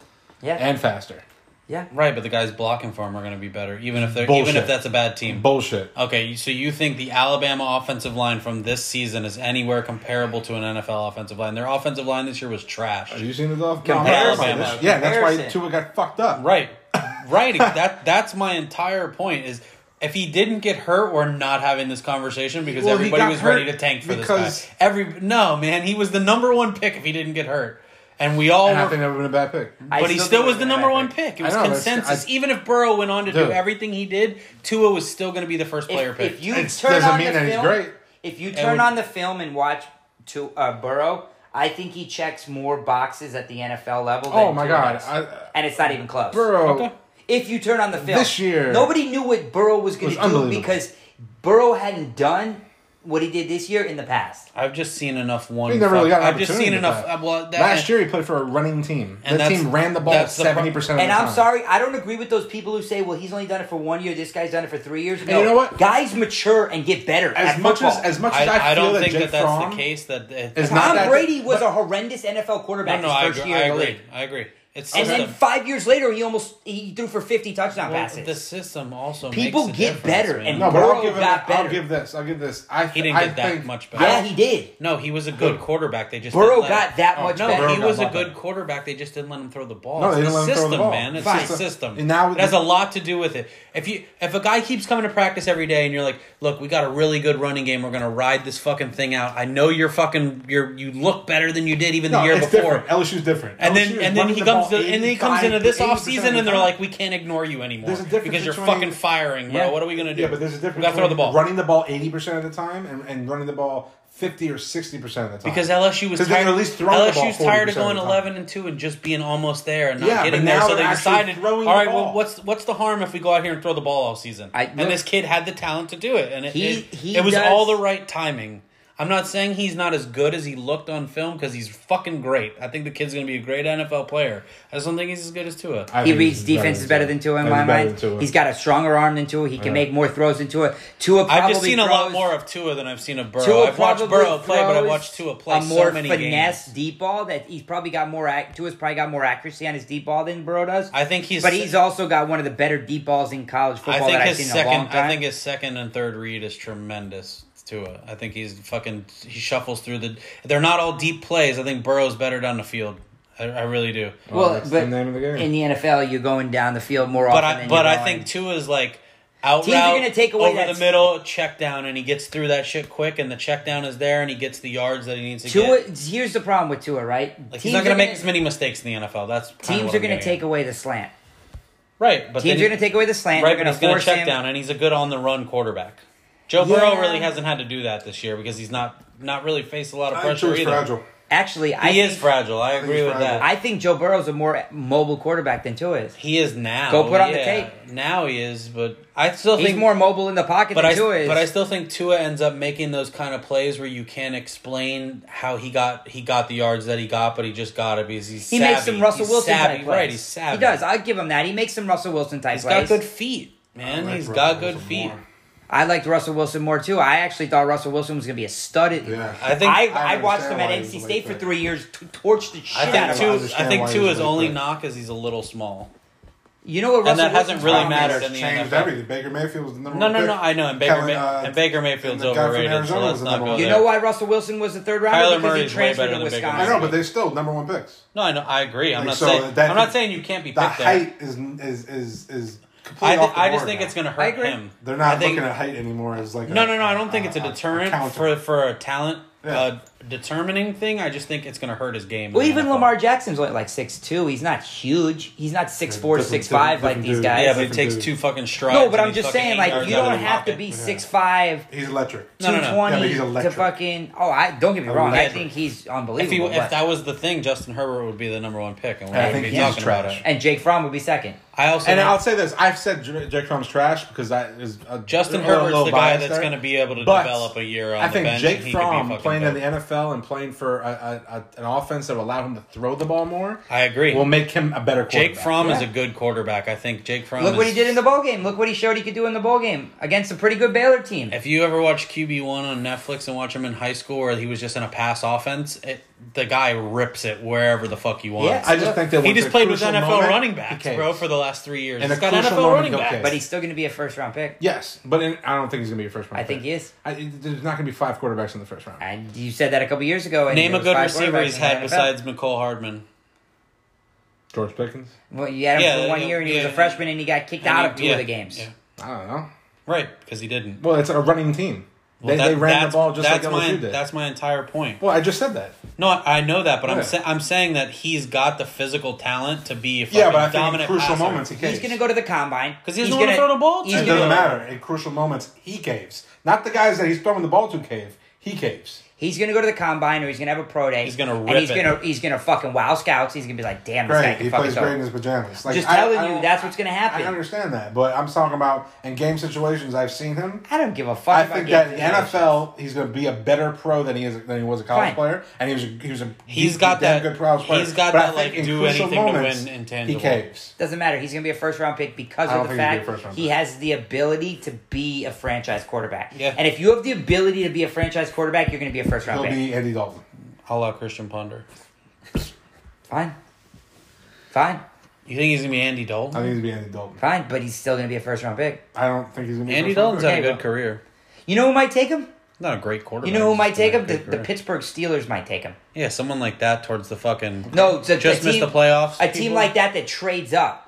[SPEAKER 2] Yeah,
[SPEAKER 3] and faster.
[SPEAKER 2] yeah.
[SPEAKER 4] Right, but the guys blocking for him are going to be better, even if they're even
[SPEAKER 3] Bullshit.
[SPEAKER 4] if that's a bad team.
[SPEAKER 3] Bullshit.
[SPEAKER 4] Okay, so you think the Alabama offensive line from this season is anywhere comparable to an NFL offensive line? Their offensive line this year was trash.
[SPEAKER 3] Have you seen the Dolphins?
[SPEAKER 4] Comparison.
[SPEAKER 3] Yeah, that's why
[SPEAKER 2] Comparison.
[SPEAKER 3] Tua got fucked up.
[SPEAKER 4] Right, right. that that's my entire point is. If he didn't get hurt, we're not having this conversation because
[SPEAKER 3] Well, he
[SPEAKER 4] everybody
[SPEAKER 3] got
[SPEAKER 4] was ready
[SPEAKER 3] hurt
[SPEAKER 4] to tank for this
[SPEAKER 3] because-
[SPEAKER 4] guy. Every no man, he was the number one pick if he didn't get hurt, and we all
[SPEAKER 3] And I
[SPEAKER 4] were-
[SPEAKER 3] think that would have been a bad pick.
[SPEAKER 2] I
[SPEAKER 4] but he
[SPEAKER 2] still
[SPEAKER 4] still
[SPEAKER 2] think
[SPEAKER 4] was
[SPEAKER 2] it
[SPEAKER 4] the
[SPEAKER 2] was a
[SPEAKER 4] number
[SPEAKER 2] bad
[SPEAKER 4] one
[SPEAKER 2] pick.
[SPEAKER 4] pick. It
[SPEAKER 3] I
[SPEAKER 4] was
[SPEAKER 3] know, that's-
[SPEAKER 4] consensus.
[SPEAKER 3] I-
[SPEAKER 4] Even if Burrow went on to
[SPEAKER 3] Dude.
[SPEAKER 4] do everything he did, Tua was still going to be the first player
[SPEAKER 2] If,
[SPEAKER 4] picked.
[SPEAKER 2] if you
[SPEAKER 3] It
[SPEAKER 2] turn
[SPEAKER 3] doesn't
[SPEAKER 2] on
[SPEAKER 3] mean
[SPEAKER 2] the
[SPEAKER 3] that he's
[SPEAKER 2] film,
[SPEAKER 3] great.
[SPEAKER 2] If you turn
[SPEAKER 4] would-
[SPEAKER 2] on the film and watch to uh, Burrow, I think he checks more boxes at the NFL level. Than
[SPEAKER 3] Oh my
[SPEAKER 2] Tua
[SPEAKER 3] god,
[SPEAKER 2] does.
[SPEAKER 3] I,
[SPEAKER 2] and it's not even close.
[SPEAKER 3] Burrow.
[SPEAKER 4] Okay.
[SPEAKER 2] If you turn on the film
[SPEAKER 3] This year-
[SPEAKER 2] nobody knew what Burrow was going
[SPEAKER 3] was
[SPEAKER 2] to do
[SPEAKER 3] unbelievable.
[SPEAKER 2] because Burrow hadn't done what he did this year in the past.
[SPEAKER 4] I've just seen enough one.
[SPEAKER 3] He never really
[SPEAKER 4] fuck-
[SPEAKER 3] got an
[SPEAKER 4] I've just
[SPEAKER 3] opportunity
[SPEAKER 4] seen
[SPEAKER 3] to
[SPEAKER 4] enough.
[SPEAKER 3] play.
[SPEAKER 4] uh, well, that,
[SPEAKER 3] Last year he played for a running team.
[SPEAKER 4] And
[SPEAKER 3] that
[SPEAKER 4] that's-
[SPEAKER 3] team ran the ball
[SPEAKER 4] that's the pro-
[SPEAKER 3] seventy percent of
[SPEAKER 2] And
[SPEAKER 3] the time.
[SPEAKER 2] I'm sorry, I don't agree with those people who say, "Well, he's only done it for one year. This guy's done it for three years." No,
[SPEAKER 3] you know what?
[SPEAKER 2] Guys mature and get better.
[SPEAKER 3] As
[SPEAKER 2] at
[SPEAKER 3] much
[SPEAKER 2] football.
[SPEAKER 3] as as much
[SPEAKER 4] I,
[SPEAKER 3] as I,
[SPEAKER 4] I
[SPEAKER 3] feel
[SPEAKER 4] don't
[SPEAKER 3] that
[SPEAKER 4] think
[SPEAKER 3] Jake
[SPEAKER 4] that that's
[SPEAKER 3] Fromm
[SPEAKER 4] the case. That it,
[SPEAKER 3] is
[SPEAKER 2] Tom
[SPEAKER 3] not that-
[SPEAKER 2] Brady was
[SPEAKER 3] but-
[SPEAKER 2] a horrendous NFL quarterback
[SPEAKER 4] No, no,
[SPEAKER 2] his
[SPEAKER 4] I
[SPEAKER 2] first
[SPEAKER 4] agree.
[SPEAKER 2] year
[SPEAKER 4] I
[SPEAKER 2] in the
[SPEAKER 4] agree.
[SPEAKER 2] league.
[SPEAKER 4] I agree. It's
[SPEAKER 2] And then
[SPEAKER 4] system.
[SPEAKER 2] five years later, he almost he threw for fifty touchdown
[SPEAKER 4] Well,
[SPEAKER 2] passes.
[SPEAKER 4] the system also
[SPEAKER 2] People
[SPEAKER 4] makes a
[SPEAKER 2] get
[SPEAKER 4] difference,
[SPEAKER 2] better
[SPEAKER 4] man.
[SPEAKER 2] and-
[SPEAKER 3] No, but I'll
[SPEAKER 2] Burrow
[SPEAKER 3] give, him,
[SPEAKER 2] got
[SPEAKER 3] I'll
[SPEAKER 2] better.
[SPEAKER 3] give this. I'll give this. I
[SPEAKER 4] He didn't
[SPEAKER 3] I
[SPEAKER 4] get that
[SPEAKER 3] think-
[SPEAKER 4] much better.
[SPEAKER 2] yeah, he did.
[SPEAKER 4] no, he was a good quarterback. They just
[SPEAKER 2] Burrow
[SPEAKER 4] didn't let
[SPEAKER 2] got
[SPEAKER 4] him-
[SPEAKER 2] that
[SPEAKER 3] Oh,
[SPEAKER 2] much
[SPEAKER 4] No,
[SPEAKER 2] better.
[SPEAKER 4] he
[SPEAKER 3] Burrow
[SPEAKER 4] was
[SPEAKER 3] got a
[SPEAKER 4] a
[SPEAKER 3] lot
[SPEAKER 4] good
[SPEAKER 3] better.
[SPEAKER 4] quarterback. They just didn't let him throw the ball.
[SPEAKER 3] No,
[SPEAKER 4] it's
[SPEAKER 3] they didn't
[SPEAKER 4] the
[SPEAKER 3] let him throw the
[SPEAKER 4] system,
[SPEAKER 3] ball.
[SPEAKER 4] man. It's
[SPEAKER 2] Fine.
[SPEAKER 4] the system.
[SPEAKER 3] And now-
[SPEAKER 4] it has a lot to do with it. If you if a guy keeps coming to practice every day and you're like, look, we got a really good running game. We're gonna ride this fucking thing out. I know you're fucking you're you look better than you did even
[SPEAKER 3] No,
[SPEAKER 4] the year
[SPEAKER 3] it's
[SPEAKER 4] before.
[SPEAKER 3] different. LSU's different.
[SPEAKER 4] And
[SPEAKER 3] LSU
[SPEAKER 4] then
[SPEAKER 3] is
[SPEAKER 4] and then
[SPEAKER 3] running
[SPEAKER 4] he
[SPEAKER 3] the
[SPEAKER 4] comes to,
[SPEAKER 3] ball
[SPEAKER 4] and then he comes
[SPEAKER 3] 85
[SPEAKER 4] into this
[SPEAKER 3] to 80%
[SPEAKER 4] off
[SPEAKER 3] of the
[SPEAKER 4] season and they're
[SPEAKER 3] time.
[SPEAKER 4] like, we can't ignore you anymore
[SPEAKER 3] There's a difference
[SPEAKER 4] because you're
[SPEAKER 3] between-
[SPEAKER 4] fucking firing, bro.
[SPEAKER 2] Yeah.
[SPEAKER 4] What are we gonna do?
[SPEAKER 3] Yeah, but there's a difference.
[SPEAKER 4] We gotta throw the
[SPEAKER 3] between
[SPEAKER 4] ball.
[SPEAKER 3] Running the ball eighty percent of the time and, and running the ball fifty or sixty percent of the time.
[SPEAKER 4] Because LSU was
[SPEAKER 3] Because they're
[SPEAKER 4] tired.
[SPEAKER 3] at least throwing the ball
[SPEAKER 4] LSU's tired
[SPEAKER 3] 40% of
[SPEAKER 4] of going
[SPEAKER 3] the time.
[SPEAKER 4] eleven and two and just being almost there and not
[SPEAKER 3] Yeah, but
[SPEAKER 4] getting
[SPEAKER 3] now
[SPEAKER 4] there. So
[SPEAKER 3] they're
[SPEAKER 4] they
[SPEAKER 3] actually
[SPEAKER 4] decided, all
[SPEAKER 3] throwing the
[SPEAKER 4] right, well,
[SPEAKER 3] ball."
[SPEAKER 4] what's what's the harm if we go out here and throw the ball all season?
[SPEAKER 2] I-
[SPEAKER 4] and
[SPEAKER 2] look-
[SPEAKER 4] this kid had the talent to do it, and it
[SPEAKER 2] He-
[SPEAKER 4] it,
[SPEAKER 2] he
[SPEAKER 4] it was
[SPEAKER 2] does-
[SPEAKER 4] all the right timing. I'm not saying he's not as good as he looked on film because he's fucking great. I think the kid's going to be a great NFL player. I just don't think he's as good as Tua.
[SPEAKER 3] I
[SPEAKER 2] He
[SPEAKER 3] think
[SPEAKER 2] reads
[SPEAKER 3] he's
[SPEAKER 2] defenses better than Tua in
[SPEAKER 3] I
[SPEAKER 2] my
[SPEAKER 3] think he's better
[SPEAKER 2] mind.
[SPEAKER 3] than Tua.
[SPEAKER 2] He's got a stronger arm than Tua. He can
[SPEAKER 3] Yeah.
[SPEAKER 2] make more throws than Tua. Tua probably
[SPEAKER 4] I've just seen a lot
[SPEAKER 2] throws-
[SPEAKER 4] more of Tua than I've seen of Burrow.
[SPEAKER 2] Tua
[SPEAKER 4] I've watched
[SPEAKER 2] probably
[SPEAKER 4] Burrow play, but I
[SPEAKER 2] throws
[SPEAKER 4] watched Tua play
[SPEAKER 2] a more
[SPEAKER 4] so many
[SPEAKER 2] finesse
[SPEAKER 4] games.
[SPEAKER 2] deep ball that he's probably got more. Ac- Tua's probably got more accuracy on his deep ball than Burrow does.
[SPEAKER 4] I think he's
[SPEAKER 2] but he's also got one of the better deep balls in college football
[SPEAKER 4] I think
[SPEAKER 2] that I've
[SPEAKER 4] his
[SPEAKER 2] seen
[SPEAKER 4] second.
[SPEAKER 2] in a long time.
[SPEAKER 4] I think his second and third read is tremendous. Tua. I think he's fucking. He shuffles through the. They're not all deep plays. I think Burrow's better down the field. I, I really do.
[SPEAKER 3] Well,
[SPEAKER 2] well,
[SPEAKER 3] that's
[SPEAKER 2] but
[SPEAKER 3] the name of the game.
[SPEAKER 2] in the NFL, you're going down the field more
[SPEAKER 4] But
[SPEAKER 2] often.
[SPEAKER 4] I.
[SPEAKER 2] than
[SPEAKER 4] But
[SPEAKER 2] you're
[SPEAKER 4] I
[SPEAKER 2] going-
[SPEAKER 4] think Tua's like. Out
[SPEAKER 2] Teams are
[SPEAKER 4] route,
[SPEAKER 2] gonna take away
[SPEAKER 4] over
[SPEAKER 2] that-
[SPEAKER 4] the middle check down, and he gets through that shit quick, and the check down is there, and he gets the yards that he needs to
[SPEAKER 2] Tua.
[SPEAKER 4] get.
[SPEAKER 2] Here's the problem with Tua, right?
[SPEAKER 4] Like, he's
[SPEAKER 2] Teams
[SPEAKER 4] not
[SPEAKER 2] are
[SPEAKER 4] gonna make
[SPEAKER 2] gonna-
[SPEAKER 4] as many mistakes in the NFL. That's kinda
[SPEAKER 2] Teams are
[SPEAKER 4] what I'm
[SPEAKER 2] going to
[SPEAKER 4] getting at.
[SPEAKER 2] take away the slant.
[SPEAKER 4] right, but
[SPEAKER 2] Teams
[SPEAKER 4] then-
[SPEAKER 2] are going to take away the slant.
[SPEAKER 4] Right,
[SPEAKER 2] They're
[SPEAKER 4] but
[SPEAKER 2] going
[SPEAKER 4] he's
[SPEAKER 2] to
[SPEAKER 4] going to
[SPEAKER 2] force
[SPEAKER 4] check
[SPEAKER 2] him.
[SPEAKER 4] down, and he's a good on the run quarterback. Joe
[SPEAKER 2] Yeah.
[SPEAKER 4] Burrow really hasn't had to do that this year because he's not not really faced a lot of
[SPEAKER 3] I think
[SPEAKER 4] pressure
[SPEAKER 3] Tua's
[SPEAKER 4] either.
[SPEAKER 3] fragile.
[SPEAKER 2] Actually, I
[SPEAKER 4] He
[SPEAKER 2] think,
[SPEAKER 4] is fragile. I agree
[SPEAKER 3] he's
[SPEAKER 4] with
[SPEAKER 3] fragile.
[SPEAKER 4] that.
[SPEAKER 2] I think Joe Burrow's a more mobile quarterback than Tua is.
[SPEAKER 4] He is now.
[SPEAKER 2] Go put on the
[SPEAKER 4] yeah.
[SPEAKER 2] tape.
[SPEAKER 4] Now he is, but I still
[SPEAKER 2] He's
[SPEAKER 4] think
[SPEAKER 2] more mobile in the pocket
[SPEAKER 4] But
[SPEAKER 2] than
[SPEAKER 4] I
[SPEAKER 2] Tua is.
[SPEAKER 4] but I still think Tua ends up making those kind of plays where you can't explain how he got he got the yards that he got, but he just got it because he's
[SPEAKER 2] he
[SPEAKER 4] savvy.
[SPEAKER 2] makes some Russell
[SPEAKER 4] He's
[SPEAKER 2] Wilson
[SPEAKER 4] savvy.
[SPEAKER 2] type plays.
[SPEAKER 4] Right, he's savvy.
[SPEAKER 2] He does. I'll give him that. He makes some Russell Wilson type
[SPEAKER 4] He's got
[SPEAKER 2] plays.
[SPEAKER 4] good feet, man.
[SPEAKER 3] I like
[SPEAKER 4] he's
[SPEAKER 3] Russell
[SPEAKER 4] got good
[SPEAKER 3] Wilson
[SPEAKER 4] feet.
[SPEAKER 3] more.
[SPEAKER 2] I liked Russell Wilson more too. I actually thought Russell Wilson was going to be a stud. at-
[SPEAKER 3] Yeah.
[SPEAKER 4] I think
[SPEAKER 2] I,
[SPEAKER 3] I
[SPEAKER 2] I, watched him at
[SPEAKER 3] understand why
[SPEAKER 2] NC
[SPEAKER 3] he's
[SPEAKER 2] State for
[SPEAKER 3] like that.
[SPEAKER 2] three years, t- torched the shit out
[SPEAKER 4] I
[SPEAKER 2] of
[SPEAKER 3] I
[SPEAKER 4] think
[SPEAKER 2] him.
[SPEAKER 4] two.
[SPEAKER 3] understand
[SPEAKER 4] I think
[SPEAKER 3] why
[SPEAKER 4] two
[SPEAKER 3] he's
[SPEAKER 4] is
[SPEAKER 3] really
[SPEAKER 4] only
[SPEAKER 3] quick.
[SPEAKER 4] knock is he's a little small.
[SPEAKER 2] You know what? Russell
[SPEAKER 4] And that hasn't
[SPEAKER 2] Wilson's
[SPEAKER 4] really
[SPEAKER 2] problem is?
[SPEAKER 4] mattered
[SPEAKER 3] It's
[SPEAKER 4] in the
[SPEAKER 3] changed
[SPEAKER 4] NFL.
[SPEAKER 3] everything. Baker Mayfield's the number
[SPEAKER 4] No,
[SPEAKER 3] one
[SPEAKER 4] no,
[SPEAKER 3] pick.
[SPEAKER 4] no. I know, and Baker
[SPEAKER 3] Kellen,
[SPEAKER 4] Ma-
[SPEAKER 3] uh,
[SPEAKER 4] and Baker Mayfield's
[SPEAKER 3] and the guy from
[SPEAKER 4] overrated. So
[SPEAKER 3] Arizona
[SPEAKER 4] let's
[SPEAKER 3] was
[SPEAKER 4] not
[SPEAKER 3] the
[SPEAKER 4] go
[SPEAKER 3] number
[SPEAKER 2] You
[SPEAKER 4] there.
[SPEAKER 2] know why Russell Wilson was the third rounder?
[SPEAKER 4] Kyler
[SPEAKER 2] because
[SPEAKER 4] Murray
[SPEAKER 2] he
[SPEAKER 4] is way
[SPEAKER 2] transferred
[SPEAKER 4] better
[SPEAKER 2] to
[SPEAKER 4] than Baker
[SPEAKER 2] Wisconsin.
[SPEAKER 3] I know, but they're still number one picks.
[SPEAKER 4] No, I know. I agree. I'm
[SPEAKER 3] Like,
[SPEAKER 4] not
[SPEAKER 3] so
[SPEAKER 4] saying.
[SPEAKER 3] that-
[SPEAKER 4] I'm not saying you can't be
[SPEAKER 3] The
[SPEAKER 4] picked there.
[SPEAKER 3] height is is is is
[SPEAKER 4] I,
[SPEAKER 3] completely
[SPEAKER 4] th-
[SPEAKER 3] off the
[SPEAKER 4] I just
[SPEAKER 3] board
[SPEAKER 4] think
[SPEAKER 3] now.
[SPEAKER 4] it's going to
[SPEAKER 2] I
[SPEAKER 4] hurt
[SPEAKER 2] agree.
[SPEAKER 4] him.
[SPEAKER 3] They're not
[SPEAKER 4] I think-
[SPEAKER 3] looking at height anymore as like.
[SPEAKER 4] No,
[SPEAKER 3] a-
[SPEAKER 4] no, no. I don't think it's a deterrent
[SPEAKER 3] counter.
[SPEAKER 4] for for a talent
[SPEAKER 3] Yeah.
[SPEAKER 4] uh, determining thing. I just think it's going to hurt his game. in
[SPEAKER 2] Well,
[SPEAKER 4] the
[SPEAKER 2] even
[SPEAKER 4] NFL.
[SPEAKER 2] Lamar Jackson's only like six two. He's not huge. He's not six four,
[SPEAKER 3] different-
[SPEAKER 2] six five like
[SPEAKER 3] different
[SPEAKER 2] these
[SPEAKER 3] dude.
[SPEAKER 2] guys.
[SPEAKER 4] Yeah, but it
[SPEAKER 3] Different
[SPEAKER 4] takes
[SPEAKER 3] dude.
[SPEAKER 4] two fucking strides.
[SPEAKER 2] no, but
[SPEAKER 4] and
[SPEAKER 2] I'm
[SPEAKER 4] he's
[SPEAKER 2] just
[SPEAKER 4] fucking
[SPEAKER 2] saying,
[SPEAKER 4] eight
[SPEAKER 2] like
[SPEAKER 4] yards
[SPEAKER 2] you
[SPEAKER 4] out of
[SPEAKER 2] don't
[SPEAKER 4] the
[SPEAKER 2] have to
[SPEAKER 4] pocket.
[SPEAKER 2] be six five,
[SPEAKER 3] He's electric.
[SPEAKER 4] No, no,
[SPEAKER 2] two
[SPEAKER 4] no.
[SPEAKER 3] Yeah, but
[SPEAKER 2] twenty
[SPEAKER 3] he's
[SPEAKER 2] to
[SPEAKER 3] electric.
[SPEAKER 2] fucking. Oh, I don't get me wrong. I
[SPEAKER 4] Electric.
[SPEAKER 2] think he's
[SPEAKER 4] If, he,
[SPEAKER 2] unbelievable.
[SPEAKER 4] if
[SPEAKER 2] but-
[SPEAKER 4] that was the thing, Justin Herbert would be the number one pick, and we
[SPEAKER 3] I
[SPEAKER 4] wouldn't
[SPEAKER 3] think
[SPEAKER 4] be
[SPEAKER 3] he's
[SPEAKER 4] talking about
[SPEAKER 3] trash.
[SPEAKER 4] it.
[SPEAKER 2] and Jake Fromm would be second.
[SPEAKER 4] I also
[SPEAKER 3] And
[SPEAKER 4] think-
[SPEAKER 3] I'll say this: I've said J- Jake Fromm's trash because that is a,
[SPEAKER 4] Justin
[SPEAKER 3] a little-
[SPEAKER 4] Herbert's
[SPEAKER 3] little
[SPEAKER 4] the guy
[SPEAKER 3] bias
[SPEAKER 4] that's
[SPEAKER 3] there.
[SPEAKER 4] going to be able to
[SPEAKER 3] But
[SPEAKER 4] develop a year on
[SPEAKER 3] I
[SPEAKER 4] the
[SPEAKER 3] think
[SPEAKER 4] bench. and
[SPEAKER 3] Jake
[SPEAKER 4] he could be
[SPEAKER 3] Fromm
[SPEAKER 4] fucking
[SPEAKER 3] playing in the
[SPEAKER 4] dope.
[SPEAKER 3] NFL and playing for a, a, a, an offense that will allow him to throw the ball more
[SPEAKER 4] I agree.
[SPEAKER 3] will make him a better quarterback.
[SPEAKER 4] Jake Fromm is a
[SPEAKER 2] Yeah.
[SPEAKER 4] good quarterback. I think Jake Fromm.
[SPEAKER 2] Look
[SPEAKER 4] is,
[SPEAKER 2] what he did in the bowl game. Look what he showed he could do in the bowl game against a pretty good Baylor team.
[SPEAKER 4] If you ever watch QB one on Netflix and watch him in high school, where he was just in a pass offense, it, the guy rips it wherever the fuck he wants.
[SPEAKER 3] I just think that
[SPEAKER 4] he
[SPEAKER 3] once
[SPEAKER 4] just
[SPEAKER 3] a
[SPEAKER 4] played with
[SPEAKER 3] crucial
[SPEAKER 4] NFL
[SPEAKER 3] moment,
[SPEAKER 4] running
[SPEAKER 3] he
[SPEAKER 4] backs,
[SPEAKER 3] caves.
[SPEAKER 4] bro, for the last three years.
[SPEAKER 3] In
[SPEAKER 4] He's
[SPEAKER 3] a
[SPEAKER 4] got
[SPEAKER 3] crucial
[SPEAKER 4] NFL
[SPEAKER 3] moment,
[SPEAKER 4] running
[SPEAKER 3] he'll
[SPEAKER 4] backs.
[SPEAKER 3] cave.
[SPEAKER 2] But he's still going to be a first round pick.
[SPEAKER 3] Yes, but in, I don't think he's going to be a first round.
[SPEAKER 2] I think
[SPEAKER 3] pick.
[SPEAKER 2] he is.
[SPEAKER 3] I, there's not going to be five quarterbacks in the first round.
[SPEAKER 2] And you said that a couple years ago. And
[SPEAKER 4] Name
[SPEAKER 2] there
[SPEAKER 4] a
[SPEAKER 2] was
[SPEAKER 4] good
[SPEAKER 2] five
[SPEAKER 4] receiver
[SPEAKER 2] quarterbacks
[SPEAKER 4] he's
[SPEAKER 2] in the
[SPEAKER 4] had
[SPEAKER 2] NFL.
[SPEAKER 4] besides McCole Hardman.
[SPEAKER 3] George Pickens.
[SPEAKER 2] Well, you had him
[SPEAKER 4] Yeah,
[SPEAKER 2] for one
[SPEAKER 4] yeah,
[SPEAKER 2] year, and he
[SPEAKER 4] yeah.
[SPEAKER 2] was a freshman, and he got kicked
[SPEAKER 4] And
[SPEAKER 2] out
[SPEAKER 4] he-
[SPEAKER 2] of two
[SPEAKER 4] yeah,
[SPEAKER 2] of the games.
[SPEAKER 4] yeah.
[SPEAKER 3] I don't know.
[SPEAKER 4] Right, because he didn't.
[SPEAKER 3] Well, it's a running team.
[SPEAKER 4] Well,
[SPEAKER 3] they,
[SPEAKER 4] that-
[SPEAKER 3] they ran
[SPEAKER 4] that's-
[SPEAKER 3] the ball just like
[SPEAKER 4] that's
[SPEAKER 3] LSU
[SPEAKER 4] my,
[SPEAKER 3] did.
[SPEAKER 4] That's my entire point.
[SPEAKER 3] well, I just said that.
[SPEAKER 4] No, I, I know that, but I'm
[SPEAKER 3] Yeah.
[SPEAKER 4] sa- I'm saying that he's got the physical talent to be a fucking
[SPEAKER 3] Yeah, but I think in
[SPEAKER 4] dominant
[SPEAKER 3] crucial
[SPEAKER 4] passer.
[SPEAKER 3] moments he caves.
[SPEAKER 2] He's going to go to the combine
[SPEAKER 4] 'Cause he doesn't
[SPEAKER 2] He's
[SPEAKER 4] wanna
[SPEAKER 2] gonna-
[SPEAKER 4] throw the ball to
[SPEAKER 2] he's
[SPEAKER 4] him.
[SPEAKER 3] It
[SPEAKER 2] gonna-
[SPEAKER 3] doesn't matter. In crucial moments, he caves. Not the guys that he's throwing the ball to cave. He caves.
[SPEAKER 2] He's going to go to the combine, or he's going to have a pro day.
[SPEAKER 4] He's gonna
[SPEAKER 2] and
[SPEAKER 4] rip
[SPEAKER 2] he's
[SPEAKER 4] it.
[SPEAKER 2] going to he's going to fucking wow scouts. He's going to be like, damn, this guy
[SPEAKER 3] Great.
[SPEAKER 2] can
[SPEAKER 3] He
[SPEAKER 2] fucking
[SPEAKER 3] plays
[SPEAKER 2] throw.
[SPEAKER 3] great in his pajamas. Like,
[SPEAKER 2] Just
[SPEAKER 3] I-
[SPEAKER 2] telling
[SPEAKER 3] I
[SPEAKER 2] you,
[SPEAKER 3] don't-
[SPEAKER 2] that's what's going to happen.
[SPEAKER 3] I understand that, but I'm talking about in game situations. I've seen him.
[SPEAKER 2] I don't give a fuck.
[SPEAKER 3] I
[SPEAKER 2] about
[SPEAKER 3] think
[SPEAKER 2] games in
[SPEAKER 3] that in
[SPEAKER 2] the
[SPEAKER 3] NFL, he's going to be a better pro than he is than he was a college
[SPEAKER 2] Fine.
[SPEAKER 3] player, and he was a, he was a
[SPEAKER 4] He's
[SPEAKER 3] deep-
[SPEAKER 4] got
[SPEAKER 3] damn
[SPEAKER 4] that-
[SPEAKER 3] good college player.
[SPEAKER 4] he's got
[SPEAKER 3] But I
[SPEAKER 4] that,
[SPEAKER 3] think
[SPEAKER 4] like,
[SPEAKER 3] in
[SPEAKER 4] do
[SPEAKER 3] crucial
[SPEAKER 4] anything to
[SPEAKER 3] moments,
[SPEAKER 4] win intangible.
[SPEAKER 3] He caves.
[SPEAKER 2] Doesn't matter. He's going to be a first round pick because
[SPEAKER 3] I don't
[SPEAKER 2] of the
[SPEAKER 3] think he'll be a
[SPEAKER 2] fact
[SPEAKER 3] first round
[SPEAKER 2] he
[SPEAKER 3] pick.
[SPEAKER 2] has the ability to be a franchise quarterback.
[SPEAKER 4] Yeah.
[SPEAKER 2] And if you have the ability to be a franchise quarterback, you're going to be a first round
[SPEAKER 3] He'll
[SPEAKER 2] pick.
[SPEAKER 3] be Andy Dalton.
[SPEAKER 4] How about Christian Ponder?
[SPEAKER 2] Fine. Fine.
[SPEAKER 4] You think he's gonna be Andy
[SPEAKER 3] I
[SPEAKER 4] Dalton?
[SPEAKER 3] think he's be Andy Dalton.
[SPEAKER 2] Fine. But he's still going to be a first round pick.
[SPEAKER 3] I don't think he's going to be a
[SPEAKER 4] Andy
[SPEAKER 3] first round
[SPEAKER 4] Dalton's
[SPEAKER 3] pick.
[SPEAKER 4] had a
[SPEAKER 2] Okay,
[SPEAKER 4] good
[SPEAKER 2] well-
[SPEAKER 4] career.
[SPEAKER 2] You know who might take him?
[SPEAKER 4] Not a great quarterback.
[SPEAKER 2] You know who
[SPEAKER 4] he's
[SPEAKER 2] might
[SPEAKER 4] just
[SPEAKER 2] take
[SPEAKER 4] had a
[SPEAKER 2] him? The,
[SPEAKER 4] good
[SPEAKER 2] the
[SPEAKER 4] career.
[SPEAKER 2] Pittsburgh Steelers might take him.
[SPEAKER 4] Yeah, someone like that towards the fucking
[SPEAKER 2] No, it's a-
[SPEAKER 4] just
[SPEAKER 2] a
[SPEAKER 4] missed
[SPEAKER 2] team-
[SPEAKER 4] the playoffs.
[SPEAKER 2] A
[SPEAKER 4] people.
[SPEAKER 2] team like that that trades up.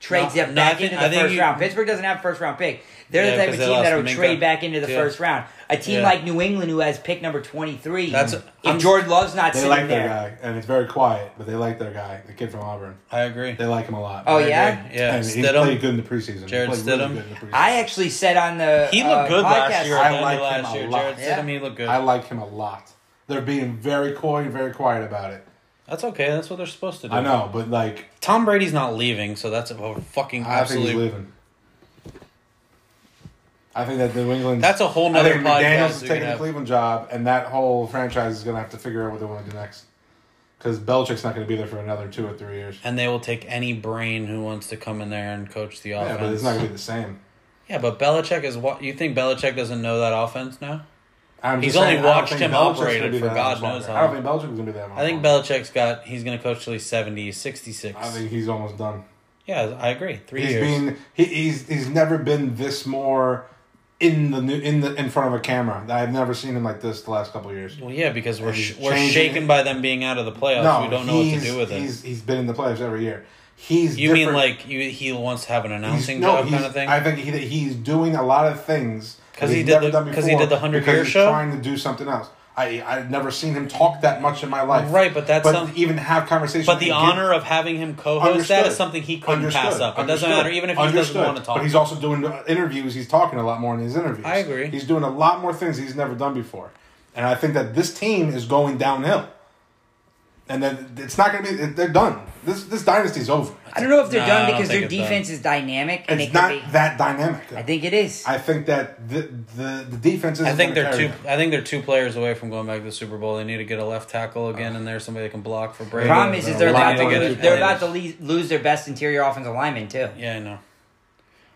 [SPEAKER 2] trades
[SPEAKER 4] No,
[SPEAKER 2] them
[SPEAKER 4] no, I
[SPEAKER 2] back
[SPEAKER 4] think-
[SPEAKER 2] into
[SPEAKER 4] I
[SPEAKER 2] the
[SPEAKER 4] think
[SPEAKER 2] first
[SPEAKER 4] you-
[SPEAKER 2] round. Pittsburgh doesn't have first round pick. They're
[SPEAKER 4] Yeah,
[SPEAKER 2] the type
[SPEAKER 4] 'cause
[SPEAKER 2] of
[SPEAKER 4] they
[SPEAKER 2] team
[SPEAKER 4] lost
[SPEAKER 2] that'll
[SPEAKER 4] Minka.
[SPEAKER 2] trade back into the
[SPEAKER 4] Yeah.
[SPEAKER 2] first round. A team
[SPEAKER 4] Yeah.
[SPEAKER 2] like New England who has pick number twenty three.
[SPEAKER 4] That's-
[SPEAKER 2] if
[SPEAKER 4] I'm-
[SPEAKER 2] Jordan Love's not
[SPEAKER 3] They
[SPEAKER 2] sitting
[SPEAKER 3] like
[SPEAKER 2] there.
[SPEAKER 3] their guy, and it's very quiet, but they like their guy, the kid from Auburn.
[SPEAKER 4] I agree.
[SPEAKER 3] They like him a lot.
[SPEAKER 2] Oh,
[SPEAKER 3] I
[SPEAKER 2] yeah?
[SPEAKER 3] agree.
[SPEAKER 4] Yeah,
[SPEAKER 3] and he
[SPEAKER 4] Stidham.
[SPEAKER 3] played good in the preseason. He
[SPEAKER 4] Jared
[SPEAKER 3] played really
[SPEAKER 4] Stidham.
[SPEAKER 3] good in the preseason.
[SPEAKER 2] I actually said on the
[SPEAKER 4] He looked
[SPEAKER 2] uh,
[SPEAKER 4] good last
[SPEAKER 2] podcast-
[SPEAKER 4] year.
[SPEAKER 3] I
[SPEAKER 4] at the end of
[SPEAKER 3] like him
[SPEAKER 4] last
[SPEAKER 3] a
[SPEAKER 4] year.
[SPEAKER 3] lot.
[SPEAKER 4] Jared
[SPEAKER 2] Yeah.
[SPEAKER 4] Stidham, he looked good.
[SPEAKER 3] I like him a lot. They're being very coy and very quiet about it.
[SPEAKER 4] that's okay. That's what they're supposed to do.
[SPEAKER 3] I know, but like
[SPEAKER 4] Tom Brady's not leaving, so that's a fucking
[SPEAKER 3] I think he's
[SPEAKER 4] absolute.
[SPEAKER 3] leaving. I think that New England.
[SPEAKER 4] That's a whole
[SPEAKER 3] I
[SPEAKER 4] nother
[SPEAKER 3] think McDaniels
[SPEAKER 4] podcast.
[SPEAKER 3] is
[SPEAKER 4] we could
[SPEAKER 3] taking the
[SPEAKER 4] have.
[SPEAKER 3] Cleveland job, and that whole franchise is going to have to figure out what they want to do next. Because Belichick's not going to be there for another two or three years.
[SPEAKER 4] And they will take any brain who wants to come in there and coach the
[SPEAKER 3] Yeah,
[SPEAKER 4] offense.
[SPEAKER 3] but it's not going to be the same.
[SPEAKER 4] Yeah, but Belichick is what you think Belichick doesn't know that offense now?
[SPEAKER 3] I'm
[SPEAKER 4] He's
[SPEAKER 3] just
[SPEAKER 4] only
[SPEAKER 3] saying, I don't
[SPEAKER 4] watched
[SPEAKER 3] think
[SPEAKER 4] him
[SPEAKER 3] Belichick's gonna
[SPEAKER 4] operated
[SPEAKER 3] be
[SPEAKER 4] for
[SPEAKER 3] that
[SPEAKER 4] God
[SPEAKER 3] much
[SPEAKER 4] knows
[SPEAKER 3] longer.
[SPEAKER 4] how
[SPEAKER 3] I don't think Belichick's going to be that much.
[SPEAKER 4] I think
[SPEAKER 3] longer.
[SPEAKER 4] Belichick's got he's going to coach till he's 70, 66.
[SPEAKER 3] Uh-huh. I think he's almost done.
[SPEAKER 4] yeah, I agree. 3
[SPEAKER 3] He's
[SPEAKER 4] years.
[SPEAKER 3] been he, he's he's never been this more in the new in the in front of a camera. I've never seen him like this the last couple of years.
[SPEAKER 4] well, yeah, because we're
[SPEAKER 3] And
[SPEAKER 4] sh-
[SPEAKER 3] he's
[SPEAKER 4] we're
[SPEAKER 3] changing
[SPEAKER 4] shaken
[SPEAKER 3] it.
[SPEAKER 4] by them being out of the playoffs.
[SPEAKER 3] No,
[SPEAKER 4] we don't know what to
[SPEAKER 3] he's-
[SPEAKER 4] do with it.
[SPEAKER 3] He's he's been in the playoffs every year. He's
[SPEAKER 4] You mean
[SPEAKER 3] different.
[SPEAKER 4] like you, he wants to have an
[SPEAKER 3] He's-
[SPEAKER 4] announcing
[SPEAKER 3] no,
[SPEAKER 4] job kind
[SPEAKER 3] he's-
[SPEAKER 4] of thing?
[SPEAKER 3] I think he, he's doing a lot of things
[SPEAKER 4] 'Cause
[SPEAKER 3] that
[SPEAKER 4] he
[SPEAKER 3] he's
[SPEAKER 4] did
[SPEAKER 3] never
[SPEAKER 4] the-
[SPEAKER 3] done
[SPEAKER 4] 'cause he did
[SPEAKER 3] before
[SPEAKER 4] the 100
[SPEAKER 3] because
[SPEAKER 4] Year
[SPEAKER 3] he's
[SPEAKER 4] Show?
[SPEAKER 3] Trying to do something else. I I've never seen him talk that much in my life.
[SPEAKER 4] Right, but that's some-
[SPEAKER 3] even have conversations.
[SPEAKER 4] but the
[SPEAKER 3] and give-
[SPEAKER 4] honor of having him co-host that is something he couldn't pass up. It doesn't matter, even if he doesn't want to talk.
[SPEAKER 3] But he's also doing interviews. He's talking a lot more in his interviews.
[SPEAKER 4] I agree.
[SPEAKER 3] He's doing a lot more things he's never done before, and I think that this team is going downhill. And then it's not going to be. They're done. This this dynasty's over.
[SPEAKER 2] I don't know if they're
[SPEAKER 4] Nah, I
[SPEAKER 2] done
[SPEAKER 4] don't
[SPEAKER 2] because
[SPEAKER 4] think
[SPEAKER 2] their
[SPEAKER 4] it's done.
[SPEAKER 2] defense is dynamic and
[SPEAKER 3] It's
[SPEAKER 2] they can
[SPEAKER 3] not
[SPEAKER 2] be.
[SPEAKER 3] that dynamic.
[SPEAKER 2] I think it is.
[SPEAKER 3] I think that the the, the defense is.
[SPEAKER 4] I think they're two. I think they're two players away from going back to the Super Bowl. They need to get a left tackle again, and there's somebody that can block for Brady.
[SPEAKER 2] The problem is, is they're
[SPEAKER 3] They're
[SPEAKER 2] about
[SPEAKER 3] liable
[SPEAKER 2] to
[SPEAKER 3] to
[SPEAKER 2] lose,
[SPEAKER 3] get
[SPEAKER 2] they're
[SPEAKER 3] players.
[SPEAKER 2] about to le- lose their best interior offensive lineman too.
[SPEAKER 4] Yeah, I know.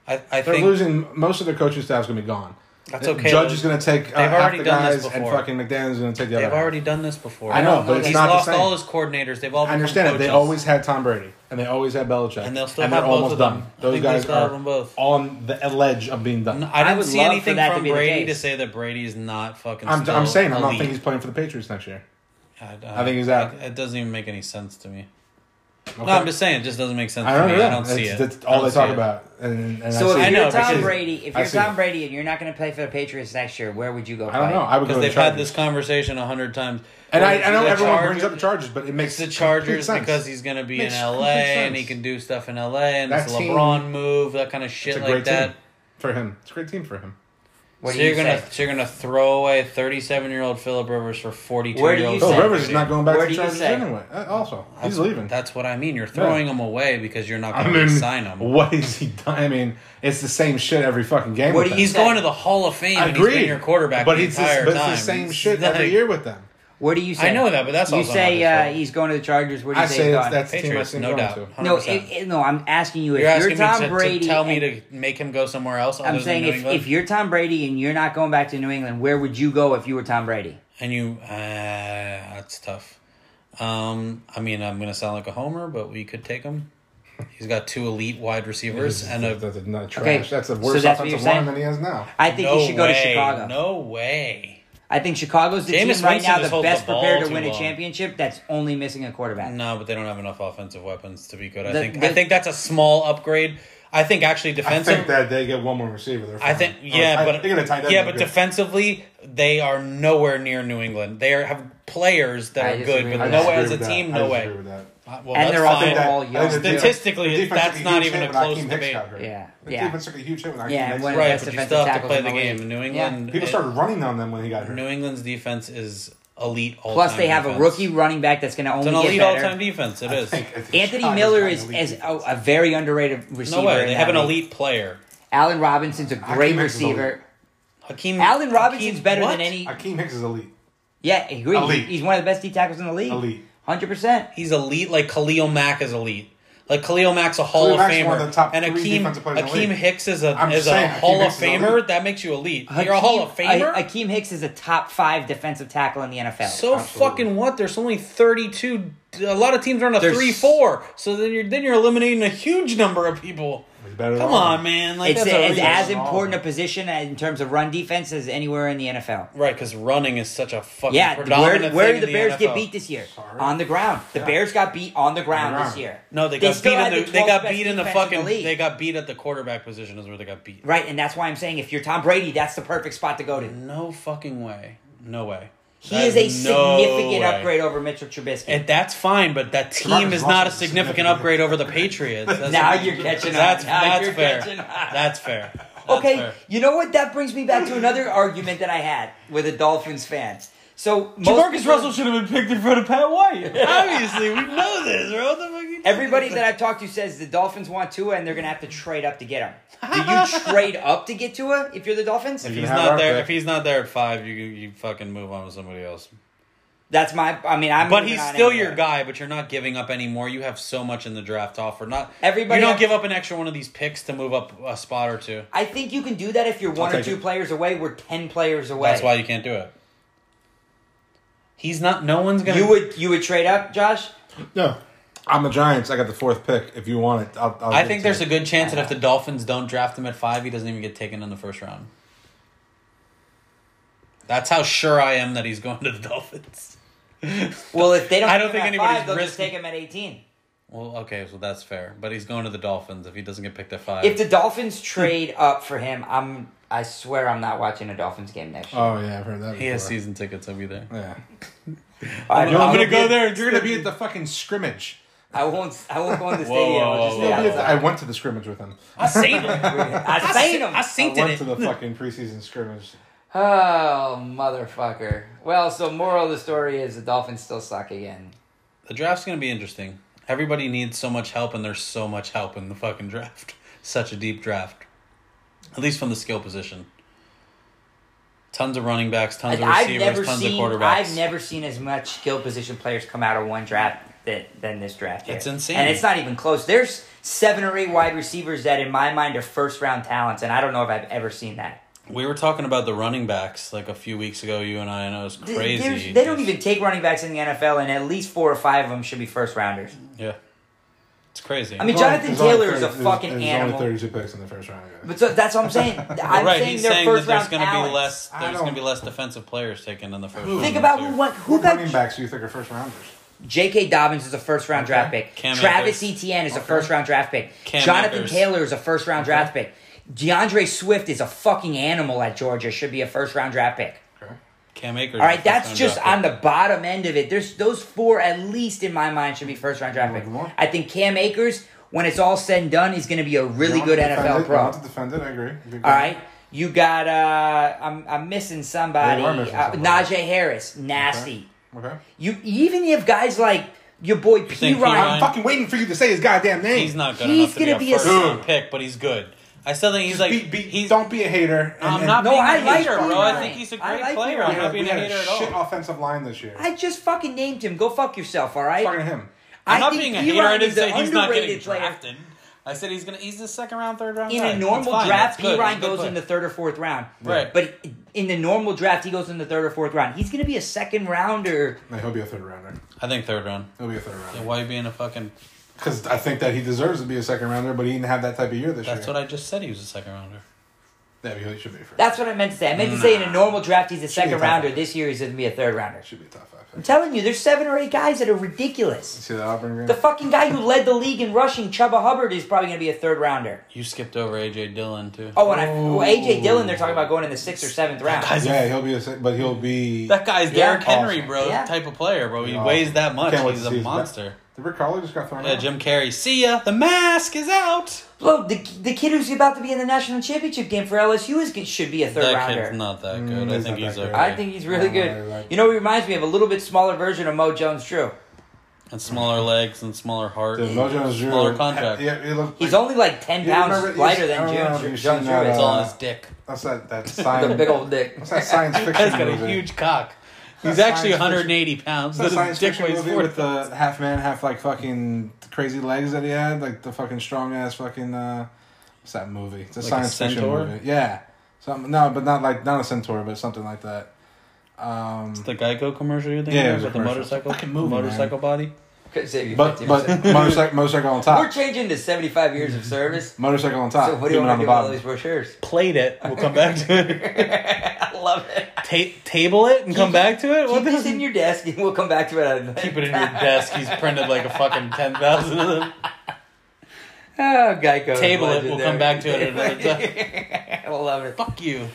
[SPEAKER 4] I, I
[SPEAKER 3] They're
[SPEAKER 4] think
[SPEAKER 3] losing most of their coaching staff's going to be gone.
[SPEAKER 4] That's okay,
[SPEAKER 3] Judge
[SPEAKER 4] though.
[SPEAKER 3] is going to take uh,
[SPEAKER 4] They've
[SPEAKER 3] half
[SPEAKER 4] already
[SPEAKER 3] the
[SPEAKER 4] done this
[SPEAKER 3] guys, and
[SPEAKER 4] before.
[SPEAKER 3] fucking McDaniel's going to take the
[SPEAKER 4] they've
[SPEAKER 3] other. half.
[SPEAKER 4] already done this before.
[SPEAKER 3] I know, but it's
[SPEAKER 4] he's
[SPEAKER 3] not the
[SPEAKER 4] lost
[SPEAKER 3] same.
[SPEAKER 4] all his coordinators. They've all.
[SPEAKER 3] I understand
[SPEAKER 4] become
[SPEAKER 3] it. They
[SPEAKER 4] coaches.
[SPEAKER 3] always had Tom Brady, and they always had Belichick,
[SPEAKER 4] And they'll still
[SPEAKER 3] they're
[SPEAKER 4] have both
[SPEAKER 3] almost
[SPEAKER 4] of them.
[SPEAKER 3] done.
[SPEAKER 4] I
[SPEAKER 3] Those
[SPEAKER 4] think they
[SPEAKER 3] guys
[SPEAKER 4] still have
[SPEAKER 3] are
[SPEAKER 4] them both.
[SPEAKER 3] on the ledge of being done.
[SPEAKER 4] I didn't
[SPEAKER 2] would
[SPEAKER 4] see
[SPEAKER 2] love for
[SPEAKER 4] anything
[SPEAKER 2] that to
[SPEAKER 4] from
[SPEAKER 2] be the
[SPEAKER 4] Brady to
[SPEAKER 2] case.
[SPEAKER 4] say that Brady's not fucking.
[SPEAKER 3] I'm,
[SPEAKER 4] still
[SPEAKER 3] I'm saying I'm not
[SPEAKER 4] elite.
[SPEAKER 3] thinking he's playing for the Patriots next year.
[SPEAKER 4] I,
[SPEAKER 3] I think he's out.
[SPEAKER 4] It, it doesn't even make any sense to me.
[SPEAKER 3] Okay?
[SPEAKER 4] No, I'm just saying it just doesn't make sense
[SPEAKER 3] I don't
[SPEAKER 4] to me.
[SPEAKER 3] know.
[SPEAKER 4] I don't see it.
[SPEAKER 3] That's, that's
[SPEAKER 4] I
[SPEAKER 3] all
[SPEAKER 4] don't
[SPEAKER 3] they
[SPEAKER 4] see
[SPEAKER 3] talk
[SPEAKER 4] it.
[SPEAKER 3] about. And, and
[SPEAKER 2] So
[SPEAKER 3] I,
[SPEAKER 2] if
[SPEAKER 3] see
[SPEAKER 4] I
[SPEAKER 3] it.
[SPEAKER 2] you're
[SPEAKER 4] know,
[SPEAKER 2] Tom
[SPEAKER 4] because-
[SPEAKER 2] Brady, if
[SPEAKER 3] I
[SPEAKER 2] you're
[SPEAKER 3] see it.
[SPEAKER 2] Tom Brady and you're not going to play for the Patriots next year, where would you go?
[SPEAKER 3] I don't know. I would go
[SPEAKER 4] Because
[SPEAKER 3] to the
[SPEAKER 4] they've had
[SPEAKER 3] Chargers.
[SPEAKER 4] this conversation a hundred times.
[SPEAKER 3] And
[SPEAKER 4] Well,
[SPEAKER 3] I,
[SPEAKER 4] it's
[SPEAKER 3] I know
[SPEAKER 4] the
[SPEAKER 3] everyone brings
[SPEAKER 4] Chargers-
[SPEAKER 3] up the Chargers, but it makes
[SPEAKER 4] It's the
[SPEAKER 3] complete
[SPEAKER 4] Chargers
[SPEAKER 3] sense.
[SPEAKER 4] because he's going to be in
[SPEAKER 3] Makes
[SPEAKER 4] LA
[SPEAKER 3] complete
[SPEAKER 4] and he
[SPEAKER 3] sense.
[SPEAKER 4] can do stuff in LA and
[SPEAKER 3] That
[SPEAKER 4] it's a
[SPEAKER 3] team-
[SPEAKER 4] LeBron move, that kind of
[SPEAKER 3] it's
[SPEAKER 4] shit
[SPEAKER 3] a
[SPEAKER 4] like
[SPEAKER 3] great
[SPEAKER 4] that.
[SPEAKER 3] team for him. It's a great team for him.
[SPEAKER 2] What
[SPEAKER 4] so
[SPEAKER 2] do you
[SPEAKER 4] you're gonna
[SPEAKER 2] say?
[SPEAKER 4] so you're gonna throw away 37 year old Philip Rivers for 42
[SPEAKER 2] Where do
[SPEAKER 4] year
[SPEAKER 2] you
[SPEAKER 4] old.
[SPEAKER 2] say-
[SPEAKER 3] Phil
[SPEAKER 2] Exactly.
[SPEAKER 3] Rivers is not going back
[SPEAKER 2] Where
[SPEAKER 3] to
[SPEAKER 2] do
[SPEAKER 3] the
[SPEAKER 2] you
[SPEAKER 3] Chargers
[SPEAKER 2] say?
[SPEAKER 3] anyway. Uh, Also, he's leaving.
[SPEAKER 4] That's what I mean. You're throwing him away because you're not
[SPEAKER 3] I
[SPEAKER 4] going
[SPEAKER 3] mean,
[SPEAKER 4] to sign him.
[SPEAKER 3] what is he done? I mean, it's the same shit every fucking game.
[SPEAKER 2] What
[SPEAKER 3] with
[SPEAKER 2] do
[SPEAKER 3] them.
[SPEAKER 4] He's
[SPEAKER 2] Exactly.
[SPEAKER 4] going to the Hall of Fame. and He's been your quarterback
[SPEAKER 3] but
[SPEAKER 4] the
[SPEAKER 3] it's,
[SPEAKER 4] entire
[SPEAKER 3] the, but
[SPEAKER 4] time.
[SPEAKER 3] it's the same
[SPEAKER 4] It's
[SPEAKER 3] shit every
[SPEAKER 4] like-
[SPEAKER 3] year with them.
[SPEAKER 2] Where do you say?
[SPEAKER 4] I know that, but that's
[SPEAKER 2] you
[SPEAKER 4] also
[SPEAKER 2] say
[SPEAKER 4] not his
[SPEAKER 2] uh,
[SPEAKER 4] fault.
[SPEAKER 2] he's going to the Chargers. Where do you
[SPEAKER 3] I
[SPEAKER 2] say,
[SPEAKER 3] say
[SPEAKER 2] he's
[SPEAKER 3] that's,
[SPEAKER 2] gone?
[SPEAKER 3] that's the team I
[SPEAKER 4] Patriots,
[SPEAKER 3] see
[SPEAKER 4] no
[SPEAKER 3] going
[SPEAKER 4] doubt.
[SPEAKER 3] to.
[SPEAKER 2] no,
[SPEAKER 4] 100%.
[SPEAKER 2] it, it- no. I'm asking you if
[SPEAKER 4] you're
[SPEAKER 2] you're,
[SPEAKER 4] asking
[SPEAKER 2] Tom
[SPEAKER 4] me to,
[SPEAKER 2] Brady.
[SPEAKER 4] to tell me
[SPEAKER 2] and-
[SPEAKER 4] to make him go somewhere else. Other
[SPEAKER 2] I'm saying
[SPEAKER 4] than New
[SPEAKER 2] if,
[SPEAKER 4] England?
[SPEAKER 2] if you're Tom Brady and you're not going back to New England, where would you go if you were Tom Brady?
[SPEAKER 4] and you, uh, that's tough. Um, I mean, I'm going to sound like a homer, but we could take him. He's got two elite wide receivers and a
[SPEAKER 3] that's, not trash.
[SPEAKER 2] Okay,
[SPEAKER 3] That's the
[SPEAKER 2] so
[SPEAKER 3] worst
[SPEAKER 2] that's what
[SPEAKER 3] offensive
[SPEAKER 2] you're saying?
[SPEAKER 3] line that he has now.
[SPEAKER 2] I think
[SPEAKER 4] no
[SPEAKER 2] he should go
[SPEAKER 4] way,
[SPEAKER 2] to Chicago.
[SPEAKER 4] No way.
[SPEAKER 2] I think Chicago's the
[SPEAKER 4] Jameis
[SPEAKER 2] team right
[SPEAKER 4] Winston
[SPEAKER 2] now
[SPEAKER 4] just
[SPEAKER 2] the
[SPEAKER 4] holds
[SPEAKER 2] best
[SPEAKER 4] the ball
[SPEAKER 2] prepared to
[SPEAKER 4] too
[SPEAKER 2] win
[SPEAKER 4] long.
[SPEAKER 2] a championship that's only missing a quarterback.
[SPEAKER 4] No, but they don't have enough offensive weapons to be good. I
[SPEAKER 2] The-
[SPEAKER 4] think. I
[SPEAKER 2] the-
[SPEAKER 4] think that's a small upgrade. I think actually
[SPEAKER 3] I
[SPEAKER 4] defensive.
[SPEAKER 3] think that they get one more receiver. They're
[SPEAKER 4] I
[SPEAKER 3] fine.
[SPEAKER 4] think
[SPEAKER 3] Or
[SPEAKER 4] yeah,
[SPEAKER 3] tight-
[SPEAKER 4] but
[SPEAKER 3] they're gonna tie that.
[SPEAKER 4] yeah,
[SPEAKER 3] up
[SPEAKER 4] but
[SPEAKER 3] good.
[SPEAKER 4] defensively they are nowhere near New England. They are, have players that
[SPEAKER 2] I
[SPEAKER 4] are
[SPEAKER 2] disagree
[SPEAKER 4] good,
[SPEAKER 2] with
[SPEAKER 4] but
[SPEAKER 2] that.
[SPEAKER 3] I
[SPEAKER 4] no
[SPEAKER 3] disagree
[SPEAKER 4] as a
[SPEAKER 3] with that.
[SPEAKER 4] team,
[SPEAKER 3] I
[SPEAKER 4] no
[SPEAKER 3] disagree
[SPEAKER 4] way.
[SPEAKER 3] with that.
[SPEAKER 4] Uh, well,
[SPEAKER 2] And
[SPEAKER 4] that's
[SPEAKER 2] they're also
[SPEAKER 4] fine.
[SPEAKER 2] all
[SPEAKER 3] I think
[SPEAKER 2] young.
[SPEAKER 3] the
[SPEAKER 4] Statistically,
[SPEAKER 3] defense took
[SPEAKER 4] that's
[SPEAKER 3] huge
[SPEAKER 4] not
[SPEAKER 3] hit
[SPEAKER 4] even a
[SPEAKER 3] when
[SPEAKER 4] close
[SPEAKER 3] Akeem Hicks
[SPEAKER 4] debate.
[SPEAKER 3] got hurt.
[SPEAKER 2] Yeah,
[SPEAKER 3] The
[SPEAKER 2] yeah.
[SPEAKER 3] defense took a huge hit when Akeem
[SPEAKER 2] Yeah,
[SPEAKER 3] Hicks
[SPEAKER 2] and one
[SPEAKER 3] got
[SPEAKER 2] of the
[SPEAKER 4] Right,
[SPEAKER 2] best
[SPEAKER 4] but you
[SPEAKER 2] defensive
[SPEAKER 4] still have to
[SPEAKER 2] tackles
[SPEAKER 4] play
[SPEAKER 2] in
[SPEAKER 4] the
[SPEAKER 2] the
[SPEAKER 4] game.
[SPEAKER 2] league.
[SPEAKER 4] New
[SPEAKER 2] Yeah.
[SPEAKER 4] England,
[SPEAKER 3] People
[SPEAKER 4] it-
[SPEAKER 3] started running on them when he got hurt.
[SPEAKER 4] New England's defense is elite. all
[SPEAKER 2] Plus, they have a rookie running back that's going to
[SPEAKER 4] It's an
[SPEAKER 2] only get
[SPEAKER 4] elite all-time
[SPEAKER 2] better.
[SPEAKER 4] defense. It
[SPEAKER 3] I
[SPEAKER 4] is.
[SPEAKER 3] think- I think
[SPEAKER 2] Anthony
[SPEAKER 3] Chicago's
[SPEAKER 2] Miller
[SPEAKER 3] got
[SPEAKER 2] is
[SPEAKER 3] elite
[SPEAKER 2] as a,
[SPEAKER 3] defense.
[SPEAKER 2] a very underrated receiver.
[SPEAKER 4] No way.
[SPEAKER 2] in
[SPEAKER 4] They
[SPEAKER 2] that
[SPEAKER 4] have an
[SPEAKER 2] league.
[SPEAKER 4] elite player.
[SPEAKER 2] Allen Robinson's a great
[SPEAKER 3] Hakeem Hicks is elite.
[SPEAKER 2] receiver.
[SPEAKER 4] Hakeem
[SPEAKER 2] Allen
[SPEAKER 4] Hakeem-
[SPEAKER 2] Robinson's better
[SPEAKER 4] what?
[SPEAKER 2] than any.
[SPEAKER 3] Akeem Hicks is elite.
[SPEAKER 2] Yeah, I agree.
[SPEAKER 3] Elite.
[SPEAKER 2] He's one of the best D tackles in the league.
[SPEAKER 3] Elite.
[SPEAKER 2] Hundred percent.
[SPEAKER 4] He's elite. Like Khalil Mack is elite. Like Khalil Mack's a Hall
[SPEAKER 3] Khalil
[SPEAKER 4] of
[SPEAKER 3] Mack's
[SPEAKER 4] Famer,
[SPEAKER 3] one of the top
[SPEAKER 4] and
[SPEAKER 3] three
[SPEAKER 4] Akeem
[SPEAKER 3] defensive players in the
[SPEAKER 4] Akeem
[SPEAKER 3] league.
[SPEAKER 4] Hicks is a
[SPEAKER 3] I'm
[SPEAKER 4] is
[SPEAKER 3] saying
[SPEAKER 4] a
[SPEAKER 3] Akeem
[SPEAKER 4] Hall of
[SPEAKER 3] Hicks is
[SPEAKER 4] Famer.
[SPEAKER 3] elite.
[SPEAKER 4] that makes you elite. You're a Hall of Famer.
[SPEAKER 2] Akeem Hicks is a top five defensive tackle in the NFL.
[SPEAKER 4] So
[SPEAKER 3] Absolutely.
[SPEAKER 4] fucking what? There's only 32. A lot of teams are on a
[SPEAKER 2] There's-
[SPEAKER 4] three four. So then you're then you're eliminating a huge number of people.
[SPEAKER 3] He's better
[SPEAKER 4] Come
[SPEAKER 3] than all
[SPEAKER 4] on,
[SPEAKER 3] of them.
[SPEAKER 4] man. Like
[SPEAKER 2] It's,
[SPEAKER 4] that's a
[SPEAKER 2] it's
[SPEAKER 4] reason.
[SPEAKER 2] as important a position in terms of run defense as anywhere in the NFL.
[SPEAKER 4] Right, because running is such a fucking
[SPEAKER 2] Yeah, where,
[SPEAKER 4] predominant
[SPEAKER 2] where
[SPEAKER 4] thing
[SPEAKER 2] did the
[SPEAKER 4] in
[SPEAKER 2] Bears get
[SPEAKER 4] NFL.
[SPEAKER 2] beat this year? On the ground. The
[SPEAKER 3] Yeah.
[SPEAKER 2] Bears got beat on the ground
[SPEAKER 3] On the
[SPEAKER 2] this
[SPEAKER 3] ground.
[SPEAKER 2] year.
[SPEAKER 4] No, they got
[SPEAKER 2] still
[SPEAKER 4] beat. In
[SPEAKER 2] had
[SPEAKER 4] the, they
[SPEAKER 2] 12th
[SPEAKER 4] got
[SPEAKER 2] best
[SPEAKER 4] beat in the
[SPEAKER 2] defense
[SPEAKER 4] fucking.
[SPEAKER 2] league.
[SPEAKER 4] they got beat at the quarterback position is where they got beat.
[SPEAKER 2] right, and that's why I'm saying if you're Tom Brady, that's the perfect spot to go to.
[SPEAKER 4] No fucking way. No way.
[SPEAKER 2] He is
[SPEAKER 4] That
[SPEAKER 2] a
[SPEAKER 4] no
[SPEAKER 2] significant
[SPEAKER 4] way.
[SPEAKER 2] upgrade over Mitchell Trubisky.
[SPEAKER 4] And that's fine, but that team
[SPEAKER 3] Marcus
[SPEAKER 4] is not a
[SPEAKER 3] Russell's
[SPEAKER 4] significant
[SPEAKER 3] significant.
[SPEAKER 4] upgrade over the Patriots. That's
[SPEAKER 2] Now you're catching on.
[SPEAKER 4] That's
[SPEAKER 2] Now
[SPEAKER 4] that's
[SPEAKER 2] you're
[SPEAKER 4] fair.
[SPEAKER 2] catching on.
[SPEAKER 4] That's fair. That's
[SPEAKER 2] okay,
[SPEAKER 4] fair.
[SPEAKER 2] you know what? That brings me back to another argument that I had with a Dolphins fan. So most
[SPEAKER 4] Jamarcus
[SPEAKER 2] people-
[SPEAKER 4] Russell should have been picked in front of Pat White. Obviously, we know this, bro. What the fuck you-
[SPEAKER 2] Everybody that I've talked to says the Dolphins want Tua and they're going to have to trade up to get him. Do you trade up to get Tua if you're the Dolphins?
[SPEAKER 4] If
[SPEAKER 3] You
[SPEAKER 4] he's
[SPEAKER 3] have
[SPEAKER 4] not
[SPEAKER 3] our
[SPEAKER 4] there,
[SPEAKER 3] pick.
[SPEAKER 4] if he's not there at five, you you fucking move on with somebody else.
[SPEAKER 2] That's my. I mean, I'm.
[SPEAKER 4] But
[SPEAKER 2] moving
[SPEAKER 4] he's
[SPEAKER 2] on
[SPEAKER 4] still
[SPEAKER 2] anyway.
[SPEAKER 4] your guy, but you're not giving up anymore. You have so much in the draft offer. Not
[SPEAKER 2] Everybody
[SPEAKER 4] You don't
[SPEAKER 2] have-
[SPEAKER 4] give up an extra one of these picks to move up a spot or two.
[SPEAKER 2] I think you can do that if you're one or
[SPEAKER 3] take
[SPEAKER 2] two
[SPEAKER 3] it.
[SPEAKER 2] players away. We're ten players away.
[SPEAKER 4] That's why you can't do it. He's not. No one's gonna.
[SPEAKER 2] you would you would trade up, Josh.
[SPEAKER 3] No. I'm the Giants. I got the fourth pick. If you want it, I'll, I'll
[SPEAKER 4] I
[SPEAKER 3] give it
[SPEAKER 4] think
[SPEAKER 3] to
[SPEAKER 4] there's
[SPEAKER 3] you.
[SPEAKER 4] a good chance that if the Dolphins don't draft him at five, he doesn't even get taken in the first round. That's how sure I am that he's going to the Dolphins.
[SPEAKER 2] Well, if they don't,
[SPEAKER 4] I don't
[SPEAKER 2] take him
[SPEAKER 4] think
[SPEAKER 2] at
[SPEAKER 4] anybody's
[SPEAKER 2] five, they'll just
[SPEAKER 4] risking-
[SPEAKER 2] take him at eighteen.
[SPEAKER 4] Well, okay, so that's fair. But he's going to the Dolphins if he doesn't get picked at five.
[SPEAKER 2] If the Dolphins trade up for him, I'm. I swear I'm not watching a Dolphins game next year.
[SPEAKER 3] Oh yeah, I've heard that.
[SPEAKER 4] he has
[SPEAKER 3] before.
[SPEAKER 4] season tickets, I'll be there.
[SPEAKER 3] Yeah.
[SPEAKER 2] I'm,
[SPEAKER 4] I'm gonna go there.
[SPEAKER 3] You're gonna be at the fucking scrimmage.
[SPEAKER 2] I won't. I won't go in the
[SPEAKER 4] Whoa,
[SPEAKER 2] stadium.
[SPEAKER 4] whoa,
[SPEAKER 2] I'll just
[SPEAKER 4] whoa,
[SPEAKER 2] stay
[SPEAKER 4] whoa,
[SPEAKER 3] You'll be at the- I
[SPEAKER 2] outside.
[SPEAKER 3] went to the scrimmage with him.
[SPEAKER 4] I seen him.
[SPEAKER 2] I seen him.
[SPEAKER 4] I seen
[SPEAKER 3] I went to
[SPEAKER 4] it.
[SPEAKER 3] the fucking preseason scrimmage.
[SPEAKER 2] Oh motherfucker! Well, so moral of the story is the Dolphins still suck again.
[SPEAKER 4] The draft's gonna be interesting. Everybody needs so much help, and there's so much help in the fucking draft. Such a deep draft, at least from the skill position. Tons of running backs, tons
[SPEAKER 2] Like,
[SPEAKER 4] of
[SPEAKER 2] I've
[SPEAKER 4] receivers,
[SPEAKER 2] never
[SPEAKER 4] tons
[SPEAKER 2] seen.
[SPEAKER 4] of quarterbacks.
[SPEAKER 2] I've never seen as much skill position players come out of one draft than, than this draft.
[SPEAKER 4] It's
[SPEAKER 2] year.
[SPEAKER 4] insane.
[SPEAKER 2] and it's not even close. There's seven or eight wide receivers that, in my mind, are first round talents, and I don't know if I've ever seen that.
[SPEAKER 4] We were talking about the running backs like a few weeks ago. You and I, and it was
[SPEAKER 2] Th-
[SPEAKER 4] crazy.
[SPEAKER 2] there's- They don't even take running backs in the NFL, and at least four or five of them should be first rounders.
[SPEAKER 4] Yeah, it's crazy.
[SPEAKER 2] I mean, Jonathan
[SPEAKER 3] There's only
[SPEAKER 2] Taylor is a
[SPEAKER 3] 30 there's-
[SPEAKER 2] fucking
[SPEAKER 3] there's
[SPEAKER 2] animal.
[SPEAKER 3] Only 32 picks in the first round.
[SPEAKER 2] But so, that's what I'm saying. I'm
[SPEAKER 4] right?
[SPEAKER 2] saying
[SPEAKER 4] He's
[SPEAKER 2] they're
[SPEAKER 4] saying that
[SPEAKER 2] first
[SPEAKER 4] there's
[SPEAKER 2] round
[SPEAKER 4] going to be
[SPEAKER 2] talents.
[SPEAKER 4] less.
[SPEAKER 3] I
[SPEAKER 4] There's
[SPEAKER 3] don't-
[SPEAKER 4] going to be less defensive players taken in the first. round.
[SPEAKER 2] Think about
[SPEAKER 4] too.
[SPEAKER 2] who went. Who
[SPEAKER 3] What running
[SPEAKER 2] got
[SPEAKER 3] backs do you think are first rounders?
[SPEAKER 2] J.K. Dobbins is a first round draft pick.
[SPEAKER 4] Cam
[SPEAKER 2] Travis
[SPEAKER 4] Akers.
[SPEAKER 2] Etienne is a first round draft pick.
[SPEAKER 4] Cam
[SPEAKER 2] Jonathan
[SPEAKER 4] Akers.
[SPEAKER 2] Taylor is a first round draft pick. DeAndre Swift is a fucking animal at Georgia. Should be a first round draft pick.
[SPEAKER 3] Okay.
[SPEAKER 4] Cam Akers.
[SPEAKER 2] All right, that's
[SPEAKER 4] first-round
[SPEAKER 2] just
[SPEAKER 4] draft pick.
[SPEAKER 2] on the bottom end of it. There's those four at least in my mind should be first round draft pick.
[SPEAKER 3] Like more?
[SPEAKER 2] I think Cam Akers, when it's all said and done, is going to be a really
[SPEAKER 3] You
[SPEAKER 2] good
[SPEAKER 3] want to defend
[SPEAKER 2] NFL
[SPEAKER 3] it?
[SPEAKER 2] pro.
[SPEAKER 3] You
[SPEAKER 2] All
[SPEAKER 3] want to defend it, I agree. You're good.
[SPEAKER 2] right, you got. uh I'm I'm missing somebody.
[SPEAKER 3] You are missing
[SPEAKER 2] Uh,
[SPEAKER 3] somebody.
[SPEAKER 2] Najee Harris, nasty.
[SPEAKER 3] Okay.
[SPEAKER 2] You even if guys like your boy P
[SPEAKER 4] think P.
[SPEAKER 2] Ryan.
[SPEAKER 4] Ryan-
[SPEAKER 3] I'm fucking waiting for you to say his goddamn name.
[SPEAKER 4] He's not good
[SPEAKER 2] He's
[SPEAKER 4] enough to
[SPEAKER 2] gonna
[SPEAKER 4] be,
[SPEAKER 2] be a
[SPEAKER 4] a first round
[SPEAKER 3] Dude.
[SPEAKER 4] pick, but he's good. I still think he's like
[SPEAKER 3] Be- be-
[SPEAKER 4] he's.
[SPEAKER 3] don't be a hater. and-
[SPEAKER 4] I'm
[SPEAKER 3] and-
[SPEAKER 4] not
[SPEAKER 2] No,
[SPEAKER 4] being a
[SPEAKER 2] I like
[SPEAKER 4] hater,
[SPEAKER 2] P.
[SPEAKER 4] bro. I
[SPEAKER 2] Ryan.
[SPEAKER 4] think he's a
[SPEAKER 2] I
[SPEAKER 4] great
[SPEAKER 2] like P.
[SPEAKER 4] player.
[SPEAKER 2] Ryan.
[SPEAKER 4] I'm
[SPEAKER 3] We
[SPEAKER 4] not
[SPEAKER 3] had,
[SPEAKER 4] being
[SPEAKER 3] we
[SPEAKER 4] a
[SPEAKER 3] had a
[SPEAKER 4] hater at
[SPEAKER 3] shit
[SPEAKER 4] all.
[SPEAKER 3] offensive line this year.
[SPEAKER 2] I just fucking named him. Go fuck yourself, all right?
[SPEAKER 3] Fucking him.
[SPEAKER 2] I
[SPEAKER 4] I'm not
[SPEAKER 2] think
[SPEAKER 4] being a
[SPEAKER 2] P.
[SPEAKER 4] hater. I
[SPEAKER 2] Ryan
[SPEAKER 4] didn't
[SPEAKER 2] is an
[SPEAKER 4] say he's not getting
[SPEAKER 2] underrated player.
[SPEAKER 4] drafted. I said he's gonna. He's the second round, third round.
[SPEAKER 2] In
[SPEAKER 4] guy.
[SPEAKER 2] a
[SPEAKER 4] That's
[SPEAKER 2] normal
[SPEAKER 4] fine.
[SPEAKER 2] draft,
[SPEAKER 4] That's good.
[SPEAKER 2] P. Ryan
[SPEAKER 4] He's a good
[SPEAKER 2] goes in
[SPEAKER 4] player.
[SPEAKER 2] the third or fourth round.
[SPEAKER 4] Right.
[SPEAKER 2] But in the normal draft, he goes in the third or fourth round. He's going to be a second rounder.
[SPEAKER 3] No, he'll be a third rounder.
[SPEAKER 4] I think third round.
[SPEAKER 3] He'll be a third rounder.
[SPEAKER 4] Why you being a fucking?
[SPEAKER 3] Because I think that he deserves to be a second rounder, but he didn't have that type of year this
[SPEAKER 4] That's
[SPEAKER 3] year.
[SPEAKER 4] what I just said. He was a second rounder.
[SPEAKER 3] yeah, he should be a first.
[SPEAKER 2] That's what I meant to say. I meant to say in a normal draft, he's a
[SPEAKER 3] be
[SPEAKER 2] second
[SPEAKER 3] a top
[SPEAKER 2] rounder.
[SPEAKER 3] five.
[SPEAKER 2] This year, he's going to be a third rounder.
[SPEAKER 3] should be a top five.
[SPEAKER 2] I'm
[SPEAKER 3] Pick.
[SPEAKER 2] telling you, there's seven or eight guys that are ridiculous.
[SPEAKER 3] See that Auburn game?
[SPEAKER 2] The fucking guy who led the league in rushing, Chuba Hubbard, is probably going to be a third rounder.
[SPEAKER 4] You skipped over AJ Dillon too.
[SPEAKER 2] Oh, and I, well, AJ
[SPEAKER 3] Ooh.
[SPEAKER 2] Dillon, they're talking about going in the sixth or seventh round.
[SPEAKER 4] Guys,
[SPEAKER 3] yeah, he'll be a sec- but he'll be.
[SPEAKER 4] that guy's
[SPEAKER 2] Yeah.
[SPEAKER 4] Derrick Henry,
[SPEAKER 3] Awesome.
[SPEAKER 4] bro.
[SPEAKER 2] Yeah.
[SPEAKER 4] Type of player, bro. He
[SPEAKER 3] Awesome.
[SPEAKER 4] weighs that much.
[SPEAKER 3] Can't wait
[SPEAKER 4] He's
[SPEAKER 3] to
[SPEAKER 4] a
[SPEAKER 3] see his back.
[SPEAKER 4] monster.
[SPEAKER 3] The Rick Carly just got thrown
[SPEAKER 4] Yeah,
[SPEAKER 3] out.
[SPEAKER 4] Jim Carrey. See ya. The mask is out.
[SPEAKER 2] Look, the, the kid who's about to be in the national championship game for LSU is, should be a third
[SPEAKER 4] that
[SPEAKER 2] rounder.
[SPEAKER 4] kid's not that
[SPEAKER 3] Mm,
[SPEAKER 4] good. I
[SPEAKER 3] he's
[SPEAKER 4] think
[SPEAKER 3] not
[SPEAKER 4] he's
[SPEAKER 3] that
[SPEAKER 4] okay.
[SPEAKER 3] good.
[SPEAKER 2] I think he's really
[SPEAKER 3] Oh,
[SPEAKER 2] good.
[SPEAKER 3] right, right.
[SPEAKER 2] You know, he reminds me of a little bit smaller version of Mo Jones Drew.
[SPEAKER 4] and smaller legs and smaller heart.
[SPEAKER 3] Dude, Mo Jones Drew.
[SPEAKER 4] Smaller contract.
[SPEAKER 3] Yeah, he looked.
[SPEAKER 2] He's
[SPEAKER 3] like-
[SPEAKER 2] only like ten
[SPEAKER 3] Yeah,
[SPEAKER 2] pounds
[SPEAKER 3] remember- you
[SPEAKER 2] lighter
[SPEAKER 3] s- I
[SPEAKER 2] than
[SPEAKER 3] don't know
[SPEAKER 2] Jones
[SPEAKER 3] if
[SPEAKER 2] Drew.
[SPEAKER 3] you've
[SPEAKER 2] Jones
[SPEAKER 3] seen
[SPEAKER 2] Drew
[SPEAKER 3] that,
[SPEAKER 2] is
[SPEAKER 4] It's
[SPEAKER 3] uh,
[SPEAKER 4] all on his dick.
[SPEAKER 3] That's that. That
[SPEAKER 2] with
[SPEAKER 3] science.
[SPEAKER 2] a big old dick.
[SPEAKER 3] What's that science fiction
[SPEAKER 4] He's got a
[SPEAKER 3] movie?
[SPEAKER 4] huge cock. He's
[SPEAKER 3] That's
[SPEAKER 4] actually
[SPEAKER 3] science
[SPEAKER 4] 180
[SPEAKER 3] What's
[SPEAKER 4] pounds, but
[SPEAKER 3] that science
[SPEAKER 4] his dick
[SPEAKER 3] fiction
[SPEAKER 4] weighs
[SPEAKER 3] movie
[SPEAKER 4] 40.
[SPEAKER 3] with um, the half man, half like fucking crazy legs that he had, like the fucking strong ass fucking. uh What's that movie? It's a
[SPEAKER 4] Like a
[SPEAKER 3] science fiction
[SPEAKER 4] centaur?
[SPEAKER 3] movie. Yeah, something. No, but not like not a centaur, but something like that. Um,
[SPEAKER 4] The Geico commercial you think
[SPEAKER 3] Yeah, it
[SPEAKER 4] yeah,
[SPEAKER 3] was a
[SPEAKER 4] with the
[SPEAKER 3] commercial.
[SPEAKER 4] motorcycle,
[SPEAKER 3] Fucking movie,
[SPEAKER 4] motorcycle body.
[SPEAKER 2] Could save you
[SPEAKER 3] But
[SPEAKER 2] 50%.
[SPEAKER 3] but motorcycle motorcycle on
[SPEAKER 2] we're
[SPEAKER 3] top.
[SPEAKER 2] changing to seventy-five years of service.
[SPEAKER 3] Motorcycle on top.
[SPEAKER 2] So what do you
[SPEAKER 3] human
[SPEAKER 2] want to
[SPEAKER 3] on the
[SPEAKER 2] do with all
[SPEAKER 3] bottom.
[SPEAKER 2] these brochures?
[SPEAKER 4] Plate it. We'll come back to it.
[SPEAKER 2] I love it.
[SPEAKER 4] Ta- table it and come back to it.
[SPEAKER 2] Keep
[SPEAKER 4] What
[SPEAKER 2] this
[SPEAKER 4] the-
[SPEAKER 2] in your desk, and we'll come back to it.
[SPEAKER 4] Keep it in your desk. He's printed like a fucking ten thousand of them.
[SPEAKER 2] Oh, Geico.
[SPEAKER 4] Table it. We'll come back to it another
[SPEAKER 2] time. I love it.
[SPEAKER 4] Fuck you.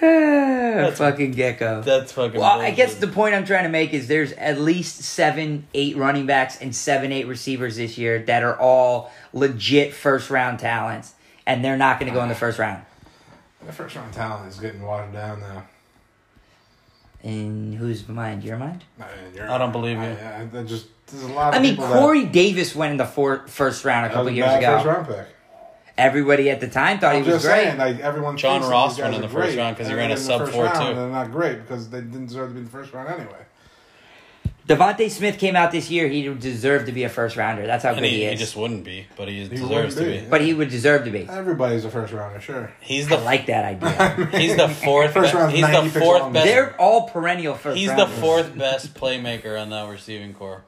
[SPEAKER 2] That's Eh, fucking gecko.
[SPEAKER 4] That's fucking.
[SPEAKER 2] Well, I guess
[SPEAKER 4] bullshit.
[SPEAKER 2] the point I'm trying to make is there's at least seven, eight running backs and seven, eight receivers this year that are all legit first round talents, and they're not going to go in the first round.
[SPEAKER 3] The first round talent is getting watered down now.
[SPEAKER 2] In whose mind? Your mind?
[SPEAKER 3] I, mean, you're-
[SPEAKER 4] I don't believe you.
[SPEAKER 3] I, I, I just there's a lot. Of
[SPEAKER 2] I mean,
[SPEAKER 3] Oh, people that-
[SPEAKER 2] Corey Davis went in the four, first round a
[SPEAKER 3] that was
[SPEAKER 2] couple
[SPEAKER 3] a
[SPEAKER 2] years
[SPEAKER 3] bad
[SPEAKER 2] ago.
[SPEAKER 3] First round pick.
[SPEAKER 2] Everybody at the time thought
[SPEAKER 3] I'm
[SPEAKER 2] he was
[SPEAKER 3] just
[SPEAKER 2] great.
[SPEAKER 3] saying, like everyone.
[SPEAKER 4] John
[SPEAKER 3] thinks that
[SPEAKER 4] Ross
[SPEAKER 3] these
[SPEAKER 4] went
[SPEAKER 3] guys
[SPEAKER 4] in the
[SPEAKER 3] are
[SPEAKER 4] first
[SPEAKER 3] great,
[SPEAKER 4] round 'cause he
[SPEAKER 3] and
[SPEAKER 4] ran
[SPEAKER 3] they're
[SPEAKER 4] a
[SPEAKER 3] in the
[SPEAKER 4] sub
[SPEAKER 3] first
[SPEAKER 4] four,
[SPEAKER 3] round,
[SPEAKER 4] too.
[SPEAKER 3] and They're not great because they didn't deserve to be in the first round anyway.
[SPEAKER 2] Devontae Smith came out this year. He deserved to be a first rounder. That's how
[SPEAKER 4] And
[SPEAKER 2] good
[SPEAKER 4] he,
[SPEAKER 2] he,
[SPEAKER 4] he
[SPEAKER 2] is.
[SPEAKER 4] just wouldn't be, but he,
[SPEAKER 3] wouldn't
[SPEAKER 4] deserves to
[SPEAKER 3] be.
[SPEAKER 4] be.
[SPEAKER 2] but he would deserve to be.
[SPEAKER 3] Everybody's a first rounder, sure.
[SPEAKER 4] He's
[SPEAKER 2] I
[SPEAKER 4] the
[SPEAKER 2] like that idea.
[SPEAKER 4] he's the fourth.
[SPEAKER 3] First
[SPEAKER 4] be-
[SPEAKER 3] round's
[SPEAKER 4] he's
[SPEAKER 3] 90
[SPEAKER 4] the
[SPEAKER 3] picks long.
[SPEAKER 4] fourth best.
[SPEAKER 2] They're all perennial first.
[SPEAKER 4] He's the
[SPEAKER 2] rounders.
[SPEAKER 4] fourth best playmaker on that receiving core,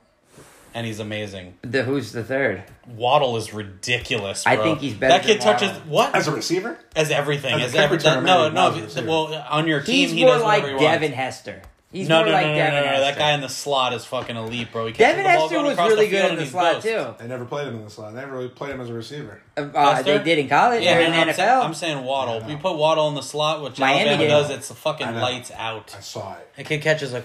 [SPEAKER 4] and he's amazing.
[SPEAKER 2] The, who's the third?
[SPEAKER 4] Waddle is ridiculous.
[SPEAKER 2] I
[SPEAKER 4] bro.
[SPEAKER 2] think he's better
[SPEAKER 4] That
[SPEAKER 2] than
[SPEAKER 4] kid touches
[SPEAKER 2] Waddle.
[SPEAKER 4] what
[SPEAKER 3] As a receiver,
[SPEAKER 4] as everything
[SPEAKER 3] as a
[SPEAKER 4] as
[SPEAKER 3] kick
[SPEAKER 4] everything.
[SPEAKER 3] returner,
[SPEAKER 4] No,
[SPEAKER 3] maybe
[SPEAKER 4] no.
[SPEAKER 3] not as a receiver.
[SPEAKER 4] Well, on your team,
[SPEAKER 2] He's
[SPEAKER 4] he
[SPEAKER 2] more
[SPEAKER 4] does
[SPEAKER 2] like
[SPEAKER 4] whatever he wants.
[SPEAKER 2] Devin Hester. He's
[SPEAKER 4] No,
[SPEAKER 2] more
[SPEAKER 4] no,
[SPEAKER 2] like
[SPEAKER 4] no, no,
[SPEAKER 2] Devin
[SPEAKER 4] no, no. That
[SPEAKER 2] Hester.
[SPEAKER 4] guy in the slot is fucking elite, bro. He catches
[SPEAKER 2] Devin
[SPEAKER 4] the ball
[SPEAKER 2] Hester
[SPEAKER 4] going
[SPEAKER 2] was
[SPEAKER 4] across
[SPEAKER 2] really
[SPEAKER 4] the
[SPEAKER 2] good
[SPEAKER 4] field
[SPEAKER 2] in
[SPEAKER 4] and
[SPEAKER 2] the
[SPEAKER 4] he's
[SPEAKER 2] slot
[SPEAKER 4] ghost.
[SPEAKER 2] too.
[SPEAKER 3] they never played him in the slot. They never really played him as a receiver.
[SPEAKER 2] Uh, they
[SPEAKER 4] Hester?
[SPEAKER 2] did in college.
[SPEAKER 4] Yeah,
[SPEAKER 2] or in
[SPEAKER 4] no, I'm,
[SPEAKER 2] NFL.
[SPEAKER 4] saying, I'm saying Waddle. We put Waddle in the slot, which
[SPEAKER 2] Miami
[SPEAKER 4] Alabama
[SPEAKER 2] did.
[SPEAKER 4] does. It's the fucking
[SPEAKER 3] I know.
[SPEAKER 4] lights out.
[SPEAKER 3] I saw it.
[SPEAKER 4] That kid catches like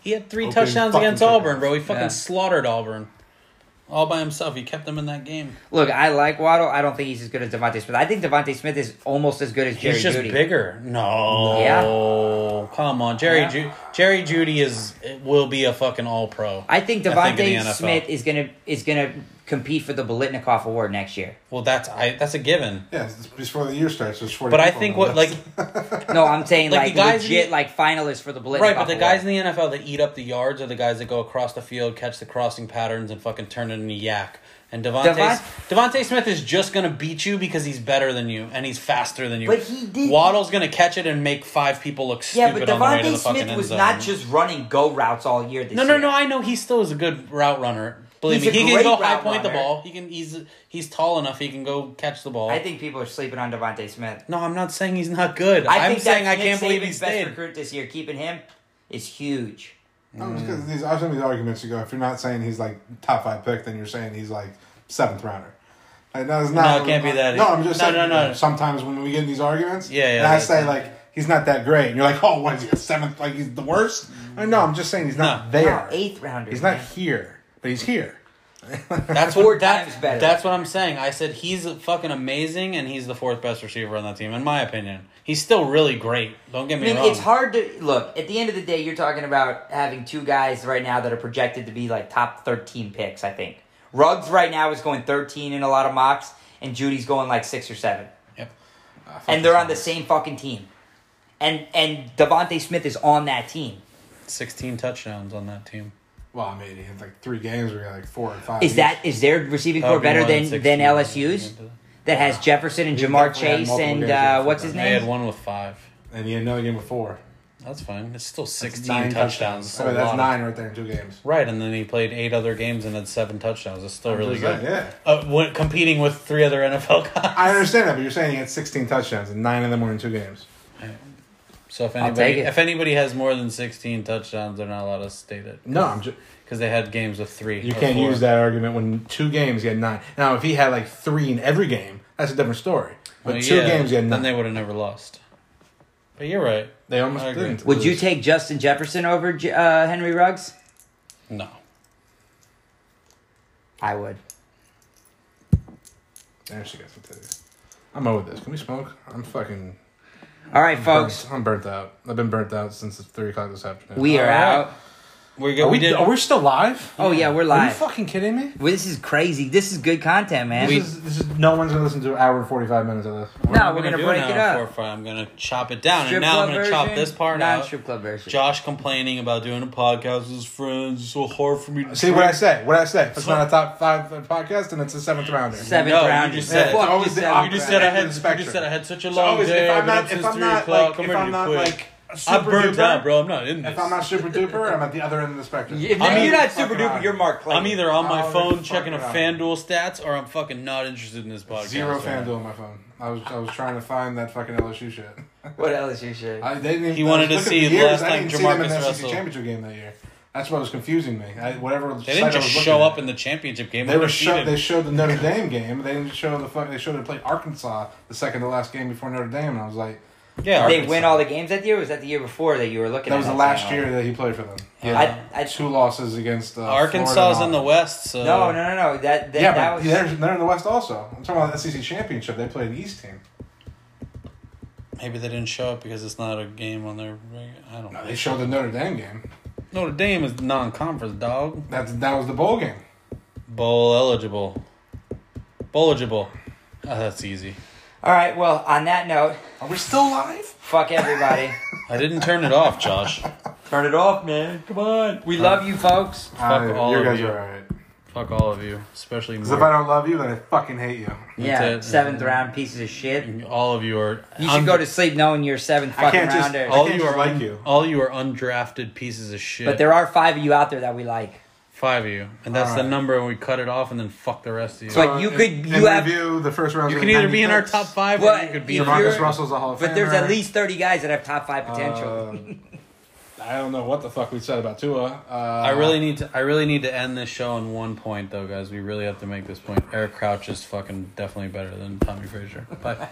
[SPEAKER 4] he had three
[SPEAKER 3] Open
[SPEAKER 4] touchdowns
[SPEAKER 3] fucking
[SPEAKER 4] against
[SPEAKER 3] kicker.
[SPEAKER 4] Auburn, bro. He fucking
[SPEAKER 2] Yeah.
[SPEAKER 4] slaughtered Auburn all by himself. He kept them in that game.
[SPEAKER 2] Look, I like Waddle. I don't think he's as good as Devontae Smith. I think Devontae Smith is almost as good as Jerry
[SPEAKER 4] He's just
[SPEAKER 2] Jeudy.
[SPEAKER 4] bigger. No, come on, Jerry.
[SPEAKER 2] Yeah.
[SPEAKER 4] Ju- Jerry Judy is will be a fucking all pro.
[SPEAKER 2] I think
[SPEAKER 4] I think in the
[SPEAKER 2] Devontae
[SPEAKER 4] NFL.
[SPEAKER 2] Smith is gonna is gonna compete for the Bolitnikoff Award next year.
[SPEAKER 4] Well, that's I. That's a given.
[SPEAKER 3] Yeah, it's before the year starts. There's 40
[SPEAKER 4] But I
[SPEAKER 3] people
[SPEAKER 4] think
[SPEAKER 3] on the
[SPEAKER 4] what like
[SPEAKER 3] list.
[SPEAKER 2] No, I'm saying
[SPEAKER 4] Like
[SPEAKER 2] like,
[SPEAKER 4] the guys
[SPEAKER 2] legit
[SPEAKER 4] in the-
[SPEAKER 2] like finalists for the Bolitnikoff.
[SPEAKER 4] right, but the
[SPEAKER 2] Award.
[SPEAKER 4] guys in the NFL that eat up the yards are the guys that go across the field, catch the crossing patterns, and fucking turn it into yak. And Devontae
[SPEAKER 2] Devon-
[SPEAKER 4] Devontae Smith is just gonna beat you because he's better than you and he's faster than you.
[SPEAKER 2] But he did-
[SPEAKER 4] Waddle's gonna catch it and make five people look
[SPEAKER 2] yeah,
[SPEAKER 4] stupid
[SPEAKER 2] but
[SPEAKER 4] on the way to
[SPEAKER 2] Devontae
[SPEAKER 4] the fucking
[SPEAKER 2] Smith
[SPEAKER 4] end
[SPEAKER 2] was
[SPEAKER 4] zone.
[SPEAKER 2] not just running go routes all year. This
[SPEAKER 4] No, no,
[SPEAKER 2] year.
[SPEAKER 4] no. I know he still is a good route runner. Believe
[SPEAKER 2] He's a
[SPEAKER 4] me, he can
[SPEAKER 2] great
[SPEAKER 4] go high
[SPEAKER 2] route
[SPEAKER 4] point the
[SPEAKER 2] runner.
[SPEAKER 4] ball. He can. He's he's tall enough. He can go catch the ball.
[SPEAKER 2] I think people are sleeping on Devontae Smith.
[SPEAKER 4] no, I'm not saying he's not good.
[SPEAKER 2] I
[SPEAKER 4] I'm
[SPEAKER 2] think
[SPEAKER 4] saying I
[SPEAKER 2] that's
[SPEAKER 4] can't
[SPEAKER 2] Nick
[SPEAKER 4] believe he
[SPEAKER 2] Saban's best
[SPEAKER 4] stayed.
[SPEAKER 2] recruit this year. Keeping him is huge.
[SPEAKER 3] No, it's 'cause these, I've seen these arguments. You go, if you're not saying he's like top five pick, then you're saying he's like seventh rounder. Like, no, it's not,
[SPEAKER 4] No, it can't be that.
[SPEAKER 3] No, I'm just
[SPEAKER 4] No,
[SPEAKER 3] saying.
[SPEAKER 4] no, no.
[SPEAKER 3] you know, sometimes when we get in these arguments,
[SPEAKER 4] Yeah, yeah,
[SPEAKER 3] and I
[SPEAKER 4] that's-
[SPEAKER 3] say like he's not that great, and you're like, oh, what is he a seventh? Like he's the worst? I no, I'm just saying he's not
[SPEAKER 4] No.
[SPEAKER 3] there.
[SPEAKER 2] No, eighth rounder.
[SPEAKER 3] He's not
[SPEAKER 2] man.
[SPEAKER 3] here, but he's here.
[SPEAKER 4] That's
[SPEAKER 2] Four
[SPEAKER 4] what that,
[SPEAKER 2] times better.
[SPEAKER 4] That's what I'm saying. I said he's fucking amazing, and he's the fourth best receiver on that team, in my opinion. He's still really great. Don't get
[SPEAKER 2] I
[SPEAKER 4] me
[SPEAKER 2] mean,
[SPEAKER 4] wrong.
[SPEAKER 2] it's hard to look. At the end of the day, you're talking about having two guys right now that are projected to be like top 13 picks. I think Ruggs right now is going 13 in a lot of mocks, and Judy's going like six or seven,
[SPEAKER 4] Yep.
[SPEAKER 2] and they're on the same fucking team. And and Devontae Smith is on that team.
[SPEAKER 4] Sixteen touchdowns on that team.
[SPEAKER 3] Well, I mean, he had like three games where he had like four and five.
[SPEAKER 2] Is that is their receiving core
[SPEAKER 4] However you
[SPEAKER 2] better
[SPEAKER 4] want it,
[SPEAKER 2] than
[SPEAKER 4] 16.
[SPEAKER 2] than LSU's? That has Jefferson and Jamar
[SPEAKER 3] definitely had
[SPEAKER 2] Chase
[SPEAKER 3] multiple
[SPEAKER 2] and
[SPEAKER 3] games
[SPEAKER 2] uh,
[SPEAKER 3] with
[SPEAKER 2] what's his
[SPEAKER 3] them.
[SPEAKER 4] They had
[SPEAKER 2] name?
[SPEAKER 4] one with five.
[SPEAKER 3] And he had another game with four.
[SPEAKER 4] That's fine. It's still
[SPEAKER 3] That's
[SPEAKER 4] sixteen
[SPEAKER 3] nine
[SPEAKER 4] touchdowns.
[SPEAKER 3] I mean,
[SPEAKER 4] That's a
[SPEAKER 3] that's
[SPEAKER 4] lot.
[SPEAKER 3] nine right there in two games.
[SPEAKER 4] Right, and then he played eight other games and had seven touchdowns. It's still really
[SPEAKER 3] Is that-
[SPEAKER 4] good.
[SPEAKER 3] Yeah.
[SPEAKER 4] Uh, when, competing with three other NFL guys.
[SPEAKER 3] I understand that, but you're saying he had 16 touchdowns and nine of them were in two games.
[SPEAKER 4] So if
[SPEAKER 2] take
[SPEAKER 4] anybody,
[SPEAKER 2] it.
[SPEAKER 4] if anybody has more than sixteen touchdowns, they're not allowed to state it.
[SPEAKER 3] No, I'm just.
[SPEAKER 4] because they had games with three.
[SPEAKER 3] You
[SPEAKER 4] or
[SPEAKER 3] can't
[SPEAKER 4] four.
[SPEAKER 3] use that argument when two games he had nine. Now, if he had like three in every game, that's a different story. But
[SPEAKER 4] Well,
[SPEAKER 3] two
[SPEAKER 4] yeah,
[SPEAKER 3] games he had
[SPEAKER 4] Then
[SPEAKER 3] nine.
[SPEAKER 4] they
[SPEAKER 3] They,
[SPEAKER 4] would have never lost. But you're right.
[SPEAKER 3] almost
[SPEAKER 4] I agree.
[SPEAKER 3] didn't.
[SPEAKER 2] Would you
[SPEAKER 3] lose.
[SPEAKER 2] take Justin Jefferson over J- uh, Henry Ruggs?
[SPEAKER 4] No,
[SPEAKER 2] I would.
[SPEAKER 3] There she goes. I'm over this. Can we smoke? I'm fucking.
[SPEAKER 2] All right, folks.
[SPEAKER 3] burnt- I'm burnt out. I've been burnt out since it's three o'clock this afternoon.
[SPEAKER 2] We are
[SPEAKER 4] All right.
[SPEAKER 2] out.
[SPEAKER 4] we're good.
[SPEAKER 3] Are we,
[SPEAKER 4] we, did.
[SPEAKER 3] are we still live?
[SPEAKER 2] Oh yeah, we're
[SPEAKER 3] Are you
[SPEAKER 2] live.
[SPEAKER 3] fucking kidding me?
[SPEAKER 2] Well, this is crazy. This is good content, man.
[SPEAKER 3] This is, this is no one's gonna listen to an hour and forty five minutes of this.
[SPEAKER 2] no, we're
[SPEAKER 4] gonna
[SPEAKER 2] gonna
[SPEAKER 4] do
[SPEAKER 2] break
[SPEAKER 4] now
[SPEAKER 2] it
[SPEAKER 4] Four or
[SPEAKER 2] up.
[SPEAKER 4] five. I'm gonna chop it down, and now I'm gonna chop this part
[SPEAKER 2] non
[SPEAKER 4] out.
[SPEAKER 2] strip club version.
[SPEAKER 4] Josh complaining about doing a podcast with his friends. It's so hard for me to
[SPEAKER 3] See what I
[SPEAKER 4] drink.
[SPEAKER 3] say? What I say? If it's not a top five podcast, and it's a seventh rounder.
[SPEAKER 2] Seventh
[SPEAKER 4] No, you
[SPEAKER 2] round.
[SPEAKER 4] just
[SPEAKER 2] Yeah,
[SPEAKER 4] said-
[SPEAKER 2] fuck
[SPEAKER 3] always
[SPEAKER 2] you,
[SPEAKER 3] the
[SPEAKER 2] seventh
[SPEAKER 4] You
[SPEAKER 3] opposite.
[SPEAKER 4] just said I had.
[SPEAKER 3] Spectrum.
[SPEAKER 4] You just said I had such a
[SPEAKER 3] So
[SPEAKER 4] long
[SPEAKER 3] always,
[SPEAKER 4] day.
[SPEAKER 3] if
[SPEAKER 4] I've
[SPEAKER 3] I'm
[SPEAKER 4] been up
[SPEAKER 3] not,
[SPEAKER 4] since
[SPEAKER 3] if I'm
[SPEAKER 4] three
[SPEAKER 3] not
[SPEAKER 4] o'clock.
[SPEAKER 3] like,
[SPEAKER 4] I'm
[SPEAKER 3] if
[SPEAKER 4] ready
[SPEAKER 3] I'm
[SPEAKER 4] to
[SPEAKER 3] not
[SPEAKER 4] quit.
[SPEAKER 3] like
[SPEAKER 4] I'm
[SPEAKER 3] super
[SPEAKER 4] burnt
[SPEAKER 3] duper,
[SPEAKER 4] out, bro. I'm not in this.
[SPEAKER 3] If I'm not super duper, I'm at the other end of the spectrum.
[SPEAKER 2] If
[SPEAKER 4] I'm
[SPEAKER 2] you're
[SPEAKER 4] either-
[SPEAKER 2] not super
[SPEAKER 3] fucking
[SPEAKER 2] duper,
[SPEAKER 3] on.
[SPEAKER 2] you're Mark Clayton.
[SPEAKER 4] I'm either on my
[SPEAKER 3] Oh,
[SPEAKER 4] phone
[SPEAKER 3] fuck
[SPEAKER 4] checking a
[SPEAKER 3] it up.
[SPEAKER 4] FanDuel stats, or I'm fucking not interested in this podcast.
[SPEAKER 3] Zero
[SPEAKER 4] right
[SPEAKER 3] FanDuel
[SPEAKER 4] now.
[SPEAKER 3] on my phone. I was I was trying to find that fucking LSU shit.
[SPEAKER 2] What LSU shit?
[SPEAKER 3] I, they didn't,
[SPEAKER 4] He
[SPEAKER 3] I
[SPEAKER 4] wanted
[SPEAKER 3] was
[SPEAKER 4] to
[SPEAKER 3] looking
[SPEAKER 4] see
[SPEAKER 3] at the years,
[SPEAKER 4] last
[SPEAKER 3] I
[SPEAKER 4] time
[SPEAKER 3] didn't see them in
[SPEAKER 4] Jamarcus
[SPEAKER 3] the SEC
[SPEAKER 4] Russell.
[SPEAKER 3] championship game that year. That's what was confusing me. I, whatever
[SPEAKER 4] They didn't just show up in the championship game.
[SPEAKER 3] They were show,
[SPEAKER 4] shut.
[SPEAKER 3] they showed the Notre Dame game. They didn't show the fuck. They showed they played Arkansas the second to last game before Notre Dame, and I was like,
[SPEAKER 4] yeah,
[SPEAKER 2] they
[SPEAKER 4] Arkansas.
[SPEAKER 2] win all the games that year. Or was that the year before that you were looking?
[SPEAKER 3] that
[SPEAKER 2] at
[SPEAKER 3] was the
[SPEAKER 2] that
[SPEAKER 3] last
[SPEAKER 2] time?
[SPEAKER 3] year that he played for them.
[SPEAKER 2] I, I,
[SPEAKER 3] Two losses against uh, Florida
[SPEAKER 4] Arkansas's
[SPEAKER 3] and
[SPEAKER 4] in the
[SPEAKER 3] Auburn.
[SPEAKER 4] West. So
[SPEAKER 2] no, no, no, no. That, that,
[SPEAKER 3] Yeah,
[SPEAKER 2] that
[SPEAKER 3] but
[SPEAKER 2] was.
[SPEAKER 3] they're, they're in the West also. I'm talking about the SEC championship. They played the East team.
[SPEAKER 4] Maybe they didn't show up because it's not a game on their. reg- I don't
[SPEAKER 3] No,
[SPEAKER 4] know.
[SPEAKER 3] they showed the Notre Dame game.
[SPEAKER 4] Notre Dame is non-conference dog.
[SPEAKER 3] That's that was the bowl game.
[SPEAKER 4] Bowl eligible. Bowl eligible. Ah, that's easy.
[SPEAKER 2] All right. Well, on that note,
[SPEAKER 3] Are we still live?
[SPEAKER 2] fuck everybody.
[SPEAKER 4] I didn't turn it off, Josh.
[SPEAKER 2] Turn it off, man.
[SPEAKER 4] Come on.
[SPEAKER 2] We love you, folks.
[SPEAKER 4] Fuck all
[SPEAKER 3] Uh, you
[SPEAKER 4] of
[SPEAKER 3] guys
[SPEAKER 4] you.
[SPEAKER 3] are alright.
[SPEAKER 4] Fuck all of you, especially
[SPEAKER 3] Because if I
[SPEAKER 4] Mark.
[SPEAKER 3] don't love you, then I fucking hate you.
[SPEAKER 2] Yeah,
[SPEAKER 4] it.
[SPEAKER 2] seventh round pieces of shit. You
[SPEAKER 4] all of you are.
[SPEAKER 2] should
[SPEAKER 4] I'm-
[SPEAKER 2] go to sleep knowing you're seventh
[SPEAKER 3] I
[SPEAKER 2] fucking
[SPEAKER 3] can't just-
[SPEAKER 2] rounder.
[SPEAKER 3] I
[SPEAKER 4] All
[SPEAKER 3] can't
[SPEAKER 4] you
[SPEAKER 3] just
[SPEAKER 4] are
[SPEAKER 3] like
[SPEAKER 4] un-
[SPEAKER 3] you.
[SPEAKER 4] All you are undrafted pieces of shit.
[SPEAKER 2] But there are five of you out there that we like.
[SPEAKER 4] Five of you, and that's the
[SPEAKER 3] Alright.
[SPEAKER 4] number, and we cut it off, and then fuck the rest of you.
[SPEAKER 2] So- But you
[SPEAKER 3] in-
[SPEAKER 2] could- you
[SPEAKER 3] in
[SPEAKER 2] have-
[SPEAKER 3] Uh, review the first round.
[SPEAKER 4] you can either be in our top five, or
[SPEAKER 2] Well,
[SPEAKER 4] you could be
[SPEAKER 2] you-
[SPEAKER 4] in our.
[SPEAKER 2] you're-
[SPEAKER 3] Marcus Russell's a Hall of
[SPEAKER 2] But there's
[SPEAKER 3] Famer.
[SPEAKER 2] at least thirty guys that have top five potential.
[SPEAKER 3] Uh, I don't know what the fuck we said about Tua. Uh,
[SPEAKER 4] I really need to. I really need to end this show on one point, though, guys. We really have to make this point. Eric Crouch is fucking definitely better than Tommy Frazier. Bye.